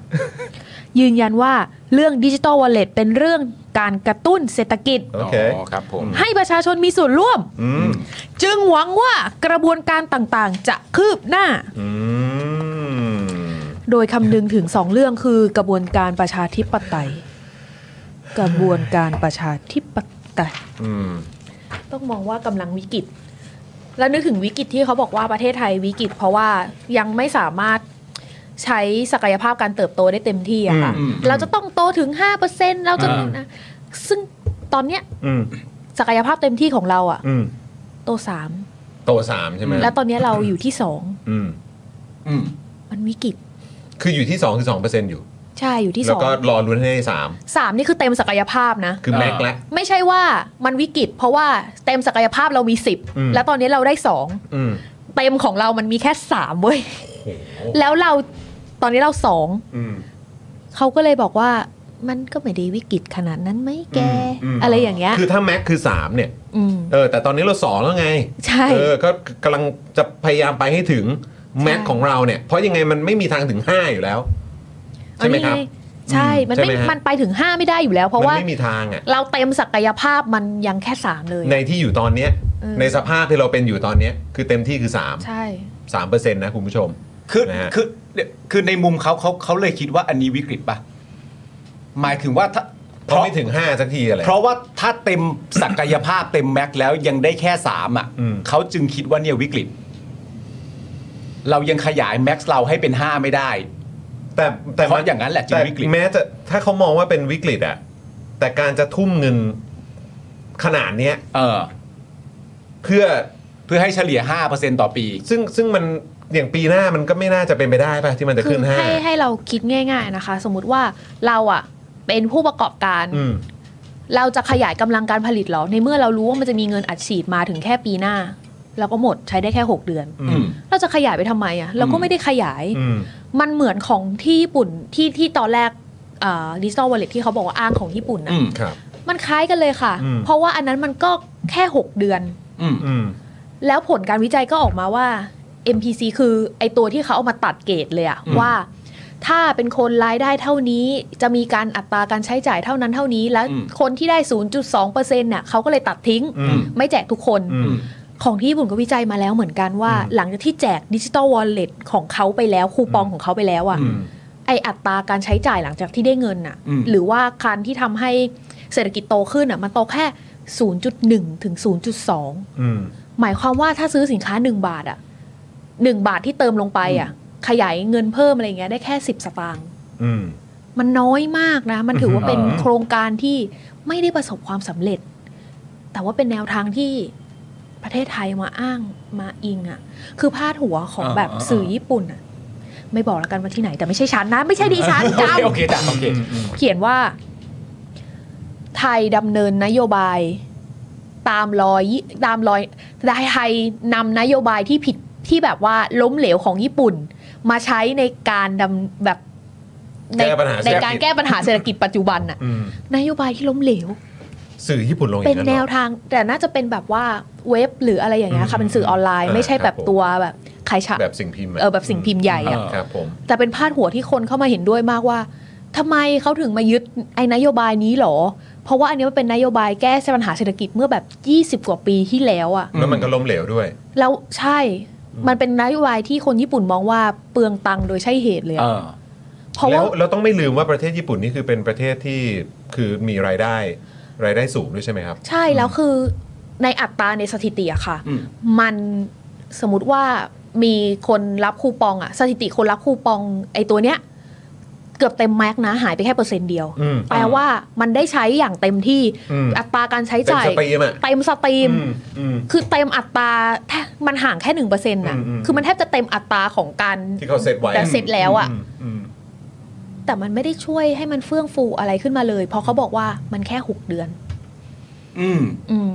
S7: ยืนยันว่าเรื่องดิจิ t a ลวอลเล็ตเป็นเรื่องการกระตุ้นเศรษฐกิจ
S1: โอเค
S2: อ๋อครับผม
S7: ให้ประชาชนมีส่วนร่วม
S1: อืม
S7: จึงหวังว่ากระบวนการต่างๆ จะคืบหน้า
S1: อืม
S7: โดยคำนึงถึงสองเรื่องคือกระบวนการประชาธิปไตย กระบวนการประชาธิปไตย
S1: อืม
S6: ต้องมองว่ากำลังวิกฤต แล้วนึกถึงวิกฤตที่เขาบอกว่าประเทศไทยวิกฤต เพราะว่ายังไม่สามารถใช้ศักยภาพการเติบโตได้เต็มที่อะค่ะ
S2: อืมอืม
S6: เราจะต้องโตถึง 5%เราจะนะซึ่งตอนเนี้ย
S1: อืม
S6: ศักยภาพเต็มที่ของเราอะ
S1: อืม
S6: โตสาม
S1: โตสามใช่ไหม
S6: แล้วตอนเนี้ยเราอยู่ที่สอง
S1: อืม
S2: อืม
S6: มันวิกฤต
S1: คืออยู่ที่สองคือสองเปอร์เซ็นต์อยู่
S7: ใช่อยู่ที่ส
S1: แล้ว
S7: อง
S1: ก็รอลุ้นให้ได้สาม
S7: สามนี่คือเต็มศักยภาพนะ
S1: คือแม็กซ์และ
S7: ไม่ใช่ว่ามันวิกฤต เพราะว่าเต็มศักยภาพเรามีสิบ
S1: อืม
S7: แล้วตอนนี้เราได้สอง
S1: อืม
S7: เต็มของเรามันมีแค่สามเว้ย
S1: โอ้โห
S7: แล้วเราตอนนี้เราสอง
S1: อืม
S7: เขาก็เลยบอกว่ามันก็ไม่ได้วิกฤตขนาดนั้นไหมแก
S1: อืมม
S7: อะไรอย่างเงี้ย
S1: คือถ้าแม็กคือ 3 เนี่ย
S7: อืม
S1: เออ แต่ตอนนี้เราสองแล้วไง
S7: ใช่
S1: เออ ก็กำลังจะพยายามไปให้ถึงแม็กของเราเนี่ย เพราะยังไงมันไม่มีทางถึง 5 อยู่แล้ว ใช่ไหมครับ
S7: เอานี่งใช่มันไม่
S1: ใช่ไหมฮะ
S7: มันไปถึงห้าไม่ได้อยู่แล้ว เพราะ
S1: มัน
S7: ว่า
S1: ไม่มีทางอ่ะ
S7: เราเต็มศักยภาพมันยังแค่สามเลย
S1: ในที่อยู่ตอนเนี้ย
S7: เออ
S1: ในสภาพที่เราเป็นอยู่ตอนเนี้ย คือเต็มที่คือ 3
S7: ใช่
S1: 3เปอร์เซ็นต์นะคุณผู้ชม
S2: คือ
S1: นะฮะ
S2: คือคือในมุมเขาเขาเขาเลยคิดว่าอันนี้วิกฤตปะหมายถึงว่าถ้า
S1: เพราะไม่ถึง 5 สักทีอะไร
S2: เพราะว่าถ้าเต็มศักยภาพเต็มแม็กซ์แล้วยังได้แค่สามอ่ะ
S1: อืม
S2: เขาจึงคิดว่าเนี่ยวิกฤต เรายังขยายแม็กซ์เราให้เป็นห้าไม่ได้
S1: แต่แต่
S2: เพราะอย่างนั้นแหละจึง
S1: แต่
S2: วิกฤต
S1: แม้จะถ้าเขามองว่าเป็นวิกฤตอะแต่การจะทุ่มเงินขนาดเนี้ย
S2: เออ
S1: เพื่อ
S2: เพื่อให้เฉลี่ยห้าเปอร์เซ็นต่อปี
S1: ซึ่งซึ่งมันอย่างปีหน้ามันก็ไม่น่าจะเป็นไปได้ป่ะที่มันจะ
S7: คื
S1: ขึ้นห้า
S7: ให้ให้เราคิดง่าย ๆนะคะ สมมติว่าเราอ่ะเป็นผู้ประกอบการ
S1: อืม
S7: เราจะขยายกำลังการผลิตเหรอ ในเมื่อเรารู้ว่ามันจะมีเงินอัดฉีดมาถึงแค่ปีหน้า เราก็หมดใช้ได้แค่ 6 เดือน
S1: อื
S2: อืม
S7: เราจะขยายไปทำไมอ่ะ เราก็ไม่ได้ขยาย
S1: อืม
S7: มันเหมือนของที่ญี่ปุ่นที่ที่ตอนแรกดิจิตอลวอลเล็ตที่เขาบอกว่าอ้างของญี่ปุ่นนะ
S2: อืม
S1: ครับ
S7: มันคล้ายกันเลยค่ะ
S1: อืม
S7: เพราะว่าอันนั้นมันก็แค่ 6 เดือน
S2: อืม
S1: อืม
S7: แล้วผลการวิจัยก็ออกมาว่า MPC คือไอตัวที่เขาเอามาตัดเกรดเลยอะ
S2: อืม
S7: ว่า ถ้าเป็นคนรายได้เท่านี้ จะมีการอัตราการใช้จ่ายเท่านั้นเท่านี้ แล้ว
S2: อืม
S7: คนที่ได้ 0.2%เนี่ยเขาก็เลยตัดทิ้ง
S1: อืม
S7: ไม่แจกทุกคน
S1: อืม
S7: ของที่ญี่ปุ่นก็วิจัยมาแล้วเหมือนกันว่า
S1: อืม
S7: หลังจากที่แจกดิจิ t a ลวอลเล็ตของเขาไปแล้วคูปองของเขาไปแล้วอะ
S1: อืม
S7: ไออัตราการใช้จ่ายหลังจากที่ได้เงินอะ
S2: อืม
S7: หรือว่าการที่ทำให้เศรษฐกิจโตขึ้นอะมันโตแค่ 0.1 ถึง 0.2
S1: อืม
S7: หมายความว่าถ้าซื้อสินค้า 1 บาทอะหนึ่งบาทที่เติมลงไปอะขยายเงินเพิ่มอะไรเงี้ยได้แค่ 10 สตางค์
S1: อืม
S7: มันน้อยมากนะ มันถือว่า
S1: อือฮึ
S7: เป็นโครงการที่ไม่ได้ประสบความสำเร็จ แต่ว่าเป็นแนวทางที่ประเทศไทยมาอ้างมาอิงอะคือพาดหัวของ
S2: อ่า
S7: แบบ
S2: อ่า
S7: สื่อญี่ปุ่นอะไม่บอกแล้วกันว่าที่ไหน แต่ไม่ใช่ฉันนะ ไม่ใช่ดิฉัน
S2: โอเค
S7: จำ
S2: โอเคจ้ะโอเค
S7: เขียนว่า ไทยดำเนินนโยบาย ตามรอยตามรอยไทยนำนโยบายที่ผิดที่แบบว่าล้มเหลวของญี่ปุ่น มาใช้ในการดำแบบใน
S1: แก้ปัญหา
S7: ใน
S1: เศรษฐกิจ
S7: การแก้ปัญหาเศรษฐกิจปัจจุบันน่ะ
S1: อืม
S7: นโยบายที่ล้มเหลว
S1: สื่อญี่ปุ่นลงอย่า
S7: เป็น
S1: งนั้นหรอ
S7: แนวทางแต่น่าจะเป็นแบบว่าเว็บหรืออะไรอย่างเงี้ย
S1: อื
S7: ค่ะ
S1: ม
S7: เป็นสื่อออนไลน์
S1: อ่า
S7: ไม่ใช่
S1: ค
S7: แบ
S1: รับบ ผม
S7: ตัวแบบใครฉะ
S1: แบบสิ่งพิมพ์ะ
S7: เออแบบสิ่งพิมพ์ใหญ่อะ
S1: ครับผม
S7: แต่เป็นพาดหัวที่คนเข้ามาเห็นด้วยมากว่าทำไมเขาถึงมายึดไอ้นโยบายนี้หรอ เพราะว่าอันนี้มันเป็นนโยบายแก้ปัญหาเศรษฐกิจเมื่อแบบ 20 กว่าปีที่แล้วอะ
S1: แล้วมันก็ล้มเหลวด้วย
S7: แล้วใช่มันเป็นนโยบายที่คนญี่ปุ่นมองว่าเปลืองตังค์โดยใช่เหตุเลย
S2: เอ
S7: อะ
S2: อ
S7: เพ
S1: แล้ว
S7: ราะ่าว
S1: เราต้องไม่ลืมว่าประเทศญี่ปุ่นนี่คือเป็นประเทศที่คือมีรายได้รายได้สูงด้วยใช่ไหมครับ
S7: ใช่แล้วคือในอัตราในสถิติอะค่ะ
S2: อืม
S7: มันสมมติว่ามีคนรับคูปองอะสถิติคนรับคูปองไอ้ตัวเนี้ยเกือบเต็มแม็กซ์นะหายไปแค่เปอร์เซ็นต์เดียว
S1: อืม
S7: แปลว่ามันได้ใช้อย่างเต็มที่
S1: อืม
S7: อัตราการใช้
S1: เต็ม
S7: จ่าย
S1: สตรีมอ่ะ
S7: เต็มสตรีม
S1: อืมอืม
S7: คือเต็มอัตราแทบมันห่างแค่หนึ่งเปอร์เซ็นต์นะ
S1: อืมอืม
S7: คือมันแทบจะเต็มอัตราของการ
S1: ที่เขาเซตไว้
S7: แต่เสร็จแล้วอะ
S1: มม
S7: แต่มันไม่ได้ช่วยให้มันเฟื่องฟูอะไรขึ้นมาเลย เพราะเขาบอกว่ามันแค่หกเดือน
S2: อืม
S7: อืม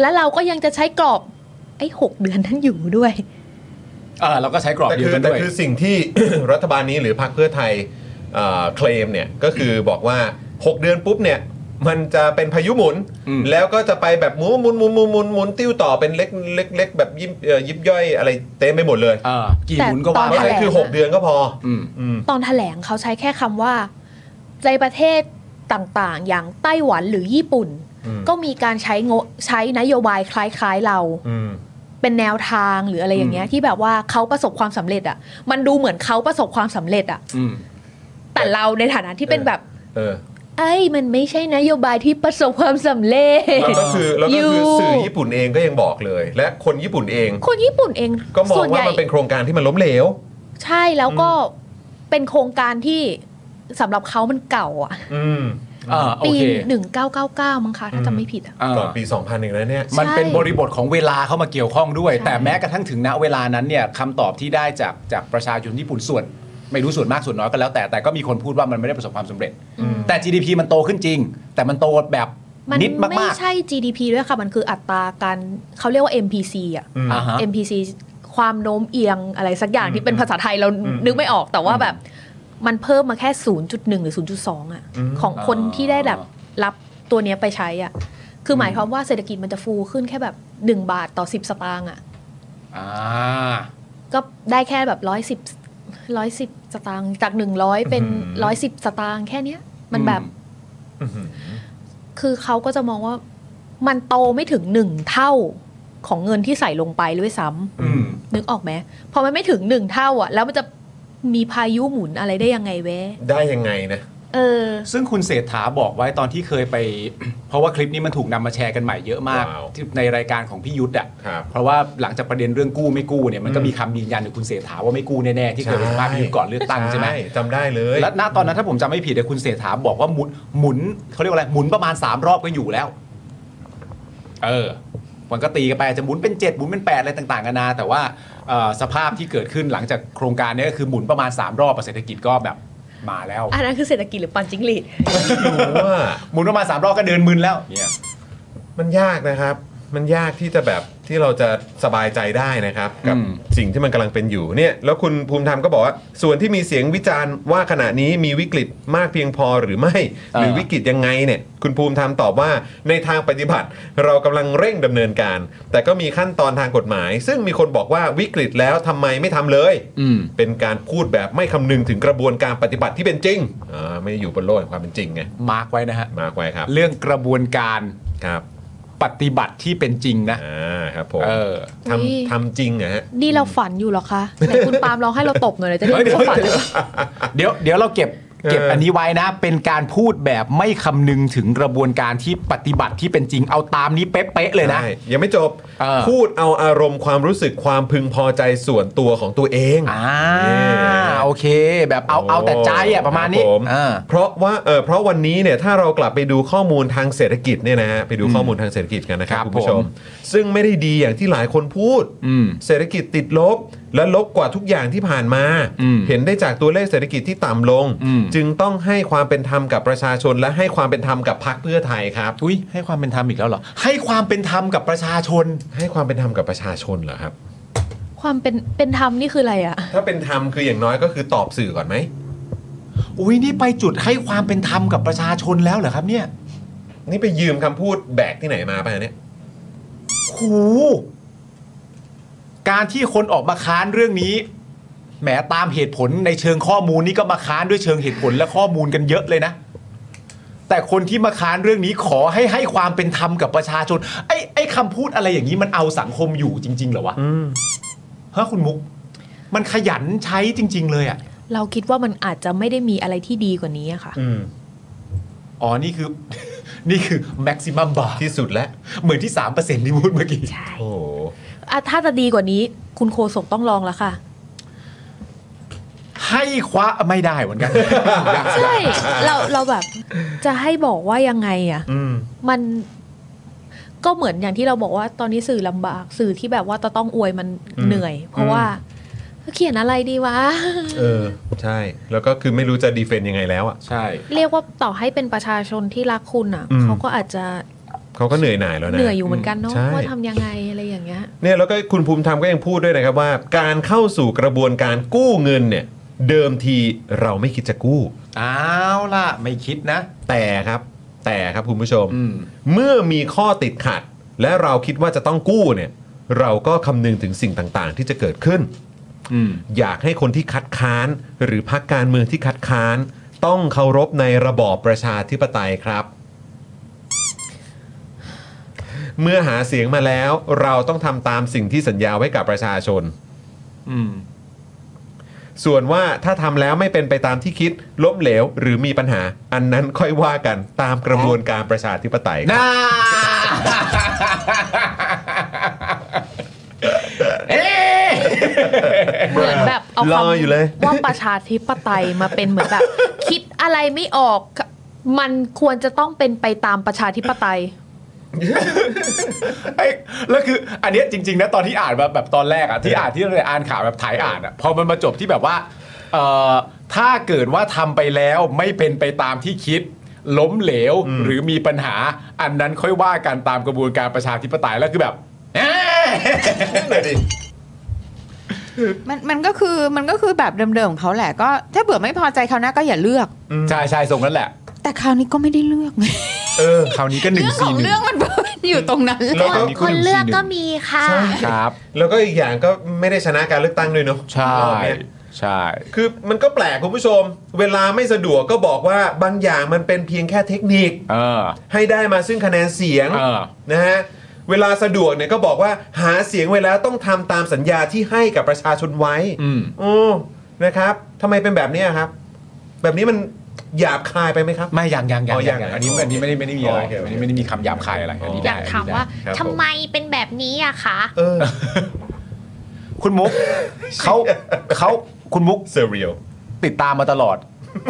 S7: แล้วเราก็ยังจะใช้กรอบไอ้หกเดือนนั้นอยู่ด้วย
S2: เออเราก็ใช้กรอบ
S1: แต่
S2: เดีย
S1: คื
S2: ว
S1: อ
S2: กัน
S1: แต่
S2: ด้วย
S1: คือสิ่งที่ รัฐบาลนี้หรือพรรคเพื่อไทยเอ่อเคลมเนี่ยก็คือบอกว่า 6 เดือนปุ๊บเนี่ย มันจะเป็นพายุหมุน
S2: อืม
S1: แล้วก็จะไปแบบหมุนหมุนหมุนหมุนหมุนหมุนติ้วต่อเป็นเล็กเล็กเล็กแบบยิบเอ่อยิบย่อยอะไรเต็มไปหมดเลย
S2: เออกี่หมุนก็ว่า
S1: เพ
S2: ไป
S1: ราะฉะนั้นคือ 6 เดือนก็พอ
S2: อืม
S1: อืม
S7: ตอนแถลงเขาใช้แค่คำว่า ในประเทศต่างๆ อย่างไต้หวันหรือญี่ปุ่น
S1: อืม
S7: ก็มีการใช้งบใช้นโยบายคล้ายๆเรา
S1: อืม
S7: เป็นแนวทางหรืออะไรอย่างเงี้ยที่แบบว่าเขาประสบความสำเร็จอะ่ะ มันดูเหมือนเขาประสบความสำเร็จอะ่ะ
S2: อืม
S7: แต่เราในฐานะที่เป็นแบบ
S1: เออ
S7: เอ้ยมันไม่ใช่นโยบายที่ประสบความสำเร็จ
S1: แล้วก็คือแล้วก็คือ
S7: ยู
S1: สื่อญี่ปุ่นเองก็ยังบอกเลย และคนญี่ปุ่นเอง
S7: คนญี่ปุ่นเอง
S1: ก็มอง
S7: ส่วนให
S1: ว่า
S7: ญ่
S1: มันเป็นโครงการที่มันล้มเหลว
S7: ใช่แล้วก็เป็นโครงการที่สำหรับเขามันเก่าอะ่ะ
S1: อืม
S2: เออโอ
S7: ปี
S2: เค
S7: หนึ่งเก้าเก้าเก้ามั้งคะถ้าจำไม่ผิดอะ
S2: เออ
S1: ก่อนปี 2000เองนะเนี่ย
S2: มันเป็น
S7: ใช่
S2: บริบทของเวลาเข้ามาเกี่ยวข้องด้วย
S7: ใช่
S2: แต่แม้กระทั่งถึงณเวลานั้นเนี่ยคำตอบที่ได้จากจากประชาชนญี่ปุ่นส่วน ไม่รู้ส่วนมากส่วนน้อยก็แล้วแต่แต่ก็มีคนพูดว่ามันไม่ได้ประสบความสำเร็จ แต่ GDP มันโตขึ้นจริง แต่มันโตแบบ
S7: มัน
S2: นิดมาก
S7: ไม่ใช่ GDP ด้วยค่ะ มันคืออัตราการเขาเรียกว่า MPC อ่ะ
S2: อืมอ่าฮะ
S7: MPC ความโน้มเอียงอะไรสักอย่างที่เป็นภาษาไทยเรานึกไม่ออกแต่ว่าแบบมันเพิ่มมาแค่ 0.1 หรือ 0.2 อ่ะ
S2: อืม
S7: ของคน
S2: อ่า
S7: ที่ได้แบบรับตัวเนี้ยไปใช้อ่ะ คือหมายความว่าเศรษฐกิจมันจะฟูขึ้นแค่แบบ 1 บาทต่อ 10 สตางค์อ่ะ
S2: ๆอ่า
S7: ก็ได้แค่แบบร้อยสิบร้อยสิบสตางค์จากหนึ่งร้อยเป็น
S2: อื้
S7: ร้อ
S2: อย หื
S7: สิบ
S2: อ
S7: สตางค์แค่เนี้ย มันแบบ คือเขาก็จะมองว่ามันโตไม่ถึงหนึ่งเท่าของเงินที่ใส่ลงไปด้วยซ้ำ
S2: อืม
S7: นึกออกไหมพอมันไม่ถึงหนึ่งเท่าอ่ะ แล้วมันจะมีพายุหมุนอะไรได้ยังไงเว้
S1: ได้ยังไงนะ
S7: เออ
S2: ซึ่งคุณเศรษฐาบอกไว้ตอนที่เคยไป เพราะว่าคลิปนี้มันถูกนำมาแชร์กันใหม่เยอะมาก
S1: ว้าว
S2: ที่ในรายการของพี่ยุทธอ่ะ
S1: ครับ
S2: เพราะว่าหลังจากประเด็นเรื่องกู้ไม่กู้เนี่ยมันก็มีคำยืนยันจากคุณเศรษฐาว่าไม่กู้แน่ๆที่เคยเป็น
S1: ใช่
S2: ภาพพี่ยุทธก่อนเลือกตั้งใช่ไหม
S1: จำได้เลย
S2: และณตอนนั้นถ้าผมจำไม่ผิดเนี่ยคุณเศรษฐาบอกว่าหมุนหมุนเขาเรียกว่าอะไรหมุนประมาณ 3 รอบก็อยู่แล้ว เออมันก็ตีกันไปอาจจะหมุนเป็น 7 หมุนเป็น 8 อะไรต่างๆกันานาแต่ว่าเอ่อสภาพที่เกิดขึ้นหลังจากโครงการเนี้ก็คือหมุนประมาณสามรอบอะเศรษฐกิจก็แบบมาแล้ว
S7: อันนั้นคือเศรษฐกิจหรือปันจิงหรีด
S1: รู้ว่า
S2: หมุนประมาณสามรอบก็เดินมึนแล้วเนี่ย
S1: มันยากนะครับ มันยากที่จะแบบที่เราจะสบายใจได้นะครับ กับ
S2: อืม
S1: สิ่งที่มันกำลังเป็นอยู่เนี่ย แล้วคุณภูมิธรรมก็บอกว่า ส่วนที่มีเสียงวิจารณ์ว่าขณะนี้มีวิกฤตมากเพียงพอหรือไม่ หรือวิกฤตยังไงเนี่ย คุณภูมิธรรมตอบว่าในทางปฏิบัติ เรากำลังเร่งดำเนินการ แต่ก็มีขั้นตอนทางกฎหมาย ซึ่งมีคนบอกว่าวิกฤตแล้วทำไมไม่ทำเลย
S2: อืม
S1: เป็นการพูดแบบไม่คำนึงถึงกระบวนการปฏิบัติที่เป็นจริงอ่าไม่อยู่บนโลกแห่งความเป็นจริงไง
S2: มาร์กไว้นะฮะ
S1: มาร์คไว้ครับ
S2: เรื่องกระบวนการ
S1: ครับ
S2: ปฏิบัติที่เป็นจริงนะ
S1: อ่าครับผม
S2: เออ
S1: ท
S7: อุ๊ย
S1: ำทำจริงนะฮะ
S7: นี่เราฝันอยู่เหรอคะไหนคุณปาล์มลองให้เราตบหน่อยเลยจะได้
S2: เฮ้ย
S7: รู้ว่าฝันหรือเปล่า
S2: เดี๋ยวเดี๋ยวเราเก็บเก็บ
S1: เอออั
S2: อันนี้ไว้นะ เป็นการพูดแบบไม่คำนึงถึงกระบวนการที่ปฏิบัติที่เป็นจริงเอาตามนี้เป๊ะๆเลยนะ
S1: ใช่ยังไม่จบ
S2: เออ
S1: พูดเอาอารมณ์ความรู้สึกความพึงพอใจส่วนตัวของตัวเอง
S2: อ่า
S1: นี่
S2: โอเค แบบเอาเอาแต่ใจอ่ะประมาณนี้
S1: คบผ
S2: อ่า
S1: เพราะว่าเออเพราะวันนี้เนี่ยถ้าเรากลับไปดูข้อมูลทางเศรษฐกิจเนี่ยนะฮะไปดูข้อมูลทางเศรษฐกิจกันนะครับ
S2: ครับ
S1: คุณผู้ชม
S2: ผม
S1: ซึ่งไม่ได้ดีอย่างที่หลายคนพูด
S2: อืม
S1: เศรษฐกิจติดลบ และลบกว่าทุกอย่างที่ผ่านมา
S2: อืม
S1: เห็นได้จากตัวเลขเศรษฐกิจที่ต่ำลง
S2: อืม
S1: จึงต้องให้ความเป็นธรรมกับประชาชน และให้ความเป็นธรรมกับพรรคเพื่อไทยครับ
S2: อุ้ยให้ความเป็นธรรมอีกแล้วเหรอ ให้ความเป็นธรรมกับประชาชน
S1: ให้ความเป็นธรรมกับประชาชนเหรอครับ
S7: ความเป็นเป็นธรรมนี่คืออะไรอ่ะ
S1: ถ้าเป็นธรรมคืออย่างน้อยก็คือตอบสื่อก่อนไหม
S2: อุ้ยนี่ไปจุดให้ความเป็นธรรมกับประชาชนแล้วเหรอครับเนี่ย
S1: นี่ไปยืมคำพูดแบกที่ไหนมาไปะเนี่ย
S2: หู การที่คนออกมาค้านเรื่องนี้ แหมตามเหตุผลในเชิงข้อมูลนี่ก็มาค้านด้วยเชิงเหตุผลและข้อมูลกันเยอะเลยนะ แต่คนที่มาค้านเรื่องนี้ขอให้ให้ความเป็นธรรมกับประชาชน ไอ้ไอ้คำพูดอะไรอย่างนี้มันเอาสังคมอยู่จริง ๆ เหรอวะฮะคุณมุก มันขยันใช้จริง ๆ เลยอ่ะ
S7: เราคิดว่ามันอาจจะไม่ได้มีอะไรที่ดีกว่านี้อะค่ะ
S1: อืม
S2: อ๋อ นี่คือ นี่คือแม็กซิมัมบา
S1: ที่สุดแล้ว
S2: เหมือนที่สามเปอร์เซ็นต์ที่พูดเมื่อกี้
S1: โอ้โห
S7: อ่ะถ้าจะดีกว่านี้คุณโคศกต้องลองแล้วค่ะ
S2: ให้คว้าไม่ได้เหมือน กัน
S7: ใช่เราเราแบบจะให้บอกว่ายังไงอ่ะ
S1: อืม
S7: มันก็เหมือนอย่างที่เราบอกว่าตอนนี้สื่อลำบาก สื่อที่แบบว่าจะต้องอวยมัน
S1: อืม
S7: เหนื่อย เพราะว่าเขียนอะไรดีวะ
S1: เออ ใช่ แล้วก็คือไม่รู้จะดีเฟนต์ยังไงแล้วอ่ะ
S2: ใช่
S7: เรียกว่าต่อให้เป็นประชาชนที่รักคุณอ่ะ
S1: อืม
S7: เขาก็อาจจะ
S1: เขาก็เหนื่อยหน่ายแล้วนะ
S7: เหนื่อยอยู่เหมือนกันเนาะ
S1: ใช่
S7: ว่าทำยังไงอะไรอย่า งเงี้ย
S1: เนี่ยแล้วก็คุณภูมิธรรมก็ยังพูดด้วยนะครับว่า การเข้าสู่กระบวนการกู้เงินเนี่ย เดิมทีเราไม่คิดจะกู้
S2: เอาล่ะ ไม่คิดนะ
S1: แต่ครับ แต่ครับคุณผู้ชม
S2: อืม
S1: เมื่อมีข้อติดขัด และเราคิดว่าจะต้องกู้เนี่ย เราก็คำนึงถึงสิ่งต่างๆ ที่จะเกิดขึ้น
S2: อืม
S1: อยากให้คนที่คัดค้าน หรือพักการเมืองที่คัดค้าน ต้องเคารพในระบอบประชาธิปไตยครับ เมื่อหาเสียงมาแล้ว เราต้องทำตามสิ่งที่สัญญาไว้กับประชาชน
S2: อืม
S1: ส่วนว่าถ้าทำแล้วไม่เป็นไปตามที่คิดล้มเหลว หรือมีปัญหา อันนั้นค่อยว่ากันตามกระบวนการประชาธิปไตยครับ
S2: น่า เอ๊ะ
S7: เหมือนแบบเอา
S1: รอ
S7: คำ
S1: อยู่เลย
S7: ว่าประชาธิปไตยมาเป็นเหมือนแบบ คิดอะไรไม่ออก มันควรจะต้องเป็นไปตามประชาธิปไตย
S2: ไอ้แล้วคืออันเนี้ยจริง ๆ นะ ตอนที่อ่านแบบแบบตอนแรกอะที่อ่านที่เราอ่านข่าวแบบถ่ายอ่านอะพอมันมาจบที่แบบว่า เอ่อถ้าเกิดว่าทำไปแล้วไม่เป็นไปตามที่คิด ล้มเหลวหรือมีปัญหา อันนั้นค่อยว่ากันตามกระบวนการประชาธิปไตยแล้วคือแบบ เอ๊ะ
S6: มันมันก็คือมันก็คือแบบเดิมๆของเขาแหละก็ถ้าเบื่อไม่พอใจเขาวหน้าก็อย่าเลือก
S2: ใช่ใช่ส่งนั้นแหละ
S6: แต่คราวนี้ก็ไม่ได้เลือกไง
S2: เออคราวนี้ก็หนึ่
S6: เรื่อง งข
S2: สี่
S6: อง
S2: หนึ่ง
S6: เรื่องมัน อยู่ตรงนั้นแห
S1: แล้
S6: ละ
S1: วก็
S11: คนเลือกก็มีค่ะ
S2: ครับ
S1: แล้วก็อีกอย่างก็ไม่ได้ชนะการเลือกตั้งด้วยเนาะ
S2: ใช่
S1: รอบเนี้ย
S2: ใช่
S1: คือมันก็แปลกคุณผู้ชม เวลาไม่สะดวกก็บอกว่าบางอย่างมันเป็นเพียงแค่เทคนิค
S2: เออ
S1: ให้ได้มาซึ่งคะแนนเสียง
S2: เออ
S1: นะฮะเวลาสะดวกเนี่ยก็บอกว่าหาเสียงไว้แล้วต้องทำตามสัญญาที่ให้กับประชาชนไว้
S2: อืม
S1: โอ้นะครับทำไมเป็นแบบเนี้ยครับ แบบนี้มันหยาบคายไปไหมครับ
S2: ไม่ยังยังยัง
S1: อ๋อยั
S2: ยัง
S1: ง
S2: อันนี้
S1: โอเค
S2: อันนี้ไม่ได้ไม่ได้มีอะไร
S1: โอเคโอเค
S2: อันนี้ไม่ได้มีคำหยาบคายอะไรอันนี้
S11: อ
S2: ได้
S11: ยาก
S2: อันนี้
S11: ถามว่า
S1: ครับผม
S11: ทำไมเป็นแบบนี้อะคะ
S1: เออ
S2: คุณ มุกเขาเขาคุณมุก
S1: เซเรียล
S2: ติดตามมาตลอด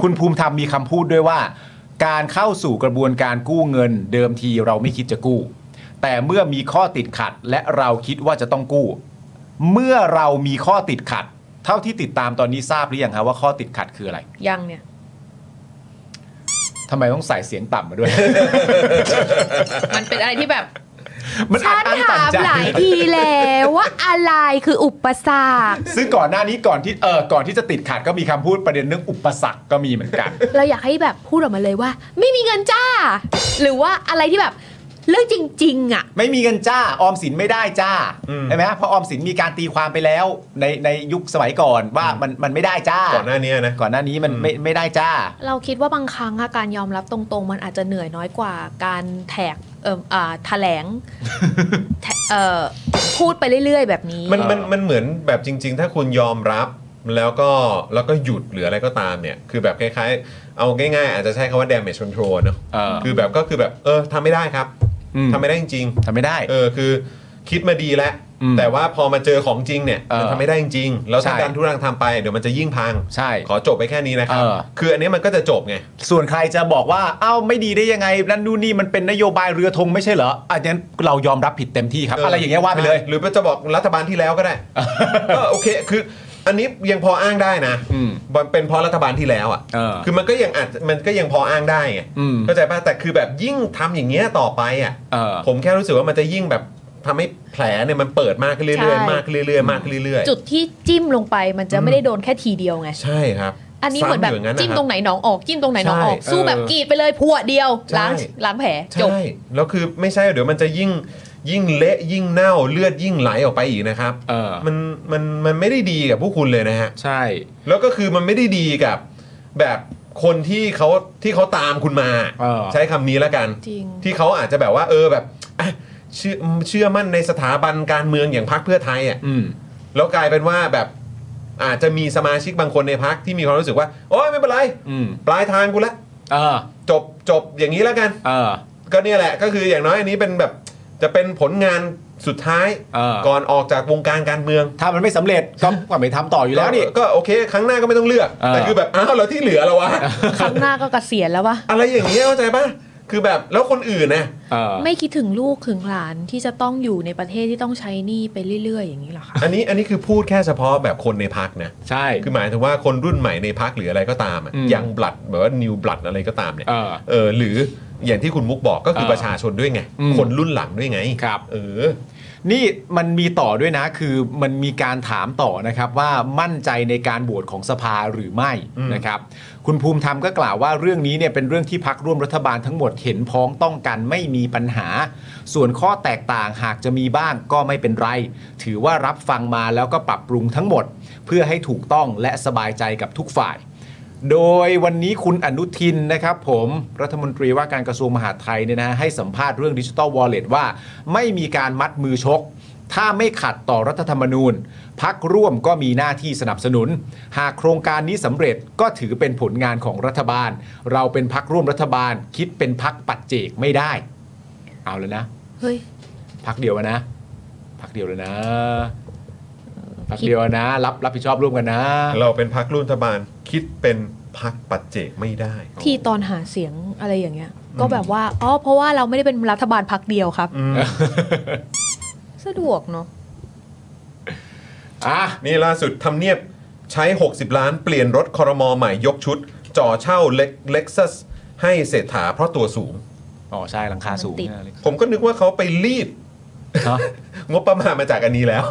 S2: คุณภูมิธรรมมีคำพูดด้วยว่า การเข้าสู่กระบวนการกู้เงิน เดิมทีเราไม่คิดจะกู้ แต่เมื่อมีข้อติดขัด และเราคิดว่าจะต้องกู้ เมื่อเรามีข้อติดขัด เท่าที่ติดตามตอนนี้ทราบหรือยังฮะว่าข้อติดขัดคืออะไร
S4: ยังเนี่ย
S2: ทำไมต้องใส่เสียงต่ำมาด้วย
S4: มันเป็นอะไรที่แบบ
S2: มันอัด
S7: ฉัน
S2: อั้นตัน
S7: ถาม
S2: ใจ
S7: หลายทีแล้วว่าอะไรคืออุปสรรค
S2: ซึ่งก่อนหน้านี้ก่อนที่เออก่อนที่จะติดขัดก็มีคำพูดประเด็นเรื่องอุปสรรคก็มีเหมือนกัน
S7: เราอยากให้แบบพูดออกมาเลยว่า ไม่มีเงินจ้า หรือว่าอะไรที่แบบเรื่องจริง ๆ อ่ะ
S2: ไม่มีเงินจ้า ออมสินไม่ได้จ้า
S1: อืม
S2: ใช่ไหมเพราะออมสินมีการตีความไปแล้ว ในในยุคสมัยก่อนว่ามันมันไม่ได้จ้า
S1: ก่อนหน้านี้นะ
S2: ก่อนหน้านี้มัน
S1: อืม
S2: ไม่ไม่ได้จ้า
S7: เราคิดว่าบางครั้งอะการยอมรับตรงๆ มันอาจจะเหนื่อยน้อยกว่าการแถกเอ่ออ่าแถล งแถเอ่อพูดไปเรื่อย ๆ แบบนี้
S1: มันมัน
S2: เออ
S1: มันเหมือนแบบจริง ๆ ถ้าคุณยอมรับแล้วก็แล้วก็หยุดหรืออะไรก็ตามเนี่ย คือแบบคล้ายๆ เอาง่ายๆ อาจจะใช้คำว่า damage control เนอะ
S2: เออ
S1: คือแบบก็คือแบบเออทำไม่ได้ครับทำไม่ได้จริง
S2: ทำไม่ได้
S1: ๆเออคือคิดมาดีแล้ว
S2: อืม
S1: แต่ว่าพอมาเจอของจริงเนี่ย
S2: เออ
S1: มันทำไม่ได้จริงๆแล้วถ้า
S2: ใช่
S1: การทุรังทำไปเดี๋ยวมันจะยิ่งพัง
S2: ใช่
S1: ขอจบไปแค่นี้นะครับ
S2: เออ
S1: คืออันนี้มันก็จะจบไง
S2: ส่วนใครจะบอกว่าเอ้าไม่ดีได้ยังไงนั่นนู่นนี่มันเป็นนโยบายเรือธงไม่ใช่เหรออันนั้นเรายอมรับผิดเต็มที่ครับ อะไรอย่างเงี้ยว่าไปเลย
S1: หรือจะบอกรัฐบาลที่แล้วก็ได้ ก็โอเคคือ อันนี้ยังพออ้างได้นะ
S2: อืม
S1: มันเป็นเพราะรัฐบาลที่แล้วอ่ะ
S2: เออ
S1: คือมันก็ยังอาจมันก็ยังพออ้างได้ไง
S2: อืม
S1: เข้าใจป่ะแต่คือแบบยิ่งทำอย่างเงี้ยต่อไปอ่ะ
S2: เออ
S1: ผมแค่รู้สึกว่ามันจะยิ่งแบบทำให้แผลเนี่ยมันเปิดมากขึ้นเรื่อย
S7: ใช่
S1: ๆมากขึ้นเรื่อยๆมากขึ้นเรื่อยๆ
S7: จุดที่จิ้มลงไปมันจะไม่ได้โดนแค่ทีเดียวไง
S1: ใช่ครับ
S7: อันนี้เหมือนแบบ
S1: ซ้ำยู่ย่าะ
S7: จิ้ม
S1: คบ
S7: ตรงไหนหนองออกจิ้มตรงไหนหนองออก
S1: ใช่
S7: สู้แบบ
S1: เออก
S7: รีดไปเลยพรวดเดียว
S1: ใช่
S7: ล้างล้างแผลจบ
S1: ใช่แล้วคือไม่ใช่เดี๋ยวมันจะยิ่งยิ่งเละยิ่งเน่าเลือดยิ่งไหลออกไปอีกนะครับ
S2: เออ
S1: มันมันมันไม่ได้ดีกับพวกคุณเลยนะฮะ
S2: ใช่
S1: แล้วก็คือมันไม่ได้ดีกับแบบคนที่เขาที่เขาตามคุณมา
S2: เออ
S1: ใช้คำนี้แล้วกัน
S7: จริง
S1: ที่เขาอาจจะแบบว่า เออแบบอ่ะเชื่อเชื่อมั่นในสถาบันการเมืองอย่างพรรคเพื่อไทยอ่ะ
S2: อืม
S1: แล้วกลายเป็นว่าแบบอาจจะมีสมาชิกบางคนในพรรคที่มีความรู้สึกว่า โอ้ยไม่เป็นไร
S2: อืม
S1: ปลายทางกูละ
S2: เออ
S1: จบจบอย่างนี้แล้วกัน
S2: เออ
S1: ก็เนี่ยแหละก็คืออย่างน้อยอันนี้เป็นแบบจะเป็นผลงานสุดท้าย
S2: เออ
S1: ก่อนออกจากวงการการเมือง
S2: ถ้ามันไม่สำเร็จก็ก็ไม่ทำต่ออยู่แล้วนี่
S1: ก็ก็โอเค ครั้งหน้าก็ไม่ต้องเลือก
S2: เออ
S1: แต่คือแบบอ้าวแล้วที่เหลือเราวะ
S7: ครั้งหน้าก็เกษียณแล้ววะ
S1: อะไรอย่างเงี้ยเข้าใจป่ะ คือแบบแล้วคนอื่นนะ
S2: เออ
S7: ไม่คิดถึงลูกถึงหลานที่จะต้องอยู่ในประเทศที่ต้องใช้หนี้ไปเรื่อย ๆ อย่างนี้เหรอคะ
S1: อันนี้อันนี้คือพูดแค่เฉพาะแบบคนในพักนะ
S2: ใช่
S1: คือหมายถึงว่าคนรุ่นใหม่ในพักหรืออะไรก็ตามอะ
S2: อืม
S1: ยังบลัดแบบว่านิวบลัดอะไรก็ตามเนี่ย
S2: เออ
S1: เออหรืออย่างที่คุณมุกบอกก็คือ
S2: เออ
S1: ประชาชนด้วยไง
S2: อืม
S1: คนรุ่นหลังด้วยไง
S2: ครับ
S1: เออ
S2: นี่มันมีต่อด้วยนะคือมันมีการถามต่อนะครับว่ามั่นใจในการโหวตของสภาหรือไม่
S1: อืม
S2: นะครับ คุณภูมิธรรมก็กล่าวว่าเรื่องนี้เนี่ยเป็นเรื่องที่พักร่วมรัฐบาลทั้งหมดเห็นพ้องต้องกันไม่มีปัญหา ส่วนข้อแตกต่างหากจะมีบ้างก็ไม่เป็นไร ถือว่ารับฟังมาแล้วก็ปรับปรุงทั้งหมด เพื่อให้ถูกต้องและสบายใจกับทุกฝ่าย โดยวันนี้คุณอนุทินนะครับผมรัฐมนตรีว่าการกระทรวงมหาดไทยเนี่ยนะให้สัมภาษณ์เรื่องดิจิ t a ลวอลเล็ตว่า ไม่มีการมัดมือชก ถ้าไม่ขัดต่อรัฐธรรมนูญ พักร่วมก็มีหน้าที่สนับสนุน หากโครงการนี้สำเร็จก็ถือเป็นผลงานของรัฐบาล เราเป็นพักร่วมรัฐบาล คิดเป็นพักปัจเจกไม่ได้ เอาแล้วนะ
S7: เฮ้ย
S2: พักเดียวอะนะพักเดียวเลยนะพักเดียวอะนะ รับรับผิดชอบร่วมกันนะ
S1: เราเป็นพักรุ่นรัฐบาลคิดเป็นพักปัจเจกไม่ได้
S7: ที่ตอนหาเสียงอะไรอย่างเงี้ย ก็แบบว่าอ๋อเพราะว่าเราไม่ได้เป็นรัฐบาลพักเดียวครับ
S1: อืม
S7: สะดวกเนาะ
S2: อ่ะ
S1: นี่ล่าสุดทำเนียบ ใช้ 60 ล้านเปลี่ยนรถคอรมอใหม่ยกชุด จ่อเช่าเล็กซัสให้เศรษฐาเพราะตัวสูง
S2: อ๋อใช่หลังคาสูงเนี่ยเลย
S1: ผมก็นึกว่าเขาไปรีดงบประมาณมาจากอันนี้แล้ว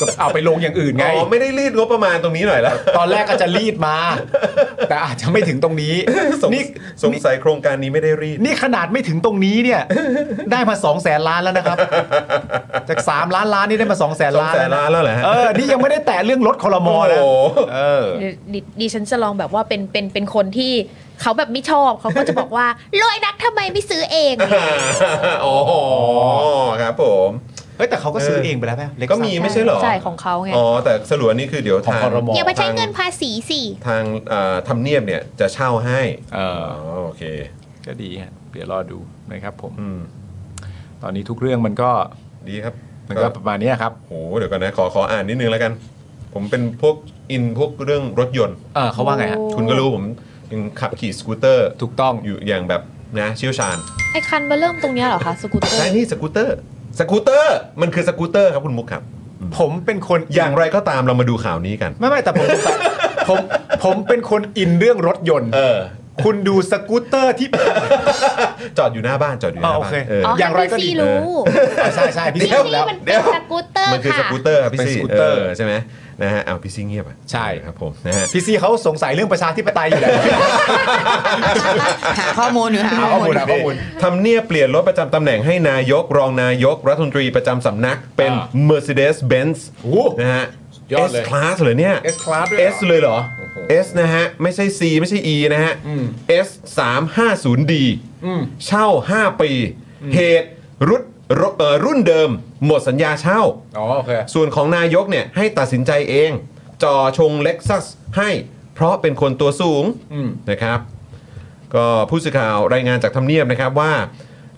S2: ก็เอาไปลงอย่างอื่นไง
S1: อ๋อ ไม่ได้รีดงบประมาณตรงนี้หน่อยละ
S2: ตอนแรกก็จะรีดมา แต่อาจจะไม่ถึงตรงนี้ นี่
S1: สงสัยโครงการนี้ไม่ได้รีด
S2: นี่ขนาดไม่ถึงตรงนี้เนี่ย ได้มา2องแสนล้านแล้วนะครับ จาก 3 ล้านล้านนี่ได้มา2องแสนล้าน
S1: 200,000ล้านแล้วเหรอฮะ
S2: เออ นี่ยังไม่ได้แตะเรื่องรถคอรมอนะ
S1: โอ้โห
S2: เออ
S7: ดิดิฉันจะลองแบบว่าเป็นเป็นเป็นคนที่เขาแบบไม่ชอบเขาก็จะบอกว่า
S11: รวยนักทำไมไม่ซื้อเอง
S1: อ๋อครับผม
S2: เฮ้ยแต่เขาก็ซื้อเองไปแล้วแม่
S1: ก็มีไม่ใช่เหรอ
S7: ใช่ของเขาไง
S1: อ๋อ แต่สรุปอันนี้คือเดี๋ยวทาง
S11: อย่ามาใช้เงิน
S1: ท
S11: ภาษีสิ
S1: างทางเอ่อทำเนียบเนี่ยจะเช่าให้
S2: เออ
S1: โอเค
S2: ก็ดีฮะ เดี๋ยวรอดูนะครับผม
S1: อืม
S2: ตอนนี้ทุกเรื่องมันก็
S1: ดีครับ
S2: มันก็ประมาณเนี้ยครับ
S1: โห เดี๋ยวกันนะ ขอขออ่านนิดนึงแล้วกัน ผมเป็นพวกอินพวกเรื่องรถยนต์
S2: เออเขาว่าไงฮะ
S1: คุณก็รู้ผมยังขับขี่สกูตเตอร์
S2: ถูกต้อง
S1: อยู่อย่างแบบนะเชี่ยวชาญ
S7: ไอ้คันมาเริ่มตรงเนี้ยเหรอคะสกูตเตอ
S1: ใช่
S7: ร์
S1: นี่สกูตเตอร์ สกูตเตอร์ มันคือสกูตเตอร์ครับคุณมุกครับ
S2: ผมเป็นคน
S1: อย่างไรก็ตามเรามาดูข่าวนี้กัน
S2: ไม่ไม่แต่ผมสงสัยผมผมเป็นคนอินเรื่องรถยนต์
S1: เออ
S2: คุณดูสกูตเตอร์ที่
S1: จอดอยู่หน้าบ้านจอดอยู่หน้า
S2: อ๋อโอ
S1: บ้าน
S2: เค
S1: เออ
S11: อ๋อ
S2: อ
S11: อย่าง
S2: ไรก็ดี
S11: ให้พี่ซี่รู้
S2: ใช่ใช่พี่
S11: พี่
S2: เซล
S11: ซี่
S2: แล้ว
S11: มัน
S1: เดี๋
S11: เป็
S1: ย
S11: น
S1: ว
S11: สกูตเตอร์
S1: มันคือส
S11: ค่ะ
S1: กูตเตอร์ครับพี่
S2: เป็น
S1: ซี่
S2: สกูตเตอร์
S1: ใช่ไหมนะฮะเอาพี่ซี่เงียบอ่ะ
S2: ใช่
S1: ครับผมนะฮะ
S2: พี่ซีเขาสงสัยเรื่องประชาธิปไตยอยู่แล้ว
S6: หาข้อมูลอยู่หา
S2: หา
S6: ข้
S2: ข้
S6: อ
S2: อ
S6: มู
S2: มู
S6: ล
S2: ลหาข้อมูล
S1: ทำเนียบเปลี่ยนรถประจำตำแหน่งให้นายกรองนายกรัฐมนตรีประจำสำนักเป็น
S2: อ่า
S1: Mercedes-Benz
S2: โอ้โห
S1: นะฮะ
S2: ยอด
S1: S
S2: เลย
S1: class เหรอเนี่ย
S2: S class ด้วยเหรอ
S1: S เลยเหรอ
S2: โอ้โห
S1: S นะฮะ ไม่ใช่ C ไม่ใช่ E นะฮะ
S2: อืม
S1: S 3 5 0 D
S2: อืม
S1: เช่า 5 ปี เหตุรุ่นเอ่อรุ่นเดิม หมดสัญญาเช่า
S2: อ๋อโอเค
S1: ส่วนของนายกเนี่ยให้ตัดสินใจเอง จอชงเล็กซัสให้เพราะเป็นคนตัวสูง
S2: อืม
S1: นะครับ ก็ผู้สื่อข่าวรายงานจากทำเนียบนะครับว่า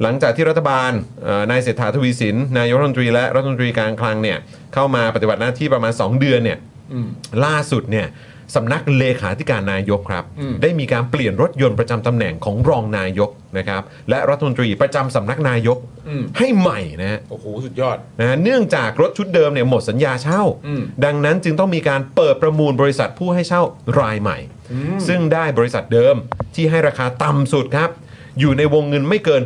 S1: หลังจากที่รัฐบาลเอ่อนายเศรษฐาทวีสิน นายกรัฐมนตรีและรัฐมนตรีการคลังเนี่ยเข้ามาปฏิบัติหน้าที่ประมาณ 2 เดือนเนี่ย
S2: อืม
S1: ล่าสุดเนี่ยสำนักเลขาธิการนายกครับ
S2: อืม
S1: ได้มีการเปลี่ยนรถยนต์ประจำตำแหน่งของรองนายกนะครับและรัฐมนตรีประจำสำนักนายก
S2: อืม
S1: ให้ใหม่นะฮะ
S2: โอ้โหสุดยอด
S1: นะฮะเนื่องจากรถชุดเดิมเนี่ยหมดสัญญาเช่า
S2: อืม
S1: ดังนั้นจึงต้องมีการเปิดประมูลบริษัทผู้ให้เช่ารายใหม่ ซึ่งได้บริษัทเดิมที่ให้ราคาต่ำสุดครับ อยู่ในวงเงินไม่เกิน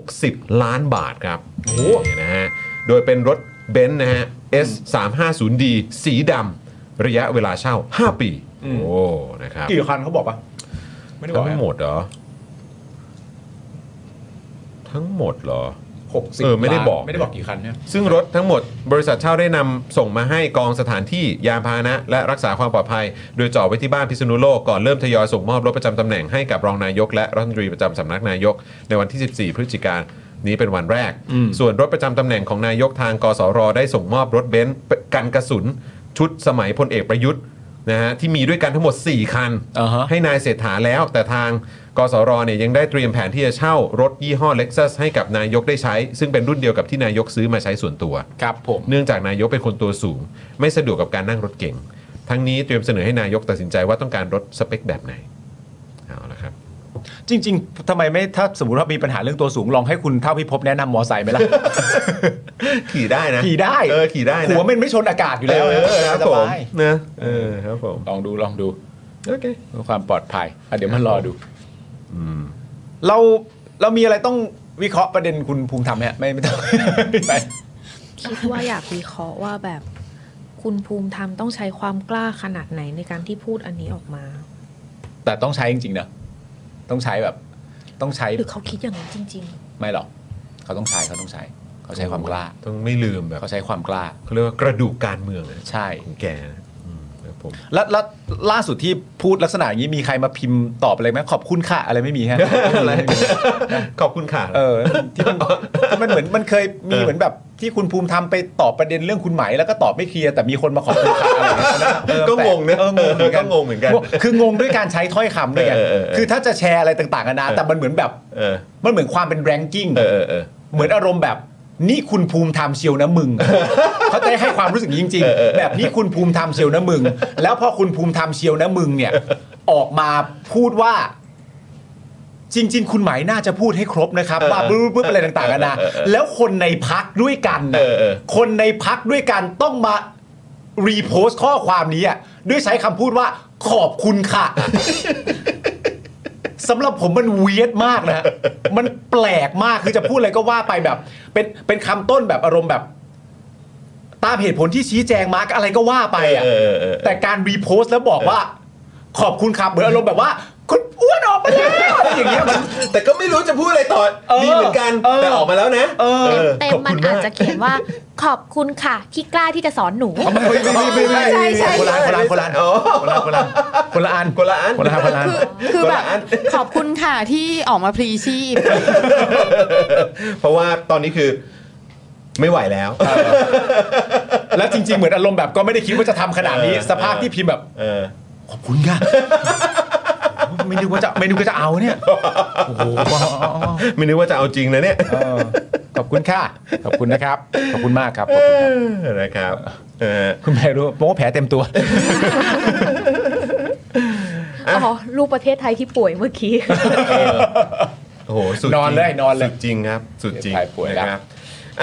S1: 60 ล้านบาทครับนี่นะฮะโดยเป็นรถเบนซ์นะฮะ S 3 5 0 D สีดำระยะเวลาเช่า 5 ปี โอ้นะครับ
S2: กี่คันเขาบอกปะไม่ได้บอก
S1: ทั้งหมดเหรอ ทั้งหมดเหรอ
S2: หกสิบ
S1: เออไม่ได้บอก
S2: ไม่ได้บอกกี่คันเนี่ย
S1: ซึ่งรถทั้งหมดบริษัทเช่าได้นำส่งมาให้กองสถานที่ยานพาหนะ และรักษาความปลอดภัย โดยจ่อไว้ที่บ้านพิษณุโลกก่อนเริ่มทยอยส่งมอบรถประจำตำแหน่งให้กับรองนายก และรัฐมนตรีประจำสำนักนายก ในวันที่ 14 พฤศจิกายนนี้เป็นวันแรก
S2: อืม
S1: ส่วนรถประจำตำแหน่งของนายกทางกสรได้ส่งมอบรถเบนซ์กันกระสุน ชุดสมัยพลเอกประยุทธ์นะฮะที่มีด้วยกันทั้งหมด 4 คัน
S2: อ่าฮะ
S1: ให้นายเศรษฐาแล้ว แต่ทางกสรเนี่ยยังได้เตรียมแผนที่จะเช่ารถยี่ห้อ Lexus ให้กับนายกได้ใช้ ซึ่งเป็นรุ่นเดียวกับที่นายกซื้อมาใช้ส่วนตัว
S2: ครับผม
S1: เนื่องจากนายกเป็นคนตัวสูง ไม่สะดวกกับการนั่งรถเก่ง ทั้งนี้เตรียมเสนอให้นายกตัดสินใจว่าต้องการรถสเปคแบบไหนเอาละครับ
S2: จริง ๆทำไมไม่ถ้าสมมติว่ามีปัญหาเรื่องตัวสูงลองให้คุณเท่าพิภพแนะนำมอไซค์ไหมล่ะ
S1: ขี่ได้นะ
S2: ขี่ได้
S1: เออขี่ได้นะ
S2: หัวมันไม่ชนอากาศอยู่
S1: เอ
S2: แล้วนะ
S1: อครับผ
S2: ส
S1: ม
S2: บาย
S1: นะเออครับผม
S2: ลองดูลองดู
S1: โอเค
S2: เพื่อความปลอดภัยอ่ะเดี๋ยวมันรอดูเราเรามีอะไรต้องวิเคราะห์ประเด็นคุณภูมิธรรมเนี่ยไม่ไม่ต้อง ไป
S7: คิดว่าอยากวิเคราะห์ว่าแบบคุณภูมิธรรมต้องใช้ความกล้าขนาดไหนในการที่พูดอันนี้ออกมา
S2: แต่ต้องใช้จริงๆนะต้องใช้แบบ ต้องใช้
S7: หรือเขาคิดอย่างนั้นจริง
S2: ไม่หรอก เขาต้องใช้เขาต้องใช้ เขาใช้ความกล้า
S1: ต้องไม่ลืมแบบ
S2: เขาใช้ความกล้า
S1: เขาเรียกว่ากระดูกการเมืองนะ
S2: ใช่
S1: ของแกนะอืมครับผม
S2: แล้วแล้วล่าสุดที่พูดลักษณะอย่างนี้มีใครมาพิมพ์ตอบอะไรไหมขอบคุณค่ะอะไรไม่มีฮะ
S1: อะไรขอบคุณค่ะ
S2: เออที่มันที่มันเหมือนมันเคยมีเหมือนแบบที่คุณภูมิธรรมไปตอบประเด็นเรื่องคุณไหมายแล้วก็ตอบไม่เคลียร์แต่มีคนมาขอบคุณค่ะอะไรอย่างเงี้ยนะเออ
S1: ก็งงนะ
S2: เอองงเหมือนกั
S1: ก็
S2: น
S1: งงเหมือนกัน
S2: คืองงด้วยการใช้ถ้อยคำด้วยไง
S1: เออเออเออ
S2: คือถ้าจะแชร์อะไรต่างๆกันานะ
S1: เออ
S2: แต่มันเหมือนแบบ
S1: เออ
S2: มันเหมือนความเป็นแรงกิ้ง
S1: เออเออเออ
S2: เหมือนอารมณ์แบบ นี่คุณภูมิธรรมเชียวนะมึ ง เขาจะให้ความรู้สึกอย่างนี้จริง
S1: เออเออเออ
S2: ๆ แบบนี้คุณภูมิธรรมเชียวนะมึง แล้วพอคุณภูมิธรรมเชียวนะมึงเนี่ย ออกมาพูดว่า จริง ๆ คุณหมายน่าจะพูดให้ครบนะครับ
S1: เออ
S2: ว่าปุ๊บปุ๊บอะไรต่างๆกันานะ
S1: เออเออเออ
S2: แล้วคนในพักด้วยกันน่ะ
S1: เออเออ
S2: คนในพักด้วยกันต้องมารีโพสต์ข้อความนี้อะ ด้วยใช้คำพูดว่าขอบคุณค่ะ สำหรับผมมันเวียดมากนะฮะมันแปลกมากคือจะพูดอะไรก็ว่าไปแบบ เป็นเป็นคำต้นแบบอารมณ์แบบ ตามเหตุผลที่ชี้แจงมาร์กอะไรก็ว่าไปอ่ะแต่การรีโพสต์แล้วบอกว่า ขอบคุณครับเหมือนอารมณ์แบบว่า คุณอ้วนออกไปแล้วอะไรอย่างเงี้ยมัน
S1: แต่ก็ไม่รู้จะพูดอะไรต่อดีเหมือนกัน แต่ออกมาแล้วนะเออ
S11: เต็ม
S1: ขอบ
S11: มั
S1: คุ
S11: น
S1: ณ
S11: อาจ
S1: มาก
S11: จะเขียนว่าขอบคุณค่ะ ที่กล้าที่จะสอนหนู
S2: ไม่ไม่ไม่ไม่ไม่คนละอันคนละอันคนละอันคนละอันคนละ อันคนละอันคนละอันคนละอัน
S6: คือแบบขอบคุณค่ะที่ออกมาพลีชีพ
S1: เพราะว่าตอนนี้คือไม่ไหวแล้ว
S2: แล้วจริง ๆ เหมือนอารมณ์แบบก็ไม่ได้คิดว่าจะทำขนาดนี้
S1: เออ
S2: สภาพที่พิมพ์แบบขอบคุณค่ะไม่นึกว่าจะไม่นึกว่าจะเอาเนี่ยโอ้โห
S1: ไม่นึกว่าจะเอาจริงนะเนี่ย
S2: ขอบคุณค่ะขอบคุณนะครับขอบคุณมากครับ
S1: นะครับ
S2: คุณแม่รู้บอกว่าแผลเต็มตัว
S7: อ๋อรูปประเทศไทยที่ป่วยเมื่อกี้
S1: โอ้โหสุด
S2: นอนเลย
S1: จริง
S2: นอนเล
S1: สุ
S2: ย
S1: ดจริงครับ สุดจริง
S2: ถ่ายป่วยแล้ว
S1: นะครับ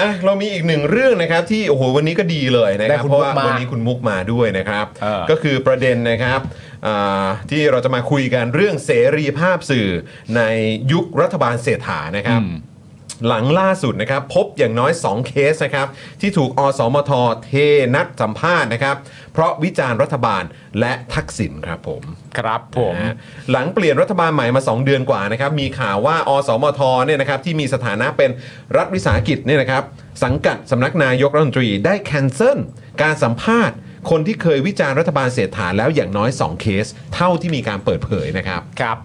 S1: อ่ะเรามีอีกหนึ่งเรื่องนะครับ ที่โอ้โหวันนี้ก็ดีเลยนะค
S2: ได้
S1: รับ
S2: คุณ
S1: เพราะ
S2: มุก
S1: ว่า
S2: มา
S1: วันนี้คุณมุกมาด้วยนะครับ
S2: เออ
S1: ก็คือประเด็นนะครับอ่าที่เราจะมาคุยกันเรื่องเสรีภาพสื่อในยุครัฐบาลเศรษฐานะครับ หลังล่าสุดนะครับ พบอย่างน้อย 2 เคสนะครับ ที่ถูกอสมทเทนัดสัมภาษณ์นะครับ เพราะวิจารณ์รัฐบาลและทักษิณครับผม
S2: ครับผม
S1: นะฮะหลังเปลี่ยนรัฐบาลใหม่มา 2 เดือนกว่านะครับมีข่าวว่าอสมทเนี่ยนะครับที่มีสถานะเป็นรัฐวิสาหกิจเนี่ยนะครับสังกัดสำนักนายกรัฐมนตรีได้แคนเซิลการสัมภาษณ์ คนที่เคยวิจารณ์รัฐบาลเศรษฐาแล้วอย่างน้อย 2 เคส เท่าที่มีการเปิดเผยนะครับ
S2: ครับ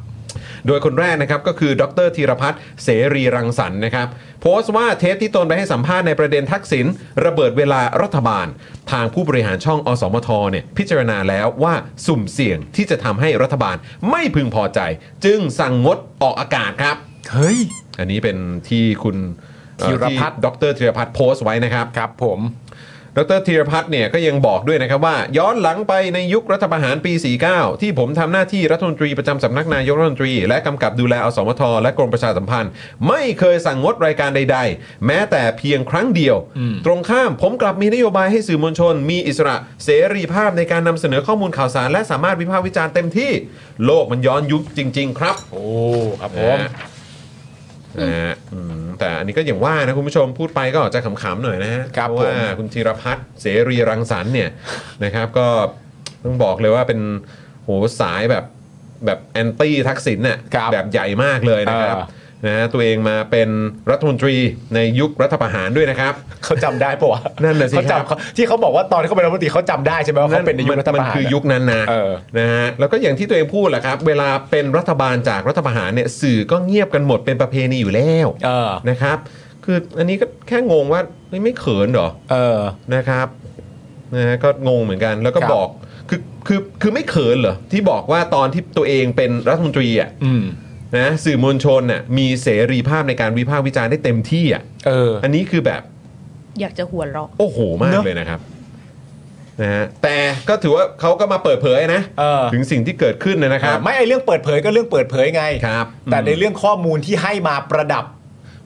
S1: โดยคนแรกนะครับก็คือดรธีรพัฒน์เสรีรังสรรค์นะครับ โพสต์ว่าเทปที่ตนไปให้สัมภาษณ์ในประเด็นทักษิณระเบิดเวลารัฐบาล ทางผู้บริหารช่องอสมทเนี่ยพิจารณาแล้วว่าสุ่มเสี่ยงที่จะทำให้รัฐบาลไม่พึงพอใจ จึงสั่งงดออกอากาศครับ
S2: เฮ้ย
S1: อันนี้เป็นที่คุณเอ่อ
S2: ธีรพัฒน์
S1: ที่ดรธีรพัฒน์โพสต์ไว้นะครับ
S2: ครับผม
S1: ดรธีรพัฒน์เนี่ยก็ยังบอกด้วยนะครับว่า ย้อนหลังไปในยุครัฐประหารปี 49 ที่ผมทำหน้าที่รัฐมนตรีประจำสำนักนายกรัฐมนตรี และกำกับดูแลอสมท และกรมประชาสัมพันธ์ ไม่เคยสั่งงดรายการใด ๆ แม้แต่เพียงครั้งเดียว ตรงข้ามผมกลับมีนโยบายให้สื่อมวลชน มีอิสระเสรีภาพในการนำเสนอข้อมูลข่าวสาร และสามารถวิพากษ์วิจารณ์เต็มที่ โลกมันย้อนยุคจริง ๆ ครับ
S2: โอ้ครับผ
S1: นะ
S2: ม
S1: ฮะนะฮะอืมแต่อันนี้ก็อย่างว่านะคุณผู้ชมพูดไปก็อาจจะขำๆหน่อยนะฮะ
S2: ครับ
S1: เพราะว่า
S2: ผม
S1: คุณธีรพัฒน์เสรีรังสรรค์เนี่ย นะครับ ก็ต้องบอกเลยว่าเป็นโหสายแบบแบบแอนตี้ทักษิณเนี่ยแบบใหญ่มากเลยนะครับนะฮะตัวเองมาเป็นรัฐมนตรีในยุครัฐประหารด้วยนะครับ
S2: เขาจำได้ปะวะ
S1: นั่นแหละสิ
S2: เขา
S1: ครับ
S2: จำเขาที่เขาบอกว่าตอนที่เขาเป็นรัฐมนตรีเขาจำได้ใช่ไหมว่าเขาเป็นในยุครัฐบาล
S1: มันคือยุคนั้นนะ
S2: เออ
S1: นะฮะแล้วก็อย่างที่ตัวเองพูดแหละครับ เวลาเป็นรัฐบาลจากรัฐประหารเนี่ยสื่อก็เงียบกันหมดเป็นประเพณีอยู่แล้ว
S2: เออ
S1: นะครับ คืออันนี้ก็แค่งงว่าเฮ้ยไม่เขินเหรอ
S2: เออ
S1: นะครับนะฮะก็งงเหมือนกันแล้วก็
S2: ครับ
S1: บอกคือคือคือไม่เขินเหรอที่บอกว่าตอนที่ตัวเองเป็นรัฐมนตรีอ่ะ
S2: อืม
S1: นะสื่อมวลชนน่ะมีเสรีภาพในการวิพากษ์วิจารณ์ได้เต็มที่อ่ะ
S2: เออ
S1: อันนี้คือแบบ
S7: อยากจะหัวเราะ
S1: โอ้โหมาก
S2: เนอะ
S1: เลยนะครับนะฮะแต่ก็ถือว่าเขาก็มาเปิดเผยนะ
S2: เออ
S1: ถึงสิ่งที่เกิดขึ้นนะครับ
S2: ไม่ไอเรื่องเปิดเผยก็เรื่องเปิดเผยไง
S1: ครับ
S2: แต่
S1: อืม
S2: ในเรื่องข้อมูลที่ให้มาประดับ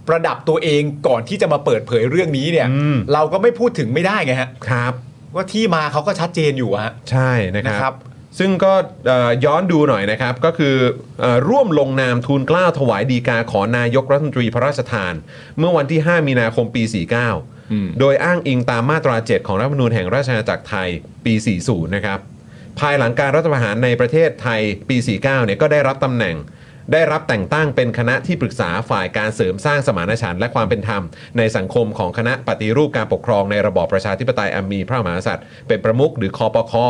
S2: ประดับตัวเองก่อนที่จะมาเปิดเผยเรื่องนี้เนี่ย
S1: อืม
S2: เราก็ไม่พูดถึงไม่ได้ไงฮะ
S1: ครับ
S2: ว่าที่มาเขาก็ชัดเจนอยู่อะฮะ
S1: ใช่นะครับ
S2: นะครับ
S1: ซึ่งก็เอ่อย้อนดูหน่อยนะครับ ก็คือเอ่อร่วมลงนามทูลเกล้าถวายดีกาขอนายกรัฐมนตรีพระราชทาน เมื่อวันที่ 5 มีนาคมปี
S2: อืม
S1: 49 โดยอ้างอิงตามมาตรา 7 ของรัฐธรรมนูญแห่งราชอาณาจักรไทยปี 40 นะครับ ภายหลังการรัฐประหารในประเทศไทยปี 49 เนี่ยก็ได้รับตำแหน่ง ได้รับแต่งตั้งเป็นคณะที่ปรึกษาฝ่ายการเสริมสร้างสมานฉันท์และความเป็นธรรม ในสังคมของคณะปฏิรูปการปกครองในระบอบประชาธิปไตยอันมีพระมหากษัตริย์เป็นประมุขหรือคอปคอ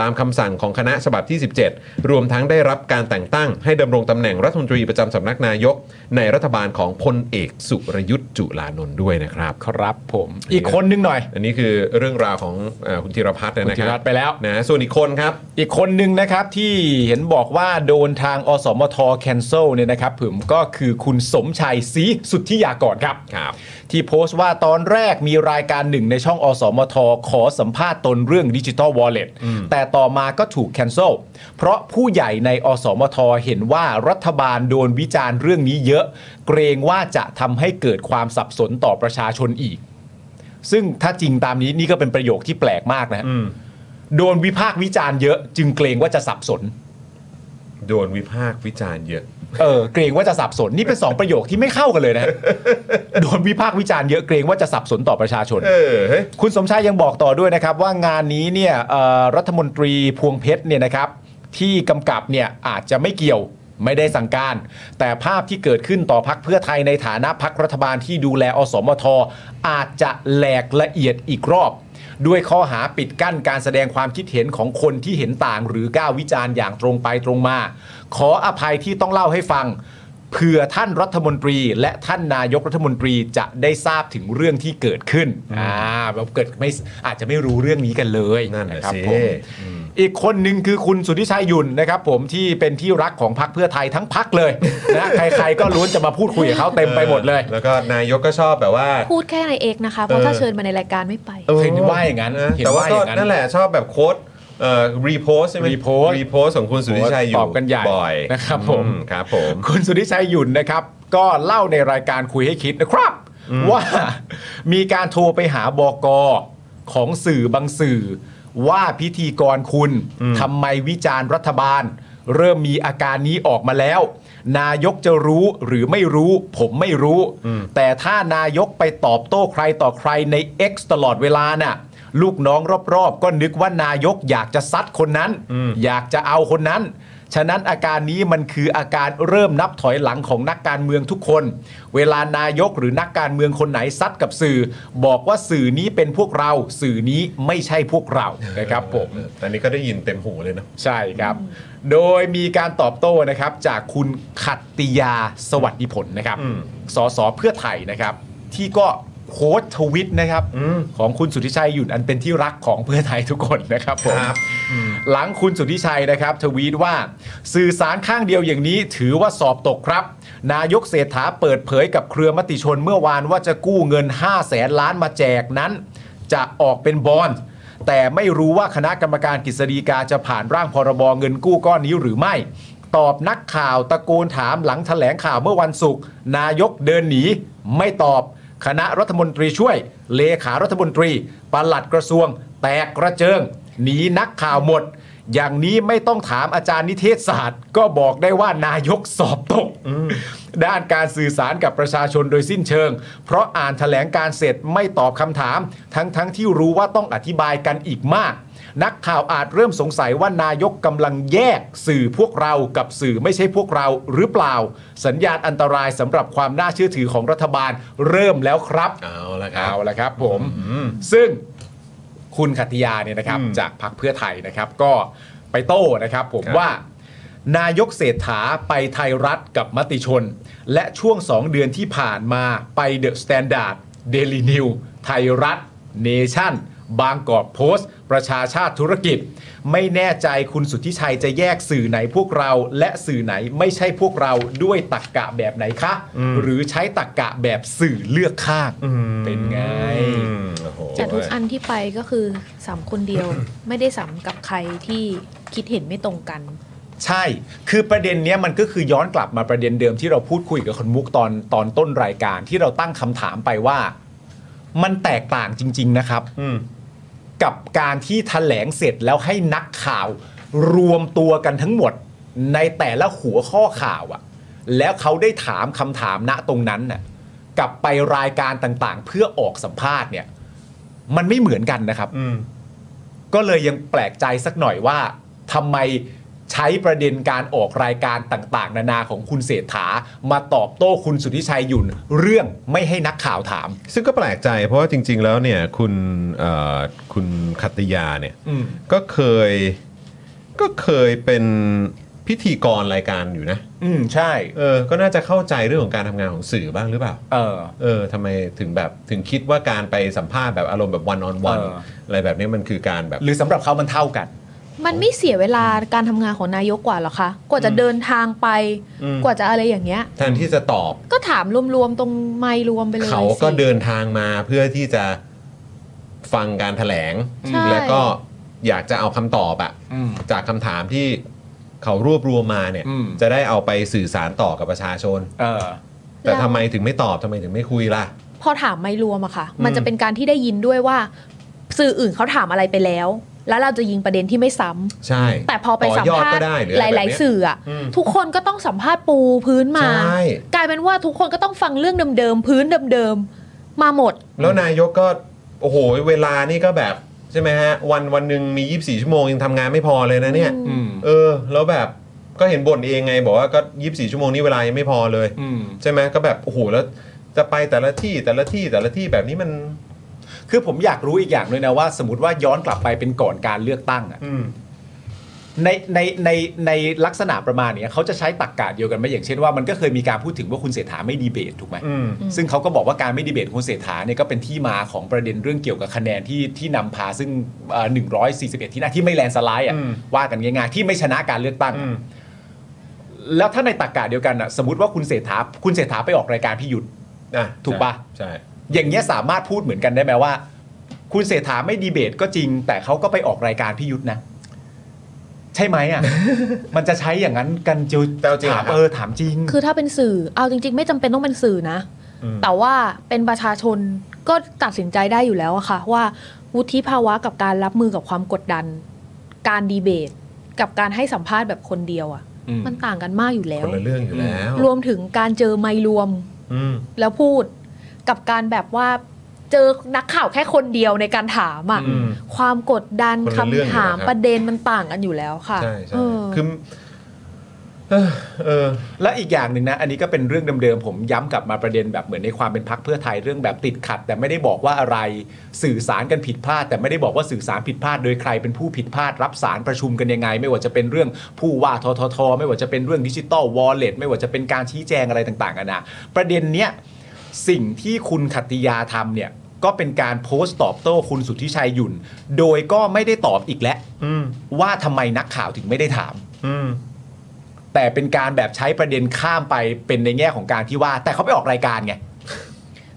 S1: ตามคำสั่งของคณะฉบับที่ 17 รวมทั้งได้รับการแต่งตั้ง ให้ดำรงตำแหน่งรัฐมนตรีประจำสำนักนายก ในรัฐบาลของพลเอกสุรยุทธ์จุลานนท์ด้วยนะครับ
S2: ครับผม อีกคนนึงหน่อย
S1: อันนี้คือเรื่องราวของเอ่อคุณธีรพัฒน์
S2: คุณ
S1: นะค
S2: ธี
S1: รั
S2: รับ ตน์ไปแล้ว
S1: นะส่วนอีกคนครับ
S2: อีกคนหนึ่งนะครับที่เห็นบอกว่าโดนทางอสมทแคนเซิลเนี่ยนะครับผมก็คือคุณสมชัยศรีสุทธิยากรครับ
S1: ครับ
S2: ที่โพสต์ว่าตอนแรกมีรายการหนึ่งในช่องอสมทขอสัมภาษณ์ตนเรื่องดิจิ t a ลวอลเล็ตแต่ต่อมาก็ถูกแคนเซิลเพราะผู้ใหญ่ในอสมทเห็นว่ารัฐบาลโดนวิจารณ์เรื่องนี้เยอะ เกรงว่าจะทำให้เกิดความสับสนต่อประชาชนอีก ซึ่งถ้าจริงตามนี้นี่ก็เป็นประโยคที่แปลกมากนะฮะ
S1: อืม
S2: โดนวิพากษ์วิจารณ์เยอะ จึงเกรงว่าจะสับสน
S1: โดนวิพากษ์วิจารณ์เยอะ
S2: เออเกรงว่าจะสับสนนี่เป็นสองประโยคที่ไม่เข้ากันเลยนะ โดนวิพากษ์วิจารณ์เยอะเกรงว่าจะสับสนต่อประชาชน
S1: เออเฮ้ย
S2: คุณสมชายยังบอกต่อด้วยนะครับ ว่างานนี้เนี่ยเอ่อรัฐมนตรีพวงเพชรเนี่ยนะครับ ที่กำกับเนี่ยอาจจะไม่เกี่ยวไม่ได้สั่งการ แต่ภาพที่เกิดขึ้นต่อพักเพื่อไทยในฐานะพักรัฐบาลที่ดูแลอสมท อาจจะแหลกละเอียดอีกรอบ ด้วยข้อหาปิดกั้นการแสดงความคิดเห็นของคนที่เห็นต่างหรือก้าววิจารณ์อย่างตรงไปตรงมา ขออภัยที่ต้องเล่าให้ฟัง เผื่อท่านรัฐมนตรี และท่านนายกรัฐมนตรีจะได้ทราบถึงเรื่องที่เกิดขึ้นอ่าแบบเกิดไม่อาจจะไม่รู้เรื่องนี้กันเลย
S1: นั่นน่ะ
S2: ครับ
S1: สิ
S2: ผมอีกคนหนึ่งคือคุณสุทธิชัยหยุ่นนะครับผมที่เป็นที่รักของพรรคเพื่อไทยทั้งพรรคเลย นะใครๆก็ล้วนจะมาพูดคุยกับเขาเต็มไปหมดเลย
S1: แล้วก็นายกก็ชอบแบบว่า
S7: พูดแค่ในเอกนะคะ เพราะถ้า
S1: เออ
S7: เชิญมาในรายการไม่ไป
S2: เห็นว่าอย่างนั้น
S1: นะ
S2: เห็น
S1: แต่ว่าก็
S2: ว่าอย่างนั้น
S1: นั่นแหละชอบแบบโค้ดเอ่อรีโพสใช่ไหม
S2: repost
S1: รีโพสของคุณสุทธิชัยอยู่
S2: ตอบกันใหญ่
S1: บ่อย
S2: นะครับผม
S1: อืครับผม
S2: คุณสุทธิชัยหยุ่นนะครับ ก็เล่าในรายการคุยให้คิดนะครับ ว่ามีการโทรไปหาบอกอของสื่อบางสื่อ ว่าพิธีกรคุณทำไมวิจารณ์รัฐบาล เริ่มมีอาการนี้ออกมาแล้ว นายกจะรู้หรือไม่รู้ ผมไม่รู้ แต่ถ้านายกไปตอบโต้ใครต่อใครใน X ตลอดเวลาน่ะ ลูกน้องรอบๆ ก็นึกว่านายกอยากจะซัดคนนั้น อยากจะเอาคนนั้น ฉะนั้นอาการนี้มันคืออาการเริ่มนับถอยหลังของนักการเมืองทุกคน เวลานายกหรือนักการเมืองคนไหนซัดกับสื่อ บอกว่าสื่อนี้เป็นพวกเรา สื่อนี้ไม่ใช่พวกเรานะครับผม
S1: แต่อันนี้ก็ได้ยินเต็มหูเลยเนอะ
S2: ใช่ครับ โดยมีการตอบโต้นะครับจากคุณขัตติยาสวัสดิผลนะครับ
S1: อืม
S2: สสเพื่อไทยนะครับ ที่ก็โค้ดทวิตนะครับ ของคุณสุทธิชัยหยุ่นอันเป็นที่รักของเพื่อไทยทุกคนนะครับผม
S1: ครับ
S2: หลังคุณสุทธิชัยนะครับ ทวีตว่าสื่อสารข้างเดียวอย่างนี้ถือว่าสอบตกครับ นายกเศรษฐาเปิดเผยกับเครือมติชนเมื่อวานว่าจะกู้เงิน 5 แสนล้านมาแจกนั้น จะออกเป็นบอนด์แต่ไม่รู้ว่าคณะกรรมการกฤษฎีกาจะผ่านร่างพรบเงินกู้ก้อนนี้หรือไม่ ตอบนักข่าวตะโกนถามหลังแถลงข่าวเมื่อวันศุกร์นายกเดินหนี ไม่ตอบ คณะรัฐมนตรีช่วย เลขารัฐมนตรีปลัดกระทรวง แตกกระเจิง หนีนักข่าวหมด อย่างนี้ไม่ต้องถามอาจารย์นิเทศศาสตร์ ก็บอกได้ว่านายกสอบตก ด้านการสื่อสารกับประชาชนโดยสิ้นเชิง เพราะอ่านแถลงการเสร็จไม่ตอบคำถาม ทั้งๆทที่รู้ว่าต้องอธิบายกันอีกมาก นักข่าวอาจเริ่มสงสัยว่านายกกำลังแยกสื่อพวกเรากับสื่อไม่ใช่พวกเราหรือเปล่า สัญญาณอันตรายสำหรับความน่าเชื่อถือของรัฐบาลเริ่มแล้วครับ
S1: เอาละครับ
S2: เอาละครับผม ซึ่งคุณขัตติยาเนี่ยนะครับ
S1: อืม
S2: จากพรรคเพื่อไทยนะครับก็ไปโต้นะครับผม
S1: ครับ
S2: ว่า นายกเศรษฐาไปไทยรัฐกับมติชน และช่วง 2 เดือนที่ผ่านมาไปเดอะสแตนดาร์ดเดลีนิวไทยรัฐเนชั่น บางกอกโพสต์ ประชาชาติธุรกิจ ไม่แน่ใจคุณสุทธิชัยจะแยกสื่อไหนพวกเรา และสื่อไหนไม่ใช่พวกเราด้วยตักกะแบบไหนคะ หรือใช้ตักกะแบบสื่อเลือกข้างเป็นไง
S1: อืมโอ้โห
S7: แต่ทุกอันที่ไปก็คือสามคน เดียว ไม่ได้สามกับใครที่คิดเห็นไม่ตรงกัน
S2: ใช่ คือประเด็นเนี้ยมันก็คือย้อนกลับมาประเด็นเดิมที่เราพูดคุยกับคนมุกตอนตอนต้นรายการที่เราตั้งคำถามไปว่า มันแตกต่างจริง ๆ นะครับ
S1: อืม
S2: กับการที่แถลงเสร็จแล้วให้นักข่าวรวมตัวกันทั้งหมดในแต่ละหัวข้อข่าวอะแล้วเขาได้ถามคำถามณตรงนั้นน่ะกลับไปรายการต่างๆ เพื่อออกสัมภาษณ์เนี่ย มันไม่เหมือนกันนะครับ
S1: อืม
S2: ก็เลยยังแปลกใจสักหน่อยว่าทำไมใช้ประเด็นการออกรายการต่างๆ นานาของคุณเศรษฐา มาตอบโต้คุณสุทธิชัยหยุ่น เรื่องไม่ให้นักข่าวถาม
S1: ซึ่งก็แปลกใจเพราะว่าจริง ๆ แล้วเนี่ยคุณเอ่อคุณขัตติยาเนี่ย
S2: อืม
S1: ก็เคยก็เคยเป็นพิธีกรรายการอยู่นะ
S2: อืมใช่
S1: เออก็น่าจะเข้าใจเรื่องของการทำงานของสื่อบ้างหรือเปล่า
S2: เออ
S1: เออทำไมถึงแบบถึงคิดว่าการไปสัมภาษณ์แบบอารมณ์แบบวันออนวัน
S2: เออ
S1: อะไรแบบนี้มันคือการแบบ
S2: หรือสำหรับเขามันเท่ากัน
S7: มันไม่เสียเวลาการทำงานของนายกกว่าหรอคะ กว่าจะเดินทางไป
S1: อืม
S7: กว่าจะอะไรอย่างเงี้ย
S1: แทนที่จะตอบ
S7: ก็ถามรวมๆตรงไมค์รวมไปเลย
S1: เขาก็
S7: สิ
S1: เดินทางมาเพื่อที่จะฟังการแถลง
S7: ใช่
S1: แล้วก็อยากจะเอาคำตอบอะ
S2: อืม
S1: จากคำถามที่เขารวบรวมมาเนี่ย
S2: อืม
S1: จะได้เอาไปสื่อสารต่อกับประชาชน
S2: เออ
S1: แต่
S7: แล้ว
S1: ทำไมถึงไม่ตอบทำไมถึงไม่คุยล่ะ
S7: พอถามไมค์รวมอะค่ะ
S1: อืม
S7: มันจะเป็นการที่ได้ยินด้วยว่า สื่ออื่นเขาถามอะไรไปแล้ว แล้วเราจะยิงประเด็นที่ไม่ซ้ำ
S1: ใช่
S7: แต่พอไปสัม
S1: ต่อยอด
S7: ภา
S1: ก็
S7: ษณ์
S1: ได้หรืออะไร
S7: หลาย
S1: แบบเนี้ย
S7: ๆ สื่ออะ
S1: อืม
S7: ทุกคนก็ต้องสัมภาษณ์ปูพื้นมา
S1: ใช่
S7: กลายเป็นว่าทุกคนก็ต้องฟังเรื่องเดิม ๆ พื้นเดิม ๆ มาหมด
S1: แล้วนายกก็ โอ้โห เวลานี่ก็แบบ ใช่ไหมฮะ วันวันหนึ่งมี 24 ชั่วโมง ยังทำงานไม่พอเลยนะเนี่ย
S2: อืม
S1: เออ แล้วแบบก็เห็นบ่นเองไง บอกว่าก็ 24 ชั่วโมงนี้เวลายังไม่พอเลย
S2: อืม
S1: ใช่ไหมก็แบบ โอ้โห แล้วจะไปแต่ละที่แต่ละที่แต่ละที่แบบนี้มัน
S2: คือผมอยากรู้อีกอย่างด้วยนะว่า สมมติว่าย้อนกลับไปเป็นก่อนการเลือกตั้งอ่ะ
S1: อืม
S2: ในในในในลักษณะประมาณเนี้ยเขาจะใช้ตรกกะเดียวกันไหมอย่างเช่นว่ามันก็เคยมีการพูดถึงว่าคุณเศรษฐาไม่ดีเบตถูกไหม
S1: อืม
S2: ซึ่งเขาก็บอกว่าการไม่ดีเบตของคุณเศรษฐาเนี่ยก็เป็นที่มาของประเด็นเรื่องเกี่ยวกับคะแนนที่ที่นำพาซึ่งเอ่อ141 ที่นั่งที่ไม่แลนด์สไลด์อ่ะ
S1: อืม
S2: ว่ากันง่ายๆที่ไม่ชนะการเลือกตั้ง
S1: อื
S2: อะ
S1: ม
S2: แล้วถ้าในตรกกะเดียวกันอ่ะสมมติว่าคุณเศรษฐาคุณเศรษฐาไปออกรายการพี่หยุด
S1: อ่ะ
S2: ถูกปะ
S1: ใช่
S2: อย่างเงี้ยสามารถพูดเหมือนกันได้ไหมว่า คุณเศรษฐาไม่ดีเบตก็จริง แต่เขาก็ไปออกรายการพี่หยุดนะ ใช่ไหม อ่ะ มันจะใช้อย่างนั้นกันจ
S1: แต่เอาจริงเหรอ
S2: ถาม
S1: ครับ
S2: เออถามจริง
S7: คือถ้าเป็นสื่อ เอาจริง ๆ ไม่จำเป็นต้องเป็นสื่อนะ
S1: อืม
S7: แต่ว่าเป็นประชาชนก็ตัดสินใจได้อยู่แล้วอะค่ะ ว่าวุฒิภาวะกับการรับมือกับความกดดัน การดีเบต กับการให้สัมภาษณ์แบบคนเดียวอะ
S2: อืม
S7: มันต่างกันมากอยู่แล้
S1: ค
S7: วน
S1: ละเรื่องอยู่แล้ว
S7: รวมถึงการเจอไม่รวม
S1: อืม
S7: แล้วพูดกับการแบบว่าเจอนักข่าวแค่คนเดียวในการถามอะ
S1: อืม
S7: ความกดดัน
S1: คนละเรื่องอยู่
S7: คำถาม
S1: แล้วครับ
S7: ประเด็นมันต่างกันอยู่แล้วค่ะ
S1: ใช่ใช่
S7: เออ
S1: คือเออเออ
S2: และอีกอย่างหนึ่งนะ อันนี้ก็เป็นเรื่องเดิมๆผมย้ำกลับมาประเด็นแบบเหมือนในความเป็นพักเพื่อไทยเรื่องแบบติดขัด แต่ไม่ได้บอกว่าอะไรสื่อสารกันผิดพลาด แต่ไม่ได้บอกว่าสื่อสารผิดพลาด โดยใครเป็นผู้ผิดพลาด รับสารประชุมกันยังไง ไม่ว่าจะเป็นเรื่องผู้ว่าทททไม่ว่าจะเป็นเรื่องดิจิตอลวอลเล็ตไม่ว่าจะเป็นการชี้แจงอะไรต่างๆกันานะประเด็นเนี้ย สิ่งที่คุณขัตติยาทำเนี่ยก็เป็นการโพสต์ตอบโต้คุณสุทธิชัยหยุ่น โดยก็ไม่ได้ตอบอีกแล้ว
S1: อืม
S2: ว่าทำไมนักข่าวถึงไม่ได้ถาม
S1: อืม
S2: แต่เป็นการแบบใช้ประเด็นข้ามไปเป็นในแง่ของการที่ว่า แต่เขาไปออกรายการไง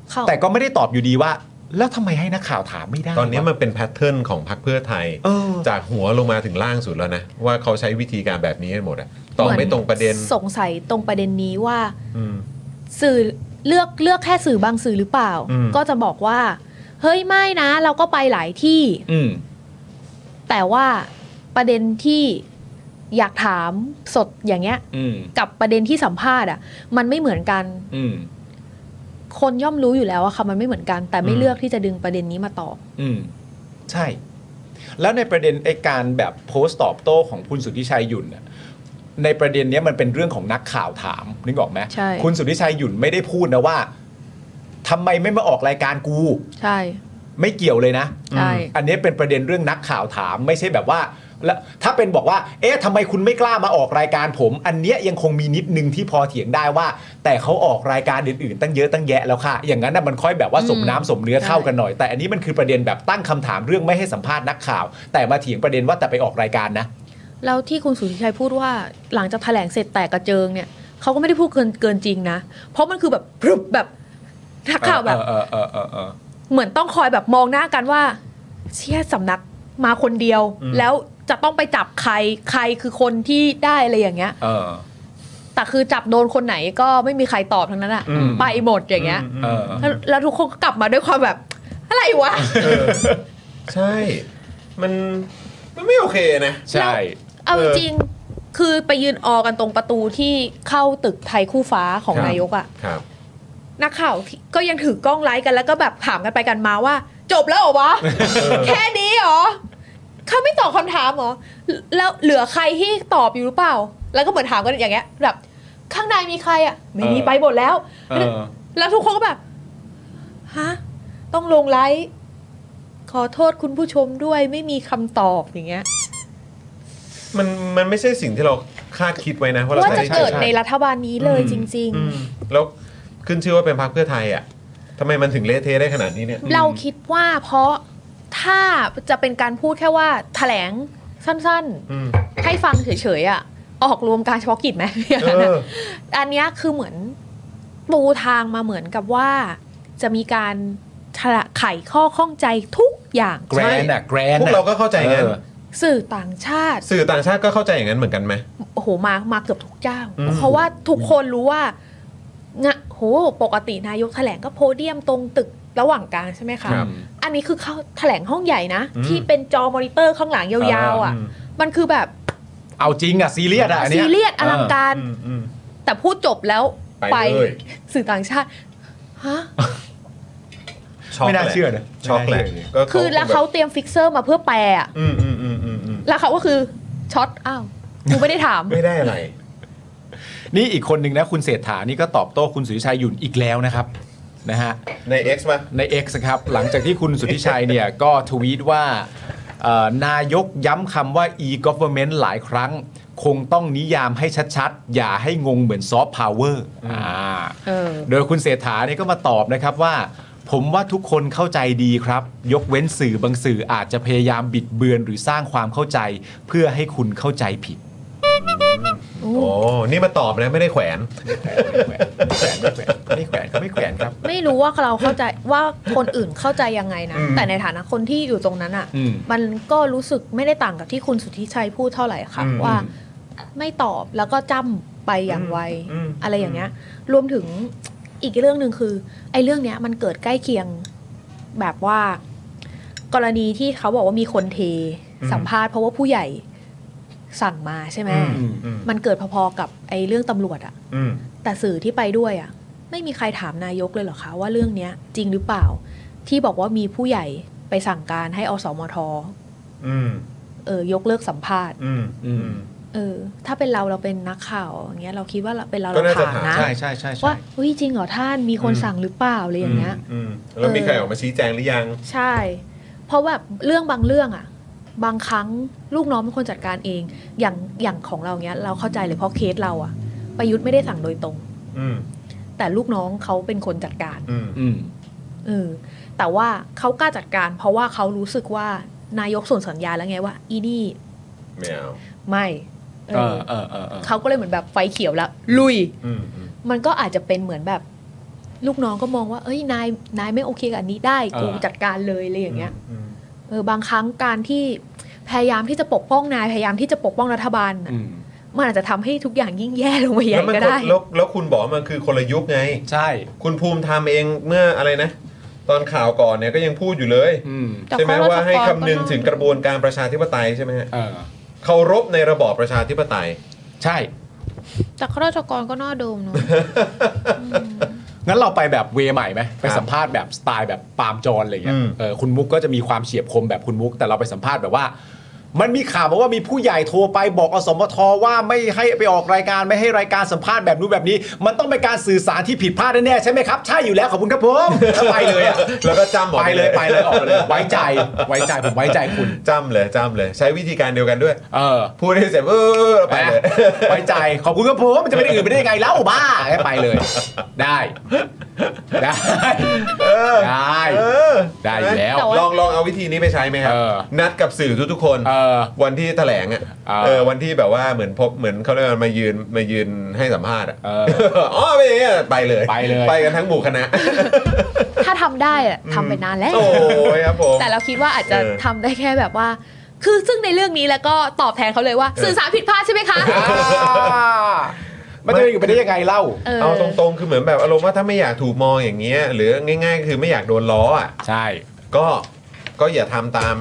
S7: เขา
S2: แต่ก็ไม่ได้ตอบอยู่ดีว่า แล้วทำไมให้นักข่าวถามไม่ได้
S1: ตอนนี้
S2: วะ
S1: มันเป็นแพทเทิร์นของพรรคเพื่อไทย
S2: เออ
S1: จากหัวลงมาถึงล่างสุดแล้วนะ ว่าเขาใช้วิธีการแบบนี้กันหมดอะตอบ
S7: เหมือน
S1: ไม่ตรงประเด็น
S7: สงสัยตรงประเด็นนี้ว่า
S1: อืม
S7: สื่อเลือกเลือกแค่สื่อบางสื่อหรือเปล่า
S1: อืม
S7: ก็จะบอกว่า เฮ้ยไม่นะ เราก็ไปหลายที่
S2: อืม
S7: แต่ว่าประเด็นที่อยากถามสดอย่างเงี้ย
S2: อืม
S7: กับประเด็นที่สัมภาษณ์อ่ะ มันไม่เหมือนกัน
S2: อืม
S7: คนย่อมรู้อยู่แล้วอะค่ะมันไม่เหมือนกัน แต่ไม่
S2: อืม
S7: เลือกที่จะดึงประเด็นนี้มาตอบ
S2: อืม ใช่ แล้วในประเด็นไอ้การแบบโพสต์ตอบโต้ของคุณสุทธิชัยหยุ่นน่ะในประเด็นเนี้ยมันเป็นเรื่องของนักข่าวถามนึกออกไหม
S7: ใช่
S2: คุณสุทธิชัยหยุ่นไม่ได้พูดนะว่าทำไมไม่มาออกรายการกู
S7: ใช่
S2: ไม่เกี่ยวเลยนะ
S7: ใช่
S2: อันนี้เป็นประเด็นเรื่องนักข่าวถามไม่ใช่แบบว่า แล้วถ้าเป็นบอกว่า เอ๊ะทำไมคุณไม่กล้ามาออกรายการผม อันเนี้ยยังคงมีนิดนึงที่พอเถียงได้ว่า แต่เขาออกรายการอื่นๆ ตั้งเยอะตั้งแยะแล้วค่ะ อย่างนั้นนะมันค่อยแบบว่าสมน้ำสมเนื้อเข้ากันหน่อย แต่อันนี้มันคือประเด็นแบบตั้งคำถามเรื่องไม่ให้สัมภาษณ์นักข่าว แต่มาเถียงประเด็นว่าแต่ไปออกรายการนะ
S7: แล้วที่คุณสุทธิชัยพูดว่าหลังจากแถลงเสร็จแตกกระเจิงเนี่ยเขาก็ไม่ได้พูดเกินเกินจริงนะ เพราะมันคือแบบพรึบแบบนักข่าวแบบ
S2: เออเออเออเออ
S7: เหมือนต้องคอยแบบมองหน้ากันว่า เชี่ยสำนักมาคนเดียว
S2: อืม
S7: แล้วจะต้องไปจับใครใครคือคนที่ได้อะไรอย่างเงี้ย
S2: เออ
S7: แต่คือจับโดนคนไหนก็ไม่มีใครตอบทั้งนั้นอะ
S2: อืม
S7: ไปหมดอย่างเงี้ย
S2: เออ
S7: แล้วแล้วทุกคนก็กลับมาด้วยความแบบ อะไรวะ
S1: ใช่ มันมันไม่โอเคนะ
S2: ใช่
S7: เอาจริงๆคือไปยืนออกันตรงประตูที่เข้าตึกไทยคู่ฟ้าของ
S1: ครับ
S7: นายกอะ
S1: ครับ
S7: นักข่าวที่ก็ยังถือกล้องไลฟ์กันแล้วก็แบบถามกันไปกันมาว่า จบแล้วเหรอวะ แค่นี้เหรอเขาไม่ตอบคำถามเหรอแล้วเหลือใครที่ตอบอยู่หรือเปล่า แล้วก็เหมือนถามกันอย่างเงี้ยแบบข้างในมีใครอ่ะ ไม่มี
S2: เออ
S7: ไปหมดแล้ว
S2: เออ
S7: แล้วทุกคนก็แบบฮะต้องลงไลฟ์ขอโทษคุณผู้ชมด้วยไม่มีคำตอบอย่างเงี้ย
S1: มันมันไม่ใช่สิ่งที่เราคาดคิดไว้นะว่าเรา
S7: ว่าจะ
S1: ไม่ได้
S7: เกิด
S1: ใช่
S7: ในรัฐบาลนี้เลยจริง
S1: อืมแล้วขึ้นชื่อว่าเป็นพรรคเพื่อไทยอ่ะทำไมมันถึงเละเทะได้ขนาดนี้เนี่ย
S7: ๆ เราคิดว่าเพราะถ้าจะเป็นการพูดแค่ว่าแถลงสั้น
S1: อืม
S7: ๆ ให้ฟังเฉยๆอ่ะ ออกรวมการเฉพาะกิจไหมอย่าง
S1: เอ
S7: นั้นอะ
S1: อ
S7: อันเนี้ยคือเหมือนปูทางมาเหมือนกับว่า จะมีการไขข้อข้องใจทุกอย่าง
S2: แกรนอะแกรน
S1: พวกเราก็เข้าใจงั้น
S7: สื่อต่างชาติ
S1: สื่อต่างชาติก็เข้าใจอย่างนั้นเหมือนกันไหม
S7: โอ้โหมามาเกือบทุกเจ้า
S1: อืม
S7: เพราะว่าทุกคนรู้ว่าเนี่ยโหปกตินายกแถลงก็โพเดียมตรงตึก ระหว่างกลางใช่ไหมคะ
S2: ครับ
S7: อันนี้คือเขาแถลงห้องใหญ่นะ
S2: อืม
S7: ที่เป็นจอมอนิเตอร์ข้างหลังยาวๆอ่ะ
S2: อ่าอืม
S7: มันคือแบบ
S2: เอาจริงอะซีเรียสอะอัน
S7: ซี
S2: นี้ย
S7: เรียสอลังการ
S2: อืมอืม
S7: แต่พูดจบแล้ว
S2: ไปเลย
S7: สื่อต่างชาติฮะ
S2: ไม่น่าเชื่อนะ
S1: ช็อกแหละ
S2: ไม่น่าเชื่อ
S1: ก็
S7: คือแล้วเขาเตรียมฟิกเซอร์มาเพื่อแปลอะ
S1: อืมอืมอืมอืมอืม
S7: แล้วเขาก็คือช็อตอ้าวกูไม่ได้ถาม
S1: ไม่ได้อะไร
S2: นี่อีกคนหนึ่งนะ คุณเศรษฐานี่ก็ตอบโต้คุณสุทธิชัยหยุ่นอีกแล้วนะครับนะฮะ
S1: ใน X มา
S2: ใน X ครับ หลังจากที่คุณสุทธิชัยเนี่ยก็ทวีตว่าเอ่อนายกย้ำคำว่า e-government หลายครั้ง คงต้องนิยามให้ชัดๆ อย่าให้งงเหมือนซอฟต์พาวเวอร์อ่า
S7: เออ
S2: โดยคุณเศรษฐาเนี่ยก็มาตอบนะครับว่า ผมว่าทุกคนเข้าใจดีครับ ยกเว้นสื่อบางสื่ออาจจะพยายามบิดเบือนหรือสร้างความเข้าใจ เพื่อให้คุณเข้าใจผิด
S1: โอ้นี่มาตอบนะไม่ได้แขวน
S2: ไม่แขวนไม่แขวนครับ
S7: ไม่รู้ว่าเราเข้าใจว่าคนอื่นเข้าใจยังไงนะ
S2: อืม
S7: แต่ในฐานะคนที่อยู่ตรงนั้นอ่ะ
S2: อืม
S7: มันก็รู้สึกไม่ได้ต่างกับที่คุณสุทธิชัยพูดเท่าไหร่ค่ะ
S2: อืม
S7: ว่า ไม่ตอบแล้วก็จ้ำไปอย่างไว
S2: อืม
S7: อะไรอย่างเงี้ย รวมถึงอีกเรื่องหนึ่งคือไอ้เรื่องเนี้ยมันเกิดใกล้เคียงแบบว่า กรณีที่เขาบอกว่ามีคนเท
S11: อืม
S7: สัมภาษณ์เพราะว่าผู้ใหญ่สั่งมาใช่ไหมมันเกิดพอๆกับไอ้เรื่องตำรวจอะ แต่สื่อที่ไปด้วยอ่ะ ไม่มีใครถามนายกเลยเหรอคะ ว่าเรื่องเนี้ย จริงหรือเปล่า ที่บอกว่ามีผู้ใหญ่ไปสั่งการให้อสมท
S1: อืม
S7: เออยกเลิกสัมภาษณ์
S1: อืมอืม
S7: เออ ถ้าเป็นเราเราเป็นนักข่าวอย่างเงี้ยเราคิดว่าเราเป็นเรา
S1: ก็
S7: เรา
S1: น่าจะ
S7: ถาม
S1: ถาม
S7: นะ
S1: ใช่ใช่ใช่ใช่
S7: ว่าอุ้ยจริงเหรอท่านมีคน
S1: อืม
S7: สั่งหรือเปล่าอะไรอย่างเงี้ย
S1: อืมแล้วมี
S7: เออ
S1: ใครออกมาชี้แจงหรือยัง
S7: ใช่ เพราะแบบเรื่องบางเรื่องอ่ะ บางครั้งลูกน้องเป็นคนจัดการเอง อย่างอย่างของเราเงี้ย เราเข้าใจเลยเพราะเคสเราอ่ะ ประยุทธ์ไม่ได้สั่งโดยตรง
S1: อืม
S7: แต่ลูกน้องเขาเป็นคนจัดการ
S1: อืม
S2: อืม
S7: เออแต่ว่าเขากล้าจัดการ เพราะว่าเขารู้สึกว่านายกส่งสัญญาณแล้วไงว่า อีนี่
S1: ไม่เอา
S7: ไม่เอ
S2: เอ
S7: อ
S2: อเออเออเออ
S7: เขาก็เลยเหมือนแบบไฟเขียวแล้ว ลุย
S1: อืม
S7: มันก็อาจจะเป็นเหมือนแบบ ลูกน้องก็มองว่า เอ้ยนายนายไม่โอเคกับอันนี้ได้กู
S11: เออ
S7: จัดการเลยอะไรอย่างเงี้ยเออบางครั้งการที่พยายามที่จะปกป้องนายพยายามที่จะปกป้องรัฐบาลน่ะ
S2: อืม
S7: มันอาจจะทำให้ทุกอย่างยิ่งแย่ลงไปใหญ่
S1: แล้วมัน
S7: ก็
S1: ก็
S7: ได้
S1: แล้วแล้วคุณบอกว่ามันคือคนละยุคไง
S2: ใช่
S1: คุณภูมิทำเองเมื่ออะไรนะ ตอนข่าวก่อนเนี่ยก็ยังพูดอยู่เลยใช่ไหม
S7: แต่เขา
S1: ว่าให้
S7: ก็สปอยล์
S1: คำนึง
S7: ก็น่า
S1: ถึงกระบวนการประชาธิปไตยใช่ไหมฮะ
S2: เออ
S1: คารพในระบอบประชาธิปไตย
S2: ใช่
S7: แต่ข้าราชการก็น่าโดมเนาะ
S2: งั้นเราไปแบบเวใหม่ไหมไปสัมภาษณ์แบบสไตล์แบบปาล์มจอนอะไรเงี้ยเออคุณมุกก็จะมีความเฉียบคมแบบคุณมุก แต่เราไปสัมภาษณ์แบบว่า มันมีข่าวมาว่ามีผู้ใหญ่โทรไปบอกอสมทว่าไม่ให้ไปออกรายการไม่ให้รายการสัมภาษณ์แบบนู้นแบบนี้ มันต้องเป็นการสื่อสารที่ผิดพลาดแน่ๆใช่ไหมครับใช่อยู่แล้วขอบคุณครับผม แล้วไปเลยอะ
S1: แล้วก็จำออก
S2: ไปเลยไปเลยออกไปเลย ไว้ใจไว้ใจผมไว้ใจคุณ
S1: จำเลยจำเลย ใช้วิธีการเดียวกันด้วย
S2: เออ
S1: พูดให้เสร็จเออไปเลย
S2: ไว้ใจขอบคุณครับผมมันจะไปได้อื่นไปได้ยังไงแล้วบ้าไปเลย ได้ได้ได้ได้อยู่แล้ว
S1: ลองลองเอาวิธีนี้ไปใช้ไหมครับ
S2: เออ
S1: นัดกับสื่อทุกๆคนวันที่แถลงอ่ะเออวันที่แบบว่าเหมือนพบเหมือนเขาเรียกว่ามายืนมายืนให้สัมภาษณ์อ่ะอ๋อไปนอย่างเงี้ยไปเลย
S2: ไปเลย
S1: ไปกันทั้งหมู่คณะ
S7: ถ้าทำได้อะทำไปนานแล้ว
S1: โอ้ยครับผม
S7: แต่เราคิดว่าอาจจะ
S1: เออ
S7: ทำได้แค่แบบว่า คือซึ่งในเรื่องนี้แล้วก็ตอบแทนเขาเลยว่า สื่อสารผิดพลาดใช่ไหมคะ
S2: มันจะไปอยู่ไปได้ยังไงเล่า
S7: เออ
S1: เอาตรงๆ คือเหมือนแบบอารมณ์ว่าถ้าไม่อยากถูกมองอย่างเงี้ย หรือง่าย ๆ คือไม่อยากโดนล้ออ่ะ
S2: ใช่
S1: ก็ก็อย่าทำตาม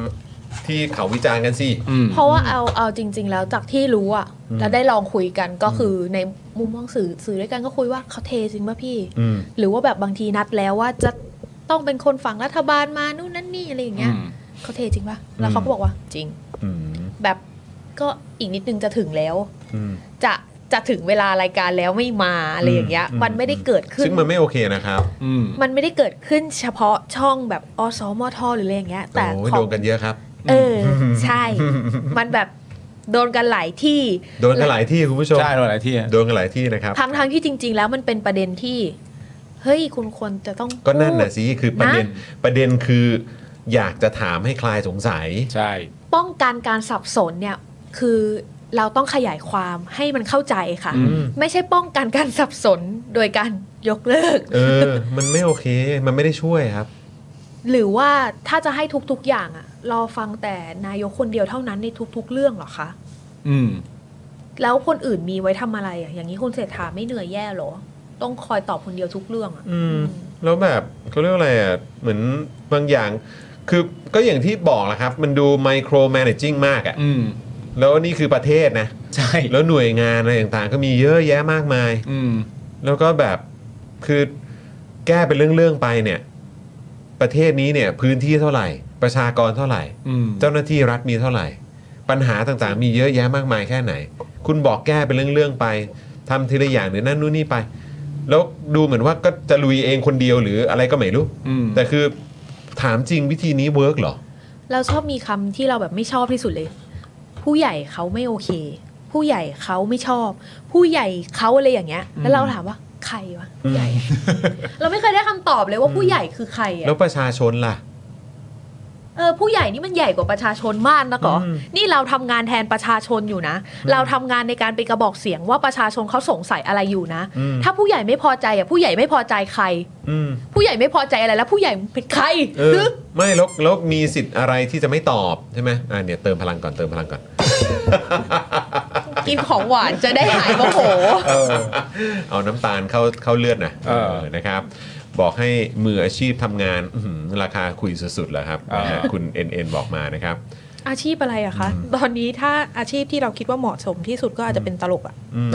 S1: ที่เขาวิจารณ์กันสิ
S7: เพราะว่าเอาเอาจริง ๆ แล้วจากที่รู้อะ
S1: อืม
S7: แล้วได้ลองคุยกันก็คือในมุมมองสื่อสื่อด้วยกันก็คุยว่าเขาเทจริงป่ะพี่
S1: อืม
S7: หรือว่าแบบบางทีนัดแล้วว่าจะต้องเป็นคนฝั่งรัฐบาลมานู่นนั่นนี่อะไรอย่างเงี้ย
S1: อืม
S7: เขาเทจริงป่ะแล้วเขาก็
S1: อืม
S7: บอกว่าจริง
S1: อืม
S7: แบบก็อีกนิดนึงจะถึงแล้ว
S1: อืม
S7: จะจะถึงเวลารายการแล้วไม่มาอะไรอย่างเงี้ย
S1: อืม
S7: มันไม่ได้เกิดขึ้น
S1: ซึ่งมันไม่โอเคนะครับ
S2: อืม
S7: มันไม่ได้เกิดขึ้นเฉพาะช่องแบบอสมทหรืออะไรอย่างเงี้ย แต่
S1: โอ้ย
S7: ขอ
S1: โด
S7: ง
S1: นกันเยอะครับ
S7: เออ ใช่ มันแบบโดนกันหลายที่
S1: โดนกันหลายที่คุณผู้ชม
S2: ใช่โดนหลายที่
S1: โดนกันหลายที่นะครับ
S7: ทั้งทั้งที่จริง ๆ แล้วมันเป็นประเด็นที่ เฮ้ยคุณควรจะต้อง
S1: ก็นั่นน่ะ
S7: พูด
S1: สิคือประเด็น
S7: นะ
S1: ประเด็นคืออยากจะถามให้คลายสงสัย
S2: ใช่
S7: ป้องกันการสับสนเนี่ย คือเราต้องขยายความให้มันเข้าใจค่ะ
S1: อืม
S7: ไม่ใช่ป้องกันการสับสนโดยการยกเลิก
S1: เออ มันไม่โอเค มันไม่ได้ช่วยครับ
S7: หรือว่าถ้าจะให้ทุกๆอย่างอะรอฟังแต่นายกคนเดียวเท่านั้นในทุก ๆ เรื่องเหรอคะ
S2: อืม
S7: แล้วคนอื่นมีไว้ทำอะไรอ่ะ อย่างนี้คุณเศรษฐาไม่เหนื่อยแย่เหรอ ต้องคอยตอบคนเดียวทุกเรื่องอ่ะ
S1: อืม แล้วแบบเขาเรียกว่าอะไรอ่ะเหมือนบางอย่าง คือก็อย่างที่บอกแหละครับ มันดูไมโครแม a จ i ิ g งมากอ่ะแล้วนี่คือประเทศนะ
S2: ใช่
S1: แล้วหน่วยงานอะไรต่างๆ ก็มีเยอะแยะมากมาย
S2: อืม
S1: แล้วก็แบบคือแก้เป็นเรื่องๆไปเนี่ย ประเทศนี้เนี่ยพื้นที่เท่าไหร่ ประชากรเท่าไหร่
S2: อืม
S1: เจ้าหน้าที่รัฐมีเท่าไหร่ ปัญหาต่างๆ มีเยอะแยะมากมายแค่ไหน คุณบอกแก้เป็นเรื่องๆไปทำทีละอย่างหรือนั่นนู่นนี่ไป แล้วดูเหมือนว่าก็จะลุยเองคนเดียวหรืออะไรก็ไม่รู้
S2: อืม
S1: แต่คือถามจริงวิธีนี้เวิร์กเหรอ
S7: เราชอบมีคำที่เราแบบไม่ชอบที่สุดเลย ผู้ใหญ่เขาไม่โอเค ผู้ใหญ่เขาไม่ชอบ ผู้ใหญ่เขาอะไรอย่างเงี้ย แล้วเราถามว่าใครวะผู้ใหญ่ เราไม่เคยได้คำตอบเลยว่าผู้ใหญ่คือใครอะ
S1: แล้วประชาชนล่ะ
S7: เออผู้ใหญ่นี่มันใหญ่กว่าประชาชนมากนะก่ออ
S1: ม
S7: นี่เราทำงานแทนประชาชนอยู่นะ เราทำงานในการเป็นกระบอกเสียงว่าประชาชนเขาสงสัยอะไรอยู่นะ
S1: อืม
S7: ถ้าผู้ใหญ่ไม่พอใจอ่ะผู้ใหญ่ไม่พอใจใคร
S1: อืม
S7: ผู้ใหญ่ไม่พอใจอะไรแล้ว ผู้ใหญ่เป็นใคร
S1: เอ
S7: ห
S1: อ
S7: รือ
S1: ไม่แล้วแล้วมีสิทธิ์อะไรที่จะไม่ตอบใช่ไหมอ่าเนี่ยเติมพลังก่อนเติมพลังก่อน
S7: กินของหวานจะได้หายโมโห
S1: เอาน้ำตาลเข้าเข้าเลือดนะ
S2: เออ
S1: เออนะครับ บอกให้มืออาชีพทำงานอื้อหือราคาคุยสุดๆแล้วครับ
S2: เออ
S1: นะฮะคุณ NN บอกมานะครับ
S4: อาชีพอะไรอะคะ ตอนนี้ถ้าอาชีพที่เราคิดว่าเหมาะสมที่สุดก็อาจจะเป็นตลกอะ
S1: อืม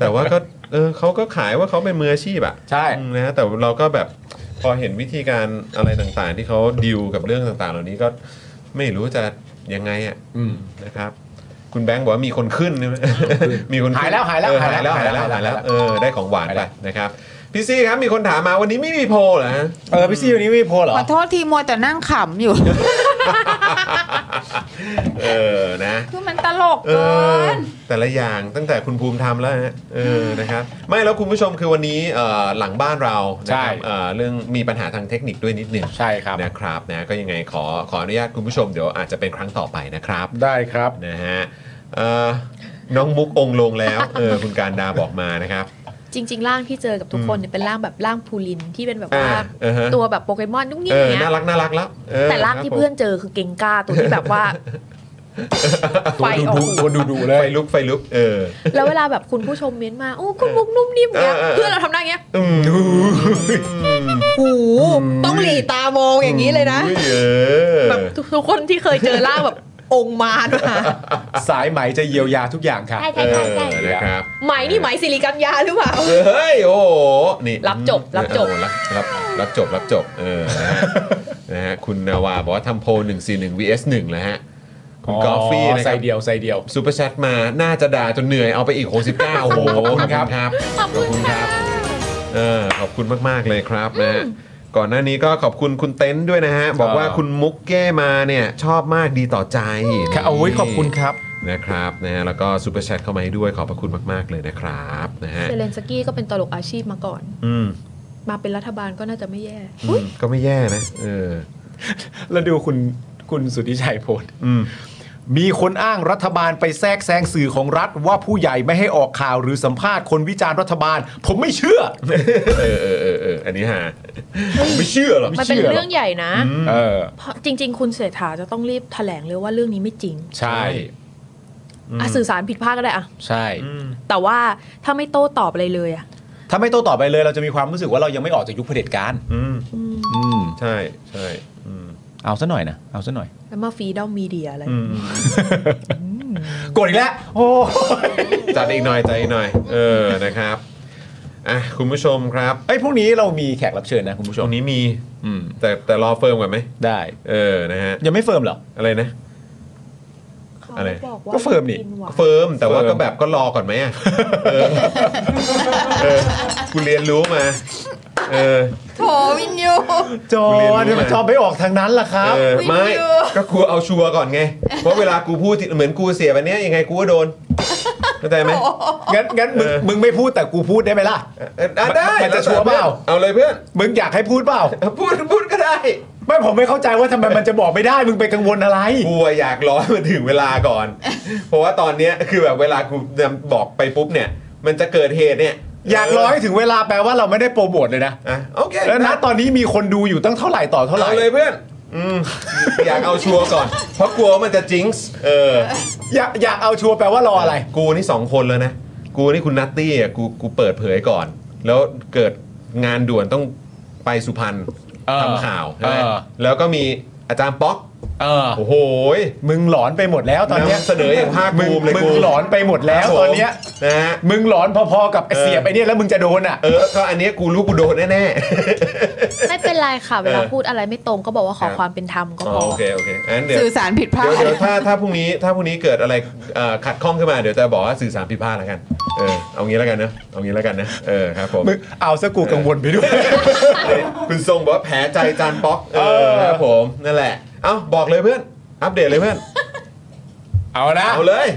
S1: แต่ว่าก็เออเขาก็ขายว่าเขาเป็นมืออาชีพอะ
S2: ใช่
S1: อืมนะฮะแต่เราก็แบบพอเห็นวิธีการอะไรต่างๆ ที่เขาดิวกับเรื่องต่างๆ เหล่านี้ก็ไม่รู้จะยังไงอะ
S2: อืม
S1: นะครับ คุณแบงค์บอกว่ามีคน ขึ้นใช่ไหมมีคนขึ้น
S2: หายแล้วหายแล้ว
S1: เออ
S2: หา
S1: หาย ย
S2: แล้
S1: แล้ววหายแล้ว
S2: หา
S1: หาย ย
S2: แล้
S1: แล้ว วเออได้ของหวานไปนะครับพี่ซี่ครับมีคนถามมาวันนี้ไม่มีโพลเหรอฮะ
S2: เออพี่ซี่วันนี้ไม่มีโพลเหรอ
S9: ขอโทษทีมัวแต่นั่งขำอยู่
S1: เออ นะ
S9: คือมันตลก
S1: เอ
S9: เกิ
S1: อ
S9: น
S1: แต่ละอย่างตั้งแต่คุณภูมิทำแล้วฮะ เออ นะครับ ไม่แล้วคุณผู้ชมคือวันนี้เอ่อหลังบ้านเรานะครั
S2: ใช่
S1: เอ่อเรื่องมีปัญหาทางเทคนิคด้วยนิดหนึ่ง
S2: ใช่ ครับ
S1: นะครับ นะ ก็ยังไงขอขออนุญาตคุณผู้ชมเดี๋ยวอาจจะเป็นครั้งต่อไปนะครับ
S2: ได้ครับ
S1: นะฮะเอ่อน้องมุกองค์ลงแล้ว เออ คุณการดาบอกมานะครับ
S7: จริง ๆ ร่างที่เจอกับทุกคนเนี่ยเป็นร่างแบบร่างพูลินที่เป็นแบบว่า
S1: อ่าเออฮะ
S7: ตัวแบบโปเกมอนนุ่งนิ่
S1: เอง
S7: อ
S1: อ
S7: ย่างเงี้
S1: น่าย รักน่ารักแล้วเออ
S7: แต่ร่างที่เพื่อนเจอคือเกงก้าตัวที่แบบว่า
S1: ครับผม
S7: ไฟออก
S1: ตัวดูดูเลย ไฟลุก ไฟลุก เออ
S7: แล้วเวลาแบบคุณผู้ชมเม้นต์มาโอ้คุณมุกนุ่มนิ่มเงี้ย
S1: เออเออ
S7: เพื่อนเราทำหน้าอย่างเงี้ย
S1: อืม
S7: โอ้โหต้องหลีตามองอย่างนี้เลยนะ
S1: อุ้เออ
S7: แบบทุกคนที่เคยเจอร่างแบบองค์มารมา
S2: สายไหมจะเยียวยาทุกอย่างค่ะ
S11: ใช่
S1: เอ
S11: ใช่ใช่
S1: อ
S11: ใช่
S1: นะครับ
S7: ไหมนี่ไหมสิริกัญญาหรือเปล่า
S1: เฮ้ย โอ้โหนี่
S7: รับจบรับจบ
S1: เออรับรับรับจบ รับจบ เออ นะฮะ นะ ฮะ คุณนาวาบอกว่าทำโพล141 vs 1แล้วฮะ คุณกอฟฟี่นะค
S2: ใส่
S1: รับ
S2: เดียวใส่เดียว
S1: ซูเปอร์แชทมา น่าจะด่าจนเหนื่อย เอาไปอีก 69 โอ้โห
S2: ขอบคุณครับ
S1: ครับ ขอบคุณครับ เออ ขอบคุณมาก ๆ เลยครับนะฮะ ก่อนหน้านี้ก็ขอบคุณคุณเต็นท์ด้วยนะฮะ บอกว่าคุณมุกแก้มาเนี่ย ชอบมากดีต่อใจ
S2: ค่ะโอ้ยขอบคุณครับ
S1: นะครับนะฮะแล้วก็ซูเปอร์แชทเข้ามาให้ด้วยขอบพระคุณมาก ๆ เลยนะครับนะฮะ
S7: เซเลนสกี้ก็เป็นตลกอาชีพมาก่อน
S1: อืม
S7: มาเป็นรัฐบาลก็น่าจะไม่แย่
S1: อืมก็ไม่แย่นะเออ
S2: แล้วดูคุณคุณสุทธิชัยโพสต์
S1: อืม
S2: มีคนอ้างรัฐบาลไปแทรกแซงสื่อของรัฐ ว่าผู้ใหญ่ไม่ให้ออกข่าวหรือสัมภาษณ์คนวิจารณ์รัฐบาล ผมไม่เชื่อ
S1: เออเออเออเอออันนี้ฮะผมไม่เชื่อหรอก
S7: มันเป็นเรื่องใหญ่นะ
S2: เออ
S7: เพราะจริง ๆ คุณเศรษฐาจะต้องรีบแถลงเลยว่าเรื่องนี้ไม่จริง
S2: ใช่
S7: อ่ะสื่อสารผิดพลาดก็ได้อะ
S2: ใช่
S7: แต่ว่าถ้าไม่โต้ตอบอะไรเลยอะ
S2: ถ้าไม่โต้ตอบไปเลยเราจะมีความรู้สึกว่าเรายังไม่ออกจากยุคเผด็จการ
S1: อืม
S2: อืม
S1: ใช่ใช่อืม
S2: เอาซะหน่อยนะ เอาซะหน่อย
S7: แล้วมาฟรีดอมมีเดียอะไร
S1: อืม
S2: กดอีกแล้ว โอ้ย
S1: จัดอีกหน่อยจัดอีกหน่อยเออนะครับอ่ะคุณผู้ชมครับ
S2: ไอ้ยพรุ่งนี้เรามีแขกรับเชิญนะคุณผู้ช
S1: ตร
S2: ม
S1: งนี้มี
S2: อืม
S1: แต่แต่รอเฟิร์มก่อนไหม
S2: ได้
S1: เออนะฮะ
S2: ยังไม่เฟิร์มเหรอ
S1: อะไรนะ
S7: เขา
S1: อะไร
S7: บอกว่า
S2: ก็เฟิร์มนี่
S7: กิหวาน
S1: เฟิร์มแต่ว่า
S2: เฟิร์
S1: ก็
S2: ม
S1: แบบก็รอก่อนไหมอะเออเออกูเรียนรู้มา เออ
S9: โถวินยู
S2: จอ
S1: เรียนรู้
S2: น
S1: ไหม
S2: จอนไปออกทางนั้นล่ะครับ
S1: เออไม่ก็กูเอาชัวร์ก่อนไง เพราะเวลากูพูดที่เหมือนกูเสียแบบเนี้ยยังไงกูก็โดนเข้าใจไหม
S2: งั้นงั้นมึง
S1: เออ
S2: มึงไม่พูดแต่กูพูดได้ไหมล่ะ
S1: เออเอออ่ะได้
S2: มันจะชัวร์เปล่า
S1: เอาเลยเพื่อน
S2: มึงอยากให้พูดเปล่า
S1: เอาพูดพูดก็ได้
S2: ไม่ผมไม่เข้าใจว่าทำไมมันจะบอกไม่ได้ มึงไปกังวลอะไร
S1: กูอะอยากรอให้มันถึงเวลาก่อน เพราะว่าตอนเนี้ยคือแบบเวลากูจะบอกไปปุ๊บเนี่ย มันจะเกิดเหตุเนี่ย
S2: อยากรอให้ถึงเวลาแปลว่าเราไม่ได้โปรโมทเลยนะ
S1: อ่ะโอเค
S2: แล้วนะตอนนี้มีคนดูอยู่ตั้งเท่าไหร่ต่อเท่าไหร่
S1: เอาเลยเพื่อนอืมอยากเอาชัวร์ก่อน เพราะกลัวว่ามันจะจิงส์เออ
S2: อยากอยากเอาชัวร์แปลว่ารออะไร
S1: กูนี่สองคนแล้วนะ กูนี่คุณนัตตี้อ่ะกูกูเปิดเผยก่อน แล้วเกิดงานด่วนต้อง ไปสุพรรณ
S2: เออ
S1: ทำข่าวใช่ไหม
S2: เออ
S1: แล้วก็มีอาจารย์ป๊อกโอ้โหย
S2: มึงหลอนไปหมดแล้วตอนเนี้ย
S1: ำเสนออย่างภาคภูมิเลย
S2: มึง
S1: กู
S2: หลอนไปหมดแล้
S1: ค
S2: ว
S1: รับผม
S2: ตอนเนี้ย
S1: นะฮะ
S2: มึงหลอนพอๆกับไอ้เสียบไอ้เนี่ยแล้วมึงจะโดนอ่ะ
S1: เออก็อันเนี้ยกูรู้กูโดนแน่
S7: ไม่เป็นไรค่ะ เวลา
S1: เออ
S7: พูดอะไรไม่ตรงก็บอกว่าขอความเป็นธรรม
S1: ๆ
S7: ก็
S1: อ๋อ
S7: พอ
S1: โอเคโอเคอันเดี๋ยว
S9: สื่อสารผิดพลาด
S1: เดี๋ยวเดี๋ยวถ้าถ้าพรุ่งนี้ถ้าพรุ่งนี้เกิดอะไรเอ่อขัดข้องขึ้นมาเดี๋ยวจะบอกว่าสื่อสารผิดพลาดแล้วกันเออเอางี้แล้วกันนะเอางี้แล้วกันนะเออครับผม
S2: มึงเอาซะกูกังวลไปด้วย
S1: คุณทรงบอกว่าแผลใจจานป๊อกเออครับผม นั่นแหละ เอ้าบอกเลยเพื่อน อัปเดตเลยเพื่อน
S2: เอานะ
S1: เอาเลย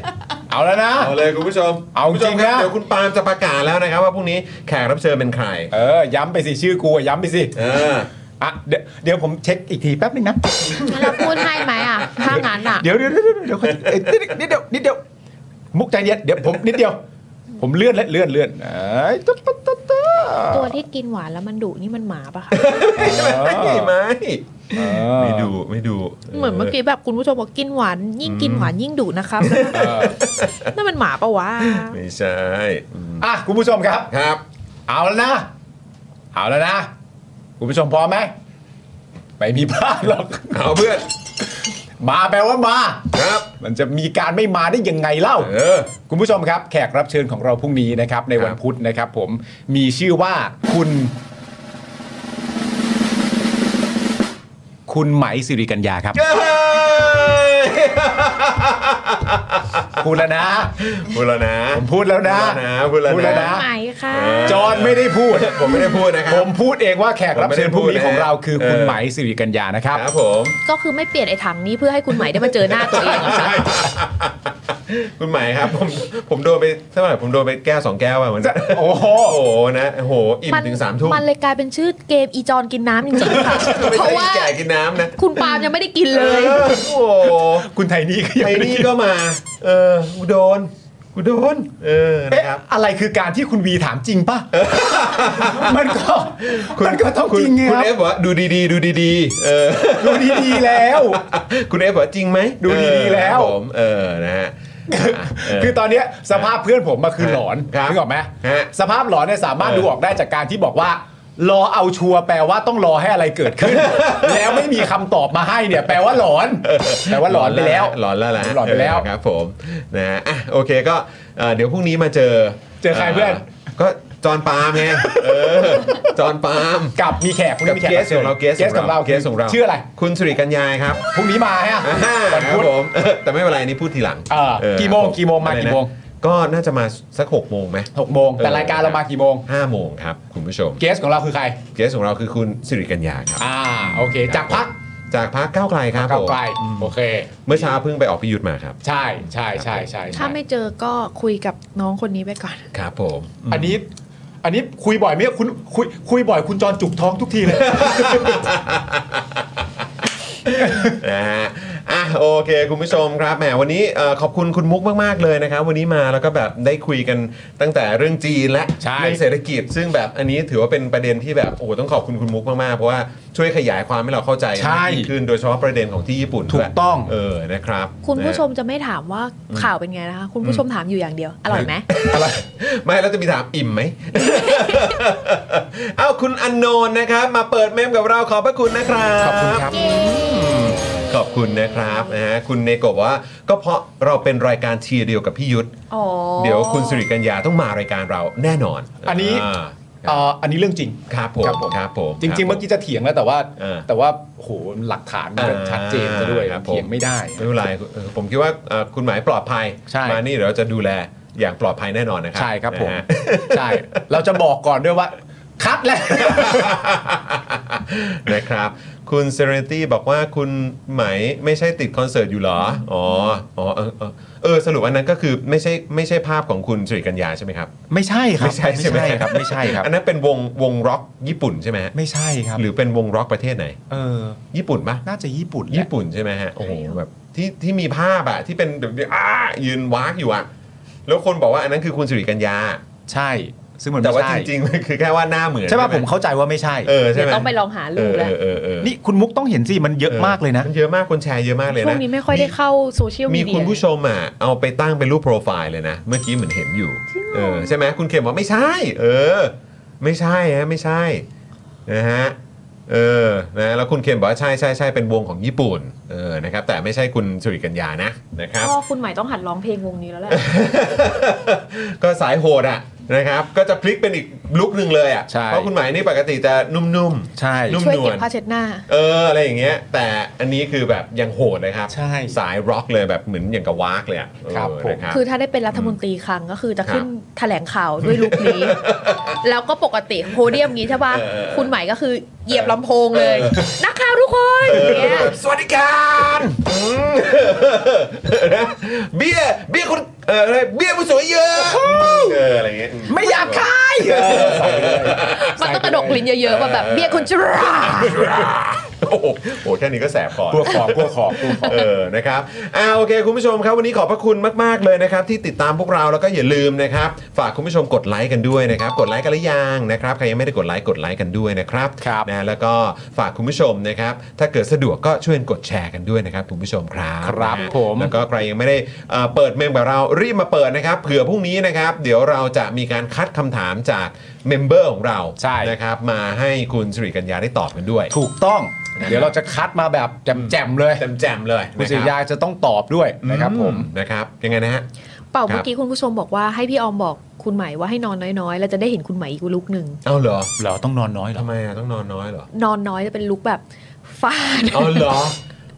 S2: เอาแล้วนะ
S1: เอาเลยคุณผู้ชม
S2: เอาจริงนะ
S1: คุณผู้ชมคบเดี๋ยวคุณปาล์มจะประกาศแล้วนะครับ ว่าพรุ่งนี้แขกรับเชิญเป็นใคร
S2: เออ ย้ำไปสิชื่อกูอะย้ำไปสิ
S1: เออ
S2: อ่ะเดี๋ยวเดี๋ยวผมเช็คอีกทีแป๊บนึงนะ
S7: งั้นเราพูดให้ไหมอ่ะถ้างั้นอ่ะ
S2: เดี๋ยวเดี๋ยวเดี๋ยวเดี๋ยวเอ้ยนิดเดียวนิดเดียวมุกใจเย็นเดี๋ยวผมนิดเดียว ผมเลื่อนและเลื่อนเลื่อนเอ้ยตุ๊ดตุ๊ดตุ๊ดตุ๊ด
S7: ตัวที่กินหวานแล้วมันดุนี่มันหมาปะคะ
S1: ไม่ไหม
S2: เออ
S1: ไม่ดูไม่ดู
S7: เหมือนเมื่อกี้แบบคุณผู้ชมบอกกินหวาน ยิ่งกินหวานยิ่งดุนะครับนั่นมันหมาปะวะ
S1: ไม่ใช่อืม
S2: อ่ะคุณผู้ชมครับ
S1: ครับ
S2: เอาแล้วนะ เอาแล้วนะ คุณผู้ชมพร้อมไหมไม่มีพลาดหรอก
S1: เอาเพื่อน
S2: มาแปลว่ามา
S1: ครับ
S2: มันจะมีการไม่มาได้ยังไงเล่า
S1: เออ
S2: คุณผู้ชมครับแขกรับเชิญของเราพรุ่งนี้นะครับ ในวั
S1: ค
S2: น
S1: รับ
S2: พุธนะครับ ผมมีชื่อว่าคุณ คุณไหมสิริกัญญาครับ
S1: เย้
S2: พูดแล้วนะ
S1: พูดแล้วนะ
S2: ผมพูดแล้วนะ
S1: พูดแล้วนะพู
S2: พูด
S1: ด
S2: แล้
S1: แล้ว ว
S2: นะ
S1: นะ
S7: ไหมค่ะ
S2: จอห์นไม่ได้พูด
S1: ผมไม่ได้พูดนะครั
S2: ผ
S1: บ
S2: มพูดเองว่าแขกรับเชิญพรุ่งนี้ของเราคือคุณ
S1: เออ
S2: ไหมสิริกัญญานะครับ
S1: ครับผม
S7: ก็คือไม่เปลี่ยนไอ้ถังนี้เพื่อให้คุณไหมได้มาเจอหน้าตัวเองเหรอคะ
S1: คุณหมายครับผมผมโดนไปเท่าไหร่ผมโดนไปแก้วสองแก้วอะเหมือนกัน
S2: โอ้โห
S1: โอ้โหนะโอ้โหอิ่มถึงสามทุ่ม
S7: มันเลยกลายเป็นชื่อเกมอีจอนกินน้ำจริงๆค่ะ
S1: ไม่
S7: เพ
S1: ใช่
S7: ราะว่า
S1: แก่กินน้ำนะ
S7: คุณปาล์มยังไม่ได้กินเลย
S1: ออโอ้โห
S2: คุณไทยนี่ก็ยัง
S1: ไอ้
S2: ไม่ได้
S1: นี่
S2: ยิน
S1: ก็มา เออกูโดนกูโดนเออนะ
S2: เอ๊ะ
S1: ครับ
S2: อะไรคือการที่คุณวีถามจริงป่ะ มันก็มันก็ต้อง
S1: คุณ
S2: จริงไง
S1: คุณ
S2: ค
S1: เอ
S2: รั
S1: ฟ
S2: บ
S1: บอกว่าดูดีๆ ดูดีๆเออ
S2: ดูดีๆแล้ว
S1: คุณเอฟบอกว่าจริงไหม
S2: ดูดีๆแล้ว
S1: เออครับผมเออนะฮะ เออ
S2: คือตอนเนี้ยสภาพเพื่อนผมมาคือหลอน
S1: ครับ
S2: นึกออกไหม
S1: ฮะ
S2: สภาพหลอนเนี่ยสามารถ
S1: เออ
S2: ดูออกได้จากการที่บอกว่า รอเอาชัวร์แปลว่าต้องรอให้อะไรเกิดขึ้น แล้วไม่มีคำตอบมาให้เนี่ย แปลว่าหลอน แปลว่าหลอนไปแล้ว
S1: หลอนแล้วละ
S2: หลอนไปแล้ว
S1: เครับผมนะฮะอ่ะโอเคก็เอ่อเดี๋ยวพรุ่งนี้มาเจอ
S2: เจอใครเพื่อน
S1: ก็จอห์นปาล์มไงเออจอห์นปาล์ม
S2: กับมีแขกคุณ
S1: กับ
S2: มีแขก
S1: เกสของเราเกส
S2: เกสของเรา
S1: เกสของเรา
S2: ชื่ออะไร
S1: คุณสุริกัญญาครับ
S2: พรุ่งนี้มาฮะ
S1: อ่า
S2: วัน
S1: ครั
S2: พุ
S1: บ
S2: ธ
S1: ผมเออแต่ไม่เป็นไรนี่พูดทีหลัง
S2: เออ
S1: เออ
S2: กี่โมง
S1: ครับผ
S2: กี่โมงมา
S1: อะไร
S2: กี่
S1: นะ
S2: โมง
S1: ก็น่าจะมาสักหกโมงไหม
S2: หกโมงแต่รายการเรามากี่โมง
S1: ห้าโมงครับ คุณผู้ชม
S2: เกสของเราคือใคร
S1: เกสของเราคือคุณสิริกัญญาครับ
S2: อ่าโอเค จากพัก
S1: จากพักก้าวไกลครับ
S2: ก้าวไกล
S1: ผม
S2: โอเค
S1: เมื่อเช้าเพิ่งไปออกพิยุทธ์มาครับ
S2: ใช่ใช่ใช่ใช่ใช่
S7: ถ้าไม่เจอก็คุยกับน้องคนนี้ไปก่อน
S1: ครับผม
S2: อันนี้ อันนี้คุยบ่อยไหมคุณคุยคุยบ่อยคุณจรจุกท้องทุกทีเลย
S1: นะฮะอ่ะโอเค คุณผู้ชมครับแหมวันนี้เอ่อขอบคุณคุณมุกมาก ๆ เลยนะครับ วันนี้มาแล้วก็แบบได้คุยกันตั้งแต่เรื่องจีนและ
S2: ใช่
S1: เรื่องเศรษฐกิจ ซึ่งแบบอันนี้ถือว่าเป็นประเด็นที่แบบโอ้โหต้องขอบคุณคุณมุกมาก ๆ เพราะว่าช่วยขยายความให้เราเข้าใจมากยิ่งขึ้นโดยเฉพาะประเด็นของที่ญี่ปุ่น
S2: ถู
S1: ด้วย
S2: กต้อง
S1: เออนะครับ
S7: คุณผู้ชมจะไม่ถามว่าข่าวเป็นไงนะคะ คุณผู้ชมถามอยู่อย่างเดียว อร่อยไหม
S2: อะไร
S1: ไม่แล้วจะมีถามอิ่ม ไหม เอ้าคุณอันโนนนะครับ มาเปิดเมมกับเราขอบพระคุณนะครับ
S2: ขอบคุณครับ
S1: ขอบคุณนะครับนะฮะคุณเนโกะบอกว่าก็เพราะเราเป็นรายการเชียร์เดียวกับพี่ยุทธ
S7: อ๋อ
S1: เดี๋ยวคุณสิริกัญญาต้องมารายการเราแน่นอน
S2: อันนี้
S1: า
S2: เอ่ออันนี้เรื่องจริง
S1: ครับผม
S2: ครับผม
S1: ครับผม
S2: จริง ๆ เมื่อกี้จะเถียงแล้วแต่ว่า
S1: เออ
S2: แต่ว่าโอ้โหหลักฐานมันก็ชัดเจนซะด้วย
S1: ครับผ
S2: เถียงไม่ได้
S1: ไม่เป็นไรเออผมคิดว่าเอ่อคุณหมายปลอดภัย
S2: ใช่
S1: มานี่เดี๋ยวเราจะดูแลอย่างปลอดภัยแน่นอนนะครั
S2: ใช่ครับผม
S1: นะฮะ
S2: ใช่เราจะบอกก่อนด้วยว่า คัดแล้ว
S1: นะครับ คุณเซเรนตี้บอกว่าคุณไหมไม่ใช่ติดคอนเสิร์ตอยู่เหรอ อ๋อ อ๋อ เออเออเออสรุปอันนั้นก็คือไม่ใช่ไม่ใช่ภาพของคุณสิริกัญญาใช่ไหมครับ
S2: ไม่ใช่ครับ
S1: ไม่ใช่ใช่ไหม
S2: ครับไม่ใช่ครับ
S1: อันนั้นเป็นวงวงร็อกญี่ปุ่นใช่ไหมฮะ
S2: ไม่ใช่ครับ
S1: หรือเป็นวงร็อกประเทศไหน
S2: เออ
S1: ญี่ปุ่นปะ
S2: น่าจะญี่ปุ่นแหละ
S1: ญี่ปุ่นใช่ไหมฮะ โอ้โหแบบที่ที่มีภาพอะที่เป็นแบบอ้ายืนวากอยู่อะแล้วคนบอกว่าอันนั้นคือคุณสิริกัญญา
S2: ใช่ ซึ่งมัน
S1: แต่ว่าจ
S2: ไม่ใช่
S1: ริงๆมันคือแค่ว่าหน้าเหมือน
S2: ใช่ป่ะผมเข้าใจว่าไม่ใช่
S1: เออใช่
S7: เดี๋ย
S1: ไหม
S7: วต้องไปลองหา
S1: เอ
S7: รู
S1: อ
S7: แล้ว
S1: เออเออ
S2: นี่คุณมุกต้องเห็นสิ มันเยอะมากเลยนะ
S1: มันเยอะมากคนแชร์เยอะมากเลยนะ
S7: ช่วงนี้ไม่ค่อยได้เข้าโซเชียล
S1: มี
S7: มีเดีย
S1: คุณผู้ชมอ่ะเอาไปตั้งเป็นรูปโปรไฟล์เลยนะ เมื่อกี้เหมือนเห็นอยู่เออใช่ไหมคุณเข็มบอกไม่ใช่ เออ ไม่ใช่ฮะไม่ใช่ นะฮะเออนะแล้วคุณเคนบอกว่าใช่ใช่ใช่เป็นวงของญี่ปุ่นเออนะครับแต่ไม่ใช่คุณสุริกัญญานะนะครับ
S7: พ่อคุณใหม่ต้องหัดร้องเพลงวงนี้แล้วแหละ
S1: ก็สายโหดอ่ะนะครับก็จะพลิกเป็นอีกลุกหนึ่งเลยอ่ะเพราะคุณหมายนี่ปกติจะนุ่มๆ
S2: ใช่
S1: นุ่ม
S7: ช่วย
S1: นว
S7: เก็บ
S1: ล
S7: ผ้าเช็ดหน้า
S1: เอออะไรอย่างเงี้ย แต่อันนี้คือแบบยังโหดเลยครับ ใช่ สายร็อกเลยแบบเหมือนอย่างกับวากเลยอะ
S2: ครับ
S1: เออ
S2: ผม
S1: นะ
S7: คือถ้าได้เป็นรัฐมนตรีครั้งก็คือจะขึ้น
S1: ครั
S7: แถลงข่าวด้วยลุคนี้ แล้วก็ปกติโพเดียมนี้ใช่ป่ะ
S1: เออเออ
S7: คุณใหม่ก็คือเหยียบลำโพงเลย
S1: เออ
S7: นักข่าวทุกคนอย่างเงี้ย
S1: สวัสดีครับอืมนะเบี้ยเบี้ยคุณเอออะไรเบี้ยผู้สูงอายุเอออะไรอย่างเงี้ย
S2: ไม่อยากคาย
S7: มันต้องกระดกลิ้นเยอะๆว่าแบบเบี้ยคุณจรา
S1: โอ้โหโอ้โหแค่นี้ก็แสบคอก
S2: ลัวขอบกลัวขอบกลัวขอบ
S1: เออนะครับอ่าโอเค คุณผู้ชมครับวันนี้ขอบพระคุณมาก ๆ เลยนะครับ ที่ติดตามพวกเราแล้วก็อย่าลืมนะครับ ฝากคุณผู้ชมกดไลค์กันด้วยนะครับ กดไลค์กันหรือยังนะครับใครยังไม่ได้กดไลค์กดไลค์กันด้วยนะครับ
S2: ครับ
S1: นะแล้วก็ฝากคุณผู้ชมนะครับ ถ้าเกิดสะดวกก็ช่วยกดแชร์กันด้วยนะครับคุณผู้ชมครับ
S2: ครับ
S1: นะฮะ
S2: ผม
S1: แล้วก็ใครยังไม่ได้เอ่อเปิดเมมกับเรารีบมาเปิดนะครับเผื่อพรุ่งนี้นะครับเดี๋ยวเราจะมีการคัดคำถามจากเมมเบอร์ของเราใช่นะครับมาให้คุณสิริกัญญาได้ตอบกันด้วย
S2: ถูกต้อง
S1: นะครับ
S2: เดี๋ยวเราจะคัดมาแบบแจมๆเลย
S1: แจมๆเลย
S2: คุณ
S1: นะ
S2: สิริ
S1: รั
S2: ยา
S1: บ
S2: จะต้องตอบด้วยนะครับผม
S1: อืนะครับยังไงนะฮะ
S7: เปล่า
S1: ครับ
S7: เมื่อกี้คุณผู้ชมบอกว่าให้พี่ออมบอกคุณใหม่ว่าให้นอนน้อยๆ แล้วจะได้เห็นคุณใหม่อีกลุกหนึ่ง
S1: เอาเหรอ
S2: เหรอต้องนอนน้อยเหรอ
S1: ทำไมอ่ะต้องนอนน้อยเหรอน
S7: อนน้อยจะเป็นลุกแบบฟาด
S1: เอาเหรอ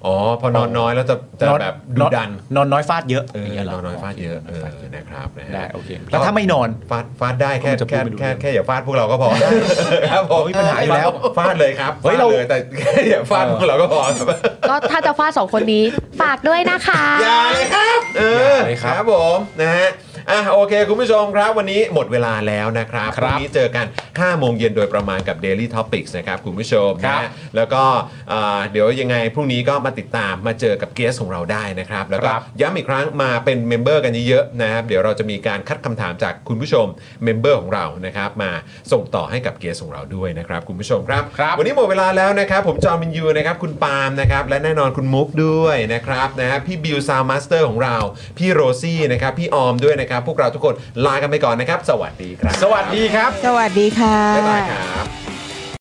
S1: อ๋อพอนอนน้อยแล้วจะจะ
S2: นอน
S1: แบบดุดัน
S2: นอนน้อยฟาดเยอะ
S1: เออย่าง
S2: เงี้ยเหร
S1: นอนน้อยฟาดเยอะเออนะครับนะ
S2: ได้
S1: ฮะ
S2: โอเคแล้วถ้าไม่นอน
S1: ฟาดฟาดได้แค่
S2: มันจะพูด
S1: แค่
S2: ไม่รู้
S1: แค่แค่อย่าฟาดพวกเราก็พอครับผม
S2: ไม่มีปัญหาอยู่แล้ว
S1: ฟาดเลยครับ
S2: เฮ้ยเรา
S1: ฟดลแต่ แค่อย่าฟาดพวกเราก็พอครับ
S11: ก็ถ้าจะฟาดสองคนนี้ฝากด้วยนะคะ
S1: อย่าเลยครับ เออ
S2: อย่าเลยครับ
S1: ผมนะฮะ อ่ะโอเค คุณผู้ชมครับ วันนี้หมดเวลาแล้วนะครับ
S2: ครับ
S1: พงนี้เจอกัน 5 โมงเย็นโดยประมาณกับ Daily Topics นะครับ คุณผู้ชม
S2: ครั
S1: นะ
S2: บ
S1: ฮะแล้วก็อ่าเดี๋ยวยังไงพรุ่งนี้ก็มาติดตามมาเจอกับเกสของเราได้นะครับ แล้วก็
S2: ครับ
S1: ย้ำอีกครั้งมาเป็นเมมเบอร์กันเยอะๆนะครับ เดี๋ยวเราจะมีการคัดคำถามจากคุณผู้ชมเมมเบอร์ของเรานะครับมาส่งต่อให้กับเกสของเราด้วยนะครับ คุณผู้ชมครับ
S2: ครับ
S1: วันนี้หมดเวลาแล้วนะครับ ผมจอห์นวินยูนะครับ คุณปาล์มนะครับ และแน่นอนคุณมุกด้วยนะครับนะฮะพี่บิวซาวมาสเตอร์ของเรา พี่โรซี่นะครับ พี่ออมด้วยนะครับ พวกเราทุกคนลากันไปก่อนนะครับ สวัสดีครับ
S2: สวัสดีครับ
S9: สวัสดีค่ะ
S1: บ๊ายบายครับ